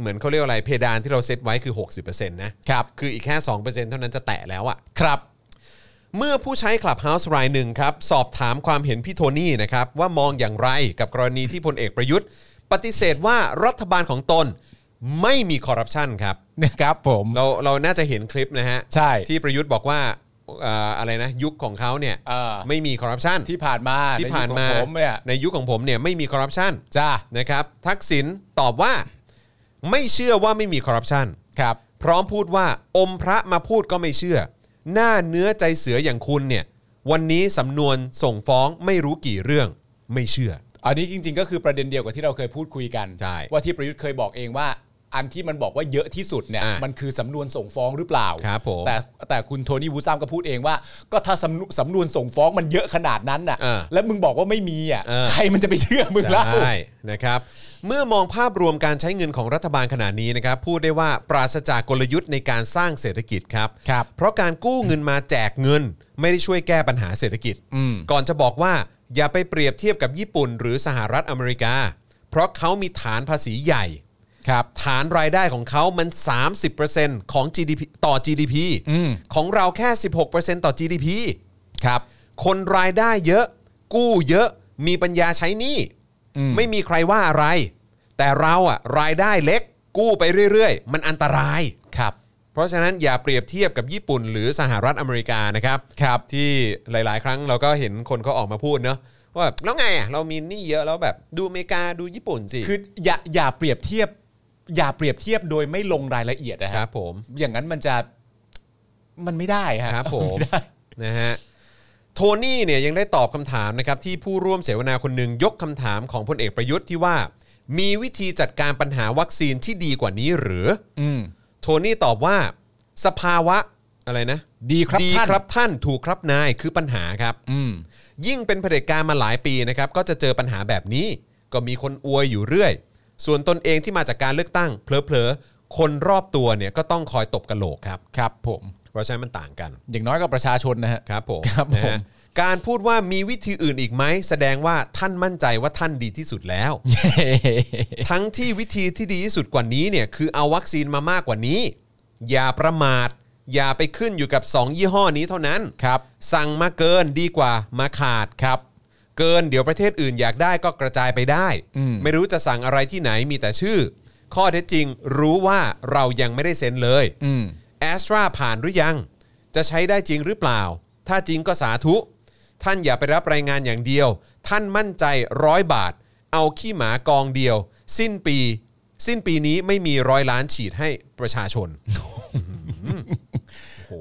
Speaker 2: เหมือนเขาเรียกว่าอะไรเพดานที่เราเซตไว้คือ 60%นะครับ คืออีกแค่ 2%เท่านั้นจะแตะแล้วอะ
Speaker 3: ครับ
Speaker 2: เมื่อผู้ใช้ Clubhouse รายหนึ่งครับ สอบถามความเห็นพี่โทนี่นะครับ ว่ามองอย่างไรกับกรณีที่พลเอกประยุทธ์ ปฏิเสธว่ารัฐบาลของตนไม่มีคอร์รัปชันครับ
Speaker 3: นะครับผม
Speaker 2: เราเราน่าจะเห็นคลิปนะฮะ
Speaker 3: ใช่
Speaker 2: ที่ประยุทธ์บอกว่าเอ่ออะไรนะยุคของเขาเนี่ย
Speaker 3: เออ
Speaker 2: ไม่มีคอร์รัปชัน
Speaker 3: ที่ผ่านมา
Speaker 2: ที่ผ่านมา
Speaker 3: ใยุคของผมเนี่ย
Speaker 2: ในยุคของผมเนี่ยไม่มีคอร์รัปชัน
Speaker 3: จ้า
Speaker 2: นะครับ ทักษิณตอบว่าไม่เชื่อว่าไม่มีคอร์รัปชัน
Speaker 3: ครับ
Speaker 2: พร้อมพูดว่าอมพระมาพูดก็ไม่เชื่อ หน้าเนื้อใจเสืออย่างคุณเนี่ย วันนี้สำนวนส่งฟ้องไม่รู้กี่เรื่องไม่เชื่อ
Speaker 3: อันนี้จริง ๆ ก็คือประเด็นเดียวกับที่เราเคยพูดคุยกัน
Speaker 2: ใช่
Speaker 3: ว่าที่ประยุทธ์เคยบอกเองว่า อันที่มันบอกว่าเยอะที่สุดเนี่ย
Speaker 2: อ่ะ
Speaker 3: มันคือสำนวนส่งฟ้องหรือเปล่า
Speaker 2: ครับผม
Speaker 3: แต่แต่คุณโทนี่วูดซัมก็พูดเองว่า ก็ถ้าสำนวนสำนวนส่งฟ้องมันเยอะขนาดนั้นน่ะ
Speaker 2: เออ
Speaker 3: แล้วมึงบอกว่าไม่มีอ่ะ
Speaker 2: เออ
Speaker 3: ใครมันจะไปเชื่อมึงเล่า
Speaker 2: ใช่นะครับเมื่อมองภาพรวมการใช้เงินของรัฐบาลขณะนี้นะครับพูดได้ว่าปราศจากกลยุทธ์ในการสร้างเศรษฐกิจครับ
Speaker 3: ครับ
Speaker 2: เพราะการกู้เงินมาแจกเงิน ไม่ได้ช่วยแก้ปัญหาเศรษฐกิจ
Speaker 3: อืม
Speaker 2: ก่อนจะบอกว่าอย่าไปเปรียบเทียบกับญี่ปุ่น หรือสหรัฐอเมริกา เพราะเขามีฐานภาษีใหญ่
Speaker 3: ครับ
Speaker 2: ฐานรายได้ของเขามัน 30%ของ GDP ต่อ GDP
Speaker 3: อืม
Speaker 2: ของเราแค่ 16%ต่อ GDP
Speaker 3: ครับ
Speaker 2: คนรายได้เยอะ กู้เยอะมีปัญญาใช้หนี้
Speaker 3: อืม
Speaker 2: ไม่มีใครว่าอะไร แต่เราอะรายได้เล็ก กู้ไปเรื่อยๆ มันอันตราย
Speaker 3: ครับ
Speaker 2: เพราะฉะนั้นอย่าเปรียบเทียบกับญี่ปุ่น หรือสหรัฐอเมริกานะครับ
Speaker 3: ครับ
Speaker 2: ที่หลายๆ ครั้งเราก็เห็นคนเขาออกมาพูดเนอะว่าแบบแล้วไงอะเรามีหนี้เยอะแล้วแบบดูอเมริกาดูญี่ปุ่นสิ
Speaker 3: คืออย่าอย่าเปรียบเทียบ อย่าเปรียบเทียบโดยไม่ลงรายละเอียดนะ
Speaker 2: ค
Speaker 3: ค
Speaker 2: รั
Speaker 3: รั
Speaker 2: บบ ผม
Speaker 3: อย่างนั้นมันจะมันไม่ได้ฮะ
Speaker 2: ครับผม
Speaker 3: ไได้
Speaker 2: นะฮะโทนี่เนี่ยยังได้ตอบคำถามนะครับที่ผู้ร่วมเสวนาคนหนึ่งยกคำถามของพลเอกประยุทธ์ที่ว่า มีวิธีจัดการปัญหาวัคซีนที่ดีกว่านี้หรือ
Speaker 3: อืม
Speaker 2: โทนี่ตอบว่า สภาวะอะไรนะ
Speaker 3: ดีครับ
Speaker 2: ดี
Speaker 3: ท่าน
Speaker 2: ครับท่านถูกครับนายคือปัญหาครับ
Speaker 3: อืม
Speaker 2: ยิ่งเป็นเผด็จการมาหลายปีนะครับก็จะเจอปัญหาแบบนี้ ก็มีคนอวยอยู่เรื่อย ส่วนตนเองที่มาจากการเลือกตั้งเพลอๆคนรอบตัวเนี่ยก็ต้องคอยตบกระโหลกครับ
Speaker 3: ครับ ผม
Speaker 2: เพราะฉะนั้นมันต่างกัน
Speaker 3: อย่างน้อยก็ประชาชนนะฮะ
Speaker 2: ครับผม
Speaker 3: ครับ
Speaker 2: นะฮะ
Speaker 3: ผม
Speaker 2: การพูดว่ามีวิธีอื่นอีกไหมแสดงว่าท่านมั่นใจว่าท่านดีที่สุดแล้ว ทั้งที่วิธีที่ดีที่สุดกว่านี้เนี่ยคือเอาวัคซีนมามากกว่านี้ อย่าประมาท อย่าไปขึ้นอยู่กับ 2 ยี่ห้อนี้เท่านั้น
Speaker 3: ครับ
Speaker 2: สั่งมาเกินดีกว่ามาขาด
Speaker 3: ครับ
Speaker 2: เกินเดี๋ยวประเทศอื่นอยากได้ก็กระจายไปได้
Speaker 3: อืม
Speaker 2: ไม่รู้จะสั่งอะไรที่ไหนมีแต่ชื่อ ข้อเท็จจริงรู้ว่าเรายังไม่ได้เซ็นเลย
Speaker 3: อืม
Speaker 2: แอสตราผ่านหรือยัง จะใช้ได้จริงหรือเปล่า ถ้าจริงก็สาธุ ท่านอย่าไปรับรายงานอย่างเดียว ท่านมั่นใจร้อยบาท เอาขี้หมากองเดียว สิ้นปี สิ้นปีนี้ไม่มีร้อยล้านฉีดให้ประชาชน โอ้โห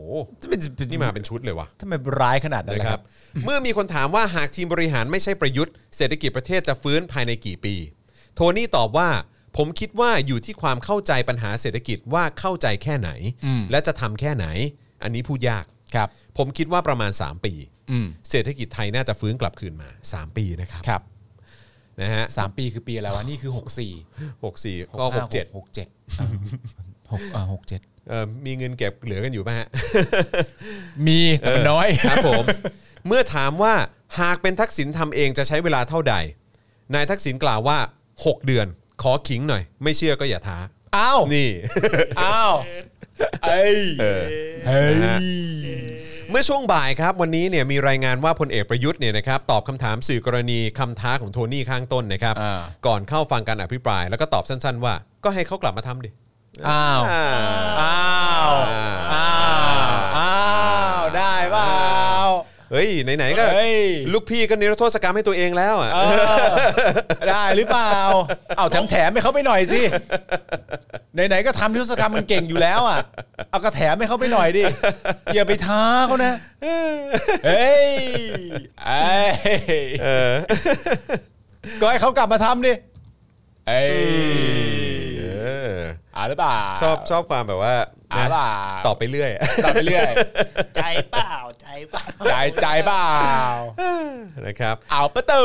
Speaker 2: นี่มาเป็นชุดเลยวะ
Speaker 3: ทำไมร้ายขนาดนั้น
Speaker 2: นะ
Speaker 3: ล่ะ
Speaker 2: ค
Speaker 3: ค
Speaker 2: รั
Speaker 3: รับ บ
Speaker 2: เมื่อมีคนถามว่าหากทีมบริหารไม่ใช่ประยุทธ์ เศรษฐกิจประเทศจะฟื้นภายในกี่ปี โทนี่ตอบว่า ผมคิดว่าอยู่ที่ความเข้าใจปัญหาเศรษฐกิจว่าเข้าใจแค่ไหน
Speaker 3: อืม
Speaker 2: และจะทำแค่ไหน อันนี้พูดยาก
Speaker 3: ครับ
Speaker 2: ผมคิดว่าประมาณ 3 ปี
Speaker 3: อืม
Speaker 2: เศรษฐกิจไทยน่าจะฟื้นกลับคืนมา 3 ปีนะครับ
Speaker 3: ครับ
Speaker 2: นะฮะ
Speaker 3: สามปีคือปีอะไรวะ นี่คือหกสี่
Speaker 2: หกสี่ก็หกเจ็ด
Speaker 3: หกเจ็ด หกอ่าหกเจ็ด
Speaker 2: เอ่อมีเงินเก็บเหลือกันอยู่ป่ะฮะ
Speaker 3: มีแต่มันน้อย
Speaker 2: ครับผม เมื่อถามว่าหากเป็นทักษิณทำเองจะใช้เวลาเท่าใด นายทักษิณกล่าวว่า 6 เดือน ขอขิงหน่อย ไม่เชื่อก็อย่าท้า
Speaker 3: อ้าว
Speaker 2: นี่
Speaker 3: อ้าว เอ้ยเฮ้ย
Speaker 2: เมื่อช่วงบ่ายครับ วันนี้เนี่ยมีรายงานว่าพลเอกประยุทธ์เนี่ยนะครับตอบคำถามสื่อกรณีคำท้าของโทนี่ข้างต้นนะครับ
Speaker 3: อ่า
Speaker 2: ก่อนเข้าฟังการอภิปราย แล้วก็ตอบสั้นๆว่า ก็ให้เขากลับมาทำดิ
Speaker 3: อ้าว
Speaker 2: อ่า
Speaker 3: อ้าว อ้าว อ้าว ได้เปล่า
Speaker 2: เฮ้ยไหนๆก็
Speaker 3: เฮ้ย
Speaker 2: ลูกพี่ก็นิรโทษกรรมให้ตัวเองแล้วอ่ะ
Speaker 3: เออได้หรือเปล่า เอาแถมแถมๆให้เขาไปหน่อยสิ ไหนๆก็ทำนิทรรศกรรมมันเก่งอยู่แล้วอ่ะ เอากระแถมให้เขาไปหน่อยดิ อย่าไปท้าเขานะ เฮ้ยเอ้ยก็ให้เขากลับมาทำดิ เอ้ย
Speaker 2: เออ
Speaker 3: อ่าหรือเปล่า
Speaker 2: ชอบชอบความแบบว่า
Speaker 3: อ่าหรือเปล่า
Speaker 2: ตอบไปเรื่อย
Speaker 3: ตอบไปเรื่อย
Speaker 4: ใจเปล่าใจเปล่า
Speaker 3: ใจใจเปล่า
Speaker 2: นะครับ
Speaker 3: เอาประ ตู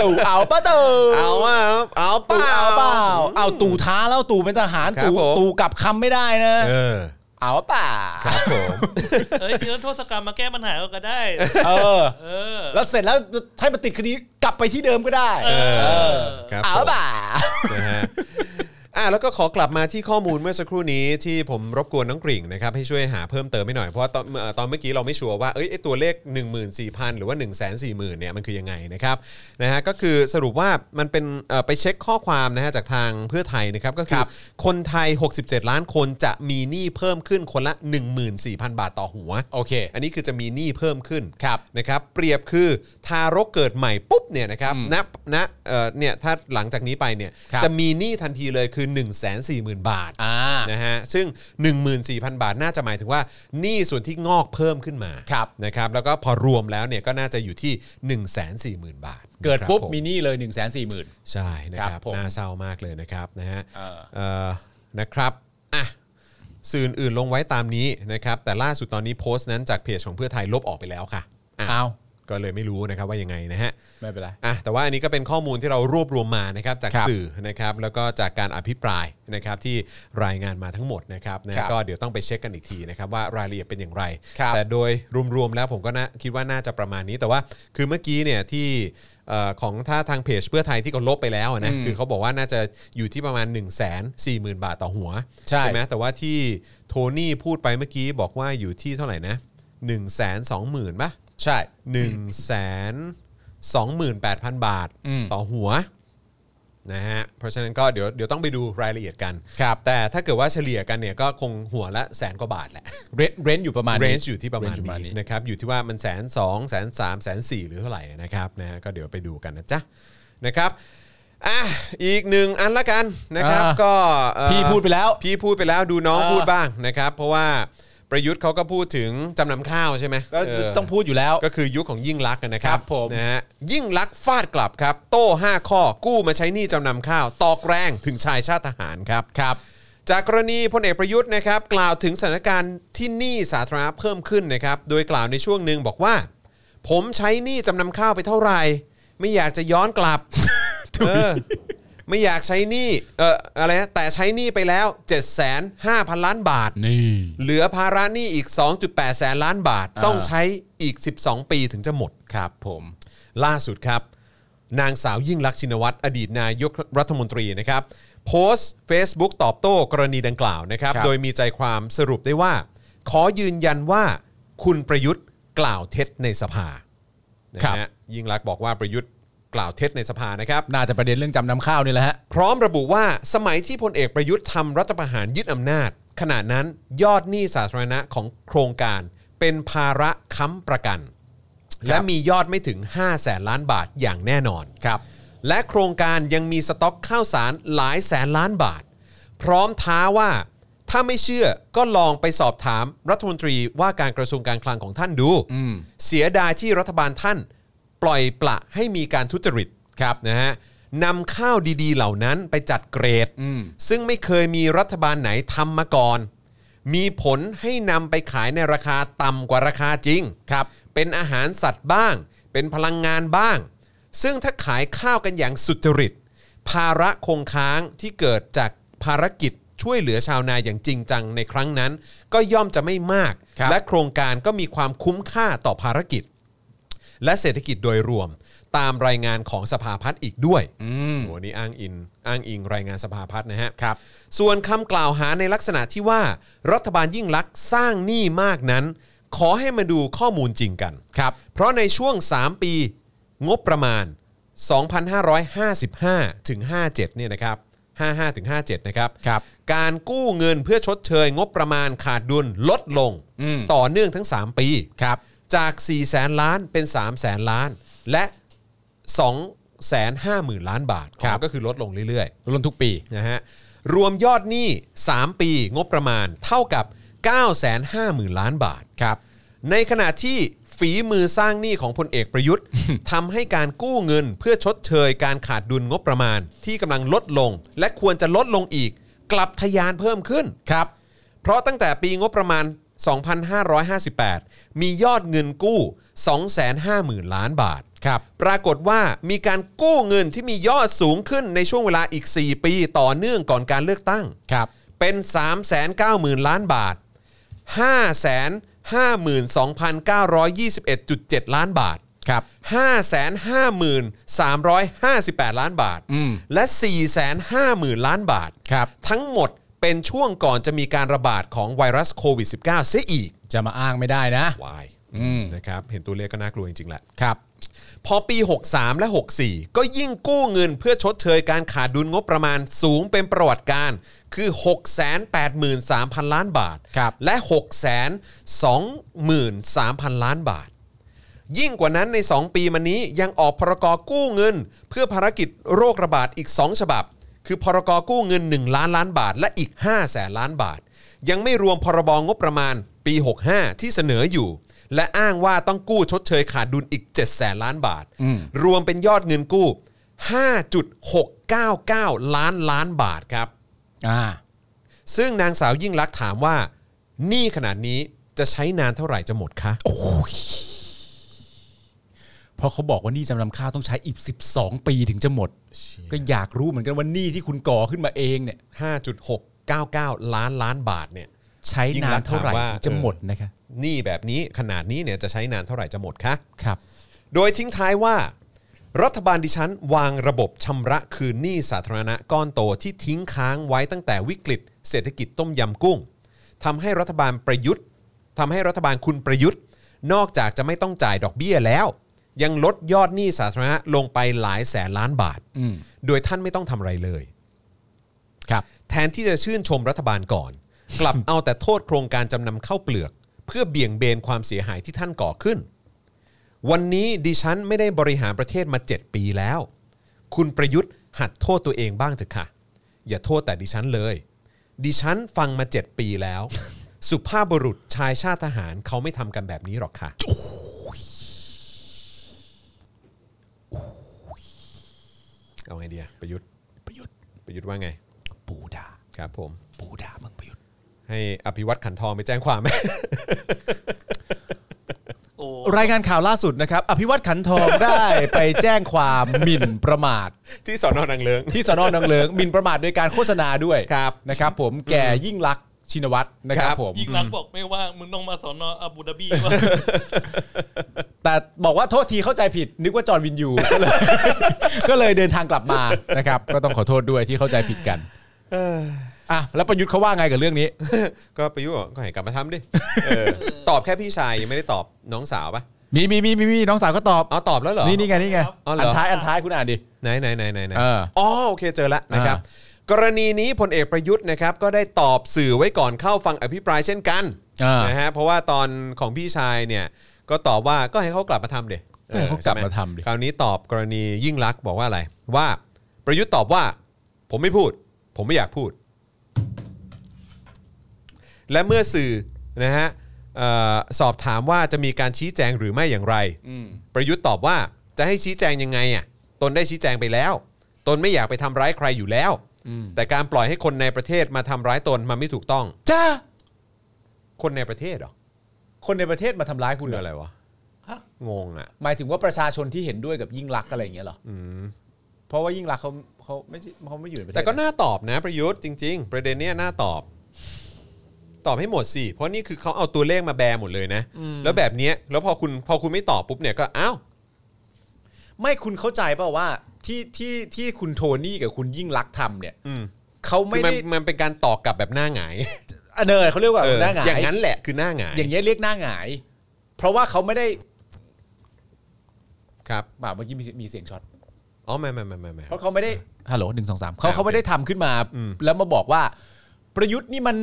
Speaker 3: ตู่เอาประตู
Speaker 2: เอาว่าเอาเป
Speaker 3: ตู่
Speaker 2: ล่า
Speaker 3: เอาเปล่า เอาตู่ท้าแล้วตู่เป็นทหาร
Speaker 2: ครับ
Speaker 3: ตู่
Speaker 2: ผม
Speaker 3: ตู่กลับคำไม่ได้นะ
Speaker 2: เออ
Speaker 3: เอาเปล่า
Speaker 2: ครับผม
Speaker 4: เฮ้ยนิรโทษกรรมมาแก้ปัญหาก็ได้
Speaker 3: เออ
Speaker 4: เออ
Speaker 3: แล้วเสร็จแล้วให้มันติดคดีกลับไปที่เดิมก็ได้
Speaker 4: เออ
Speaker 2: ครับ
Speaker 3: เอา
Speaker 2: ผม
Speaker 3: เปล่า
Speaker 2: นะฮะ อ่ะแล้วก็ขอกลับมาที่ข้อมูลเมื่อสักครู่นี้ที่ผมรบกวนน้องกริ่งนะครับให้ช่วยหาเพิ่มเติมให้หน่อย เพราะว่าตอนเอ่อตอนเมื่อกี้เราไม่ชัวร์ว่าเอ้ยไอ้ตัวเลข 14,000 หรือว่า 140,000เนี่ยมันคือยังไงนะครับนะฮะก็คือสรุปว่ามันเป็นเอ่อไปเช็คข้อความนะฮะจากทางเพื่อไทยนะครับก็คือ
Speaker 3: ครับ
Speaker 2: คนไทย 67 ล้านคนจะมีหนี้เพิ่มขึ้นคนละ 14,000 บาทต่อหัว
Speaker 3: โอเค
Speaker 2: อันนี้คือจะมีหนี้เพิ่มขึ้น
Speaker 3: ครับ
Speaker 2: นะครับ เปรียบคือทารกเกิดใหม่ปุ๊บเนี่ยนะครับ
Speaker 3: อืม
Speaker 2: ณณเอ่อเนี่ยถ้าหลังจากนี้ไปเนี่ย
Speaker 3: ครับ
Speaker 2: จะมีหนี้ทันทีเลยคือ 1 4 0 0 0 0 บาท
Speaker 3: อ่า
Speaker 2: นะฮะซึ่ง 14,000 บาทน่าจะหมายถึงว่าหนี้ส่วนที่งอกเพิ่มขึ้นมา
Speaker 3: ครับ
Speaker 2: นะครับแล้วก็พอรวมแล้วเนี่ยก็น่าจะอยู่ที่ 1 4 0 0 0 0 0 บาท
Speaker 3: เกิด
Speaker 2: นะครับ
Speaker 3: ปุ๊บ
Speaker 2: ผม
Speaker 3: มีหนี่เลย1นึ่งแสนสี่หมื่น
Speaker 2: ใช่นะค
Speaker 3: ค
Speaker 2: รั
Speaker 3: รั
Speaker 2: บบ
Speaker 3: ผม
Speaker 2: น่าเศร้ามากเลยนะครับนะฮะ
Speaker 3: เออ
Speaker 2: เอ่อนะครับอ่ะ สื่ออื่นๆลงไว้ตามนี้นะครับแต่ล่าสุดตอนนี้โพสต์นั้นจากเพจของเพื่อไทยลบออกไปแล้วค่ะอ่ะ
Speaker 3: อ้าว
Speaker 2: ก็เลยไม่รู้นะครับว่ายังไงนะฮะ
Speaker 3: ไม่เป็นไร
Speaker 2: อ่ะแต่ว่าอันนี้ก็เป็นข้อมูลที่เรารวบรวมมานะครับจาก
Speaker 3: ครับ
Speaker 2: สื่อนะครับแล้วก็จากการอภิปรายนะครับที่รายงานมาทั้งหมดนะครับนะฮะ
Speaker 3: ครับ
Speaker 2: ก็เดี๋ยวต้องไปเช็คกันอีกทีนะครับว่ารายละเอียดเป็นอย่างไร
Speaker 3: ครับ
Speaker 2: แต่โดยรวมๆแล้วผมก็นาคิดว่าน่าจะประมาณนี้ แต่ว่าคือเมื่อกี้เนี่ยที่เอ่อของถ้าทางเพจเพื่อไทยที่เขาลบไปแล้วนะ
Speaker 3: อืม
Speaker 2: คือเขาบอกว่าน่าจะอยู่ที่ประมาณ 1 4 0 0 0 0 บาทต่อหัว
Speaker 3: ใช่
Speaker 2: ไหม แต่ว่าที่โทนี่พูดไปเมื่อกี้บอกว่าอยู่ที่เท่าไหร่นะ1นึ่งแสนสองหมื่นป่ะ
Speaker 3: ใช่
Speaker 2: หนึ่งแสนสองหมื่นแปดพันบาท
Speaker 3: อืม
Speaker 2: ต่อหัวนะฮะเพราะฉะนั้นก็เดี๋ยวเดี๋ยวต้องไปดูรายละเอียดกัน
Speaker 3: ครับ
Speaker 2: แต่ถ้าเกิดว่าเฉลี่ยกันเนี่ยก็คงหัวละแสนกว่าบาทแหละ
Speaker 3: เรนเรนอยู่ประมาณ
Speaker 2: เร
Speaker 3: นี้
Speaker 2: นจ์อยู่ที่ประมาณ
Speaker 3: range อยู่ประมาณนี้
Speaker 2: นี้นะครับอยู่ที่ว่ามันแสนสองแสนสามแสนสี่หรือเท่าไหร่นะครับนะฮะก็เดี๋ยวไปดูกันนะจ๊ะนะครับอ่ะอีกหนึ่งอันละกันนะครับ
Speaker 3: อ่า
Speaker 2: ก็เอ่อ
Speaker 3: พี่พูดไปแล้ว
Speaker 2: พี่พูดไปแล้วดูน้อง
Speaker 3: เออ
Speaker 2: พูดบ้างนะครับ เพราะว่าประยุทธ์เขาก็พูดถึงจำนำข้าวใช่ไหม
Speaker 3: ก็
Speaker 2: เ
Speaker 3: ต้องพูดอยู่แล้ว
Speaker 2: ก็คือยุคของยิ่งลักษณ์นะครั
Speaker 3: ครับผม
Speaker 2: นะฮะยิ่งลักษณ์ฟาดกลับครับ โต้ 5 ข้อกู้มาใช้หนี้จำนำข้าว ตอกแรงถึงชายชาติทหารครับ
Speaker 3: ครับ
Speaker 2: จากกรณีพลเอกประยุทธ์นะครับกล่าวถึงสถานการณ์ที่หนี้สาธารณะเพิ่มขึ้นนะครับโดยกล่าวในช่วงหนึ่งบอกว่า ผมใช้หนี้จำนำข้าวไปเท่าไหร่ ไม่อยากจะย้อนกลับ เออไม่อยากใช้หนี้เอออะไรนะแต่ใช้หนี้ไปแล้ว 7 5 0 0 0 ล้านบาท
Speaker 3: นี่
Speaker 2: เหลือภาระหนี้อีก 2.8 แสนล้านบาท
Speaker 3: อ่า
Speaker 2: ต้องใช้อีก 12 ปีถึงจะหมด
Speaker 3: ครับผม
Speaker 2: ล่าสุดครับ นางสาวยิ่งลักษณ์ชินวัตรอดีตนายกรัฐมนตรีนะครับ โพสต์ Facebook ตอบโต้กรณีดังกล่าวนะครับ
Speaker 3: ครับ
Speaker 2: โดยมีใจความสรุปได้ว่า ขอยืนยันว่าคุณประยุทธ์กล่าวเท็จในสภานะฮะยิ่งลักษณ์บอกว่าประยุทธ์กล่าวเท็จในสภานะครับ
Speaker 3: น่าจะประเด็นเรื่องจำนำข้าวนี่แหละฮะ
Speaker 2: พร้อมระบุว่าสมัยที่พลเอกประยุทธ์ทำรัฐประหารยึดอำนาจ ขณะนั้นยอดหนี้สาธารณะของโครงการเป็นภาระค้ำประกัน และมียอดไม่ถึง 5 แสนล้านบาทอย่างแน่นอน
Speaker 3: ครับ
Speaker 2: และโครงการยังมีสต็อกข้าวสารหลายแสนล้านบาท พร้อมท้าว่า ถ้าไม่เชื่อก็ลองไปสอบถามรัฐมนตรีว่าการกระทรวงการคลังของท่านดู
Speaker 3: อืม
Speaker 2: เสียดายที่รัฐบาลท่านปล่อยปละให้มีการทุจริต
Speaker 3: ครับ
Speaker 2: นะฮะนำข้าวดีๆ เหล่านั้นไปจัดเกรด
Speaker 3: อืม
Speaker 2: ซึ่งไม่เคยมีรัฐบาลไหนทำมาก่อน มีผลให้นำไปขายในราคาต่ำกว่าราคาจริง
Speaker 3: ครับ
Speaker 2: เป็นอาหารสัตว์บ้าง เป็นพลังงานบ้าง ซึ่งถ้าขายข้าวกันอย่างสุจริต ภาระคงค้างที่เกิดจากภารกิจช่วยเหลือชาวนาอย่างจริงจังในครั้งนั้น ก็ย่อมจะไม่มาก
Speaker 3: ครับ
Speaker 2: และโครงการก็มีความคุ้มค่าต่อภารกิจ และเศรษฐกิจโดยรวม ตามรายงานของสภาพัฒน์อีกด้วย
Speaker 3: อืม
Speaker 2: โอ้โหนี่อ้างอินอ้างอิงรายงานสภาพัฒน์นะฮะ
Speaker 3: ครับ
Speaker 2: ส่วนคำกล่าวหาในลักษณะที่ว่า รัฐบาลยิ่งลักษณ์สร้างหนี้มากนั้น ขอให้มาดูข้อมูลจริงกัน
Speaker 3: ครับ
Speaker 2: เพราะในช่วง 3 ปีงบประมาณ 2,555 ถึง 57 เนี่ยนะครับ 55 ถึง 57 นะครับ
Speaker 3: ครับ
Speaker 2: การกู้เงินเพื่อชดเชยงบประมาณขาดดุลลดลง
Speaker 3: อืม
Speaker 2: ต่อเนื่องทั้ง 3 ปี
Speaker 3: ครับ
Speaker 2: จาก 4 แสนล้านเป็น 3 แสนล้าน และ 2 5 0 0 0 0 ล้านบาท
Speaker 3: ครับ
Speaker 2: ก็คือลดลงเรื่อยๆ
Speaker 3: ลดลงทุกปี
Speaker 2: นะฮะรวมยอดหนี้ 3 ปีงบประมาณเท่ากับ 950,000 ล้านบาท
Speaker 3: ครับ
Speaker 2: ในขณะที่ฝีมือสร้างหนี้ของพลเอกประยุทธ์ ทำให้การกู้เงินเพื่อชดเชยการขาดดุลงบประมาณ ที่กำลังลดลง และควรจะลดลงอีก กลับทะยานเพิ่มขึ้น
Speaker 3: ครับ
Speaker 2: เพราะตั้งแต่ปีงบประมาณ 2,558 มียอดเงินกู้ 250,000 ล้านบาท
Speaker 3: ครับ
Speaker 2: ปรากฏว่ามีการกู้เงินที่มียอดสูงขึ้นในช่วงเวลาอีก 4 ปีต่อเนื่องก่อนการเลือกตั้ง
Speaker 3: ครับ
Speaker 2: เป็น 390,000 ล้านบาท 5 5 2 9 2 1 7 ล้านบาท
Speaker 3: ครับ
Speaker 2: 553,358 ล้านบาท
Speaker 3: อืม
Speaker 2: และ 450,000 ล้านบาท
Speaker 3: ครับ
Speaker 2: ทั้งหมดเป็นช่วงก่อนจะมีการระบาดของไวรัสโควิด -19 เสียอีก
Speaker 3: จะมาอ้างไม่ได้นะ
Speaker 2: วาย
Speaker 3: อืม
Speaker 2: นะครับ เห็นตัวเลขก็น่ากลัวจริงๆแหละ
Speaker 3: ครับ
Speaker 2: พอปี 63 และ 64 ก็ยิ่งกู้เงินเพื่อชดเชยการขาดดุลงบประมาณสูงเป็นประวัติการณ์คือ 683,000 ล้านบาท
Speaker 3: ครับ
Speaker 2: และ 623,000 ล้านบาท ยิ่งกว่านั้นใน 2 ปีมานี้ยังออกพรกกู้เงิน เพื่อภารกิจโรคระบาดอีก 2 ฉบับ คือพรกกู้เงิน 1 ล้านล้านบาท และอีก 5 แสนล้านบาท ยังไม่รวมพรบงบประมาณปี 65 ที่เสนออยู่ และอ้างว่าต้องกู้ชดเชยขาดดุลอีก 7 แสนล้านบาท รวมเป็นยอดเงินกู้ 5.699 ล้านล้านบาทครับ
Speaker 3: อ่า
Speaker 2: ซึ่งนางสาวยิ่งลักษณ์ถามว่าหนี่ขนาดนี้จะใช้นานเท่าไหร่จะหมดคะ
Speaker 3: เพราะเขาบอกว่าหนี่จำนำข้าวต้องใช้อีก 12 ปีถึงจะหมด ก็อยากรู้เหมือนกันว่าหนี่ที่คุณก่อขึ้นมาเองเนี่ย
Speaker 2: 5.699 ล้านล้านบาทเนี่ย
Speaker 3: ใช้นานเท่าไหร่
Speaker 2: ยิ่งรักถามว่า
Speaker 3: ถึงจะหมดนะคะ
Speaker 2: หนี่แบบนี้ขนาดนี้เนี่ยจะใช้นานเท่าไหร่จะหมดคะ
Speaker 3: ครับ
Speaker 2: โดยทิ้งท้ายว่า รัฐบาลดิฉันวางระบบชำระคืนหนี้สาธารณะก้อนโตที่ทิ้งค้างไว้ตั้งแต่วิกฤต เศรษฐกิจต้มยำกุ้งทำให้รัฐบาลประยุทธ์ทำให้รัฐบาลคุณประยุทธ์ นอกจากจะไม่ต้องจ่ายดอกเบี้ยแล้ว ยังลดยอดหนี้สาธารณะลงไปหลายแสนล้านบาท
Speaker 3: อืม
Speaker 2: โดยท่านไม่ต้องทำอะไรเลย
Speaker 3: ครับ
Speaker 2: แทนที่จะชื่นชมรัฐบาลก่อน กลับเอาแต่โทษโครงการจำนำเข้าวเปลือก เพื่อเบี่ยงเบนความเสียหายที่ท่านก่อขึ้น วันนี้ดิฉันไม่ได้บริหารประเทศมา 7 ปีแล้ว คุณประยุทธ์หัดโทษตัวเองบ้างเถอะค่ะ อย่าโทษแต่ดิฉันเลย ดิฉันฟังมา 7 ปีแล้ว สุภาพบุรุษชายชาติทหารเขาไม่ทำกันแบบนี้หรอกค่ะ เอาไงดีอะประยุทธ์
Speaker 3: ประยุทธ์
Speaker 2: ประยุทธ์ว่าไง
Speaker 3: ปูดา
Speaker 2: ครับผม
Speaker 3: ปูดามึงประยุทธ์
Speaker 2: ให้อภิวัตขันทองไปแจ้งความไหม
Speaker 4: โอ้
Speaker 3: รายงานข่าวล่าสุดนะครับ อภิวัตขันทองได้ ไปแจ้งความหมิ่นประมาท
Speaker 2: ที่สอนอนังเลิ้ง
Speaker 3: ที่สนอนางเลิงหมิ่นประมาทโดยการโฆษณาด้วย
Speaker 2: ครับ
Speaker 3: นะครับ ผมแก่ยิ่งลักษณ์ชินวัตรนะค
Speaker 2: ค
Speaker 3: รั
Speaker 2: รับ บ
Speaker 3: ผม
Speaker 4: ยิ่งรักษณ์บอกไม่ว่างมึงต้องมาสอนออาบูดาบีว่า
Speaker 3: แต่บอกว่าโทษทีเข้าใจผิด นึกว่าจอร์นวินยู ก็เลยก็เลยเดินทางกลับมานะครับ ก็ต้องขอโทษด้วยที่เข้าใจผิดกันอ่ะแล้วประยุทธ์เขาว่าไงกับเรื่องนี้
Speaker 2: ก็ประยุทธ์บอกก็ให้กลับมาทำดิเออตอบแค่พี่ชายยังไม่ได้ตอบน้องสาวปะ
Speaker 3: มีมีมีมีมีน้องสาวก็ตอบ
Speaker 2: เอาตอบแล้วเหรอ
Speaker 3: นี่นี่ไงนี่ไง
Speaker 2: อ๋อเหรออั
Speaker 3: อันท้ายอันท้ายคุณอ่านดิ
Speaker 2: ไหนไหนไหนไหนไหน
Speaker 3: เออ
Speaker 2: อ๋อโอเคเจอแล้วนะครับ กรณีนี้พลเอกประยุทธ์นะครับก็ได้ตอบสื่อไว้ก่อนเข้าฟังอภิปรายเช่นกัน
Speaker 3: อ่าน
Speaker 2: นะฮะเพราะว่าตอนของพี่ชายเนี่ยก็ตอบว่าก็ให้เขากลับมาทำเด็
Speaker 3: ก็ให้เขากลับมาทำดิ
Speaker 2: คราวนี้ตอบกรณียิ่งลักษณ์บอกว่าอะไร ว่าประยุทธ์ตอบว่า ผมไม่พูด ผมไม่อยากพูด และเมื่อสื่อนะฮะเอ่อสอบถามว่าจะมีการชี้แจงหรือไม่อย่างไร ประยุทธ์ตอบว่าจะให้ชี้แจงยังไงอ่ะตนได้ชี้แจงไปแล้ว ตนไม่อยากไปทำร้ายใครอยู่แล้ว แต่การปล่อยให้คนในประเทศมาทำร้ายตนมันไม่ถูกต้อง
Speaker 3: จ้า
Speaker 2: คนในประเทศเหรอ
Speaker 3: คนในประเทศมาทำร้ายคุณ
Speaker 2: คือ
Speaker 3: เหรอ
Speaker 2: อะไรวะ
Speaker 4: ฮะ
Speaker 2: งงอ่ะ
Speaker 3: หมายถึงว่าประชาชนที่เห็นด้วยกับยิ่งรักษณ์อะไรอย่างเงี้ยเหรอ
Speaker 2: อืม
Speaker 3: เพราะว่ายิ่งรักษณ์เขาเขาไม่ใช่เขาไม่อยู่ในประเทศ
Speaker 2: แต่ก็น่าตอบนะประยุทธ์จริง ๆ ประเด็นเนี้ยน่าตอบ ตอบให้หมดสิเพราะนี่คือเขาเอาตัวเลขมาแบร์หมดเลยนะ แล้วแบบเนี้ยแล้วพอคุณพอคุณไม่ตอบปุ๊บเนี่ยก็อ้าว
Speaker 3: ไม่คุณเข้าใจเปล่าว่าที่ที่ที่คุณโทนี่กับคุณยิ่งรักษณ์ทำเนี่ย
Speaker 2: อืม
Speaker 3: เขา
Speaker 2: คื
Speaker 3: ไม่
Speaker 2: อมัน
Speaker 3: ได้
Speaker 2: มันเป็นการตอกกลับแบบหน้าหงาย
Speaker 3: อ่ะเนยเขาเรียกว่า
Speaker 2: เออ
Speaker 3: หน้าหงาย
Speaker 2: อย่างนั้นแหละคือหน้าหงาย
Speaker 3: อย่างเงี้ยเรียกหน้าหงาย เพราะว่าเขาไม่ได้
Speaker 2: ครับ
Speaker 3: บ่าวเมื่อกี้มีมีเสียงช็อต
Speaker 2: อ๋อไม่ไม่ไม่ไม่ไม่
Speaker 3: เพราะเขาไม่ได้ ฮัลโหลหนึ่งสองสามเขา
Speaker 2: โอเค
Speaker 3: เขาไม่ได้ทำขึ้นมา
Speaker 2: อืม
Speaker 3: แล้วมาบอกว่า ประยุทธ์นี่มัน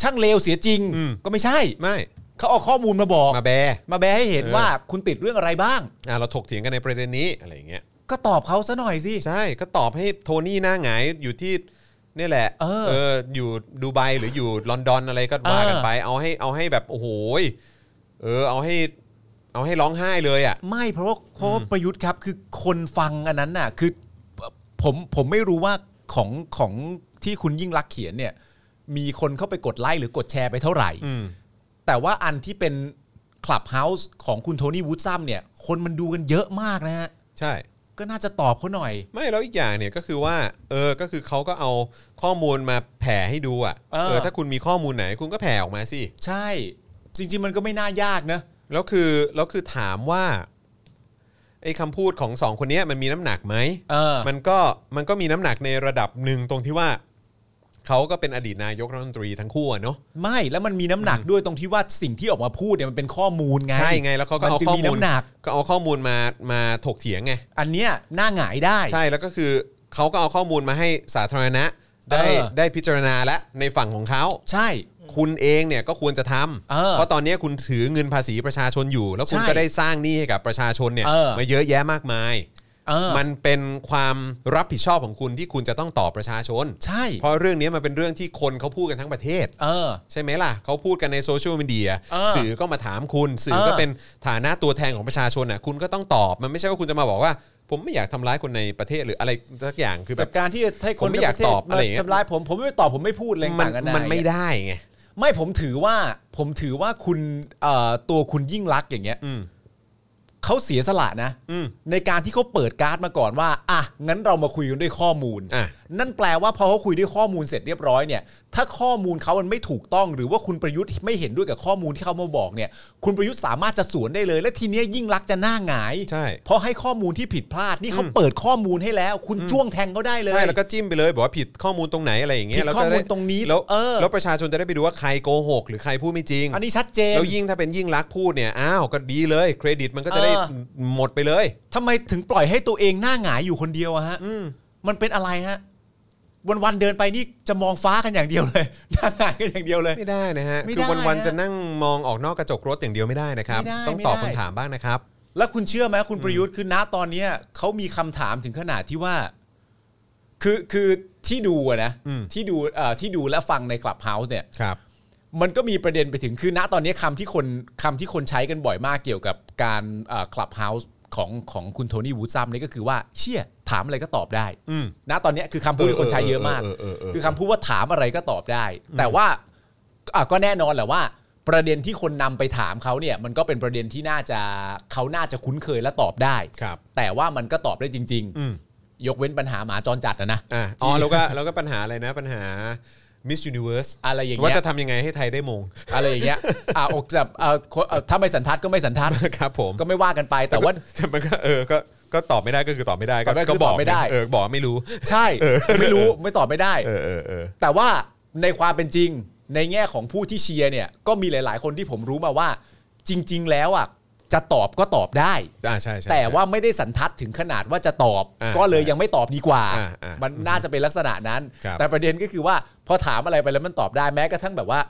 Speaker 3: ช่างเลวเสียจริง
Speaker 2: อืม
Speaker 3: ก็ไม่ใช่
Speaker 2: ไม่
Speaker 3: เขาเอาข้อมูลมาบอก
Speaker 2: มาแบร์
Speaker 3: มาแบร์ให้เห็น
Speaker 2: เออ
Speaker 3: ว่าคุณติดเรื่องอะไรบ้าง
Speaker 2: อ่ะเราถกเถียงกันในประเด็นนี้อะไรอย่างเงี้ย
Speaker 3: ก็ตอบเขาซะหน่อยสิ
Speaker 2: ใช่ก็ตอบให้โทนี่หน้าหงายอยู่ที่เนี่ยแหละ
Speaker 3: เออ
Speaker 2: อยู่ดูไบหรืออยู่ลอนดอนอะไรก็ว่ากันไป เอาให้เอาให้แบบโอ้โหยเออ เอาให้ เอาให้ร้องไห้เลยอ่ะ
Speaker 3: ไม่เพราะว่าเพราะว่าประยุทธ์ครับ คือคนฟังอันนั้นน่ะ คือผมผมไม่รู้ว่าของของที่คุณยิ่งรักษณ์เขียนเนี่ย มีคนเข้าไปกดไลค์หรือกดแชร์ไปเท่าไหร่
Speaker 2: อืม
Speaker 3: แต่ว่าอันที่เป็นคลับเฮาส์ของคุณโทนี่วูดซัมเนี่ย คนมันดูกันเยอะมากนะฮะ
Speaker 2: ใช่
Speaker 3: ก็น่าจะตอบเขาหน่อย
Speaker 2: ไม่แล้วอีกอย่างเนี่ยก็คือว่า เออก็คือเขาก็เอาข้อมูลมาแผ่ให้ดูอ่ะ
Speaker 3: เออ
Speaker 2: ถ้าคุณมีข้อมูลไหนคุณก็แผ่ออกมาสิ
Speaker 3: ใช่ จริง ๆ มันก็ไม่น่ายากนะ
Speaker 2: แล้วคือแล้วคือถามว่า ไอ้คำพูดของสองคนเนี้ยมันมีน้ำหนักไหม
Speaker 3: เออ
Speaker 2: มันก็มันก็มีน้ำหนักในระดับหนึ่งตรงที่ว่า เขาก็เป็นอดีตนายกรัฐมนตรีทั้งคู่อะเนาะ
Speaker 3: ไม่แล้วมันมีน้ำหนักด้วยตรงที่ว่าสิ่งที่ออกมาพูดเนี่ยมันเป็นข้อมูลไง
Speaker 2: ใช่ไงแล้วเขาก็เอา
Speaker 3: นจึง
Speaker 2: ข้อ
Speaker 3: มี
Speaker 2: มูล
Speaker 3: น้ำหนัก
Speaker 2: ก็เอาข้อมูลมามาถกเถียงไง
Speaker 3: อันเนี้ยหน้าหงายได้
Speaker 2: ใช่แล้วก็คือเขาก็เอาข้อมูลมาให้สาธารณะได้
Speaker 3: เออ
Speaker 2: ได้พิจารณาและในฝั่งของเขา
Speaker 3: ใช่
Speaker 2: คุณเองเนี่ยก็ควรจะทำ
Speaker 3: เออ
Speaker 2: เพราะตอนนี้คุณถือเงินภาษีประชาชนอยู่ แล้วคุณ
Speaker 3: ใช่
Speaker 2: ก็ได้สร้างหนี้ให้กับประชาชนเนี่ย
Speaker 3: เออ
Speaker 2: มาเยอะแยะมากมาย
Speaker 3: เออ
Speaker 2: มันเป็นความรับผิดชอบของคุณที่คุณจะต้องต่อประชาชน
Speaker 3: ใช่
Speaker 2: เพราะเรื่องนี้มันเป็นเรื่องที่คนเขาพูดกันทั้งประเทศ
Speaker 3: เออ
Speaker 2: ใช่ไหมล่ะเขาพูดกันในโซเชียลมีเดีย
Speaker 3: เออ
Speaker 2: สื่อก็มาถามคุณ สื่อก็
Speaker 3: เออ
Speaker 2: เป็นฐานะตัวแทนของประชาชนน่ะคุณก็ต้องตอบมันไม่ใช่ว่าคุณจะมาบอกว่า ผมไม่อยากทำร้ายคนในประเทศหรืออะไรสักอย่างคือแบ
Speaker 3: กั
Speaker 2: บบ
Speaker 3: การที่ให้คนในประเทศมาทำร้ายผมผมไม่ตอบผมไม่พูดอะไร
Speaker 2: มั
Speaker 3: ต่างกัน
Speaker 2: มันไม่ได้ไง
Speaker 3: ไม่ผมถือว่าผมถือว่าคุณเอ่อตัวคุณยิ่งรักษณ์อย่างเงี้ย
Speaker 2: อืม
Speaker 3: เขาเสียสละนะ
Speaker 2: อืม
Speaker 3: ในการที่เขาเปิดการ์ดมาก่อนว่า อ่ะ งั้นเรามาคุยกันด้วยข้อมูล
Speaker 2: อ่ะ
Speaker 3: นั่นแปลว่าพอเขาคุยด้วยข้อมูลเสร็จเรียบร้อยเนี่ย ถ้าข้อมูลเขามันไม่ถูกต้อง หรือว่าคุณประยุทธ์ไม่เห็นด้วยกับข้อมูลที่เขามาบอกเนี่ย คุณประยุทธ์สามารถจะสวนได้เลย และทีเนี้ยยิ่งรักษณ์จะหน้าหงาย
Speaker 2: ใช่
Speaker 3: เพราะให้ข้อมูลที่ผิดพลาด นี่เขาเปิดข้อมูลให้แล้ว คุณจ้วงแทงเขาได้เลย
Speaker 2: ใช่แล้วก็จิ้มไปเลยบอกว่าผิดข้อมูลตรงไหนอะไรอย่างเงี้ย
Speaker 3: ผิด
Speaker 2: แล้ว
Speaker 3: ข้อ
Speaker 2: ก็
Speaker 3: มู
Speaker 2: ได้
Speaker 3: ลตรงนี้
Speaker 2: แล้ว
Speaker 3: เออ
Speaker 2: แล้วประชาชนจะได้ไปดูว่าใครโกหก หรือใครพูดไม่จริง
Speaker 3: อันนี้ชัดเจน
Speaker 2: แล้วยิ่งถ้าเป็นยิ่งรักษณ์พูดเนี่ยอ้าวก็ดีเลยเครดิตมันก็จะได้
Speaker 3: เออ
Speaker 2: หมดไปเลย
Speaker 3: ทำไมถึงปล่อยให้ตัวเองหน้าหงายอยู่คนเดียวอะฮะมันเป็นอะไรฮะ วันๆเดินไปนี่จะมองฟ้ากันอย่างเดียวเลย หน้าหงายกันอย่างเดียวเลย
Speaker 2: ไม่ได้นะฮะ
Speaker 3: ไม่
Speaker 2: คือ
Speaker 3: ได้
Speaker 2: วัน
Speaker 3: ฮะ
Speaker 2: ๆ จะนั่งมองออกนอกกระจกรถอย่างเดียวไม่ได้นะครับ
Speaker 3: ไม่ได้
Speaker 2: ต้องตอบ
Speaker 3: ไม่ได้
Speaker 2: คำถามบ้างนะครับ
Speaker 3: แล้วคุณเชื่อไหมคุณประยุทธ์คือณตอนเนี้ยเขามีคำถามถึงขนาดที่ว่า คือคือที่ดูอะนะ
Speaker 2: อืม
Speaker 3: ที่ดูเอ่อที่ดูและฟังในคลับเฮาส์เนี่ย
Speaker 2: ครับ
Speaker 3: มันก็มีประเด็นไปถึงคือณตอนนี้คำที่คนคำที่คนใช้กันบ่อยมากเกี่ยวกับการคลับเฮาส์ของของคุณโทนี่วูดซัมนี่ก็คือว่าเชี่ยถามอะไรก็ตอบได้
Speaker 2: อืม
Speaker 3: ณตอนนี้คือคำพูดที่คนใช้เยอะมาก
Speaker 2: เออเออเออเออ
Speaker 3: คือคำพูดว่าถามอะไรก็ตอบได้ แต่ว่าอ่ะก็แน่นอนแหละว่า ประเด็นที่คนนำไปถามเขาเนี่ย มันก็เป็นประเด็นที่น่าจะเขาน่าจะคุ้นเคยและตอบได้
Speaker 2: ครับ
Speaker 3: แต่ว่ามันก็ตอบได้จริง
Speaker 2: อืม
Speaker 3: ๆ ยกเว้นปัญหาหมาจรจัดนะนะ
Speaker 2: อ่ะอ๋อแล้วก็แล้วก็ปัญหาอะไรนะปัญหา Miss Universe
Speaker 3: อะไรอย่าง
Speaker 2: ว่า
Speaker 3: เงี้ย
Speaker 2: จะทำยังไงให้ไทยได้มง
Speaker 3: อะไรอย่างเงี้ยอ่ะอกแบบอ่ะคนอ่ะถ้าไม่สันทัดก็ไม่สันทัด
Speaker 2: ครับผม
Speaker 3: ก็ไม่ว่ากันไปแต่ว่า
Speaker 2: แต่มันก็เออก็ก็ตอบไม่ได้ก็คือตอบไม่ได้
Speaker 3: ตอบไม่ได้คือตอบไม่ได้
Speaker 2: เออบอกไม่รู้
Speaker 3: ใช่ไม่ รู้ไม่ตอบไม่ได้
Speaker 2: เออเออเออ
Speaker 3: แต่ว่าในความเป็นจริงในแง่ของผู้ที่เชียร์เนี่ยก็มีหลาย ๆ คนที่ผมรู้มาว่า จริง ๆ แล้วอ่ะจะตอบก็ตอบได้
Speaker 2: อ่าใช่ใช่
Speaker 3: แต่ว่าไม่ได้สันทัดถึงขนาดว่าจะตอบ
Speaker 2: อ่า
Speaker 3: ก็เลยยังไม่ตอบดีกว่า
Speaker 2: อ่าอ่ามั
Speaker 3: มันน่าจะเป็นลักษณะนั้น
Speaker 2: ครับ
Speaker 3: แต่ประเด็นก็คือว่าพอถามอะไรไปแล้วมันตอบได้แม้กระทั่งแบบว่า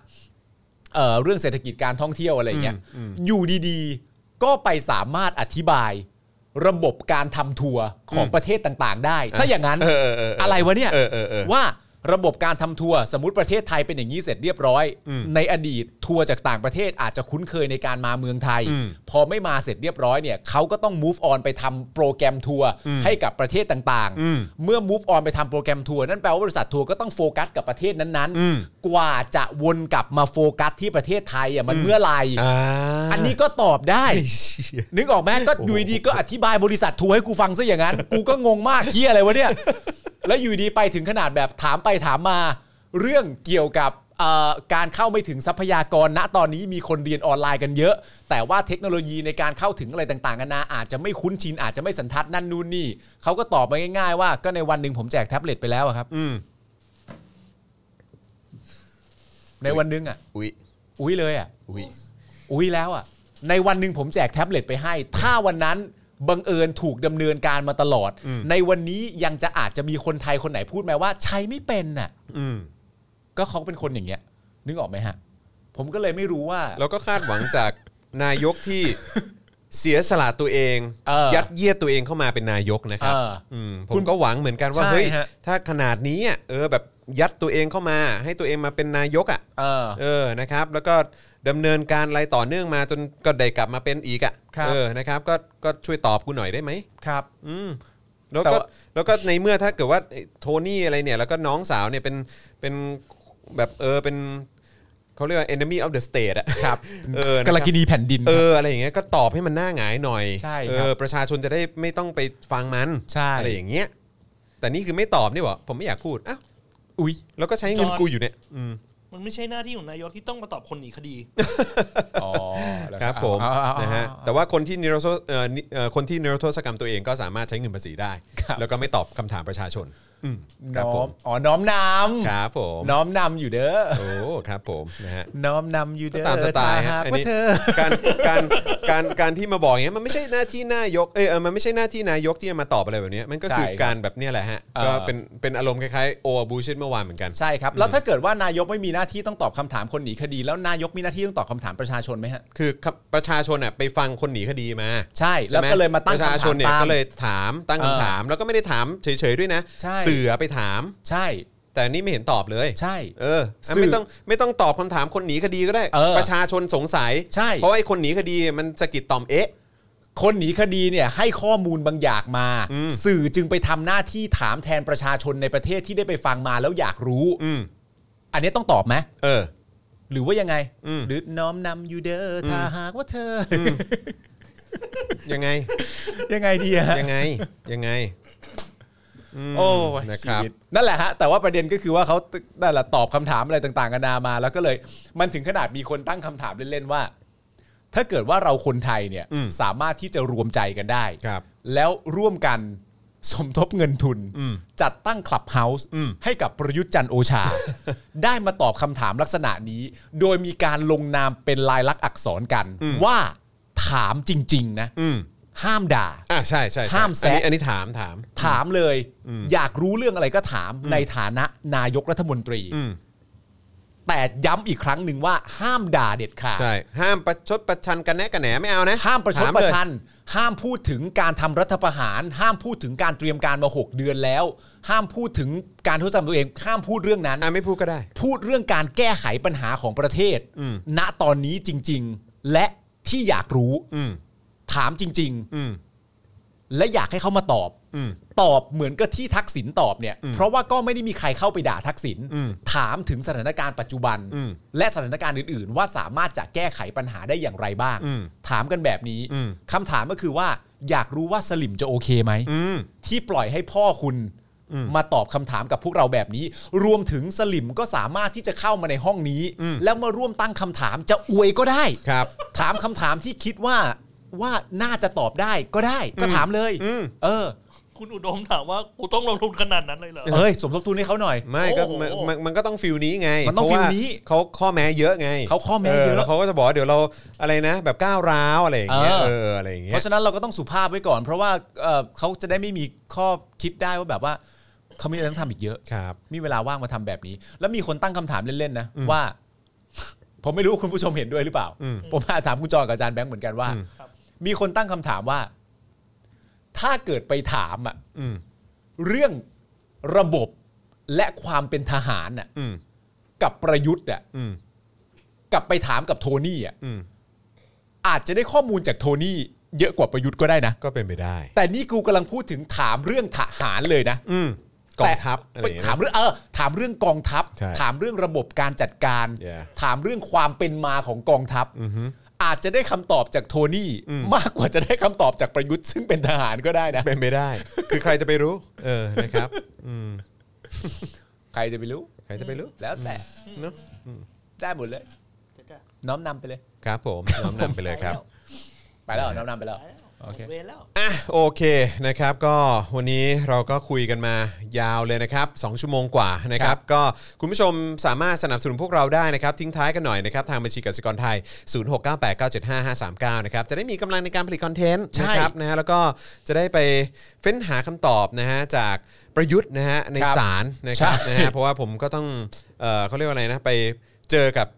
Speaker 3: เอ่อเรื่องเศรษฐกิจการท่องเที่ยวอะไรอย่างเงี้ย
Speaker 2: อืมอืม
Speaker 3: อยู่ดีๆ ก็ไปสามารถอธิบาย ระบบการทำทัวร์ของ
Speaker 2: อืม
Speaker 3: ประเทศต่างๆ ได้ซะอย่างนั้น
Speaker 2: เออเออเออ
Speaker 3: อะไรวะเนี่ย
Speaker 2: เออเออเออ
Speaker 3: ว่าระบบการทำทัวร์สมมติประเทศไทยเป็นอย่างนี้เสร็จเรียบร้อย
Speaker 2: อืม
Speaker 3: ในอดีตทัวร์จากต่างประเทศอาจจะคุ้นเคยในการมาเมืองไทย
Speaker 2: อืม
Speaker 3: พอไม่มาเสร็จเรียบร้อยเนี่ยเขาก็ต้อง move on ไปทำโปรแกรมทัวร์
Speaker 2: อืม
Speaker 3: ให้กับประเทศต่าง
Speaker 2: อืม
Speaker 3: ๆ เมื่อ move on ไปทำโปรแกรมทัวร์นั่นแปลว่าบริษัททัวร์ก็ต้องโฟกัสกับประเทศนั้น
Speaker 2: อืม
Speaker 3: กว่าจะวนกลับมาโฟกัสที่ประเทศไทยอ่ะมันเมื่อไหร่
Speaker 2: อ่า
Speaker 3: อันนี้ก็ตอบได้
Speaker 2: ไอ้เหี้ย
Speaker 3: นึกออกไหมก็
Speaker 2: โอ้โห
Speaker 3: อยู่ดีๆก็อธิบายบริษัททัวร์ให้กูฟังซะอย่างนั้น กูก็งงมากเฮียอะไรวะเนี่ย แล้วอยู่ดีไปถึงขนาดแบบถามไปถามมา เรื่องเกี่ยวกับเอ่อการเข้าไม่ถึงทรัพยากรณตอนนี้มีคนเรียนออนไลน์กันเยอะ แต่ว่าเทคโนโลยีในการเข้าถึงอะไรต่างๆกันานาอาจจะไม่คุ้นชินอาจจะไม่สันทัดนั่นนู่นนี่เขาก็ตอบมาง่ายๆว่าก็ในวันหนึ่งผมแจกแท็บเล็ตไปแล้วอะครับ
Speaker 2: อืม
Speaker 3: ในวันหนึงอ่ะ
Speaker 2: อุ้ย
Speaker 3: อุ้ยเลยอ่ะ
Speaker 2: อุ้ย
Speaker 3: อุ้ยแล้วอ่ะ ในวันหนึ่งผมแจกแท็บเล็ตไปให้ ถ้าวันนั้นบังเอิญถูกดำเนินการมาตลอด ในวันนี้ยังจะอาจจะมีคนไทยคนไหนพูดไหมว่าใช้ไม่เป็นน่ะ
Speaker 2: อืม
Speaker 3: ก็เขาเป็นคนอย่างเงี้ย นึกออกไหมฮะ ผมก็เลยไม่รู้ว่า
Speaker 2: เราก็คาดหวังจาก นายกที่ เสียสละตัวเอง
Speaker 3: เออ
Speaker 2: ยัดเยียดตัวเองเข้ามาเป็นนายกนะครับ
Speaker 3: เอออื
Speaker 2: มผมก็หวังเหมือนกันว่า
Speaker 3: ใช่
Speaker 2: เฮ้ย
Speaker 3: ฮะ
Speaker 2: ถ้าขนาดนี้อ่ะเออแบบยัดตัวเองเข้ามา ให้ตัวเองมาเป็นนายกอ่ะ
Speaker 3: เออ
Speaker 2: เออ นะครับ แล้วก็ดำเนินการอะไรต่อเนื่องมาจนก็ได้กลับมาเป็นอีกอ่ะ
Speaker 3: ครับ
Speaker 2: เออ นะครับ ก็ ก็ช่วยตอบกูหน่อยได้ไหม
Speaker 3: ครับ
Speaker 2: อืม แล้ว
Speaker 3: แต่
Speaker 2: ก็
Speaker 3: ว่า
Speaker 2: แล้วก็ในเมื่อถ้าเกิดว่าไอ้โทนี่อะไรเนี่ย แล้วก็น้องสาวเนี่ยเป็น เป็นแบบเออ เป็นเขาเรียกว่า enemy of the state อ่ะ
Speaker 3: ครับ
Speaker 2: เออนะครับ
Speaker 3: กลกินีแผ่นดินค
Speaker 2: เอ
Speaker 3: รับ
Speaker 2: อ อะไรอย่างเงี้ย ก็ตอบให้มันหน้าหงายหน่อย
Speaker 3: ใช่
Speaker 2: เอ
Speaker 3: ครับ
Speaker 2: อ ประชาชนจะได้ไม่ต้องไปฟังมัน
Speaker 3: ใช่
Speaker 2: อะไรอย่างเงี้ย แต่นี่คือไม่ตอบนี่หว่าผมไม่อยากพูด อ้าว
Speaker 3: อุ้ย
Speaker 2: แล้วก็ใช้เงิน
Speaker 4: จอห์น
Speaker 2: กูอยู่เนี่ย อืม
Speaker 4: มันไม่ใช่หน้าที่ของนายกที่ต้องมาตอบคนหนีคดี
Speaker 3: อ๋อแล้ว
Speaker 2: ครับผม
Speaker 3: เอาเอาเอา
Speaker 2: นะฮะแต่ว่าคนที่นิรโทษเอ่อนิเอ่อคนที่นิรโทษกรรมตัวเองก็สามารถใช้เงินภาษีได้ แล้วก็ไม่ตอบคำถามประชาชนอืมครับ
Speaker 3: น้อ
Speaker 2: ผม ม
Speaker 3: อ๋อน้อมน
Speaker 2: ค
Speaker 3: ำ
Speaker 2: รับผม
Speaker 3: น้อมนำอยู่เด้อ
Speaker 2: โอ้ครับผมนะฮะ
Speaker 3: น้อมนำอยู่
Speaker 2: ก็
Speaker 3: เด้อ
Speaker 2: ตามสไตล์ฮะ
Speaker 3: ถ้าหาก
Speaker 2: อัน
Speaker 3: ว่า
Speaker 2: นี้
Speaker 3: เธอ
Speaker 2: การการการการที่มาบอกอย่างเงี้ยมันไม่ใช่หน้าที่นายกเอยเออมันไม่ใช่หน้าที่นายกที่จะมาตอบอะไรแบบเนี้ยมันก็คือ
Speaker 3: ใช่ครับ
Speaker 2: การแบบเนี้ยแหละฮะ
Speaker 3: เออ
Speaker 2: ก็เป็นเป็นอารมณ์คล้ายๆโอบูชิดเมื่อวานเหมือนกัน
Speaker 3: ใช่ครับ แล้วถ้าเกิดว่านายกไม่มีหน้าที่ต้องตอบคำถามคนหนีคดี แล้วนายกมีหน้าที่ต้องตอบคำถามประชาชนไหมฮะ
Speaker 2: คือประชาชนน่ะไปฟังคนหนีคดีมา
Speaker 3: ใช่
Speaker 2: ใช่
Speaker 3: แล้ว
Speaker 2: ไห
Speaker 3: ก็เลยมาตั้
Speaker 2: ป
Speaker 3: ง
Speaker 2: ระ
Speaker 3: คำ
Speaker 2: ชา
Speaker 3: ถาม
Speaker 2: ชนเนี่ย
Speaker 3: ตาม
Speaker 2: ก็เลยถามตั้งคำถาม แล้วก็ไม่ได้ถามเฉยๆด้วยนะ
Speaker 3: ใช่
Speaker 2: สื่อไปถาม
Speaker 3: ใช่
Speaker 2: แต่นี่ไม่เห็นตอบเลย
Speaker 3: ใช่
Speaker 2: เอออ่ะ
Speaker 3: สื่อ
Speaker 2: ไม่ต้องไม่ต้องตอบคำถามคนหนีคดีก็ได้
Speaker 3: เออ
Speaker 2: ประชาชนสงสัย
Speaker 3: ใช่
Speaker 2: เพราะไอ้คนหนีคดีมันสะกิดต่อมเอ๊ะ
Speaker 3: คนหนีคดีเนี่ยให้ข้อมูลบางอย่างมา
Speaker 2: อืม
Speaker 3: สื่อจึงไปทำหน้าที่ถามแทนประชาชนในประเทศที่ได้ไปฟังมาแล้วอยากรู้
Speaker 2: อืม
Speaker 3: อันนี้ต้องตอบไหม
Speaker 2: เออ
Speaker 3: หรือว่ายังไง
Speaker 2: อืม
Speaker 3: หรือน้อมนำอยู่เด้อถ้าหากว่าเธออ
Speaker 2: ยังไง
Speaker 3: ยังไงดีอะ
Speaker 2: ยังไงยังไงอืม
Speaker 3: โอ้ย
Speaker 2: นะครับ
Speaker 3: ชีวิตนั่นแหละฮะแต่ว่าประเด็นก็คือว่าเขานั่นแหละตอบคำถามอะไรต่างๆกันานามา แล้วก็เลยมันถึงขนาดมีคนตั้งคำถามเล่นๆว่า ถ้าเกิดว่าเราคนไทยเนี่ย
Speaker 2: อืม
Speaker 3: สามารถที่จะรวมใจกันได้
Speaker 2: ครับ
Speaker 3: แล้วร่วมกันสมทบเงินทุน
Speaker 2: อืม
Speaker 3: จัดตั้งคลับเฮาส์
Speaker 2: อืม
Speaker 3: ให้กับประยุทธ์จันทร์โอ ชา ได้มาตอบคำถามลักษณะนี้ โดยมีการลงนามเป็นลายลักษณ์อักษรกัน ว่าถามจริง ๆ นะ
Speaker 2: อืม
Speaker 3: ห้ามด่า
Speaker 2: อ่ะใช่ใช่ใช่
Speaker 3: ห้ามแซะ
Speaker 2: อันนี้อันนี้ถามถาม
Speaker 3: ถามเลย อยากรู้เรื่องอะไรก็ถามในฐานะนายกรัฐมนตรี
Speaker 2: อืม
Speaker 3: แต่ย้ำอีกครั้งหนึ่งว่าห้ามด่าเด็ดขาด
Speaker 2: ใช่ ห้ามประชดประชันกันแนะกันแหนไม่เอานะ
Speaker 3: ห้ามประชด
Speaker 2: ถ
Speaker 3: ป
Speaker 2: เลย
Speaker 3: ระชัน ห้ามพูดถึงการทำรัฐประหาร ห้ามพูดถึงการเตรียมการมา 6 เดือนแล้ว ห้ามพูดถึงการทดสอบตัวเอง ห้ามพูดเรื่องนั้น
Speaker 2: อ่ะไม่พูดก็ได้
Speaker 3: พูดเรื่องการแก้ไขปัญหาของประเทศ
Speaker 2: อืม
Speaker 3: ณ ตอนนี้จริง ๆ และที่อยากรู้
Speaker 2: อืม
Speaker 3: ถามจริง
Speaker 2: อืม
Speaker 3: ๆ และอยากให้เขามาตอบ
Speaker 2: อืม
Speaker 3: ตอบเหมือนกับที่ทักษิณตอบเนี่ย เพราะว่าก็ไม่ได้มีใครเข้าไปด่าทักษิณ
Speaker 2: อืม
Speaker 3: ถามถึงสถานการณ์ปัจจุบัน
Speaker 2: อืม
Speaker 3: และสถานการณ์อื่น ๆ ว่าสามารถจะแก้ไขปัญหาได้อย่างไรบ้าง
Speaker 2: อืม
Speaker 3: ถามกันแบบนี้
Speaker 2: อืม
Speaker 3: คำถามก็คือว่า อยากรู้ว่าสลิมจะโอเคไหม
Speaker 2: อืม
Speaker 3: ที่ปล่อยให้พ่อคุณมาตอบคำถามกับพวกเราแบบนี้ รวมถึงสลิมก็สามารถที่จะเข้ามาในห้องนี้
Speaker 2: อืม
Speaker 3: แล้วมาร่วมตั้งคำถามจะอวยก็ได้
Speaker 2: ครับ
Speaker 3: ถามคำถามที่คิดว่าว่าน่าจะตอบได้ก็ได้ ก็ถามเลย
Speaker 2: อืม
Speaker 3: เออ
Speaker 4: คุณอุดมถามว่ากูต้องลงทุนขนาดนั้นเลยเหรอ
Speaker 3: เอ้ยสมทบทุนให้เขาหน่อย
Speaker 2: ไม่ก็
Speaker 4: โอ้โห
Speaker 2: มันมันมันก็ต้องฟิลนี้ไง
Speaker 3: มันต้อง
Speaker 2: เพราะว่า
Speaker 3: ฟิลนี้
Speaker 2: เขาข้อแม้เยอะไง
Speaker 3: เขาข้อแม้เยอะ
Speaker 2: แล้วเขาก็จะบอกว่าเดี๋ยวเราอะไรนะ แบบก้าวร้าวอะไรอย่างเงี้ย
Speaker 3: เออ
Speaker 2: เอออะไรอย่างเงี้
Speaker 3: เพ
Speaker 2: ย
Speaker 3: ราะฉะนั้นเราก็ต้องสุภาพไว้ก่อน เพราะว่าเอ่อเขาจะได้ไม่มีข้อคิดได้ว่าแบบว่าเขามีอะไรต้องทำอีกเยอะ
Speaker 2: ครับ
Speaker 3: มีเวลาว่างมาทำแบบนี้ แล้วมีคนตั้งคำถามเล่นๆนะว่า ผมไม่รู้คุณผู้ชมเห็นด้วยหรือเปล่า
Speaker 2: อืม
Speaker 3: ผมมาถามคุณจอนกับอาจารย์แบงค์เหมือนกันว่า
Speaker 2: อืม
Speaker 4: ครับ
Speaker 3: มีคนตั้งคำถามว่า ถ้าเกิดไปถามอะ
Speaker 2: อืม
Speaker 3: เรื่องระบบและความเป็นทหารอะ
Speaker 2: อืม
Speaker 3: กับประยุทธ์อะ
Speaker 2: อืม
Speaker 3: กับไปถามกับโทนี่อะ
Speaker 2: อืม
Speaker 3: อาจจะได้ข้อมูลจากโทนี่เยอะกว่าประยุทธ์ก็ได้นะ
Speaker 2: ก็เป็นไปได้
Speaker 3: แต่นี่กูกำลังพูดถึงถามเรื่องทหารเลยนะ
Speaker 2: อืมกองทัพอะไรอย่างเงี้ย
Speaker 3: ถาม
Speaker 2: นะ
Speaker 3: เรื่องเออถามเรื่องกองทัพ
Speaker 2: ใช่
Speaker 3: ถามเรื่องระบบการจัดการ
Speaker 2: Yeah
Speaker 3: ถามเรื่องความเป็นมาของกองทัพ
Speaker 2: อือฮึ
Speaker 3: อาจจะได้คำตอบจากโทนี่
Speaker 2: อืม
Speaker 3: มากกว่าจะได้คำตอบจากประยุทธ์ซึ่งเป็นทหารก็ได้นะ
Speaker 2: เป็นไปได้ คือใครจะไปรู้ เออ นะครับ อืม
Speaker 3: ใครจะไปรู้
Speaker 2: ใครจะไปรู้
Speaker 3: แล้วแต่
Speaker 2: เนอะ
Speaker 3: ได้หมดเลย
Speaker 4: เดี๋ยวจ้ะ
Speaker 3: น้อมนำไปเลย
Speaker 2: ครับผม น้อมนำไปเลยครับ
Speaker 3: ไปแล้วเหรอน้อมนำไปแล้ว
Speaker 4: ไปแล้ว
Speaker 3: โอเค
Speaker 4: หมดเวรแล้ว
Speaker 2: อ่ะ โอเค นะครับ ก็วันนี้เราก็คุยกันมายาวเลยนะครับ 2 ชั่วโมงกว่า นะครับ ก็คุณผู้ชมสามารถสนับสนุนพวกเราได้นะครับ ทิ้งท้ายกันหน่อยนะครับ ทางบัญชีกสิกรไทย 0698975539 นะครับ จะได้มีกำลังในการผลิตคอนเทนต์
Speaker 3: ใช่
Speaker 2: นะครับ นะฮะ แล้วก็จะได้ไปเฟ้นหาคำตอบนะฮะจากประยุทธ์นะฮะใน
Speaker 3: ครับ
Speaker 2: ศาลนะครับ
Speaker 3: ใช่
Speaker 2: นะฮะ เพราะว่าผมก็ต้อง เอ่อเขาเรียกว่าอะไรนะ ไปเจอกับ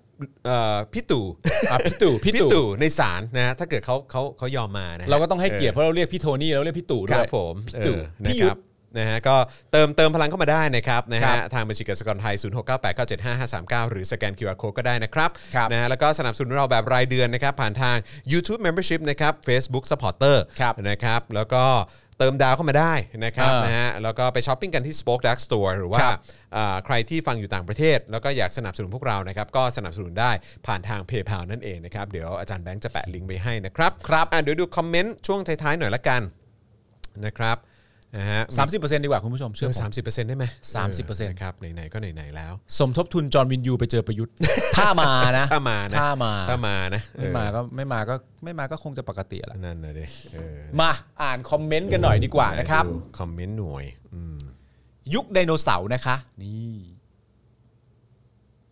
Speaker 2: เอ่อพี่ตู่
Speaker 3: อ่ะพี่ตู่พี่
Speaker 2: พี่
Speaker 3: ตู่
Speaker 2: ตู่ในศาลนะฮะถ้าเกิดเขาเขาเขายอมมานะฮะ
Speaker 3: เราก็ต้องให้เกียรติเพราะเราเรียกพี่โทนี่เราเรียกพี่ตู่
Speaker 2: ค
Speaker 3: ด้
Speaker 2: รั
Speaker 3: วย
Speaker 2: บผม
Speaker 3: พี่ตู่
Speaker 2: เออนะ
Speaker 3: พี่
Speaker 2: ค
Speaker 3: ยุท
Speaker 2: รับ
Speaker 3: ธ
Speaker 2: นะฮะก็เติมเติมพลังเข้ามาได้นะครับนะ
Speaker 3: ครั
Speaker 2: ฮะ
Speaker 3: บ
Speaker 2: ทางบัญชีกสิกรไทย 0698975539 หรือสแกน QR Code ก็ได้นะครับ
Speaker 3: ครับ
Speaker 2: นะฮะแล้วก็สนับสนุนเราแบบรายเดือนนะครับ ผ่านทาง YouTube Membership นะครับ Facebook Supporter
Speaker 3: ครับ
Speaker 2: นะครับแล้วก็เติมดาวเข้ามาได้นะครับ
Speaker 3: เออ
Speaker 2: นะฮะแล้วก็ไปช้อปปิ้งกันที่ Spoke Dark Store หรือว่า
Speaker 3: ครับ
Speaker 2: อ่าใครที่ฟังอยู่ต่างประเทศ แล้วก็อยากสนับสนุนพวกเรานะครับก็สนับสนุนได้ผ่านทาง PayPal นั่นเองนะครับ เดี๋ยวอาจารย์แบงค์จะแปะลิงก์ไปให้นะครับครับเดี๋ยวดูคอมเมนต์ช่วงท้ายๆหน่อยละกันนะครับ นะฮะ
Speaker 3: สามสิบเปอร์เซ็นต์ดีกว่าคุณผู้ชมเชื่อผ
Speaker 2: สาม มสิบเปอร์เซ็นต์ได้ไหม
Speaker 3: 30%
Speaker 2: ครับไหนๆก็ไหนๆแล้ว
Speaker 3: สมทบทุนจอร์นวินยูไปเจอประยุทธ์ ถ้ามานะ
Speaker 2: ถ้ามานะ
Speaker 3: ถ้ามา
Speaker 2: ถ้ามานะเอ
Speaker 3: ไม่
Speaker 2: อ
Speaker 3: มาก็ไม่มาก็ไม่มาก็คงจะปกติแหละ
Speaker 2: นั่นนะเด็เออ
Speaker 3: มาอ่านคอมเมนต์กันหน่อยดีกว่านะครับ
Speaker 2: ดูคอมเมนต์หน่วยอืม
Speaker 3: ยุคไดโนเสาร์นะคะ นี่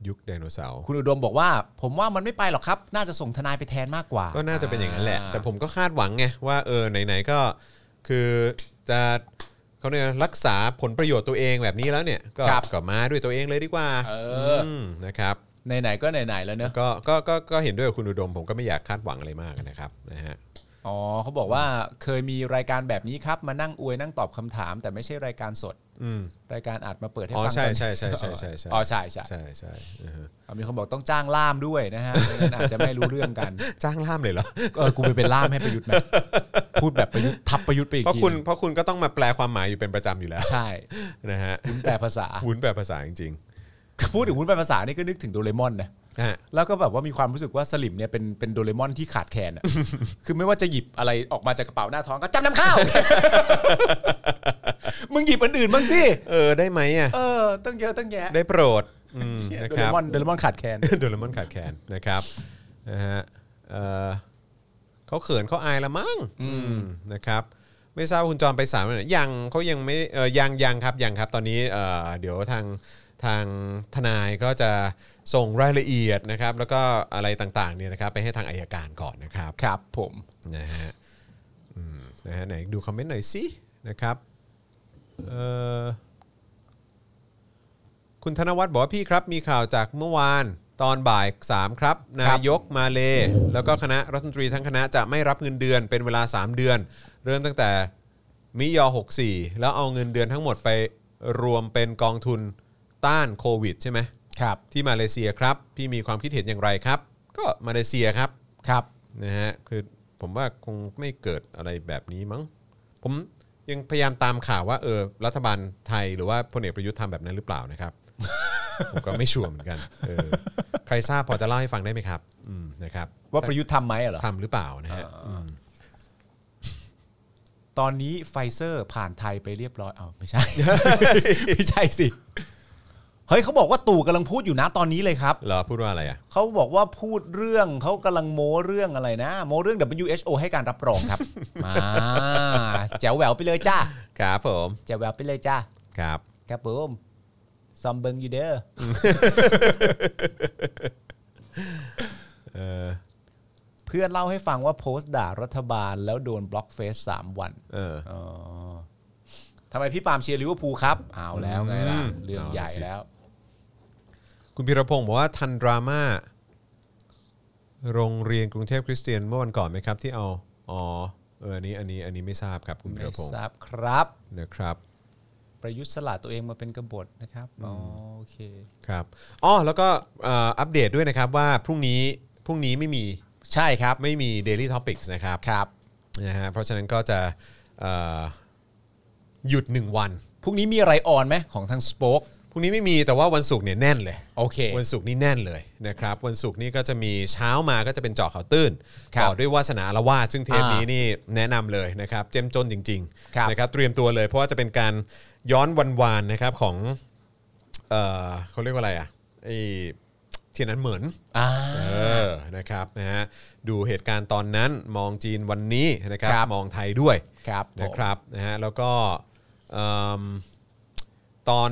Speaker 2: ยุคไดโนเสาร์
Speaker 3: คุณอุดมบอกว่า ผมว่ามันไม่ไปหรอกครับ น่าจะส่งทนายไปแทนมากกว่า
Speaker 2: ก็น่าจะเป็นอย่างนั้นแหละ แต่ผมก็คาดหวังไงว่าเออไหนๆก็คือจะเขาเนี่ยกรักษาผลประโยชน์ตัวเองแบบนี้แล้วเนี่ยก็ก็มาด้วยตัวเองเลยดีกว่า
Speaker 3: เออ
Speaker 2: มนะครับ
Speaker 3: ไหนๆก็ไหนๆแล้วเนอะ
Speaker 2: ก็ก็ก็ก็เห็นด้วยกับคุณอุดมผมก็ไม่อยากคาดหวังอะไรมากนะครับนะฮะ
Speaker 3: อ๋อเขาบอกว่าเคยมีรายการแบบนี้ครับ มานั่งอวยนั่งตอบคำถาม แต่ไม่ใช่รายการสด
Speaker 2: อืม
Speaker 3: รายการอัดมาเปิดให้
Speaker 2: อ๋อ
Speaker 3: ฟัง
Speaker 2: ใช่
Speaker 3: ตอน
Speaker 2: ใช่ใช่ใช่ใช่ใช่
Speaker 3: อ๋อใช่ใช่
Speaker 2: ใช่ใช่อือฮะ
Speaker 3: เอามีคนบอกต้องจ้างล่ามด้วยนะฮะไม่งั้นอาจจะไม่รู้เรื่องกัน
Speaker 2: จ้างล่ามเลยเหรอ
Speaker 3: เออกูไปเป็นล่ามให้ประยุทธ์ไหมพูดแบบประยุทธ์ทับประยุทธ์ไปอีก
Speaker 2: เพราะ
Speaker 3: ที
Speaker 2: คุณ
Speaker 3: หนึ่ง
Speaker 2: เพราะคุณก็ต้องมาแปลความหมายอยู่เป็นประจำอยู่แล้ว
Speaker 3: ใช่
Speaker 2: นะฮะ
Speaker 3: วุ้นแปลภาษา
Speaker 2: วุ้นแปลภาษาจริง
Speaker 3: พูดถึงวุ้นแปลภาษานี่ก็นึกถึงโดเรมอนนะ
Speaker 2: ๆฮะ
Speaker 3: แล้วก็แบบว่ามีความรู้สึกว่าสลิมเนี่ยเป็นเป็นโดเรมอนที่ขาดแคลนอะ คือไม่ว่าจะหยิบอะไรออกมาจากกระเป๋าหน้าท้องก็จำนำข้าว มึงหยิบอันอื่นบ้างสิ
Speaker 2: เออได้ไหมอ่ะ
Speaker 3: เออตั้งเยอะตั้งแยะ
Speaker 2: ได้โปรดอืมนะ
Speaker 3: โด
Speaker 2: ค
Speaker 3: เร
Speaker 2: รับ
Speaker 3: มอนโดเรมอนขาดแคลน
Speaker 2: โดเรมอนขาดแคลนนะครับนะฮะเอ่อเขาเขินเขาอายละมั้งอืมนะครับ ไม่ทราบว่าคุณจอมไปสามหรือยังยังเขายังไม่เอ่อยังยังครับยังครับตอนนี้เอ่อเดี๋ยวทางทางทนายก็จะส่งรายละเอียดนะครับ แล้วก็อะไรต่างๆเนี่ยนะครับ ไปให้ทางอายการก่อนนะครับ
Speaker 3: ครับผม
Speaker 2: นะฮะอืมนะฮะไหนดูคอมเมนต์หน่อยสินะครับเอ่อคุณธนวัฒน์บอกว่าพี่ครับ มีข่าวจากเมื่อวานตอนบ่าย 3 ครับ นายกมาเล แล้วก็คณะรัฐมนตรีทั้งคณะจะไม่รับเงินเดือนเป็นเวลา 3 เดือน เริ่มตั้งแต่มิยอ 64 แล้วเอาเงินเดือนทั้งหมดไปรวมเป็นกองทุนต้านโควิดใช่ไหม
Speaker 3: ครับ
Speaker 2: ที่มาเลเซียครับ พี่มีความคิดเห็นอย่างไรครับ ก็มาเลเซียครับ
Speaker 3: ครับ
Speaker 2: นะฮะคือผมว่าคงไม่เกิดอะไรแบบนี้มั้ง ผมยังพยายามตามข่าวว่าเออรัฐบาลไทยหรือว่าพลเอกประยุทธ์ทำแบบนั้นหรือเปล่านะครับ ผมก็ไม่ชัวร์เหมือนกันเออใครทราบพอจะเล่าให้ฟังได้ไหมครับอืมนะครับ
Speaker 3: ว่าประยุทธ์ทำไหมอะเหรอ
Speaker 2: ทำหรือเปล่านะฮะม
Speaker 3: ตอนนี้ไฟเซอร์ผ่านไทยไปเรียบร้อย เอาไม่ใช่ ไม่ใช่สิ เฮ้ยเขาบอกว่าตู่กำลังพูดอยู่นะตอนนี้เลยครับ
Speaker 2: เหรอพูดว่าอะไรอ่ะ
Speaker 3: เขาบอกว่าพูดเรื่องเขากำลังโม้เรื่องอะไรนะ โม้เรื่อง WHO ให้การรับรองครับ มาแจ๋วแหววไปเลยจ้า
Speaker 2: ครับผม
Speaker 3: แจ๋วแหววไปเลยจ้า
Speaker 2: ครับ
Speaker 3: ครับผมซอมเบิงอยู่เด้อ
Speaker 2: เออ
Speaker 3: เพื่อนเล่าให้ฟังว่าโพสต์ด่ารัฐบาลแล้วโดนบล็อกเฟซสามวัน
Speaker 2: เออ
Speaker 3: อ๋อทำไมพี่ปาล์มเชียร์ลิเวอร์พูลครับเอาแล้วไงล่ะเรื่องใหญ่แล้ว
Speaker 2: คุณพิรพงศ์บอกว่าทันดราม่าโรงเรียนกรุงเทพคริสเตียนเมื่อวันก่อนไหมครับ ที่เอาอ๋อเอออันนี้อันนี้อันนี้ไม่ทราบครับคุณพิ
Speaker 3: ไม่
Speaker 2: รพงศ์
Speaker 3: ทราบครับ
Speaker 2: นะครับ
Speaker 3: ประยุทธ์สละตัวเองมาเป็นกบฏนะครับอ๋อโอเค
Speaker 2: ครับอ๋อแล้วก็เอ่ออัปเดตด้วยนะครับว่าพรุ่งนี้พรุ่งนี้ไม่มี
Speaker 3: ใช่ครับ
Speaker 2: ไม่มี Daily Topics นะครับ
Speaker 3: ครับ
Speaker 2: นะฮะเพราะฉะนั้นก็จะเอ่อหยุด 1 วัน
Speaker 3: พรุ่งนี้มีอะไรออนไหมของทางสป็อก
Speaker 2: พรุ่งนี้ไม่มีแต่ว่าวันศุกร์เนี่ยแน่นเลย
Speaker 3: โอเค
Speaker 2: วันศุกร์นี่แน่นเลยนะครับวันศุกร์นี่ก็จะมีเช้ามาก็จะเป็นเจาะข่าวตื้น
Speaker 3: ครับ
Speaker 2: ต่อด้วยวาสนาละวาดซึ่งเทปนี้
Speaker 3: อ่านี่
Speaker 2: นี่แนะนำเลยนะครับเจ้มจนจริง
Speaker 3: ครับ
Speaker 2: ๆนะครับเตรียมตัวเลยเพราะว่าจะเป็นการย้อนวันวานนะครับของเอ่อเขาเรียกว่าอะไรอ่ะไอเทียนอันเหมือน
Speaker 3: า
Speaker 2: เออ นะครับ นะฮะ ดูเหตุการณ์ตอนนั้น มองจีนวันนี้นะครับ
Speaker 3: ครับ
Speaker 2: มองไทยด้วย
Speaker 3: ครับผม
Speaker 2: นะครับ นะฮะ แล้วก็เอิ่มตอน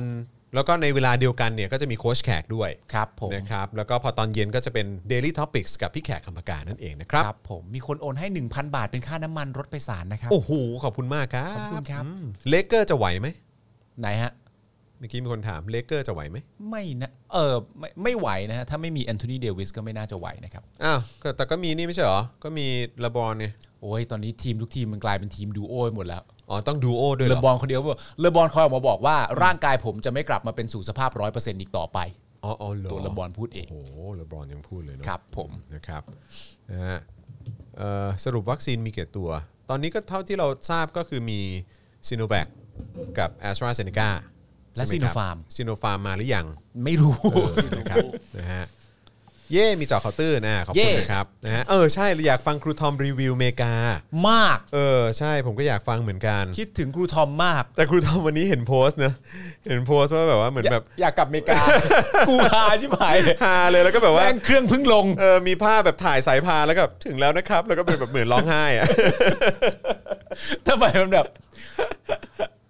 Speaker 2: แล้วก็ในเวลาเดียวกันเนี่ย ก็จะมีโค้ชแขกด้วย
Speaker 3: ครับผม
Speaker 2: นะครับ แล้วก็พอตอนเย็นก็จะเป็น Daily Topics กับพี่แขกคำปากานั่นเองนะครับ
Speaker 3: ครับผมมีคนโอนให้ 1,000 บาทเป็นค่าน้ำมันรถไปสารนะครับ
Speaker 2: โอ้โห ขอบคุณมากครับ
Speaker 3: ขอบคุณครับ
Speaker 2: อืมเลเกอร์จะไหวไหม
Speaker 3: ไหนฮะ
Speaker 2: เมื่อกี้มีคนถาม เลเกอร์จะไหวไหม
Speaker 3: ไม่นะเออไม่ไม่ไหวนะฮะถ้าไม่มีแอนโทนีเดวิสก็ไม่น่าจะไหวนะครับ
Speaker 2: อ้าวก็แต่ก็มีนี่ไม่ใช่เหรอ ก็มีลาบอนเนี่ย
Speaker 3: โอ้ยตอนนี้ทีมทุกทีมมันกลายเป็นทีมดูโอหมดแล้ว
Speaker 2: อ๋อ ต้องดูโอด้วยเห
Speaker 3: เล
Speaker 2: รอบ
Speaker 3: อนคนเดียวบอกเลบอนคอยออกมาบอกว่าร่างกายผมจะไม่กลับมาเป็นสู่สภาพร้อยเปอร์เซ็นต์อีกต่อไป
Speaker 2: อ๋ออ๋อเหรอ
Speaker 3: ตัวเลบอนพูดเอง
Speaker 2: โอ้โหเลบรอนยังพูดเลยเนาะ
Speaker 3: ครับผม
Speaker 2: นะครับนะฮะเอ่อสรุปวัคซีนมีกี่ตัว ตอนนี้ก็เท่าที่เราทราบก็คือมีซีโนแ a คกับแอสตราเซเนกา
Speaker 3: และ Sinopharm
Speaker 2: ซีโนฟาร์มมาหรือยัง
Speaker 3: ไม่รู้
Speaker 2: เออนะครับนะฮะ เย่มีเจอข่าวตื้นนะขอบคุณ
Speaker 3: เย่
Speaker 2: นะครับนะฮะเออใช่อยากฟังครูทอมรีวิวอเมริกา
Speaker 3: มาก
Speaker 2: เออใช่ผมก็อยากฟังเหมือนกัน
Speaker 3: คิดถึงครูทอมมาก
Speaker 2: แต่ครูทอมวันนี้เห็นโพสต์นะเห็นโพสต์ว่าแบบว่าเหมือนแบบ
Speaker 3: อยากกลับอเมริกา กูฮาชิบหายเลย
Speaker 2: ฮาเลยแล้วก็แบบว่า
Speaker 3: แม่งเครื่องเพึ่งลง
Speaker 2: เออมีภาพแบบถ่ายสายพานแล้วก็ถึงแล้วนะครับ แล้วก็เป็นแบบเหมือนร้องไห้อะ
Speaker 3: ทำไมมันแบบ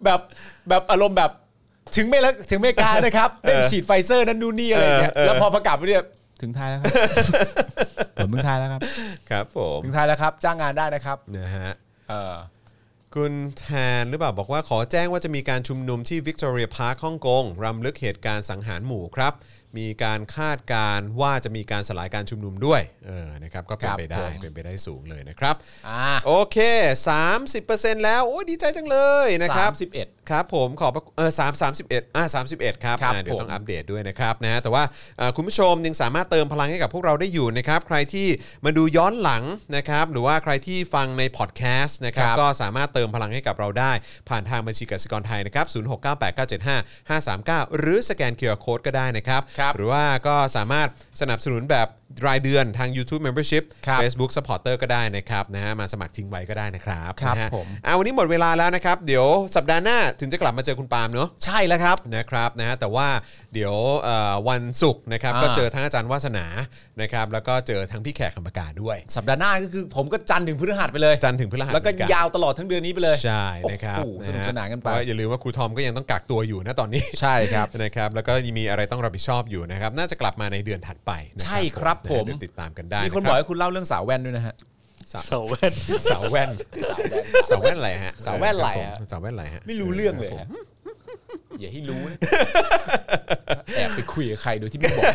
Speaker 3: แบบแบบอารมณ์แบบถึงไม่แล้วถึงอเมริกานะครับได้ไปฉีดไฟเซอร์นั้นดูนนี่อะไรอย่างเงี้ย
Speaker 2: เออเออ
Speaker 3: แล้วพอประกาศไปเนี่ยถึงไทยแล้วครับ ผมถึงไทยแล้วครับ
Speaker 2: ครับผม
Speaker 3: ถึงไทยแล้วครับ จ้างงานได้นะครับ
Speaker 2: นะฮะ
Speaker 3: เออ
Speaker 2: คุณแทนหรือเปล่าบอกว่าขอแจ้งว่าจะมีการชุมนุมที่ Victoria Park ฮ่องกงรำลึกเหตุการณ์สังหารหมู่ครับ มีการคาดการณ์ว่าจะมีการสลายการชุมนุมด้วยเออนะครับก็เป็นไป
Speaker 3: ครั
Speaker 2: ได้
Speaker 3: บผม
Speaker 2: เป็นไปได้สูงเลยนะครับ
Speaker 3: อ่า
Speaker 2: โอเค 30%แล้ว โอ้ยดีใจจังเลยนะครับ
Speaker 3: สามสิบเอ็ด
Speaker 2: ครับผมขอบพระเออสามสามสิบเอ็ดอ่าสามสิบเอ็ดครับ
Speaker 3: ครับ
Speaker 2: อ่าเดี๋ยว
Speaker 3: ผม
Speaker 2: ต้องอัปเดตด้วยนะครับนะฮะแต่ว่าเอ่อคุณผู้ชมยังสามารถเติมพลังให้กับพวกเราได้อยู่นะครับ ใครที่มาดูย้อนหลังนะครับ หรือว่าใครที่ฟังในพอดแคสต์นะครับ
Speaker 3: ครับ
Speaker 2: ก็สามารถเติมพลังให้กับเราได้ ผ่านทางบัญชีกสิกรไทยนะครับศูนย์หกเก้าแปดเก้าเจ็ดห้าห้าสามเก้าหรือสแกนเคอร์โคดก็ได้นะครับ
Speaker 3: ครับ
Speaker 2: หรือว่าก็สามารถสนับสนุนแบบรายเดือนทาง YouTube Membership
Speaker 3: ครับ
Speaker 2: Facebook Supporter ก็ได้นะครับนะฮะมาสมัครทิ้งไว้ก็ได้นะครับ
Speaker 3: ครับ
Speaker 2: นะฮะ
Speaker 3: ผม
Speaker 2: อ่าวันนี้หมดเวลาแล้วนะครับ เดี๋ยวสัปดาห์หน้าถึงจะกลับมาเจอคุณปาล์มเนอะ
Speaker 3: ใช่แล้วครับ
Speaker 2: นะครับนะฮะแต่ว่าเดี๋ยวเอ่อวันศุกร์นะครับ
Speaker 3: อ่า
Speaker 2: ก็เจอทั้งอาจารย์วาสนานะครับแล้วก็เจอทั้งพี่แขกคำปากาด้วย
Speaker 3: สัปดาห์หน้าก็คือผมก็จันทร์ถึงพฤหัสไปเลย
Speaker 2: จันทร์ถึงพฤหัส
Speaker 3: แล้วก็
Speaker 2: เหมือนน
Speaker 3: ยาวตลอดทั้งเดือนนี้ไปเลย
Speaker 2: ใช่นะครับ
Speaker 3: โอ้โหสนุก
Speaker 2: ะฮะ
Speaker 3: สนานกันไป
Speaker 2: เพระอย่าลืมว่าครูทอมก็ยังต้องกักตัวอยู่นะตอนนี้
Speaker 3: ใช่ครับ
Speaker 2: นะครับแล้วก็ยังมีอะไรต้องรับผิดชอบอยู่นะครับน่าจะกลับมาในเดือนถัดไปนะ
Speaker 3: ใช่ครับ
Speaker 2: นะฮะ
Speaker 3: ผม
Speaker 2: เดี๋ยวติดตามกันได้
Speaker 3: มีคนบอกให้คุณเล่าเรื่องสาวแว่นด้วยนะฮะ
Speaker 4: เสาแว่น
Speaker 2: เสาแว่นเสาแว่นอะไรฮะ
Speaker 3: เสาแว่นอะไรฮะ
Speaker 2: เสาแว่นอะไรฮะ
Speaker 3: ไม่รู้เรื่องเลยฮะอย่าให้รู้นะแอบไปคุยกับใครโดยที่ไม่บอก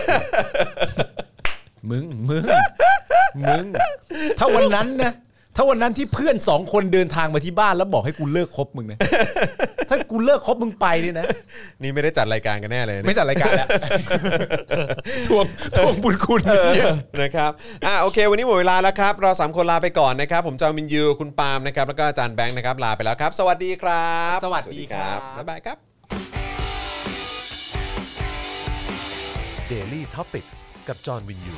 Speaker 3: มึง มึง มึง ถ้าวันนั้นนะ ถ้าวันนั้นที่เพื่อนสองคนเดินทางมาที่บ้านแล้วบอกให้กูเลิกคบมึงนะ ถ้ากูเลิกคบมึงไปเนี่ยนะ
Speaker 2: นี่ไม่ได้จัดรายการกันแน่เลยนะ
Speaker 3: ไม่จัดรายการแล้ว ทวงทวงบุญคุณเนี่ย
Speaker 2: นะครับ อ่ะโอเค วันนี้หมดเวลาแล้วครับ เราสามคนลาไปก่อนนะครับ ผมจอมินยู คุณปาล์มนะครับ แล้วก็อาจารย์แบงค์นะครับ ลาไปแล้วครับ สวัสดีครับ
Speaker 3: สวัสดีครับ
Speaker 2: บ๊ายบายครับ
Speaker 1: Daily t o p i c กกับจอห์นวินยู